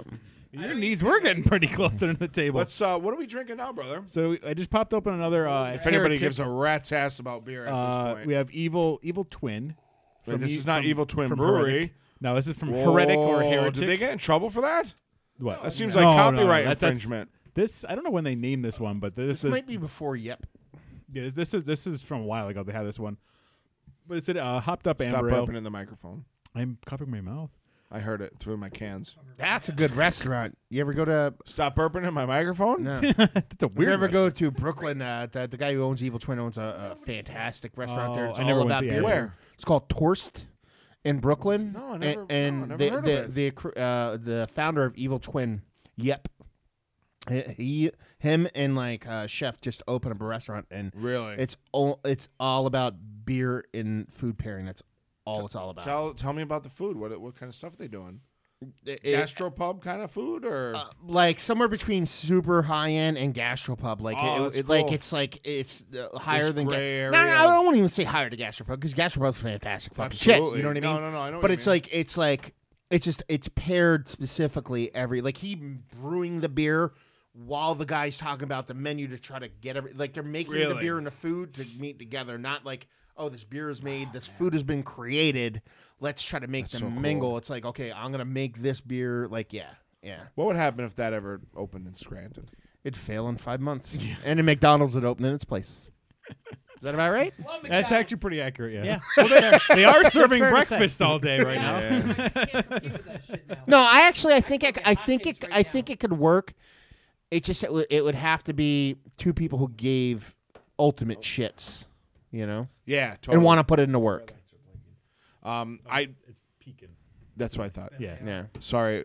Speaker 1: Your knees were getting pretty close under the table.
Speaker 3: Let's. Uh, what are we drinking now, brother?
Speaker 1: so I just popped open another. Uh,
Speaker 3: If anybody
Speaker 1: Heretic.
Speaker 3: gives a rat's ass about beer at
Speaker 1: uh,
Speaker 3: this point,
Speaker 1: we have evil, evil twin.
Speaker 3: Wait,
Speaker 1: from
Speaker 3: this
Speaker 1: E-
Speaker 3: is not
Speaker 1: from-
Speaker 3: Evil Twin
Speaker 1: from
Speaker 3: Brewery.
Speaker 1: Heretic. No, this is from Heretic or
Speaker 3: Whoa,
Speaker 1: Heretic.
Speaker 3: Did they get in trouble for that?
Speaker 1: what?
Speaker 3: That seems
Speaker 1: No,
Speaker 3: like
Speaker 1: no, no,
Speaker 3: copyright
Speaker 1: that's- that's-
Speaker 3: infringement.
Speaker 1: This I don't know when they named this one, but this,
Speaker 2: This
Speaker 1: is
Speaker 2: might be before Yep.
Speaker 1: yeah, this is this is from a while ago. They had this one, but it's a uh, hopped up
Speaker 3: Stop
Speaker 1: amber ale.
Speaker 3: opening the microphone.
Speaker 1: I'm covering my mouth. [laughs]
Speaker 3: I heard it through my cans.
Speaker 2: That's a good restaurant. You ever go to?
Speaker 3: Stop burping in my microphone.
Speaker 2: No.
Speaker 1: That's a
Speaker 2: We
Speaker 1: weird.
Speaker 2: ever go
Speaker 1: recipe.
Speaker 2: to Brooklyn? Uh, the, the guy who owns Evil Twin owns a, a fantastic restaurant there.
Speaker 1: Oh,
Speaker 2: It's
Speaker 1: I
Speaker 2: all
Speaker 1: never went
Speaker 2: about
Speaker 1: to- yeah,
Speaker 2: beer.
Speaker 1: yeah.
Speaker 3: Where?
Speaker 2: It's called Torst in Brooklyn.
Speaker 3: No, I
Speaker 2: A-
Speaker 3: never- no, I
Speaker 2: And,
Speaker 3: never
Speaker 2: the,
Speaker 3: heard of
Speaker 2: the,
Speaker 3: it.
Speaker 2: the cr- uh, the founder of Evil Twin. Yep. He, him, and like uh, chef just open up a restaurant, and
Speaker 3: Really?
Speaker 2: it's all it's all about beer and food pairing. That's all it's all about.
Speaker 3: Tell tell me about the food. What what kind of stuff are they doing?
Speaker 2: It- it-
Speaker 3: Gastropub kind of food or
Speaker 2: uh, like somewhere between super high end and gastropub. Like
Speaker 3: Oh,
Speaker 2: it,
Speaker 3: that's
Speaker 2: it- like
Speaker 3: cool.
Speaker 2: it's like it's uh, higher than.
Speaker 3: gray
Speaker 2: ga-
Speaker 3: area
Speaker 2: no, no, I
Speaker 3: of-
Speaker 2: don't want to even say higher to gastropub because gastropub's fantastic fucking shit.
Speaker 3: Absolutely.
Speaker 2: You know what I mean?
Speaker 3: No, no, no, I know what
Speaker 2: But
Speaker 3: you
Speaker 2: it's
Speaker 3: mean.
Speaker 2: like it's like it's just it's paired specifically every like he brewing the beer. While the guy's talking about the menu to try to get every like they're making the
Speaker 3: Really?
Speaker 2: beer and the food to meet together, not like oh this beer is made, this food has been created, let's try to make
Speaker 3: Oh, That's
Speaker 2: them
Speaker 3: so cool.
Speaker 2: mingle. It's like okay, I'm gonna make this beer like yeah, yeah.
Speaker 3: what would happen if that ever opened in Scranton?
Speaker 2: It'd fail in five months. And in McDonald's would open in its
Speaker 3: [laughs]
Speaker 2: place. Is that about right?
Speaker 5: Love
Speaker 1: That's
Speaker 5: McDonald's.
Speaker 1: actually pretty accurate. Yeah.
Speaker 6: Yeah.
Speaker 1: they are serving
Speaker 6: fair to say.
Speaker 1: breakfast all day right now.
Speaker 5: Yeah, it's like you
Speaker 1: [laughs]
Speaker 5: can't compete with that shit now.
Speaker 2: No, I actually I think I, c-
Speaker 5: Okay,
Speaker 2: I
Speaker 5: hot
Speaker 2: think
Speaker 5: takes
Speaker 2: it c-
Speaker 5: right
Speaker 2: I
Speaker 5: now.
Speaker 2: think it could work. It just it, would it would have to be two people who gave ultimate shits, you know,
Speaker 3: Yeah, totally.
Speaker 2: and want to put it into work.
Speaker 3: um, I.
Speaker 1: It's peaking.
Speaker 3: That's what I thought.
Speaker 1: Yeah.
Speaker 2: Yeah,
Speaker 3: Sorry.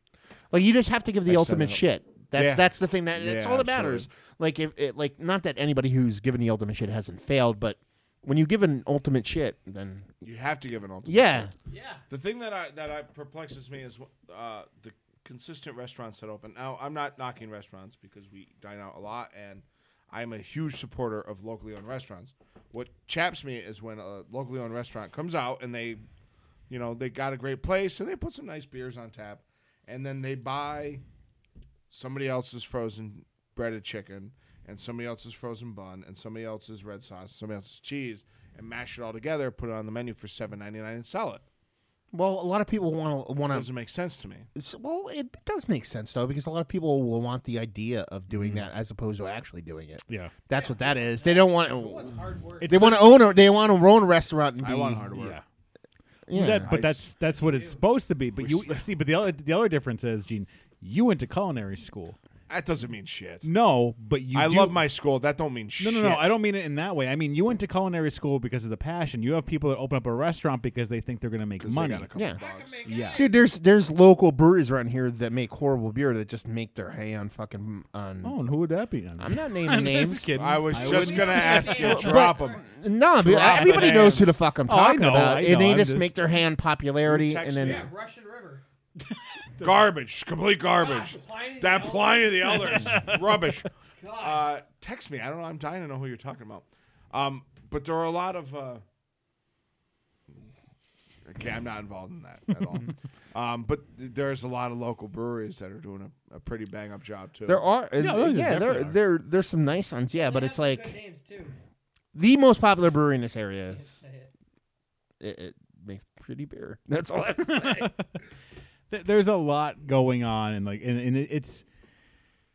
Speaker 3: [laughs]
Speaker 2: like you just have to give the
Speaker 3: I said
Speaker 2: ultimate
Speaker 3: that.
Speaker 2: shit. That's
Speaker 3: Yeah.
Speaker 2: that's the thing that that's
Speaker 3: Yeah,
Speaker 2: all that matters. Like if it, like not that anybody who's given the ultimate shit hasn't failed, but when you give an ultimate shit, then
Speaker 3: You have to give an ultimate.
Speaker 2: yeah,
Speaker 3: shit.
Speaker 5: Yeah.
Speaker 3: The thing that I that I perplexes me is uh, the consistent restaurants that open. Now I'm not knocking restaurants because we dine out a lot, and I'm a huge supporter of locally owned restaurants. What chaps me is when a locally owned restaurant comes out and they, you know, they got a great place and they put some nice beers on tap, and then they buy somebody else's frozen breaded chicken and somebody else's frozen bun and somebody else's red sauce, somebody else's cheese, and mash it all together, put it on the menu for seven ninety nine, and sell it.
Speaker 2: Well, a lot of people want to want
Speaker 3: Doesn't make sense to me.
Speaker 2: to. Well, it does make sense though, because a lot of people will want the idea of doing that as opposed to actually doing it.
Speaker 1: Mm. Yeah.
Speaker 2: That's what that is. They don't want.
Speaker 5: What's hard work?
Speaker 2: They want to own a. They want to own a restaurant and be.
Speaker 3: I want hard work.
Speaker 1: Mm, Yeah.
Speaker 2: Yeah.
Speaker 1: That- but
Speaker 3: I
Speaker 1: that's that's what it's supposed to be. But you see, but the other the other difference is, Gene, you went to culinary school.
Speaker 3: That doesn't mean shit.
Speaker 1: No, but you.
Speaker 3: I
Speaker 1: do-
Speaker 3: love my school. That don't mean
Speaker 1: No,
Speaker 3: shit.
Speaker 1: no, no. I don't mean it in that way. I mean you went to culinary school because of the passion. You have people that open up a restaurant because they think they're going to make
Speaker 3: 'Cause they
Speaker 1: money.
Speaker 3: got a couple
Speaker 2: Yeah.
Speaker 5: I
Speaker 3: bucks.
Speaker 5: can make
Speaker 1: Yeah.
Speaker 5: it.
Speaker 2: Dude, there's there's local breweries around here that make horrible beer that just make their hay on fucking on.
Speaker 1: Oh, and who would that be?
Speaker 2: I'm
Speaker 1: [laughs]
Speaker 2: not naming names.
Speaker 1: Just kidding.
Speaker 3: I was just
Speaker 5: wouldn't-
Speaker 3: gonna ask you.
Speaker 5: But-
Speaker 3: Drop them.
Speaker 2: No, dude,
Speaker 3: Drop the
Speaker 2: everybody knows
Speaker 3: names.
Speaker 2: who the fuck I'm
Speaker 1: Oh, I
Speaker 2: talking
Speaker 1: know,
Speaker 2: about,
Speaker 1: I
Speaker 2: and
Speaker 1: know,
Speaker 2: they
Speaker 1: I'm
Speaker 2: just,
Speaker 1: just-
Speaker 2: make their hand popularity,
Speaker 3: Text
Speaker 2: and then
Speaker 3: me.
Speaker 5: Yeah, Russian River.
Speaker 3: Garbage. Complete garbage.
Speaker 5: God, Pliny the
Speaker 3: that
Speaker 5: Elder.
Speaker 3: Pliny the Elder is rubbish.
Speaker 5: God.
Speaker 3: Uh, text me. I don't know. I'm dying to know who you're talking about. Um, but there are a lot of. Uh, okay, I'm not involved in that
Speaker 1: [laughs]
Speaker 3: at all. um, but th- there's a lot of local breweries that are doing a, a pretty bang up job too.
Speaker 2: there are
Speaker 1: No, those
Speaker 2: yeah there
Speaker 1: definitely are.
Speaker 2: there there's some nice ones yeah, but
Speaker 5: They
Speaker 2: it's
Speaker 5: have some
Speaker 2: like
Speaker 5: good names,
Speaker 3: [laughs]
Speaker 5: too.
Speaker 2: the most popular brewery in this area is
Speaker 5: Say it.
Speaker 2: it, it makes pretty beer. [laughs] That's all I have to [laughs] say.
Speaker 1: Th- there's a lot going on, and like, and, and it- it's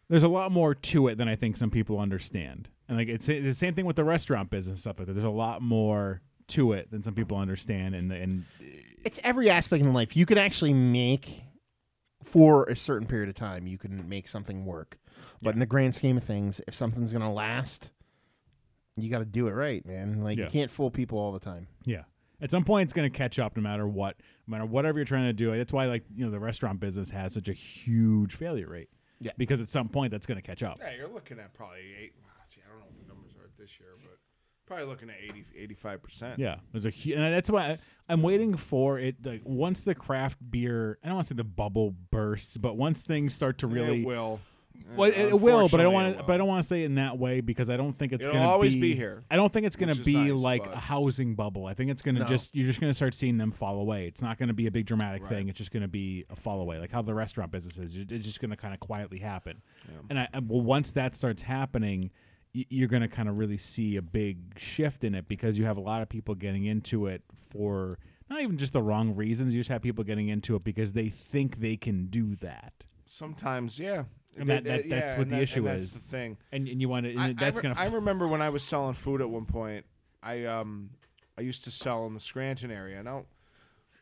Speaker 1: there's a lot more to it than I think some people understand. And like, it's, it's the same thing with the restaurant business and stuff like that. There's a lot more to it than some people understand, and and
Speaker 2: it's every aspect in life. You can actually make for a certain period of time, you can make something work. But in the grand scheme of things, if something's gonna last, you got to do it right, man. Like
Speaker 1: Yeah.
Speaker 2: you can't fool people all the time.
Speaker 1: Yeah. At some point, it's going to catch up no matter what, no matter whatever you're trying to do. That's why, like, you know, the restaurant business has such a huge failure rate.
Speaker 2: Yeah.
Speaker 1: Because at some point, that's going to catch up.
Speaker 3: Yeah, you're looking at probably eight. wow, Gee, I don't know what the numbers are this year, but probably looking at 80, 85 percent.
Speaker 1: Yeah. There's a huge, and that's why I, I'm waiting for it. Like, once the craft beer, I don't want to say the bubble bursts, but once things start to really.
Speaker 3: it will.
Speaker 1: Well, it, it will, but I don't
Speaker 3: Mm, Unfortunately,
Speaker 1: want
Speaker 3: it
Speaker 1: to.
Speaker 3: will.
Speaker 1: But I don't want to say it in that way because I don't think it's
Speaker 3: It'll
Speaker 1: going to
Speaker 3: always be here,
Speaker 1: I don't think it's going
Speaker 3: which
Speaker 1: to
Speaker 3: is
Speaker 1: be
Speaker 3: nice,
Speaker 1: like
Speaker 3: but-
Speaker 1: a housing bubble. I think it's going to
Speaker 2: No.
Speaker 1: just you're just going to start seeing them fall away. It's not going to be a big dramatic
Speaker 3: Right.
Speaker 1: thing. It's just going to be a fall away, like how the restaurant business is. It- It's just going to kind of quietly happen. And I, and, well, once that starts happening, y- you're going to kind of really see a big shift in it because you have a lot of people getting into it for not even just the wrong reasons. You just have people getting into it because they think they can do that.
Speaker 3: Sometimes, yeah.
Speaker 1: And that- that- that's what
Speaker 3: and
Speaker 1: the
Speaker 3: that-
Speaker 1: issue
Speaker 3: and that's
Speaker 1: is.
Speaker 3: the thing.
Speaker 1: And, and you want to,
Speaker 3: I- I
Speaker 1: that's
Speaker 3: re-
Speaker 1: going to
Speaker 3: I remember when I was selling food at one point. I um I used to sell in the Scranton area. And I don't,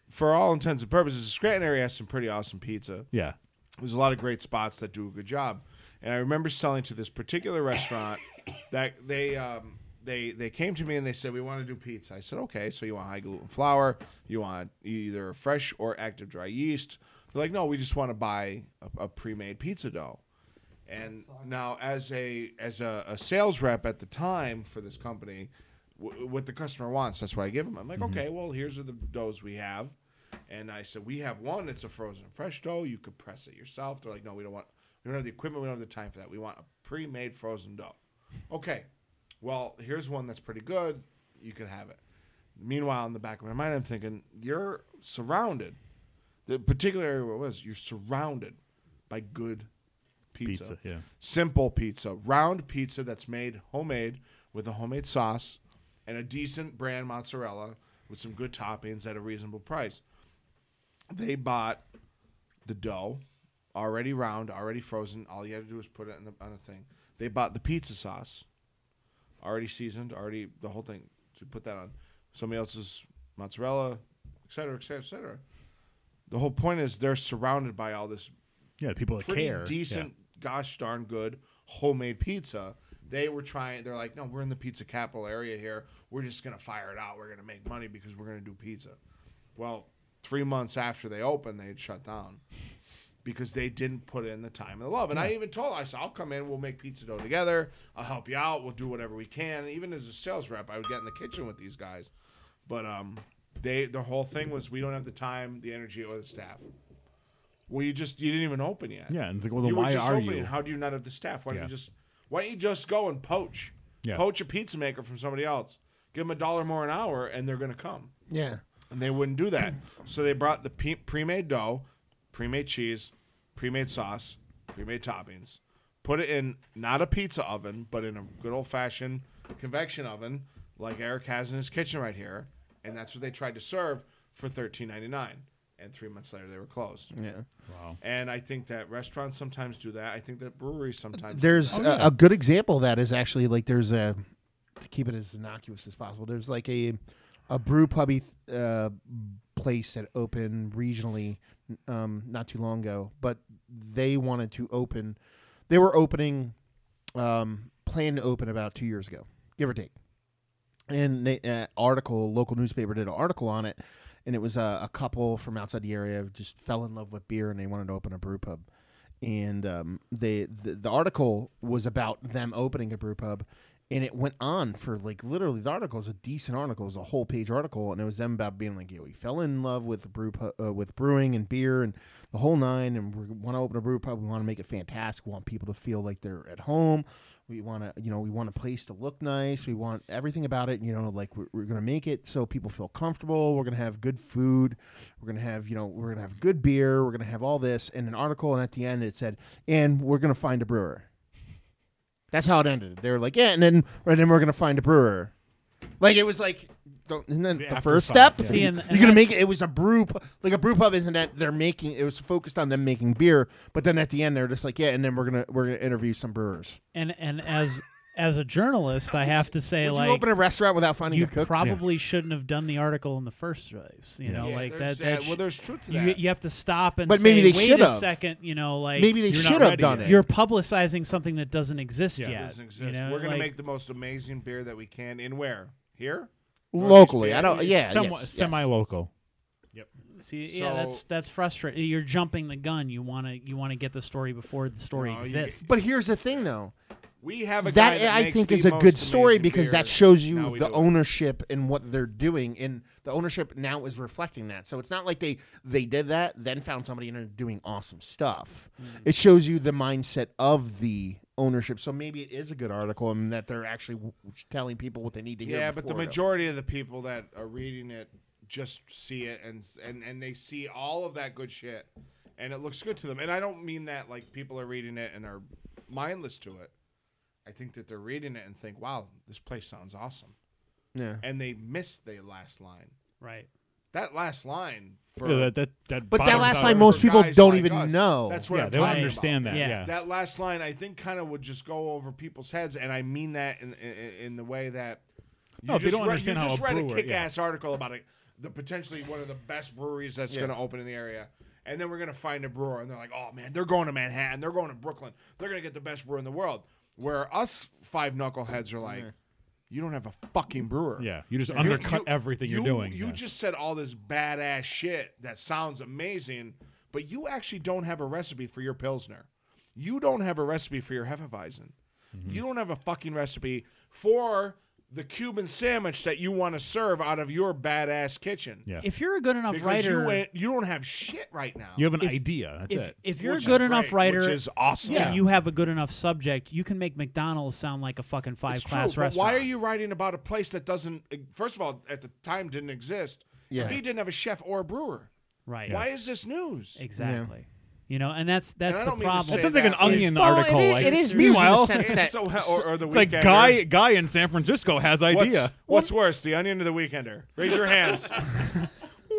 Speaker 3: for all intents and purposes, the Scranton area has some pretty awesome pizza.
Speaker 1: yeah.
Speaker 3: There's a lot of great spots that do a good job. And I remember selling to this particular restaurant [coughs] that they um, they they came to me and they said we want to do pizza. I said okay, so you want high gluten flour? You want either fresh or active dry yeast? They're like no, we just want to buy a, a pre-made pizza dough. And now, as a as a, a sales rep at the time for this company, w- what the customer wants, that's what I give them. I'm like, okay, well, here's are the doughs we have, and I said we have one. It's a frozen fresh dough. You could press it yourself. They're like, no, we don't want. We don't have the equipment. We don't have the time for that. We want a pre-made frozen dough. Okay, well, here's one that's pretty good. You can have it. Meanwhile, in the back of my mind, I'm thinking, you're surrounded. The particular area where it was, you're surrounded by good pizza.
Speaker 1: Pizza, yeah.
Speaker 3: Simple pizza, round pizza that's made homemade with a homemade sauce and a decent brand mozzarella with some good toppings at a reasonable price. They bought the dough, already round, already frozen. All you had to do was put it in the, on a thing. They bought the pizza sauce, already seasoned, already the whole thing. To put that on somebody else's mozzarella, et cetera, et cetera, et cetera. The whole point is they're surrounded by all this
Speaker 1: Yeah, people that
Speaker 3: pretty
Speaker 1: care.
Speaker 3: decent, gosh darn good homemade pizza. They were trying. They're like, no, we're in the pizza capital area here. We're just gonna fire it out. We're gonna make money because we're gonna do pizza. Well, three months after they opened, they had shut down because they didn't put in the time and the love. And I even told, I said, I'll come in. We'll make pizza dough together. I'll help you out. We'll do whatever we can. And even as a sales rep, I would get in the kitchen with these guys. But um, they the whole thing was we don't have the time, the energy, or the staff. Well, you just you didn't even open yet.
Speaker 1: Yeah, and it's like, well, then
Speaker 3: you were
Speaker 1: why
Speaker 3: just
Speaker 1: are
Speaker 3: opening.
Speaker 1: you?
Speaker 3: How do you not have the staff? Why don't
Speaker 1: Yeah.
Speaker 3: you just why don't you just go and poach?
Speaker 1: Yeah.
Speaker 3: Poach a pizza maker from somebody else. Give them a dollar more an hour, and they're gonna come
Speaker 2: Yeah.
Speaker 3: and they wouldn't do that. So they brought the pe- pre-made dough, pre-made cheese, pre-made sauce, pre-made toppings, put it in not a pizza oven, but in a good old-fashioned convection oven, like Eric has in his kitchen right here, and that's what they tried to serve for thirteen ninety-nine. And three months later, they were closed.
Speaker 2: Yeah.
Speaker 1: Wow.
Speaker 3: And I think that restaurants sometimes do that. I think that breweries sometimes.
Speaker 2: There's
Speaker 1: Oh,
Speaker 2: a,
Speaker 1: yeah.
Speaker 2: a good example of that is actually like there's a to keep it as innocuous as possible. There's like a a brew pubby uh, place that opened regionally um, not too long ago, but they wanted to open. They were opening, um, planned to open about two years ago, give or take. And they uh, article local newspaper did an article on it, and it was a, a couple from outside the area who just fell in love with beer and they wanted to open a brew pub and um, they the, the article was about them opening a brew pub and it went on for like literally the article is a decent article it was a whole page article and it was them about being like yeah we fell in love with the brew pub, uh, with brewing and beer and the whole nine and we want to open a brew pub we want to make it fantastic we want people to feel like they're at home we want to you know we want a place to look nice we want everything about it you know like we're, we're gonna make it so people feel comfortable we're gonna have good food we're gonna have you know we're gonna have good beer we're gonna have all this in an article and at the end it said and we're gonna find a brewer that's how it ended they were like yeah and then and then we're gonna find a brewer like it was like don't, isn't that the
Speaker 1: afterthought,
Speaker 2: first step?
Speaker 1: yeah.
Speaker 6: See, and- and
Speaker 2: You're gonna
Speaker 6: that's-
Speaker 2: make it. It was a brew, pu- like a brew pub, isn't that they're making? It was focused on them making beer, but then at the end they're just like, yeah, and then we're gonna we're gonna interview some brewers.
Speaker 6: and and as as a journalist, I have to say,
Speaker 2: Would
Speaker 6: like,
Speaker 2: you open a restaurant without finding
Speaker 6: you
Speaker 2: a cook?
Speaker 6: probably shouldn't have done the article in the first place. You
Speaker 1: Yeah.
Speaker 6: know,
Speaker 3: Yeah,
Speaker 6: like that.
Speaker 3: there's
Speaker 6: that
Speaker 3: that- well,
Speaker 6: sh-
Speaker 3: there's truth to that.
Speaker 6: you, you have to stop and
Speaker 2: But
Speaker 6: say,
Speaker 2: maybe they
Speaker 6: wait
Speaker 2: should
Speaker 6: a
Speaker 2: have.
Speaker 6: second. You know, like
Speaker 2: Maybe they
Speaker 1: You're not
Speaker 2: should have
Speaker 1: ready
Speaker 2: done
Speaker 1: yet.
Speaker 2: it.
Speaker 6: you're publicizing something that doesn't exist
Speaker 1: Yeah.
Speaker 6: yet.
Speaker 3: doesn't exist.
Speaker 6: You know,
Speaker 3: We're gonna
Speaker 6: like,
Speaker 3: make the most amazing beer that we can. In where? Here?
Speaker 2: locally. I don't. Yeah,
Speaker 1: Somewhat-
Speaker 2: yes, yes.
Speaker 1: semi-local.
Speaker 6: See, yeah, that's
Speaker 3: So-
Speaker 6: that's frustrating. You're jumping the gun. You want to you want to get the story before the story
Speaker 3: No, you-
Speaker 6: exists.
Speaker 2: But here's the thing, though.
Speaker 3: We have a guy
Speaker 2: that,
Speaker 3: that
Speaker 2: I
Speaker 3: makes
Speaker 2: think
Speaker 3: the
Speaker 2: is a
Speaker 3: most
Speaker 2: good story
Speaker 3: amazing
Speaker 2: because
Speaker 3: beer.
Speaker 2: that shows
Speaker 3: Now
Speaker 2: you
Speaker 3: we
Speaker 2: the
Speaker 3: do it.
Speaker 2: ownership and what they're doing, and the ownership now is reflecting that. So it's not like they they did that, then found somebody and are doing awesome stuff.
Speaker 3: Mm.
Speaker 2: It shows you the mindset of the ownership. So maybe it is a good article, and that they're actually w- telling people what they need to hear.
Speaker 3: Yeah, but the
Speaker 2: before it-
Speaker 3: majority of the people that are reading it just see it and and and they see all of that good shit and it looks good to them. And I don't mean that like people are reading it and are mindless to it. I think that they're reading it and think, "Wow, this place sounds awesome."
Speaker 2: Yeah.
Speaker 3: And they miss the last line.
Speaker 6: right.
Speaker 3: That last line for
Speaker 1: Yeah, that, that, that
Speaker 2: But that
Speaker 1: bottoms
Speaker 2: last
Speaker 1: out
Speaker 2: line
Speaker 1: for-
Speaker 2: most
Speaker 3: for
Speaker 2: people
Speaker 3: guys
Speaker 2: don't
Speaker 3: like
Speaker 2: even
Speaker 3: us.
Speaker 2: know.
Speaker 3: That's what
Speaker 1: Yeah,
Speaker 3: I'm
Speaker 1: they don't
Speaker 3: talking about.
Speaker 1: understand that.
Speaker 6: Yeah.
Speaker 1: Yeah.
Speaker 3: that last line I think kind of would just go over people's heads, and I mean that in in, in the way that you
Speaker 1: No, if you
Speaker 3: just
Speaker 1: don't
Speaker 3: read,
Speaker 1: understand
Speaker 3: you
Speaker 1: how
Speaker 3: just
Speaker 1: a
Speaker 3: read
Speaker 1: brewer-
Speaker 3: a kick-ass article about it, the potentially one of the best breweries that's going to open in the area. And then we're going to find a brewer, and they're like, "Oh man, they're going to Manhattan, they're going to Brooklyn, they're going to get the best brewer in the world." Where us five knuckleheads are like,
Speaker 2: Mm-hmm.
Speaker 3: "You don't have a fucking brewer."
Speaker 1: Yeah, you just
Speaker 3: You-
Speaker 1: undercut
Speaker 3: you-
Speaker 1: everything you're
Speaker 3: you-
Speaker 1: doing.
Speaker 3: You
Speaker 1: yeah.
Speaker 3: just said all this badass shit that sounds amazing, but you actually don't have a recipe for your pilsner. You don't have a recipe for your hefeweizen.
Speaker 1: Mm-hmm.
Speaker 3: You don't have a fucking recipe for the Cuban sandwich that you want to serve out of your badass kitchen.
Speaker 1: Yeah.
Speaker 6: If you're a good enough
Speaker 3: Because
Speaker 6: writer,
Speaker 3: you, ain't- you don't have shit right now.
Speaker 1: You have an idea. That's
Speaker 6: if
Speaker 1: it.
Speaker 6: if you're a
Speaker 3: which
Speaker 6: good
Speaker 3: is
Speaker 6: enough
Speaker 3: great,
Speaker 6: writer,
Speaker 3: which is awesome.
Speaker 1: Yeah.
Speaker 6: and you have a good enough subject, you can make McDonald's sound like a fucking five
Speaker 3: It's
Speaker 6: class
Speaker 3: true, but
Speaker 6: restaurant.
Speaker 3: why are you writing about a place that doesn't? First of all, at the time didn't exist.
Speaker 2: Yeah.
Speaker 3: B didn't have a chef or a brewer.
Speaker 6: right?
Speaker 3: Why is this news?
Speaker 6: Exactly. You know, and that's that's
Speaker 3: I
Speaker 6: the
Speaker 3: don't mean to
Speaker 6: problem.
Speaker 1: that
Speaker 3: say
Speaker 1: sounds like an
Speaker 3: that is-
Speaker 1: onion
Speaker 2: Well, it
Speaker 1: article.
Speaker 2: is-
Speaker 1: like,
Speaker 2: it is news in
Speaker 1: [laughs]
Speaker 2: the
Speaker 1: meanwhile,
Speaker 2: sense-
Speaker 1: it's
Speaker 3: And
Speaker 2: that-
Speaker 3: so, or, or the
Speaker 1: like
Speaker 3: Weekender.
Speaker 1: guy guy in San Francisco has
Speaker 3: What's,
Speaker 1: idea.
Speaker 3: what's worse, the Onion or the Weekender? Raise your hands.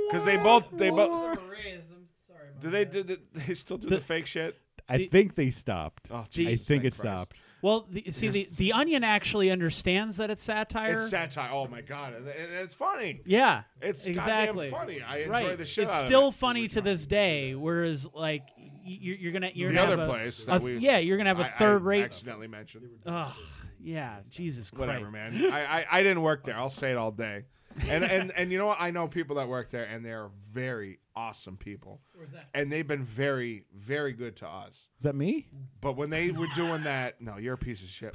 Speaker 3: Because they both they both
Speaker 5: I'm sorry. about
Speaker 3: do they
Speaker 5: that.
Speaker 3: do they, they still do the, fake shit?
Speaker 1: I think they stopped.
Speaker 3: Oh,
Speaker 1: I
Speaker 3: Jesus
Speaker 1: think it
Speaker 3: Christ.
Speaker 1: stopped.
Speaker 6: Well, the, see, the, the Onion actually understands that it's satire.
Speaker 3: It's satire. Oh my god, and, and it's funny.
Speaker 6: yeah,
Speaker 3: It's
Speaker 6: exactly
Speaker 3: goddamn funny. I enjoy
Speaker 6: right.
Speaker 3: the shit.
Speaker 6: it's
Speaker 3: out of
Speaker 6: still
Speaker 3: it.
Speaker 6: funny to this day. Whereas, like, y- you're, you're gonna you're
Speaker 3: The
Speaker 6: gonna
Speaker 3: other
Speaker 6: have a-
Speaker 3: place
Speaker 6: a
Speaker 3: that
Speaker 6: th-
Speaker 3: we
Speaker 6: yeah, you're gonna have a
Speaker 3: I- I
Speaker 6: third rate.
Speaker 3: Accidentally mentioned.
Speaker 6: Ugh, yeah, Jesus Christ.
Speaker 3: Whatever, man. I, I I didn't work there. I'll say it all day. And and and you know what? I know people that work there, and they are very awesome people.
Speaker 5: Where's that?
Speaker 3: And they've been very very good to us.
Speaker 1: Is that me?
Speaker 3: But when they were doing that, no, you're a piece of shit.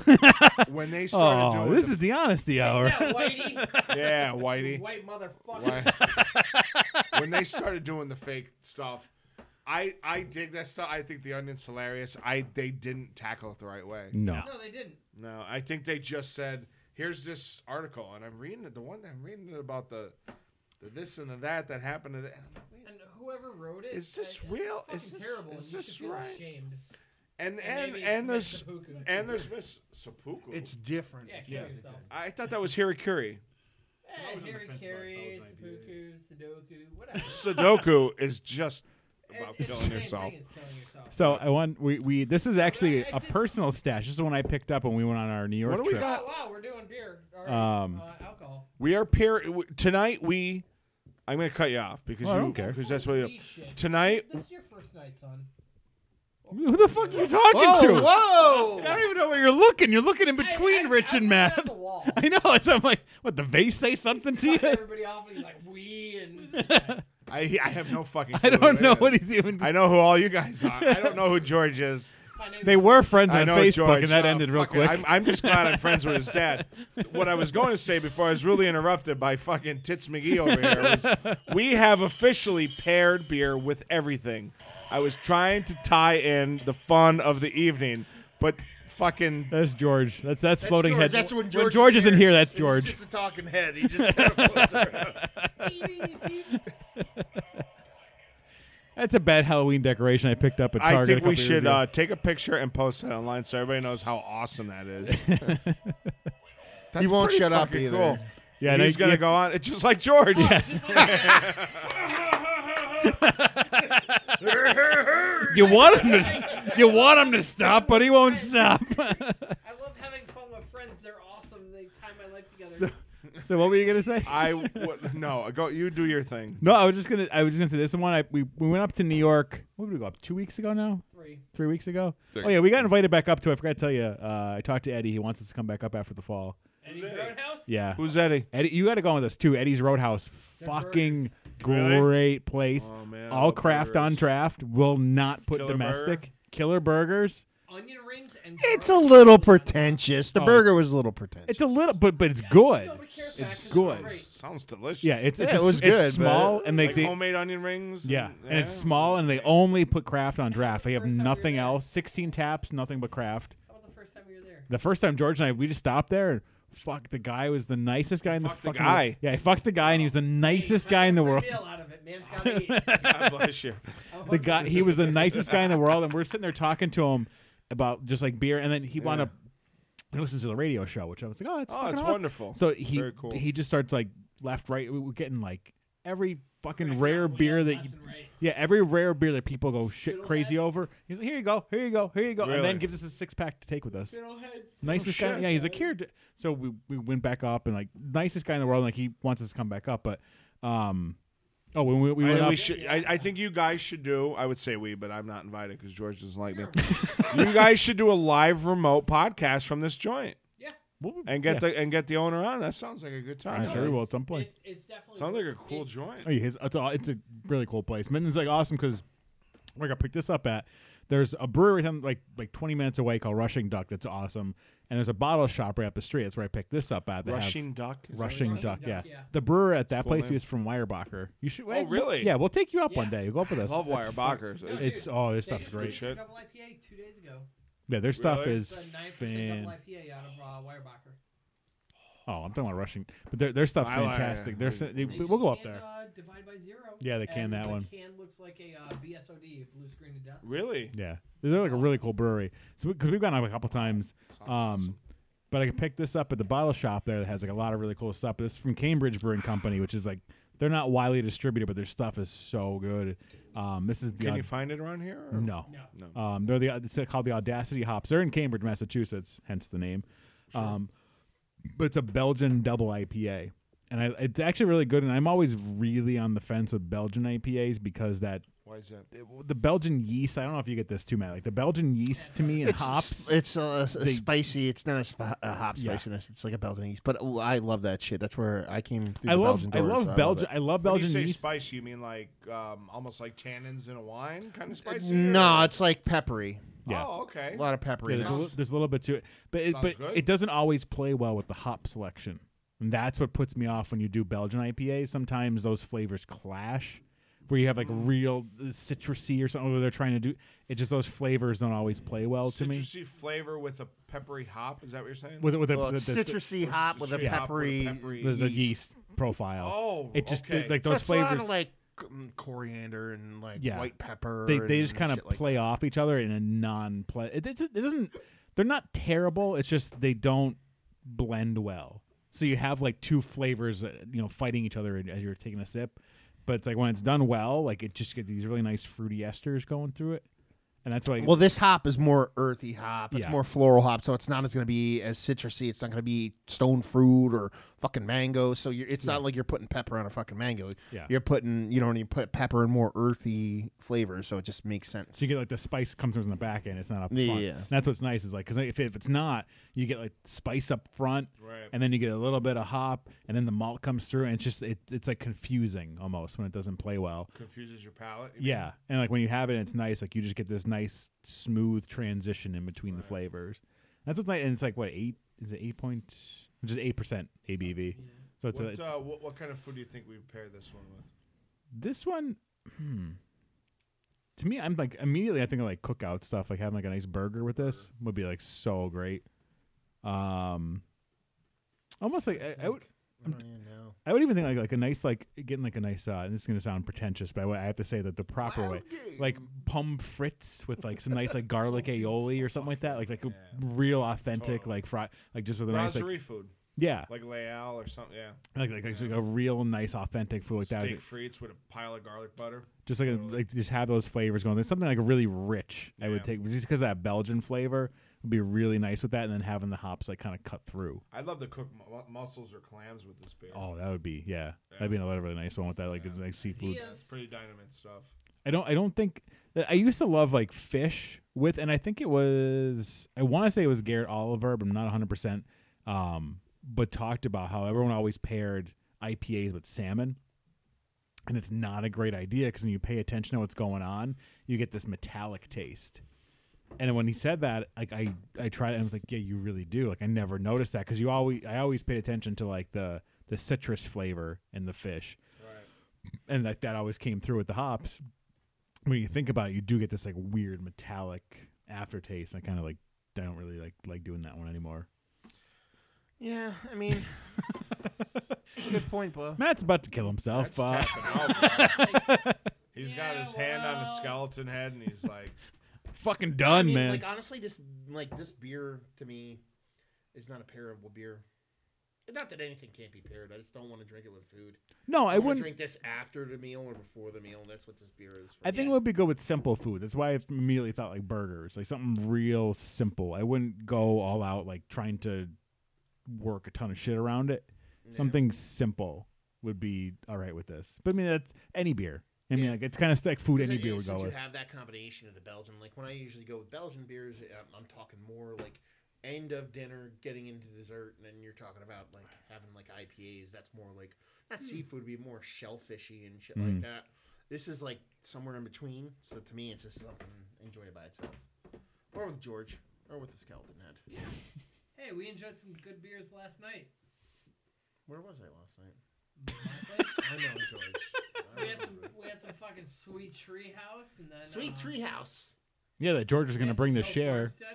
Speaker 3: when they started
Speaker 1: Oh,
Speaker 3: doing
Speaker 1: this
Speaker 3: the,
Speaker 1: is the honesty hour.
Speaker 3: [laughs]
Speaker 1: [laughs]
Speaker 5: Yeah, Whitey,
Speaker 3: yeah, Whitey.
Speaker 5: white motherfucker.
Speaker 3: Why- when they started doing the fake stuff, I I dig that stuff. I think the onion's hilarious. I they didn't tackle it the right way.
Speaker 1: No.
Speaker 5: No, they didn't.
Speaker 3: No, I think they just said, "Here's this article," and I'm reading it. The one that I'm reading it about the the this and the that that happened to the. and I'm like, wait,
Speaker 5: And whoever wrote it
Speaker 3: Is this
Speaker 5: I-
Speaker 3: real?
Speaker 5: It's
Speaker 3: Is
Speaker 5: fucking
Speaker 3: this-
Speaker 5: terrible.
Speaker 3: is
Speaker 5: You
Speaker 3: this
Speaker 5: should feel
Speaker 3: right?
Speaker 5: Ashamed.
Speaker 3: And and
Speaker 5: maybe
Speaker 3: and
Speaker 5: Miss
Speaker 3: there's
Speaker 5: Seppuku.
Speaker 3: and there's Miss Seppuku.
Speaker 2: It's different.
Speaker 5: Yeah, kill yourself.
Speaker 3: I thought that was Hirikuri.
Speaker 5: Eh, Harry Carey, Seppuku, Sudoku, whatever.
Speaker 3: Sudoku is just about
Speaker 5: It's the
Speaker 3: killing
Speaker 5: same
Speaker 3: yourself.
Speaker 5: thing as killing yourself.
Speaker 1: So I want we, we this is actually
Speaker 5: I
Speaker 1: a
Speaker 5: did-
Speaker 1: personal stash. This is one I picked up when we went on our New York
Speaker 3: What do we
Speaker 1: trip.
Speaker 3: got?
Speaker 5: Oh wow, we're doing beer. Or,
Speaker 1: Um,
Speaker 5: uh, alcohol.
Speaker 3: We are peer w- tonight. We, I'm going to cut you off because
Speaker 1: Oh, I
Speaker 3: you
Speaker 1: don't care.
Speaker 3: because that's what you
Speaker 5: Holy shit.
Speaker 3: tonight.
Speaker 5: This is your first night, son.
Speaker 1: Who the fuck are you talking to?
Speaker 3: [laughs]
Speaker 2: whoa!
Speaker 1: I don't even know where you're looking. You're looking in between
Speaker 5: I- I-
Speaker 1: Rich
Speaker 5: I
Speaker 1: and
Speaker 5: looked
Speaker 1: Matt.
Speaker 5: at the wall.
Speaker 1: [laughs] I know. It's I'm like, what the vase say something to
Speaker 5: Cut
Speaker 1: you?
Speaker 5: everybody off, and he's like, "We," and
Speaker 3: I I have no fucking.
Speaker 1: [laughs] [laughs] I
Speaker 3: clue
Speaker 1: don't
Speaker 3: it
Speaker 1: know
Speaker 3: is.
Speaker 1: what he's even.
Speaker 3: I know who all you guys are. I don't know who
Speaker 1: [laughs]
Speaker 3: George is.
Speaker 5: my name
Speaker 1: they
Speaker 5: is-
Speaker 1: were friends
Speaker 3: I
Speaker 1: on
Speaker 3: know
Speaker 1: Facebook,
Speaker 3: George.
Speaker 1: and that
Speaker 3: Oh,
Speaker 1: ended real
Speaker 3: fuck it.
Speaker 1: quick.
Speaker 3: I'm, I'm just glad I'm friends with his dad. What I was going to say before I was really interrupted by fucking Tits McGee over here was we have officially paired beer with everything. I was trying to tie in the fun of the evening, but fucking
Speaker 1: That's George. That's that's,
Speaker 2: That's
Speaker 1: floating
Speaker 2: George.
Speaker 1: head.
Speaker 2: That's when George,
Speaker 1: isn't here, that's
Speaker 2: It's
Speaker 1: George.
Speaker 2: just a talking head. He just [laughs] kind of floats around.
Speaker 1: That's a bad Halloween decoration I picked up at Target.
Speaker 3: I
Speaker 1: a
Speaker 3: think
Speaker 1: couple
Speaker 3: we
Speaker 1: years
Speaker 3: should
Speaker 1: ago.
Speaker 3: uh, take a picture and post it online so everybody knows how awesome that [laughs] is. That's
Speaker 2: He won't
Speaker 3: pretty
Speaker 2: shut up
Speaker 3: fucking
Speaker 2: either.
Speaker 3: Cool.
Speaker 1: yeah, and
Speaker 3: he's
Speaker 1: I-
Speaker 3: gonna
Speaker 1: yeah,
Speaker 3: go on. It's just
Speaker 1: [laughs]
Speaker 3: like George.
Speaker 1: You want him to, s- you want him to stop, [laughs] but he won't stop.
Speaker 5: I love having fun with friends. friends. They're awesome. They tie my life together.
Speaker 6: So- So what were you gonna say?
Speaker 3: I would no. Go. You do your thing.
Speaker 1: No, I was just gonna. I was just gonna say this one. I we, we went up to New York. What did we go up? Two weeks ago now?
Speaker 5: Three.
Speaker 1: Three weeks ago?
Speaker 7: Three.
Speaker 1: Oh yeah, we got invited back up to. I forgot to tell you. Uh, I talked to Eddie. He wants us to come back up after the fall.
Speaker 5: Eddie Roadhouse.
Speaker 1: Yeah.
Speaker 3: Who's Eddie?
Speaker 1: Eddie, you got to go with us too. Eddie's Roadhouse, fucking
Speaker 7: Really?
Speaker 1: great place.
Speaker 3: Oh, man, I
Speaker 1: All
Speaker 3: love
Speaker 1: craft on
Speaker 3: burgers.
Speaker 1: draft. Will not put
Speaker 7: Killer
Speaker 1: domestic.
Speaker 7: burger?
Speaker 1: Killer burgers.
Speaker 5: Onion rings and.
Speaker 2: It's a
Speaker 5: broccoli.
Speaker 2: little pretentious. The
Speaker 1: Oh,
Speaker 2: burger was a little pretentious.
Speaker 1: It's a little, but but it's good.
Speaker 5: Nobody cares about it 'cause
Speaker 1: It's
Speaker 5: it's
Speaker 1: good.
Speaker 5: great.
Speaker 3: Sounds delicious.
Speaker 1: Yeah, it's,
Speaker 2: Yeah,
Speaker 1: it's
Speaker 2: it was
Speaker 1: it's
Speaker 2: good, but-
Speaker 1: small and they,
Speaker 7: like
Speaker 1: they
Speaker 7: homemade onion rings. eh?
Speaker 1: yeah, and it's small and they only put craft on draft. They have
Speaker 5: First time we were
Speaker 1: nothing
Speaker 5: there.
Speaker 1: else. Sixteen taps, nothing but craft.
Speaker 5: How about the first time you were there?
Speaker 1: The first time George and I, we just stopped there. and Fuck, the guy was the nicest guy in the
Speaker 7: Fuck the
Speaker 1: fucking
Speaker 7: guy.
Speaker 1: Yeah, I fucked the guy, and he was the nicest guy in the world.
Speaker 5: Meal out of it, man.
Speaker 1: [laughs]
Speaker 5: It's gotta be-
Speaker 7: [laughs]
Speaker 5: I'm
Speaker 7: God bless you.
Speaker 1: the
Speaker 5: hungry.
Speaker 1: guy he was the nicest guy in the world and we're sitting there talking to him about just like beer and then he wound up he listens to the radio show which i was like oh
Speaker 7: [laughs]
Speaker 1: that's
Speaker 7: Oh,
Speaker 1: fucking
Speaker 7: it's
Speaker 1: awesome.
Speaker 7: wonderful.
Speaker 1: so he
Speaker 7: Very cool.
Speaker 1: he just starts like left right we- we're getting like every fucking
Speaker 5: Right,
Speaker 1: rare
Speaker 5: yeah,
Speaker 1: beer that
Speaker 5: left
Speaker 1: you,
Speaker 5: and right.
Speaker 1: yeah every rare beer that people go shit
Speaker 5: Fiddlehead.
Speaker 1: crazy over he's like here you go here you go here you go and then
Speaker 7: Really?
Speaker 1: gives us a six pack to take with us
Speaker 5: Fiddleheads.
Speaker 1: nicest guy.
Speaker 7: Oh, shit.
Speaker 1: Yeah, he's like here. d- So we we went back up and like nicest guy in the world. Like he wants us to come back up, but um, oh when we, we
Speaker 7: I,
Speaker 1: went
Speaker 7: think
Speaker 1: up,
Speaker 7: we should, I, I think you guys should do. I would say we, but I'm not invited because George doesn't like me. [laughs] you guys should do a live remote podcast from this joint
Speaker 5: Yeah,
Speaker 1: we'll-
Speaker 7: and get
Speaker 1: yeah.
Speaker 7: the and get the owner on. That sounds like a good time.
Speaker 1: I'm sure we will at some point.
Speaker 5: it's, it's definitely.
Speaker 7: Sounds like a
Speaker 5: it-
Speaker 7: cool
Speaker 5: it-
Speaker 7: joint.
Speaker 1: Oh, yeah, it's, it's, a, it's a really cool place. Minden's like awesome because where I got picked this up at, there's a brewery down, like like 20 minutes away called Rushing Duck that's awesome, and there's a bottle shop right up the street. That's where I picked this up at. They have
Speaker 7: Rushing duck. is that
Speaker 1: Rushing
Speaker 7: what it's
Speaker 1: Duck,
Speaker 5: Duck,
Speaker 1: yeah.
Speaker 5: yeah.
Speaker 1: The brewer at that
Speaker 7: cool
Speaker 1: place
Speaker 7: name.
Speaker 1: he was from Weyerbacher. You should.
Speaker 7: Oh, really?
Speaker 1: Yeah, we'll take you up one
Speaker 5: Yeah.
Speaker 1: day. You go up with us.
Speaker 7: called? Love
Speaker 1: It's
Speaker 7: wire
Speaker 1: fun.
Speaker 7: Bockers.
Speaker 5: No,
Speaker 7: It's-
Speaker 5: dude,
Speaker 1: It's oh, this
Speaker 5: they
Speaker 1: stuff's
Speaker 5: just
Speaker 1: great.
Speaker 5: released their
Speaker 7: Shit.
Speaker 5: Double IPA two days ago.
Speaker 1: Yeah, their stuff
Speaker 7: Really?
Speaker 1: is
Speaker 5: It's a nine percent
Speaker 1: fan.
Speaker 5: double IPA out of uh, Weyerbacher.
Speaker 1: Oh, I'm talking about Rushing, but their their stuff's
Speaker 7: I like-
Speaker 1: fantastic. Their they,
Speaker 5: They
Speaker 1: we'll go
Speaker 5: just
Speaker 1: up
Speaker 5: canned,
Speaker 1: there.
Speaker 5: Uh, divide by zero.
Speaker 1: Yeah, they can
Speaker 5: and
Speaker 1: that
Speaker 5: the
Speaker 1: one.
Speaker 5: Can looks like a uh, BSOD, blue screen to death.
Speaker 7: Really?
Speaker 1: Yeah, they're like a really cool brewery. So because we've gone up a couple times, um, but I picked this up at the bottle shop there that has like a lot of really cool stuff. This is from Cambridge Brewing Company, which is like they're not widely distributed, but their stuff is so good. Um, this is the
Speaker 7: Can
Speaker 1: Au-
Speaker 7: you find it around here? or-
Speaker 1: no,
Speaker 5: No.
Speaker 7: No.
Speaker 1: Um, they're the it's called the Audacity Hops. They're in Cambridge, Massachusetts, hence the name. Um, but it's a Belgian double IPA, and I, it's actually really good. And I'm always really on the fence with Belgian IPAs because that
Speaker 7: Why is that?
Speaker 1: the Belgian yeast. I don't know if you get this too, Matt. Like the Belgian yeast to me and
Speaker 2: It's s-
Speaker 1: hops.
Speaker 2: It's uh, s-
Speaker 1: They-
Speaker 2: spicy. It's not a, sp- a hop
Speaker 1: Yeah.
Speaker 2: spiciness. It's like a Belgian yeast. But ooh, I love that shit. That's where I came through.
Speaker 1: I
Speaker 2: the
Speaker 1: love,
Speaker 2: Belgian
Speaker 1: I
Speaker 2: doors, so
Speaker 1: love
Speaker 2: it.
Speaker 1: Belgian. I love
Speaker 7: When you
Speaker 1: Belgian
Speaker 7: say
Speaker 1: yeast.
Speaker 7: spicy, you mean like um, almost like tannins in a wine kind of spicy?
Speaker 2: No,
Speaker 7: or-
Speaker 2: it's like peppery.
Speaker 1: Yeah.
Speaker 7: Oh, okay.
Speaker 2: A lot of
Speaker 1: Yeah,
Speaker 2: peppery.
Speaker 1: there's, a li-
Speaker 2: notes.
Speaker 1: there's a little bit to it, but it,
Speaker 7: Sounds
Speaker 1: but
Speaker 7: good.
Speaker 1: it doesn't always play well with the hop selection, and that's what puts me off when you do Belgian IPA. Sometimes those flavors clash, where you have like
Speaker 7: Mm-hmm.
Speaker 1: real uh, citrusy or something. Where they're trying to do it, just those flavors don't always play well Oh, to me.
Speaker 7: Citrusy flavor with a peppery hop. Is that what you're saying?
Speaker 1: With with the,
Speaker 2: Well,
Speaker 1: the,
Speaker 2: it's
Speaker 1: the, the,
Speaker 2: citrusy hop with a
Speaker 7: Citrusy hop with a
Speaker 2: peppery.
Speaker 7: peppery
Speaker 1: the- the yeast profile,
Speaker 7: Oh,
Speaker 1: it just
Speaker 7: okay.
Speaker 1: like those
Speaker 2: That's a lot of,
Speaker 1: flavors.
Speaker 2: like mm, coriander and like
Speaker 1: Yeah.
Speaker 2: white pepper.
Speaker 1: they they just
Speaker 2: and
Speaker 1: kind of
Speaker 2: shit like-
Speaker 1: play off each other in a non play. It, it's- it doesn't. They're not terrible. It's just they don't blend well. So you have like two flavors, uh, you know, fighting each other as you're taking a sip. But it's like when it's done well, like it just gets these really nice fruity esters going through it, and that's why.
Speaker 2: Well, this hop is more earthy hop. It's
Speaker 1: Yeah.
Speaker 2: more floral hop, so it's not as going to be as citrusy. It's not going to be stone fruit or fucking mango. So you're, it's not like you're putting pepper on a fucking mango.
Speaker 1: Yeah.
Speaker 2: You're putting, you know, when you put pepper in more earthy flavors, so it just makes sense.
Speaker 1: so you get like the spice comes in the back end. It's not up front.
Speaker 2: Yeah, yeah.
Speaker 1: And that's what's nice is like because if, if it's not, you get like spice up front,
Speaker 7: Right.
Speaker 1: and then you get a little bit of hop, and then the malt comes through, and it's just it, it's like confusing almost when it doesn't play well.
Speaker 7: Confuses your palate. you mean?
Speaker 1: Yeah, and like when you have it, and it's nice. Like you just get this nice smooth transition in between the flavors. That's what's nice, and it's like what eight is it eight point, which is eight percent ABV. So it's, a,
Speaker 7: What,
Speaker 1: it's-
Speaker 7: uh, what, what kind of food do you think we would pair this one with?
Speaker 1: this one. Hmm. To me, I'm like immediately I think of like cookout stuff. Like having like a nice burger with this would be like so great. Um, almost like I, I would.
Speaker 2: I don't even know.
Speaker 1: I would even think like like a nice like getting like a nice uh and this is gonna sound pretentious, but I, would- I have to say that the proper way, like pum frits with like some nice like garlic aioli or something like that, like like a real authentic
Speaker 7: Totally.
Speaker 1: like fry, like just with a nice
Speaker 7: Brasserie
Speaker 1: like
Speaker 7: food,
Speaker 1: yeah,
Speaker 7: like Leal or something. Yeah.
Speaker 1: like like, like, a real nice authentic food like that,
Speaker 7: Steak frites with a pile of garlic butter.
Speaker 1: just like a, like just have those flavors going. There's something like really rich. I would
Speaker 7: Yeah.
Speaker 1: take just because that Belgian flavor would be really nice with that, and then having the hops like kind of cut through.
Speaker 3: I'd love to cook mu- mussels or clams with this beer.
Speaker 1: Oh, that would be yeah, that'd be another really nice one with that like nice seafood.
Speaker 5: Yes.
Speaker 3: That's pretty dynamite stuff.
Speaker 1: I don't I don't think I used to love like fish with and I think it was I want to say it was Garrett Oliver but I'm not 100% um but talked about how everyone always paired IPAs with salmon and it's not a great idea cuz when you pay attention to what's going on you get this metallic taste. And when he said that, like I, I tried, and I was like, "Yeah, you really do." Like I never noticed that because you always, I always paid attention to like the the citrus flavor in the fish, and like that always came through with the hops. When you think about it, you do get this like weird metallic aftertaste. I kind of like I don't really like like doing that one anymore.
Speaker 2: Yeah, I mean, good point, Bo.
Speaker 1: Matt's about to kill himself.
Speaker 3: That's
Speaker 1: Uh,
Speaker 3: tapping out, man. He's got
Speaker 5: Yeah,
Speaker 3: his hand on a
Speaker 5: well.
Speaker 3: skeleton head, and
Speaker 7: [laughs]
Speaker 3: he's like,
Speaker 1: [laughs] fucking
Speaker 2: I
Speaker 1: done,
Speaker 2: mean,
Speaker 1: man.
Speaker 2: like honestly, this like this beer to me is not a pairable beer. Not that anything can't be paired. I just don't want to drink it with food.
Speaker 1: no, I
Speaker 2: wanna
Speaker 1: wouldn't.
Speaker 2: drink this after the meal or before the meal. That's what this beer is. For
Speaker 1: I think
Speaker 2: me.
Speaker 1: it would be good with simple food. That's why I immediately thought like burgers, like something real simple. I wouldn't go all out like trying to work a ton of shit around it. Something simple would be all right with this. But I mean, that's any beer. I mean,
Speaker 2: Yeah.
Speaker 1: like it's kind of like food
Speaker 2: Because
Speaker 1: any
Speaker 2: it
Speaker 1: beer
Speaker 2: is,
Speaker 1: would go
Speaker 2: since
Speaker 1: with.
Speaker 2: You have that combination of the Belgian. Like when I usually go with Belgian beers, uh, I'm, I'm talking more like end of dinner, getting into dessert, and then you're talking about like having like IPAs. That's more like
Speaker 1: Hmm.
Speaker 2: not seafood, would be more shellfishy and shit like that. This is like somewhere in between. So to me, it's just something enjoy it by itself, or with George, or with the skeleton head.
Speaker 5: Hey, we enjoyed some good beers
Speaker 2: [laughs]
Speaker 5: last night.
Speaker 2: Where was I last night?
Speaker 5: Place.
Speaker 2: I know
Speaker 1: [laughs]
Speaker 2: George. I
Speaker 5: we had some
Speaker 2: remember.
Speaker 5: we had some fucking sweet tree house and then
Speaker 2: Sweet
Speaker 5: uh,
Speaker 2: treehouse.
Speaker 1: Yeah, that George is
Speaker 5: we
Speaker 1: going to
Speaker 5: had
Speaker 1: bring
Speaker 5: some
Speaker 1: the
Speaker 5: dope
Speaker 1: share.
Speaker 5: farmstead.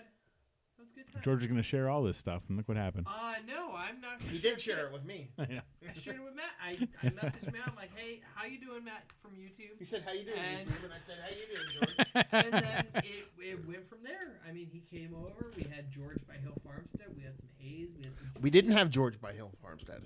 Speaker 5: That was a good time.
Speaker 1: George is going to share all this stuff, and look what happened.
Speaker 5: Uh no, I'm not. gonna
Speaker 2: He did
Speaker 5: shit.
Speaker 2: share it with me.
Speaker 5: I shared it with Matt. I, I
Speaker 1: [laughs]
Speaker 5: messaged Matt. I'm like, hey, how you doing, Matt, from
Speaker 2: He
Speaker 5: YouTube?
Speaker 2: said, "How you doing?"
Speaker 5: And-
Speaker 2: YouTube?" and I said, "How you doing, George?"
Speaker 5: [laughs]
Speaker 1: [laughs]
Speaker 5: And then it, it went from there. I mean, he came over. We had George by Hill Farmstead. We had some Hayes. We had some.
Speaker 2: We didn't have George by Hill Farmstead.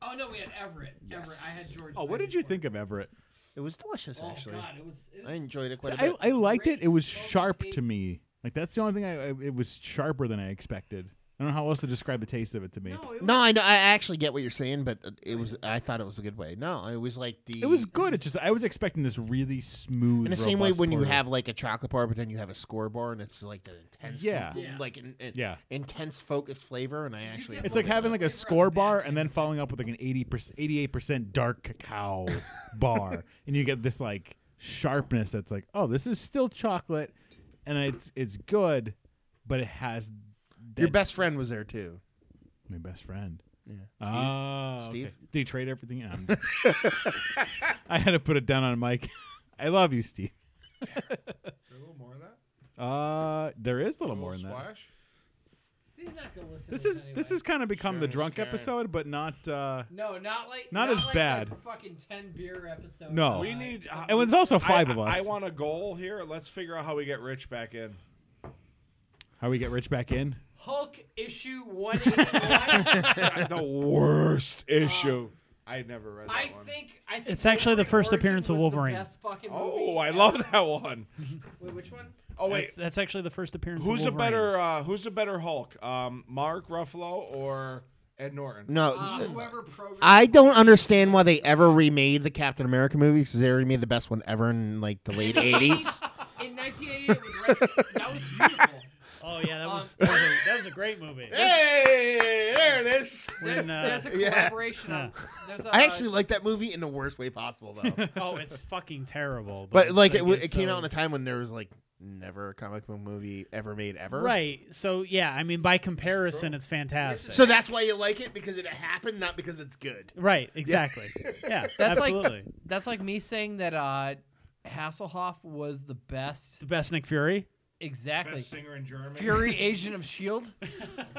Speaker 5: Oh no, we had Everett. Everett. I had George.
Speaker 1: oh,
Speaker 5: by
Speaker 1: what did
Speaker 5: Hill
Speaker 1: you think of Everett?
Speaker 2: It was delicious,
Speaker 5: Farm-
Speaker 2: actually.
Speaker 5: Oh god, it was. It
Speaker 2: I
Speaker 5: was
Speaker 2: enjoyed it quite a
Speaker 1: I,
Speaker 2: bit.
Speaker 1: I liked it. It was
Speaker 5: Great smoky
Speaker 1: sharp to
Speaker 5: taste.
Speaker 1: me. Like that's the only thing I, I. It was sharper than I expected. I don't know how else to describe the taste of it to me.
Speaker 5: no, it was,
Speaker 2: no, I know. I actually get what you're saying, but uh, it was. I thought it was a good way. No, it was like the.
Speaker 1: It was good. It's just I was expecting this really smooth.
Speaker 2: in the same way
Speaker 1: robust
Speaker 2: when you
Speaker 1: porter.
Speaker 2: have like a chocolate bar, but then you have a score bar, and it's like the intense,
Speaker 1: Yeah.
Speaker 5: Yeah.
Speaker 2: like an, an-
Speaker 1: Yeah.
Speaker 2: intense focused flavor. And I actually,
Speaker 5: get
Speaker 1: It's
Speaker 2: enjoyed
Speaker 1: like having
Speaker 2: it.
Speaker 1: like a score bar and then following up with like an 88 percent dark cacao bar, and you get this like sharpness that's like, oh, this is still chocolate, and it's it's good, but it has that,
Speaker 2: your best friend was there too.
Speaker 1: my best friend.
Speaker 2: Yeah.
Speaker 1: Oh,
Speaker 2: Steve?
Speaker 1: okay. Did he trade everything? Yeah, I'm [laughs] I had to put it down on Mike. [laughs] I love you, Steve.
Speaker 3: "Is there a little more of that?
Speaker 1: Uh, there is a little
Speaker 3: a
Speaker 1: more
Speaker 3: little
Speaker 1: than that.
Speaker 3: splash?
Speaker 5: See, he's not gonna listen.
Speaker 1: This
Speaker 5: to
Speaker 1: is this
Speaker 5: anyway.
Speaker 1: has kind of become the
Speaker 3: Sharon is
Speaker 1: drunk
Speaker 3: Karen.
Speaker 1: episode, but not. uh
Speaker 5: No, not like
Speaker 1: Not as
Speaker 5: like
Speaker 1: bad.
Speaker 5: the fucking ten beer episode.
Speaker 1: No.
Speaker 3: We
Speaker 5: Uh,
Speaker 3: need. Uh,
Speaker 1: It was also
Speaker 3: I-
Speaker 1: five of
Speaker 3: I-
Speaker 1: us.
Speaker 3: I want a goal here. Let's figure out how we get Rich back in. [laughs]
Speaker 1: How we get rich back in?
Speaker 5: Hulk issue
Speaker 3: [laughs]
Speaker 5: one eighty one.
Speaker 3: the
Speaker 5: [laughs]
Speaker 3: worst issue. I never read that
Speaker 5: Uh, I
Speaker 3: one.
Speaker 5: think I think
Speaker 4: It's actually the
Speaker 5: Wolverine
Speaker 4: first
Speaker 5: Origins
Speaker 4: appearance of
Speaker 5: was the
Speaker 4: Wolverine.
Speaker 5: best fucking
Speaker 3: oh,
Speaker 5: movie
Speaker 3: I
Speaker 5: ever.
Speaker 3: love that one.
Speaker 5: Wait, which one?
Speaker 3: Oh
Speaker 4: That's,
Speaker 3: wait,
Speaker 4: that's actually the first appearance.
Speaker 3: who's a
Speaker 4: of Wolverine.
Speaker 3: better uh, who's a better Hulk? Um, Mark Ruffalo or Ed Norton?
Speaker 2: No,
Speaker 5: Uh,
Speaker 2: th-
Speaker 5: whoever programmed.
Speaker 2: I don't understand why they ever remade the Captain America movie because they already made the best one ever in like the
Speaker 5: [laughs]
Speaker 2: late '80s.
Speaker 5: in 1988 with Rex. that was beautiful.
Speaker 4: Oh yeah, that
Speaker 5: Um,
Speaker 4: was that was, a, that was a great
Speaker 3: [laughs]
Speaker 4: movie.
Speaker 3: Hey, there it
Speaker 2: [laughs]
Speaker 3: is.
Speaker 5: There-
Speaker 4: When, uh,
Speaker 5: there's a
Speaker 2: yeah.
Speaker 5: collaboration. on- there's a,
Speaker 2: I actually like that movie in the worst way possible,
Speaker 4: [laughs]
Speaker 2: though.
Speaker 4: oh, it's fucking terrible.
Speaker 2: But
Speaker 4: it's
Speaker 2: like it, w-
Speaker 4: it's
Speaker 2: it came
Speaker 4: so-
Speaker 2: out in a time when there was like never a comic book movie ever made ever.
Speaker 4: right. So yeah, I mean by comparison, it's fantastic.
Speaker 2: So that's why you like it because it happened, not because it's good.
Speaker 4: right,
Speaker 5: [laughs]
Speaker 4: exactly. Yeah,
Speaker 5: That's like-
Speaker 4: absolutely.
Speaker 5: That's like me saying that uh, Hasselhoff was the best.
Speaker 4: the best Nick Fury.
Speaker 5: Exactly.
Speaker 3: Best singer in German.
Speaker 5: Fury, Agent of Shield. E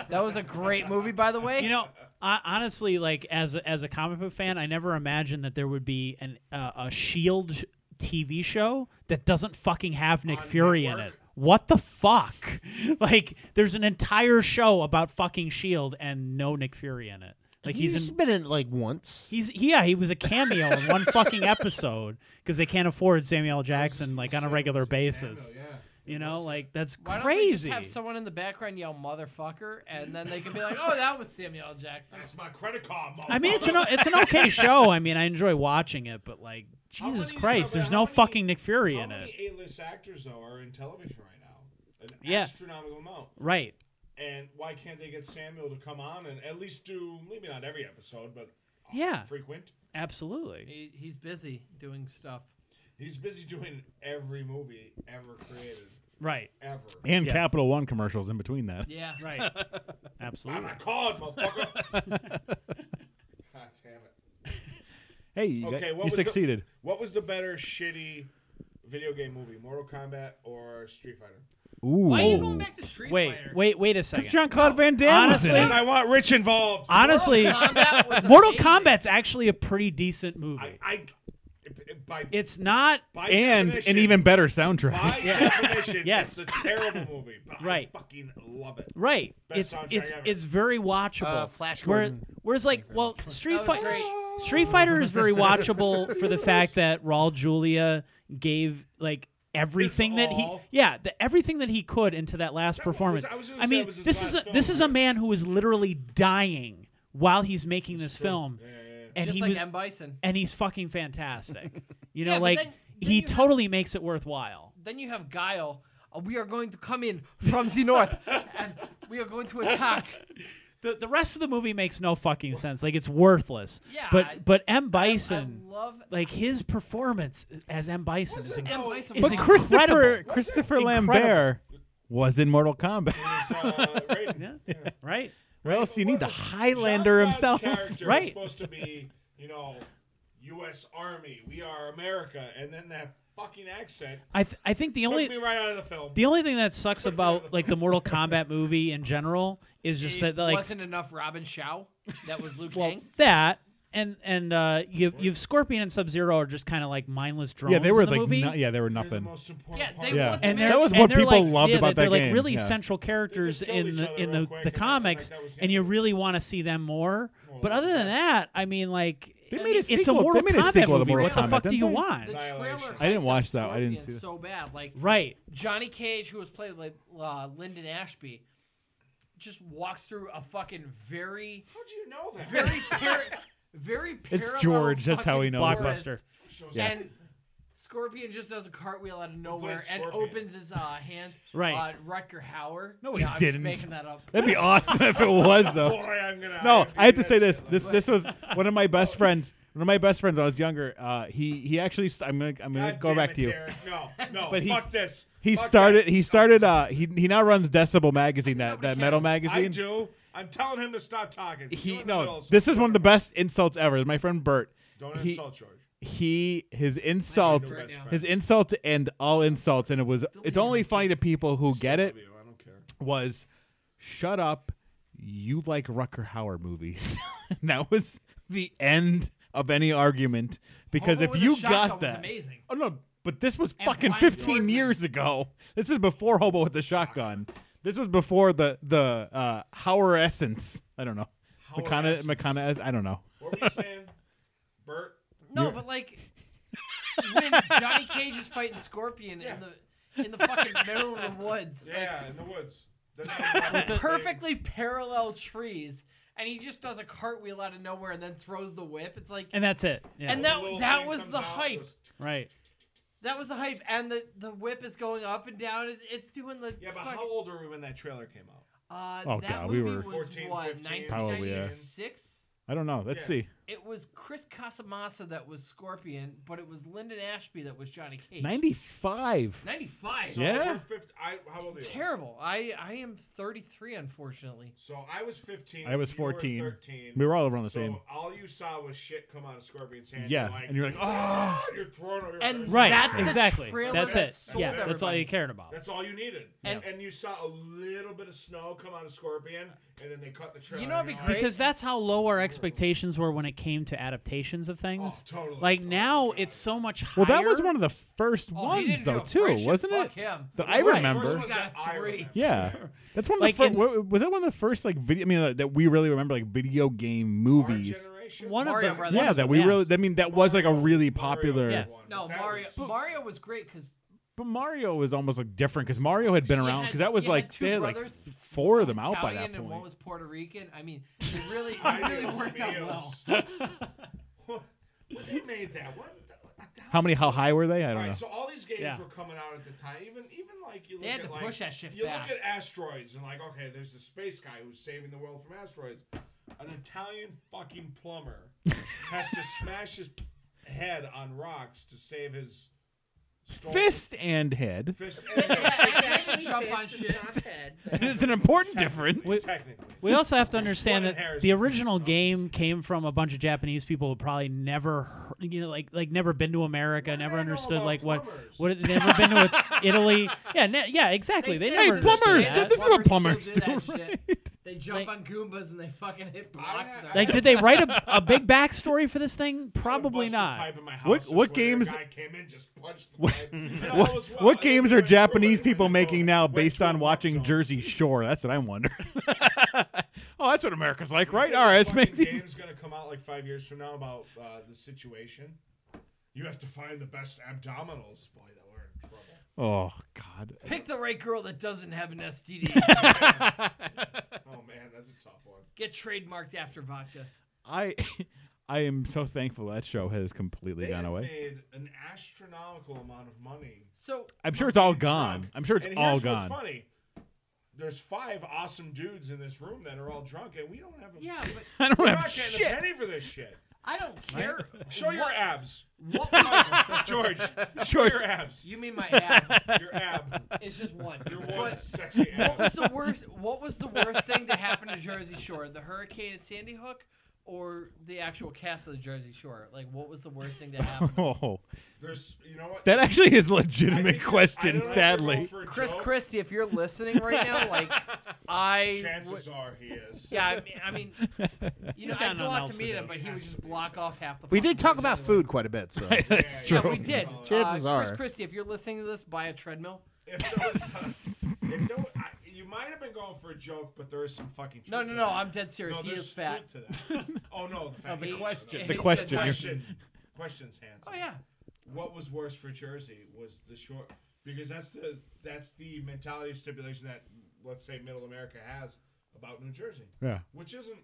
Speaker 5: That was a great movie, by the way.
Speaker 4: You know, I, honestly, like as a- as a comic book fan, I never imagined that there would be an uh, a Shield sh- TV show that doesn't fucking have Nick Fury in it. What the fuck? [laughs] Like, there's an entire show about fucking Shield E and no Nick Fury in it. Like he's, in.
Speaker 2: been in like once.
Speaker 4: He's yeah, he was a cameo in one fucking episode because they can't afford Samuel Jackson like on a regular basis.
Speaker 3: Yeah.
Speaker 4: You know, like that's
Speaker 5: Why don't they just
Speaker 4: crazy.
Speaker 5: have someone in the background yell "motherfucker" and then they can be like, "Oh, that was Samuel L. Jackson."
Speaker 3: That's my credit card, mom.
Speaker 4: I mean, it's an o- it's an okay show. I mean, I enjoy watching it, but like
Speaker 3: many-
Speaker 4: Jesus
Speaker 3: no,
Speaker 4: Christ,
Speaker 3: but
Speaker 4: there's
Speaker 3: how
Speaker 4: no
Speaker 3: many-
Speaker 4: fucking Nick Fury
Speaker 3: How
Speaker 4: in it.
Speaker 3: many A-list actors though are in television right now? An
Speaker 4: Yeah.
Speaker 3: astronomical amount.
Speaker 4: Right.
Speaker 3: And why can't they get Samuel to come on and at least do maybe not every episode, but
Speaker 4: Yeah.
Speaker 3: frequent?
Speaker 4: Absolutely.
Speaker 5: He, he's busy doing stuff.
Speaker 3: He's busy doing every movie ever created
Speaker 4: Right.
Speaker 3: ever.
Speaker 1: And
Speaker 4: Yes.
Speaker 1: Capital One commercials in between that.
Speaker 5: Yeah.
Speaker 3: [laughs]
Speaker 4: Right.
Speaker 3: I'm
Speaker 4: Absolutely.
Speaker 3: not called, motherfucker.
Speaker 1: [laughs]
Speaker 3: God damn it.
Speaker 1: Hey, you, got-
Speaker 3: Okay, what
Speaker 1: you
Speaker 3: was the-
Speaker 1: succeeded.
Speaker 3: What was the better shitty video game movie, Mortal Kombat or Street Fighter?
Speaker 1: Ooh.
Speaker 5: Why are you going back to Street
Speaker 4: Wait.
Speaker 5: Fighter?
Speaker 4: Wait. Wait a second.
Speaker 1: John Claude Van Damme. was in
Speaker 4: Honestly-
Speaker 1: it.
Speaker 8: I want Rich involved.
Speaker 4: Honestly,
Speaker 5: Mortal Kombat
Speaker 4: [laughs]
Speaker 5: was
Speaker 4: Mortal
Speaker 5: amazing.
Speaker 4: Kombat's actually a pretty decent movie.
Speaker 3: I, I it- by,
Speaker 4: it's not
Speaker 3: by
Speaker 1: and
Speaker 3: definition,
Speaker 1: an even better soundtrack.
Speaker 3: by
Speaker 1: [laughs]
Speaker 3: definition, it's
Speaker 4: Yes.
Speaker 3: a terrible movie, but
Speaker 4: Right.
Speaker 3: I fucking love it.
Speaker 4: right.
Speaker 3: Best
Speaker 4: it's
Speaker 3: soundtrack
Speaker 4: it's
Speaker 3: ever.
Speaker 4: it's very watchable.
Speaker 2: Uh, Flash
Speaker 4: Where,
Speaker 2: Gordon.
Speaker 4: whereas like well, Street
Speaker 5: was
Speaker 4: Fighter
Speaker 5: great.
Speaker 4: Street Fighter is
Speaker 3: [laughs]
Speaker 4: very watchable for the fact that Raul Julia gave like everything that he
Speaker 3: all.
Speaker 4: yeah the, everything that he could into that last
Speaker 3: was-
Speaker 4: performance.
Speaker 3: I was gonna
Speaker 4: I
Speaker 3: say
Speaker 4: mean,
Speaker 3: it was his
Speaker 4: this is a,
Speaker 3: last film,
Speaker 4: this is a
Speaker 3: right?
Speaker 4: man who is literally dying while he's making this film, and
Speaker 5: Just
Speaker 4: he
Speaker 5: like
Speaker 4: was
Speaker 5: M. Bison.
Speaker 4: and he's fucking
Speaker 5: [laughs]
Speaker 4: fantastic. you know,
Speaker 5: Yeah, but
Speaker 4: like
Speaker 5: then- then
Speaker 4: he
Speaker 5: you have-
Speaker 4: totally makes it worthwhile.
Speaker 5: Then you have Guile. Uh, we are going to come in from
Speaker 3: [laughs]
Speaker 5: the north, and we are going to attack.
Speaker 4: The, the rest of the movie makes no fucking sense. Like it's worthless.
Speaker 5: Yeah, I-
Speaker 4: But but M
Speaker 5: I
Speaker 4: Bison,
Speaker 5: love
Speaker 4: like his performance as M Bison is,
Speaker 3: Wasn't
Speaker 4: inc-
Speaker 5: M.
Speaker 3: Oh,
Speaker 5: Bison.
Speaker 4: is
Speaker 5: was
Speaker 1: But
Speaker 5: awesome.
Speaker 1: Christopher
Speaker 4: incredible.
Speaker 1: Christopher
Speaker 4: Incredible.
Speaker 1: Lambert was in Mortal Kombat. [laughs]
Speaker 3: It's, uh, [laughs] Raiden.
Speaker 4: right?
Speaker 1: What else do you need? The
Speaker 3: Well,
Speaker 1: Highlander
Speaker 3: Jean-Claude's
Speaker 1: himself. [laughs]
Speaker 3: character
Speaker 4: Right.
Speaker 3: is supposed to be, you know, U.S. Army. We are America, and then that fucking accent
Speaker 4: I th- I think the
Speaker 3: took
Speaker 4: only
Speaker 3: me right out of the film.
Speaker 4: the only thing that
Speaker 3: [laughs]
Speaker 4: sucks about like the Mortal Kombat movie in general is just
Speaker 5: It
Speaker 4: that like
Speaker 5: wasn't enough Robin Shaw. That was Luke
Speaker 4: [laughs] well
Speaker 5: Kang.
Speaker 4: that and and uh you you've Scorpion and Sub Zero are just kind of like mindless drones.
Speaker 1: yeah, they were
Speaker 4: in the
Speaker 1: like
Speaker 4: movie.
Speaker 1: no- yeah, they were
Speaker 3: They're the
Speaker 1: nothing.
Speaker 3: most important
Speaker 5: Yeah,
Speaker 3: part
Speaker 5: they
Speaker 1: Yeah.
Speaker 5: want the
Speaker 4: and
Speaker 5: man-
Speaker 4: they're-
Speaker 1: That was
Speaker 4: and
Speaker 1: what
Speaker 4: they're,
Speaker 1: people
Speaker 4: like-
Speaker 1: loved
Speaker 4: yeah,
Speaker 1: about
Speaker 4: they're
Speaker 1: that
Speaker 4: like
Speaker 1: game,
Speaker 4: really
Speaker 1: yeah.
Speaker 4: central characters
Speaker 3: killed
Speaker 4: in
Speaker 3: each
Speaker 4: the
Speaker 3: other
Speaker 4: in
Speaker 3: real
Speaker 4: the,
Speaker 3: quick and that was-
Speaker 4: the
Speaker 3: like,
Speaker 4: comics,
Speaker 3: that was the
Speaker 4: and you
Speaker 3: end of it.
Speaker 4: really want to see them more. but
Speaker 3: that
Speaker 4: other
Speaker 3: was
Speaker 4: than that, I mean, like
Speaker 1: They made a
Speaker 4: it's
Speaker 1: sequel-
Speaker 4: a
Speaker 1: they
Speaker 4: Mortal
Speaker 1: made a
Speaker 4: Kombat
Speaker 1: sequel to
Speaker 4: movie.
Speaker 1: Mortal
Speaker 4: what the
Speaker 1: Kombat,
Speaker 4: fuck do
Speaker 1: didn't
Speaker 4: you
Speaker 1: they?
Speaker 4: want?
Speaker 5: The trailer
Speaker 3: Annihilation.
Speaker 1: I didn't
Speaker 5: hyped
Speaker 1: watch
Speaker 5: up
Speaker 1: that. I didn't
Speaker 5: Scorpion
Speaker 1: see that.
Speaker 5: So bad, like
Speaker 4: Right.
Speaker 5: Johnny Cage, who was played by uh, Lyndon Ashby, just walks through a fucking very,
Speaker 3: How do you know that? [laughs]
Speaker 5: very, par- very.
Speaker 1: It's
Speaker 5: parallel
Speaker 1: George, that's how
Speaker 5: fucking
Speaker 1: he knows it.
Speaker 5: forest.
Speaker 4: Blockbuster.
Speaker 3: Shows
Speaker 1: Yeah.
Speaker 5: And Scorpion just does a cartwheel out of nowhere and
Speaker 3: Scorpion.
Speaker 5: opens his uh, hand.
Speaker 4: Right.
Speaker 5: Uh, Rutger Hauer.
Speaker 1: No,
Speaker 5: yeah,
Speaker 1: he
Speaker 5: I'm
Speaker 1: didn't.
Speaker 5: Just making that up.
Speaker 1: That'd be awesome if it was though.
Speaker 3: Boy, I'm gonna.
Speaker 1: No,
Speaker 3: I'm
Speaker 1: I have to
Speaker 3: gonna
Speaker 1: say
Speaker 3: do
Speaker 1: this.
Speaker 3: shit
Speaker 1: This
Speaker 3: like-
Speaker 1: this was one of my best friends. One of my best friends when I was younger. Uh, he he actually. St- I'm gonna I'm gonna
Speaker 3: God
Speaker 1: go
Speaker 3: damn
Speaker 1: back
Speaker 3: it,
Speaker 1: to you.
Speaker 3: Derek.
Speaker 1: [laughs]
Speaker 3: No, no.
Speaker 1: But he-
Speaker 3: fuck this.
Speaker 1: He
Speaker 3: Fuck
Speaker 1: started.
Speaker 3: that.
Speaker 1: He started. Uh, he he now runs Decibel magazine, that that metal
Speaker 3: I
Speaker 1: magazine.
Speaker 3: do. I'm telling him to stop talking. You're
Speaker 1: He
Speaker 3: in the middle
Speaker 1: no.
Speaker 3: of
Speaker 1: This
Speaker 3: something.
Speaker 1: is one of the best insults ever. My friend Bert.
Speaker 3: Don't
Speaker 1: he,
Speaker 3: insult George.
Speaker 1: He his insult.
Speaker 3: You're my best friend.
Speaker 1: His insult to end all insults, and it was. It's only funny to people who get it.
Speaker 3: I don't care.
Speaker 1: Was, shut up. You like Rucker Hauer movies. [laughs] And that was the end of any argument because
Speaker 5: Hobo
Speaker 1: if
Speaker 5: with a
Speaker 1: you
Speaker 5: Shotgun
Speaker 1: got
Speaker 5: was
Speaker 1: that,
Speaker 5: amazing.
Speaker 1: Oh no, but this was fucking
Speaker 5: Brian
Speaker 1: 15
Speaker 5: Jordan.
Speaker 1: years ago. This is before Hobo with the Shotgun. This was before the the uh Hauer Essence. I don't know.
Speaker 3: Hauer
Speaker 1: McCona
Speaker 3: Essence.
Speaker 1: McCona I don't know.
Speaker 3: What
Speaker 1: [laughs]
Speaker 3: were you saying, Bert?
Speaker 5: No, but like when Johnny Cage is fighting Scorpion in the in the fucking middle of the woods,
Speaker 3: Yeah, in the woods. [laughs] The-
Speaker 5: like perfectly parallel trees, and he just does a cartwheel out of nowhere and then throws the whip. It's like,
Speaker 4: And that's it. Yeah.
Speaker 5: and
Speaker 3: the
Speaker 5: that
Speaker 3: little
Speaker 5: that
Speaker 3: thing
Speaker 5: was
Speaker 3: comes
Speaker 5: the
Speaker 3: out, it
Speaker 5: hype.
Speaker 3: was-
Speaker 4: right.
Speaker 5: That was the hype, and the the whip is going up and down. It's, it's doing the
Speaker 3: Yeah, but
Speaker 5: fuck-
Speaker 3: how old were we when that trailer came out?
Speaker 5: Uh,
Speaker 1: Oh,
Speaker 5: that
Speaker 1: God, we
Speaker 5: movie
Speaker 1: were-
Speaker 5: was
Speaker 3: 14,
Speaker 5: what,
Speaker 3: 15?
Speaker 1: Probably, yeah.
Speaker 5: 1996?
Speaker 1: I don't know. Let's
Speaker 3: Yeah.
Speaker 1: see.
Speaker 5: It was Chris Casamassa that was Scorpion, but it was Lyndon Ashby that was Johnny Cage.
Speaker 1: 95.
Speaker 5: 95.
Speaker 1: Yeah.
Speaker 3: You're 50 I, how old are you?
Speaker 5: Terrible. I I am 33, unfortunately.
Speaker 3: So I was 15.
Speaker 1: I was
Speaker 3: you were
Speaker 1: 14.
Speaker 3: 13.
Speaker 1: We were all around the
Speaker 3: so
Speaker 1: same.
Speaker 3: all you saw was shit come out of Scorpion's hand.
Speaker 1: Yeah,
Speaker 3: You're like,
Speaker 1: and you're like, "Oh,
Speaker 3: "Ah," You're thrown over. your
Speaker 5: And
Speaker 3: face.
Speaker 4: Right.
Speaker 5: That's the
Speaker 4: exactly.
Speaker 5: trailer
Speaker 4: That's
Speaker 5: that
Speaker 4: it.
Speaker 5: sold
Speaker 4: yeah. That's all
Speaker 5: everybody.
Speaker 4: you cared
Speaker 3: [laughs]
Speaker 4: about.
Speaker 3: That's all you needed.
Speaker 5: And-
Speaker 3: and you saw a little bit of snow come out of Scorpion, and then they cut the trailer.
Speaker 5: You know what'd
Speaker 3: and
Speaker 5: be
Speaker 3: you're
Speaker 5: great?
Speaker 4: because that's how low our expectations were when it came to adaptations of things.
Speaker 3: Oh, totally.
Speaker 4: Like
Speaker 3: Oh,
Speaker 4: now,
Speaker 3: God.
Speaker 4: it's so much higher.
Speaker 1: Well, that was one of the first
Speaker 5: Oh, he
Speaker 1: ones
Speaker 5: didn't do
Speaker 1: though
Speaker 5: a
Speaker 1: too,
Speaker 5: friendship.
Speaker 1: wasn't
Speaker 5: Fuck
Speaker 1: it?
Speaker 5: him.
Speaker 1: That I
Speaker 4: Right.
Speaker 1: remember.
Speaker 3: First
Speaker 5: We
Speaker 3: one's that
Speaker 5: got
Speaker 3: I
Speaker 5: three.
Speaker 3: remember.
Speaker 1: Yeah. That's one of
Speaker 4: Like
Speaker 1: the
Speaker 4: in-
Speaker 1: first, was that one of the first like video I mean uh, that we really remember like video game
Speaker 3: Our
Speaker 1: movies.
Speaker 3: generation?
Speaker 4: One
Speaker 5: Mario
Speaker 4: of the
Speaker 5: Brothers.
Speaker 1: Yeah, that we
Speaker 4: yes.
Speaker 1: really I mean that was like a really popular
Speaker 3: Mario was
Speaker 4: Yeah.
Speaker 3: one,
Speaker 5: No,
Speaker 3: but that
Speaker 5: Mario
Speaker 3: was-
Speaker 5: Mario was great because
Speaker 1: But Mario was almost like different because Mario had been
Speaker 5: You
Speaker 1: around
Speaker 5: had-
Speaker 1: because that was
Speaker 5: you had
Speaker 1: like
Speaker 5: two
Speaker 1: they had like
Speaker 5: brothers,
Speaker 1: th- four of them out
Speaker 5: Italian
Speaker 1: by that
Speaker 5: and one
Speaker 1: point.
Speaker 5: was Puerto Rican. I mean, it really, it really worked out well. [laughs]
Speaker 1: [laughs]
Speaker 3: He made that one.
Speaker 1: How many? How high were they? I don't
Speaker 3: All right,
Speaker 1: know.
Speaker 3: so all these games
Speaker 4: Yeah.
Speaker 3: were coming out at the time. Even even like you look
Speaker 5: They had
Speaker 3: at
Speaker 5: to
Speaker 3: like,
Speaker 5: push that shit
Speaker 3: You
Speaker 5: fast.
Speaker 3: look at asteroids and like, okay, there's this space guy who's saving the world from asteroids. An Italian fucking
Speaker 1: [laughs]
Speaker 3: plumber has to smash his head on rocks to save his storm-
Speaker 1: Fist and head.
Speaker 3: Fist.
Speaker 1: [laughs]
Speaker 5: actually jump on shit.
Speaker 1: And [laughs] it's an important difference.
Speaker 3: technically,
Speaker 6: We also have to understand
Speaker 3: sweating
Speaker 6: that
Speaker 3: hairs.
Speaker 6: the original game came from a bunch of Japanese people who probably never, heard, you know, like like never been to America,
Speaker 3: do
Speaker 6: never
Speaker 3: they know
Speaker 6: understood
Speaker 3: about
Speaker 6: like what
Speaker 3: plumbers?
Speaker 6: what it- never been to Italy. Yeah, ne- yeah, exactly. They,
Speaker 5: still
Speaker 6: never
Speaker 5: do that.
Speaker 6: understood
Speaker 1: plumbers,
Speaker 6: that.
Speaker 1: this is what
Speaker 5: still
Speaker 1: plumbers
Speaker 5: do. that shit. They jump on Goombas and they fucking hit blocks.
Speaker 3: I-
Speaker 5: and-
Speaker 6: Like, did they write a, a big backstory for this thing? Probably
Speaker 3: Busted
Speaker 6: not. [laughs]
Speaker 3: pipe in my house
Speaker 1: What-
Speaker 3: this
Speaker 1: what
Speaker 3: winter.
Speaker 1: games-
Speaker 3: A guy came in, just punched
Speaker 1: [laughs]
Speaker 3: the
Speaker 1: What-
Speaker 3: pipe, and all
Speaker 1: What,
Speaker 3: was well.
Speaker 1: what
Speaker 3: And
Speaker 1: games
Speaker 3: then we
Speaker 1: are
Speaker 3: went through it,
Speaker 1: Japanese
Speaker 3: went through
Speaker 1: people
Speaker 3: it,
Speaker 1: making now
Speaker 3: went
Speaker 1: based
Speaker 3: through a
Speaker 1: on
Speaker 3: war
Speaker 1: watching
Speaker 3: zone.
Speaker 1: Jersey Shore? That's what I'm wondering. [laughs] oh, that's what America's like, right? All right,
Speaker 3: This
Speaker 1: let's make
Speaker 3: fucking
Speaker 1: these.
Speaker 3: game's gonna come out like five years from now about uh, the situation. You have to find the best abdominals. Boy, that we're in trouble.
Speaker 1: Oh God.
Speaker 5: Pick the right girl that doesn't have an STD.
Speaker 3: Oh man, that's a tough one.
Speaker 5: Get trademarked after vodka.
Speaker 1: I [laughs] I am so thankful that show has completely
Speaker 3: They
Speaker 1: gone
Speaker 3: have
Speaker 1: away.
Speaker 3: made an astronomical amount of money.
Speaker 5: So
Speaker 1: I'm sure
Speaker 3: from
Speaker 1: it's all
Speaker 3: being
Speaker 1: gone.
Speaker 3: drunk.
Speaker 1: I'm sure it's
Speaker 3: And
Speaker 1: all
Speaker 3: here's
Speaker 1: gone.
Speaker 3: What's funny. There's five awesome dudes in this room that are all drunk, and we don't have a [laughs]
Speaker 5: yeah, but
Speaker 1: I don't
Speaker 3: We're
Speaker 1: have
Speaker 3: not getting a
Speaker 1: shit.
Speaker 3: penny for this shit.
Speaker 5: I [laughs] don't care.
Speaker 3: Show your abs,
Speaker 5: [laughs] What was-
Speaker 3: George. Show
Speaker 1: Sure.
Speaker 3: your abs.
Speaker 5: you mean my ab?
Speaker 3: Your ab.
Speaker 5: It's just one.
Speaker 3: Your one
Speaker 5: But
Speaker 3: sexy
Speaker 5: what
Speaker 3: ab.
Speaker 5: was the worst? What was the worst thing that happened to Jersey Shore? The hurricane at Sandy Hook, or the actual cast of the Jersey Shore? Like, what was the worst thing that [laughs] happened?
Speaker 1: [laughs] Oh,
Speaker 3: There's, you know what?
Speaker 1: that actually is a
Speaker 3: I think
Speaker 1: legitimate
Speaker 3: that- I
Speaker 1: question.
Speaker 3: don't know if you're going
Speaker 1: Sadly,
Speaker 3: for a
Speaker 5: Chris
Speaker 3: joke.
Speaker 5: Christie, if you're listening right now, [laughs] like I,
Speaker 3: Chances
Speaker 5: would-
Speaker 3: are he is.
Speaker 5: yeah, I mean, I
Speaker 1: [laughs]
Speaker 5: mean you know,
Speaker 6: got
Speaker 5: I'd go
Speaker 6: nothing
Speaker 5: out
Speaker 6: else
Speaker 5: to
Speaker 6: to
Speaker 5: meet
Speaker 6: do.
Speaker 5: him, but he would just block off half the.
Speaker 2: We
Speaker 5: fucking
Speaker 2: did talk
Speaker 5: room
Speaker 2: about
Speaker 5: anyway.
Speaker 2: food quite a
Speaker 4: [laughs]
Speaker 2: bit, so
Speaker 1: that's
Speaker 3: yeah,
Speaker 1: true. [laughs]
Speaker 5: Yeah, we did.
Speaker 2: Chances
Speaker 5: Uh, Chris
Speaker 2: are.
Speaker 5: Christie, if you're listening to this, buy a treadmill.
Speaker 3: If there was, uh, if there was, I, you might have been going for a joke, but there is some fucking truth.
Speaker 5: No,
Speaker 3: to
Speaker 5: no, no,
Speaker 3: that.
Speaker 5: I'm dead serious.
Speaker 3: No,
Speaker 5: he
Speaker 3: there's
Speaker 5: is fat.
Speaker 3: Truth to that. Oh
Speaker 5: [laughs]
Speaker 3: no, the, fact
Speaker 5: the
Speaker 3: no, no,
Speaker 5: question.
Speaker 3: no,
Speaker 5: The
Speaker 3: no.
Speaker 1: question.
Speaker 3: Question. Questions, handsome.
Speaker 5: Oh yeah.
Speaker 3: What was worse for Jersey was the short because that's the that's the mentality stipulation that let's say Middle America has about New Jersey.
Speaker 1: Yeah.
Speaker 3: Which isn't.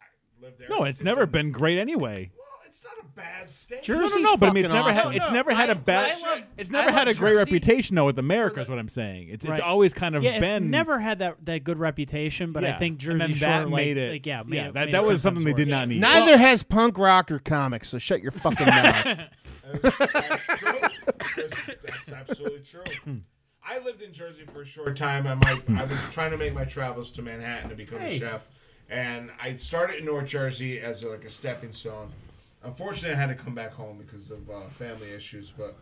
Speaker 3: I live there.
Speaker 1: No, it's never
Speaker 3: a-
Speaker 1: been great anyway.
Speaker 3: Well, it's not a bad state.
Speaker 1: No, no,
Speaker 2: Jersey's
Speaker 1: no, but I mean,
Speaker 2: fucking
Speaker 1: it's never
Speaker 2: awesome.
Speaker 1: had it's
Speaker 5: Oh, No,
Speaker 1: never had
Speaker 5: I-
Speaker 1: a bad
Speaker 5: I love-
Speaker 1: it's
Speaker 5: I
Speaker 1: never
Speaker 5: love
Speaker 1: had a great
Speaker 5: Jersey.
Speaker 1: reputation though with America is what I'm saying. It's it's
Speaker 6: Right.
Speaker 1: always kind of
Speaker 6: Yeah, it's
Speaker 1: been
Speaker 6: never had that, that good reputation, but
Speaker 1: Yeah.
Speaker 6: I think Jersey
Speaker 1: and then
Speaker 6: Shore
Speaker 1: that
Speaker 6: like-
Speaker 1: made it
Speaker 6: like, yeah, made
Speaker 1: yeah
Speaker 6: it-
Speaker 1: that,
Speaker 6: made
Speaker 1: that
Speaker 6: it
Speaker 1: was
Speaker 6: ten
Speaker 1: something
Speaker 6: times
Speaker 1: they
Speaker 6: worse.
Speaker 1: did not need.
Speaker 2: Neither has punk rock or comics, so shut your fucking
Speaker 4: [laughs]
Speaker 2: mouth.
Speaker 3: That's true. That's- That's absolutely true. I lived in Jersey for a short time. I might, I was trying to make my travels to Manhattan to become a chef, and I started in North Jersey as a, like a stepping stone. Unfortunately, I had to come back home because of uh, family issues, but.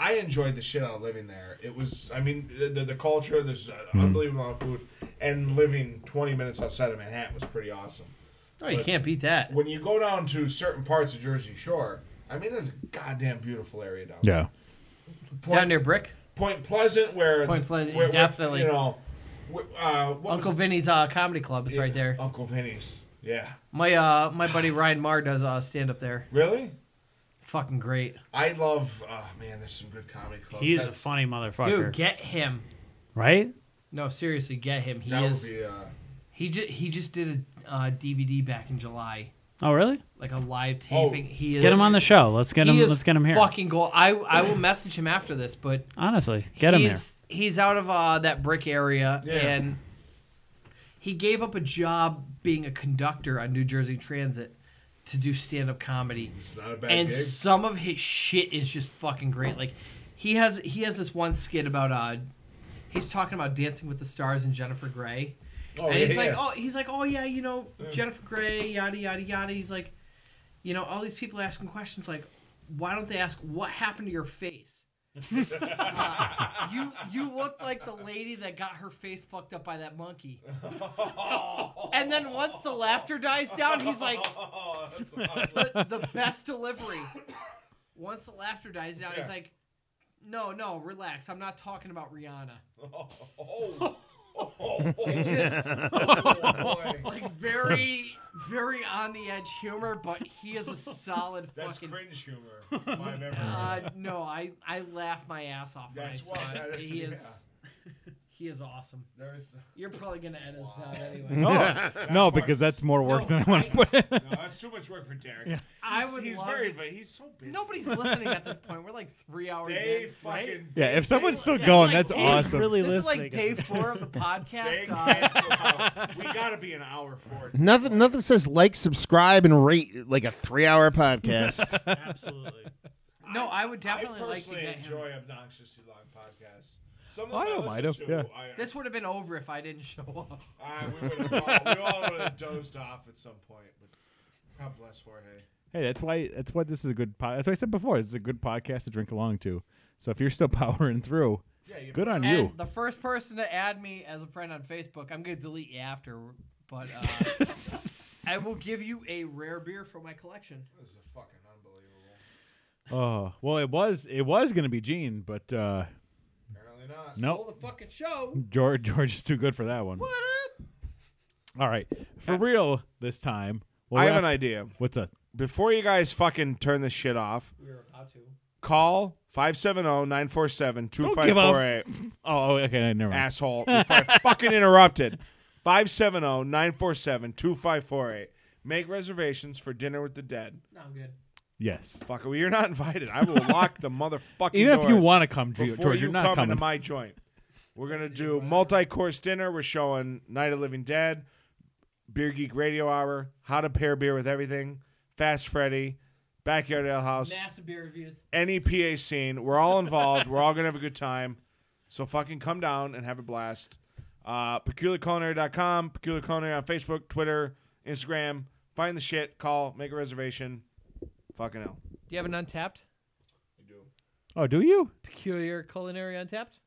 Speaker 3: I enjoyed the shit out of living there. It was, I mean, the, the, the culture, there's an unbelievable amount of food, and living 20 minutes outside of Manhattan was pretty awesome
Speaker 5: Oh, you can't beat that.
Speaker 3: when you go down to certain parts of Jersey Shore, I mean, there's a goddamn beautiful area down there.
Speaker 1: Yeah.
Speaker 3: Point,
Speaker 5: Down near Brick,
Speaker 3: Point Pleasant, where
Speaker 5: Point Pleasant,
Speaker 3: where- where,
Speaker 5: definitely.
Speaker 3: you know, where, uh, what
Speaker 5: Uncle
Speaker 3: was Oh.
Speaker 5: Vinny's uh, comedy club is right there.
Speaker 3: Uncle Vinny's, yeah,
Speaker 5: My uh, my buddy Ryan Marr does uh, stand up there.
Speaker 3: really.
Speaker 5: Fucking great,
Speaker 3: I love, oh man, there's some good comedy clubs.
Speaker 6: He's a
Speaker 3: That's-
Speaker 6: funny motherfucker,
Speaker 5: dude. Get him.
Speaker 6: right?
Speaker 5: No, seriously, get him. He
Speaker 3: That
Speaker 5: is.
Speaker 3: would be, uh,
Speaker 5: He just he just did a uh, DVD back in July,
Speaker 6: Oh, really?
Speaker 5: like a live taping. he is
Speaker 6: Get him on the show. Let's get
Speaker 5: he
Speaker 6: him.
Speaker 5: is
Speaker 6: Let's get him here.
Speaker 5: Fucking goal. I I will message him after this, but
Speaker 6: Honestly, get him here.
Speaker 5: he's, He's out of uh, that brick area,
Speaker 3: Yeah.
Speaker 5: and he gave up a job being a conductor on New Jersey Transit to do stand up comedy.
Speaker 3: it's not a bad
Speaker 5: and
Speaker 3: gig. [laughs]
Speaker 5: some of his shit is just fucking great. Like he has he has this one skit about uh he's talking about Dancing with the Stars and Jennifer Grey.
Speaker 3: Oh,
Speaker 5: and
Speaker 3: yeah,
Speaker 5: he's like,
Speaker 3: yeah.
Speaker 5: oh, he's like, oh yeah, you know Jennifer Grey, yada yada yada. He's like, you know, all these people asking questions like, why don't they ask what happened to
Speaker 3: [laughs]
Speaker 5: your face? Uh, you you look like the lady that got her face fucked up by that
Speaker 3: [laughs]
Speaker 5: monkey. and then once the laughter dies down, he's like,
Speaker 3: Oh, that's awesome.
Speaker 4: [laughs]
Speaker 5: the, the best delivery. Once the laughter dies down,
Speaker 3: Yeah.
Speaker 5: he's like, "No, no, relax. I'm not talking about Rihanna."
Speaker 3: oh, oh, oh, oh,
Speaker 5: Just
Speaker 3: boy. [laughs]
Speaker 5: like very, very on the edge cringe humor, but he is a solid fucking.
Speaker 3: cringe humor. My memory.
Speaker 5: Uh, no, I I laugh my ass off. when I
Speaker 3: That's
Speaker 5: see it.
Speaker 3: why- uh,
Speaker 5: he
Speaker 3: yeah.
Speaker 5: is. He is awesome.
Speaker 3: There is-
Speaker 5: You're probably gonna edit this out anyway.
Speaker 1: No,
Speaker 6: [laughs]
Speaker 1: no, because that's more work than I want to put in.
Speaker 3: no, that's too much work for Derek. He's,
Speaker 5: I would
Speaker 3: He's
Speaker 5: love
Speaker 3: very,
Speaker 5: it.
Speaker 3: but he's so busy.
Speaker 5: Nobody's listening at this point. We're like three hours
Speaker 3: They
Speaker 5: [laughs] in.
Speaker 3: fucking.
Speaker 1: Yeah, if someone's still
Speaker 5: That's
Speaker 1: going,
Speaker 5: like
Speaker 1: that's
Speaker 5: Dave
Speaker 1: awesome.
Speaker 4: Really
Speaker 5: This is
Speaker 4: listening.
Speaker 5: like day four of the
Speaker 3: They
Speaker 5: podcast. Uh,
Speaker 3: cancel
Speaker 5: [laughs]
Speaker 3: out. We gotta be an hour for
Speaker 1: Mm-hmm.
Speaker 3: it.
Speaker 2: Nothing, nothing says like, subscribe, and rate like a three-hour podcast.
Speaker 4: [laughs] Absolutely.
Speaker 5: no, I would
Speaker 3: I
Speaker 5: definitely like to
Speaker 3: personally
Speaker 5: get him.
Speaker 3: enjoy obnoxiously long podcasts. Some of
Speaker 1: I
Speaker 3: them
Speaker 1: don't
Speaker 3: I
Speaker 1: mind
Speaker 3: listen
Speaker 1: them,
Speaker 3: to, I,
Speaker 5: This would have been over if I didn't show up.
Speaker 3: I, we, would have, all- we all would have dozed off at some point. But God bless Jorge.
Speaker 1: Hey, that's why that's why this is a good pod. That's what I said before. It's a good podcast to drink along to. So if you're still [laughs] powering through,
Speaker 3: Yeah, you
Speaker 1: good on
Speaker 5: And
Speaker 1: you.
Speaker 5: the first person to add me as a friend on Facebook, I'm gonna delete you after, but [laughs] uh, I will give you a rare beer from my collection.
Speaker 3: This is fucking unbelievable.
Speaker 1: Oh well, it was it was gonna be Gene, but uh,
Speaker 3: Apparently not.
Speaker 5: Roll
Speaker 1: no,
Speaker 5: the fucking show.
Speaker 1: George [laughs] George is too good for that one.
Speaker 5: What up?
Speaker 1: All right, for real this time. we'll
Speaker 3: Uh, I have
Speaker 1: wrap-
Speaker 3: an idea.
Speaker 1: What's up?
Speaker 3: Before you guys fucking turn this shit off,
Speaker 5: We were about to.
Speaker 3: call oh,
Speaker 1: [laughs]
Speaker 3: 570-947-2548.
Speaker 1: Oh, oh, okay, never mind.
Speaker 3: Asshole. If I fucking interrupted. oh, 570-947-2548. Make reservations for dinner with the dead.
Speaker 5: No, I'm good.
Speaker 1: Yes,
Speaker 3: Fucker, you're not invited. I will lock the motherfucking
Speaker 1: even if you
Speaker 3: doors
Speaker 1: want to come, Ge-
Speaker 3: before
Speaker 1: George,
Speaker 3: you
Speaker 1: you're not
Speaker 3: come
Speaker 1: coming.
Speaker 3: into my joint. We're gonna do multi-course dinner. We're showing Night of Living Dead, Beer Geek Radio Hour, How to Pair Beer with Everything, Fast Freddy, Backyard Ale House,
Speaker 5: Massive beer reviews.
Speaker 3: any PA scene. We're all involved. We're all gonna have a good time. So fucking come down and have a blast. Uh, peculiarculinary.com, Peculiar Culinary on Facebook, Twitter, Instagram. Find the shit. Call. Make a reservation. Fucking hell.
Speaker 5: Do you have an untapped?
Speaker 1: oh, do you?
Speaker 5: Peculiar culinary untapped.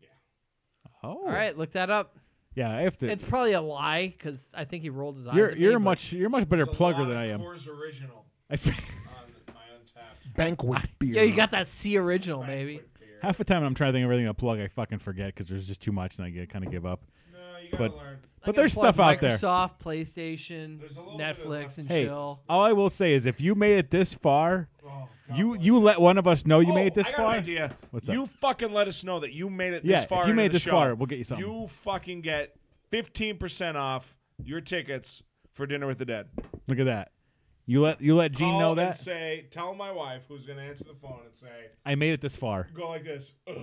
Speaker 1: Oh,
Speaker 5: All right, look that up.
Speaker 1: Yeah, I have to.
Speaker 5: It's probably a lie because I think he rolled his eyes.
Speaker 1: you're
Speaker 5: at me,
Speaker 1: you're a
Speaker 5: but-
Speaker 1: much you're a much better plugger than I am.
Speaker 3: original
Speaker 1: I f-
Speaker 3: on my untapped.
Speaker 2: Banquet beer.
Speaker 5: Yeah, you got that C original, maybe.
Speaker 1: [laughs] half the time when I'm trying to think of everything to plug, I fucking forget because there's just too much, and I get kind of give up.
Speaker 3: No, you gotta
Speaker 1: But-
Speaker 3: learn.
Speaker 1: But there's stuff out there.
Speaker 5: Microsoft, PlayStation,
Speaker 3: There's a little bit of
Speaker 5: Netflix, and
Speaker 1: Hey,
Speaker 5: chill.
Speaker 1: all I will say is if you made it this far,
Speaker 3: Oh,
Speaker 1: you you let one of us know you made it this
Speaker 3: I got
Speaker 1: far.
Speaker 3: An idea.
Speaker 1: What's
Speaker 3: you
Speaker 1: up?
Speaker 3: fucking let us know that you made it this
Speaker 1: Yeah, if
Speaker 3: far.
Speaker 1: you made
Speaker 3: into the
Speaker 1: this
Speaker 3: show.
Speaker 1: far, we'll get you something.
Speaker 3: You fucking get fifteen percent off your tickets for dinner with the dead.
Speaker 1: Look at that. You let you let Gene
Speaker 3: Call
Speaker 1: know
Speaker 3: And
Speaker 1: that
Speaker 3: say, tell my wife who's gonna answer the phone and say,
Speaker 1: I made it this far.
Speaker 3: go like this. Ugh.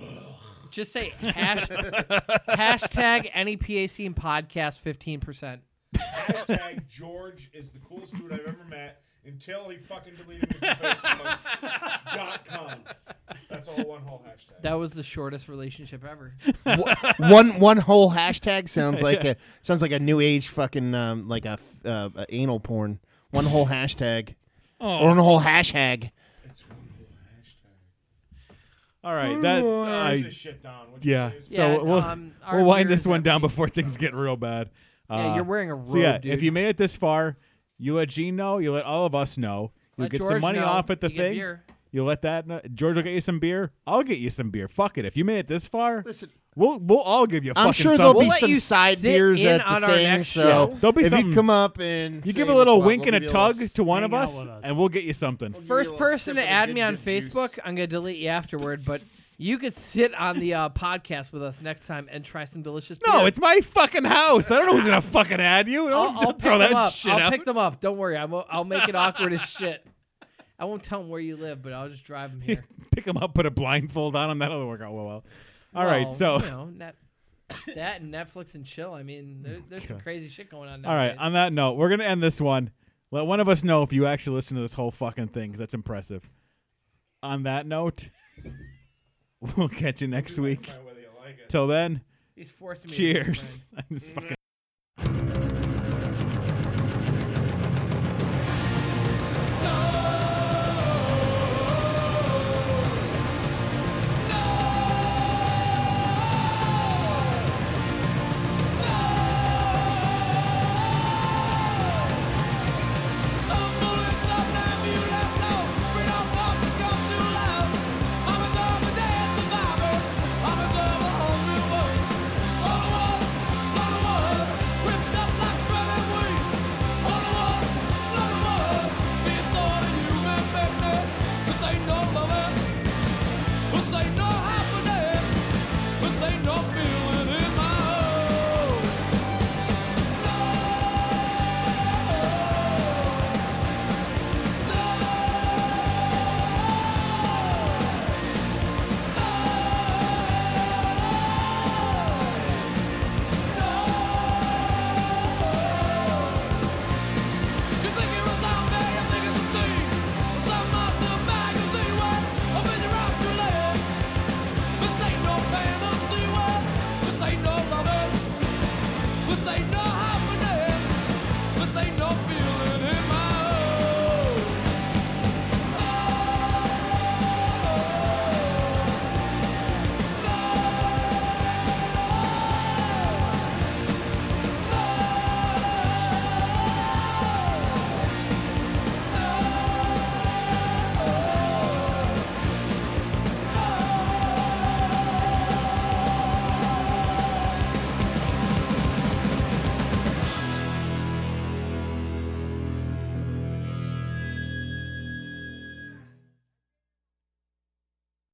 Speaker 1: [laughs]
Speaker 5: Just say hash, hashtag E NEPAC and podcast 15%.
Speaker 1: [laughs]
Speaker 3: Hashtag George is the coolest dude I've ever met until he fucking deleted me from
Speaker 1: [laughs]
Speaker 3: Facebook. dot com. That's all one whole hashtag.
Speaker 5: That was the shortest relationship
Speaker 1: [laughs]
Speaker 5: ever.
Speaker 2: one one whole hashtag sounds like a sounds like a new age fucking um, like a uh, a anal porn. One whole hashtag.
Speaker 1: Oh.
Speaker 2: Or one whole hashtag.
Speaker 3: it's one whole hashtag.
Speaker 1: All right, that
Speaker 3: Turn
Speaker 1: I,
Speaker 3: this shit down. would you
Speaker 1: yeah.
Speaker 3: please?
Speaker 5: Yeah,
Speaker 1: So we'll [laughs]
Speaker 5: um, our
Speaker 1: we'll wind
Speaker 5: beer
Speaker 1: this
Speaker 5: is
Speaker 1: one down
Speaker 5: empty.
Speaker 1: before things get real bad.
Speaker 5: Yeah,
Speaker 1: Uh,
Speaker 5: you're wearing a robe,
Speaker 1: So yeah,
Speaker 5: dude.
Speaker 1: if you made it this far, you let Gene know. You let all of us know. You
Speaker 5: Let
Speaker 1: get some
Speaker 5: George
Speaker 1: money
Speaker 5: know,
Speaker 1: off at the
Speaker 5: you get
Speaker 1: thing.
Speaker 5: beer.
Speaker 1: You let that know. George will get you some beer. I'll get you some beer. Fuck it. If you made it this far,
Speaker 2: Listen,
Speaker 1: we'll we'll all give you.
Speaker 2: I'm
Speaker 1: fucking
Speaker 2: sure
Speaker 1: something.
Speaker 2: there'll be
Speaker 5: We'll let
Speaker 2: some
Speaker 5: you
Speaker 2: side
Speaker 5: sit
Speaker 2: beers
Speaker 5: in
Speaker 2: at the
Speaker 5: on our
Speaker 2: thing.
Speaker 5: next
Speaker 2: so
Speaker 5: show.
Speaker 1: There'll be
Speaker 2: if
Speaker 1: something-
Speaker 2: you come up and
Speaker 1: You
Speaker 2: say,
Speaker 1: give a little
Speaker 2: "Look,
Speaker 1: wink and
Speaker 2: we'll
Speaker 1: a
Speaker 2: give you little
Speaker 1: tug to one of
Speaker 4: hang out
Speaker 1: us,
Speaker 4: with us.
Speaker 1: and we'll get you something.
Speaker 5: First person to add me on
Speaker 2: Juice.
Speaker 5: Facebook, I'm going to delete you afterward, but you could sit on the uh, podcast with us next time and try some delicious
Speaker 1: No,
Speaker 5: beer.
Speaker 1: it's my fucking house. I don't know who's gonna fucking add you.
Speaker 5: I'll,
Speaker 1: Don't
Speaker 5: I'll pick
Speaker 1: throw that
Speaker 5: them up.
Speaker 1: shit
Speaker 5: I'll
Speaker 1: out.
Speaker 5: pick them up. Don't worry. I won't, I'll make it awkward as shit. I won't tell them where you live, but I'll just
Speaker 1: [laughs]
Speaker 5: drive them here.
Speaker 1: pick them up, put a blindfold on them. That'll work out well. well. All
Speaker 5: Well,
Speaker 1: right, so [laughs]
Speaker 5: you know, net, that and Netflix and chill. I mean, there, there's some
Speaker 1: God.
Speaker 5: crazy shit going on.
Speaker 1: all right.
Speaker 5: nowadays.
Speaker 1: On that note, we're gonna end this one. Let one of us know if you actually listen to this whole fucking thing. 'cause that's impressive. On that note, [laughs] we'll catch you next week.
Speaker 3: Whether you like it.
Speaker 1: Till then,
Speaker 5: he's forcing me. to be his
Speaker 1: cheers. [laughs]
Speaker 5: friend.
Speaker 1: I'm just fucking.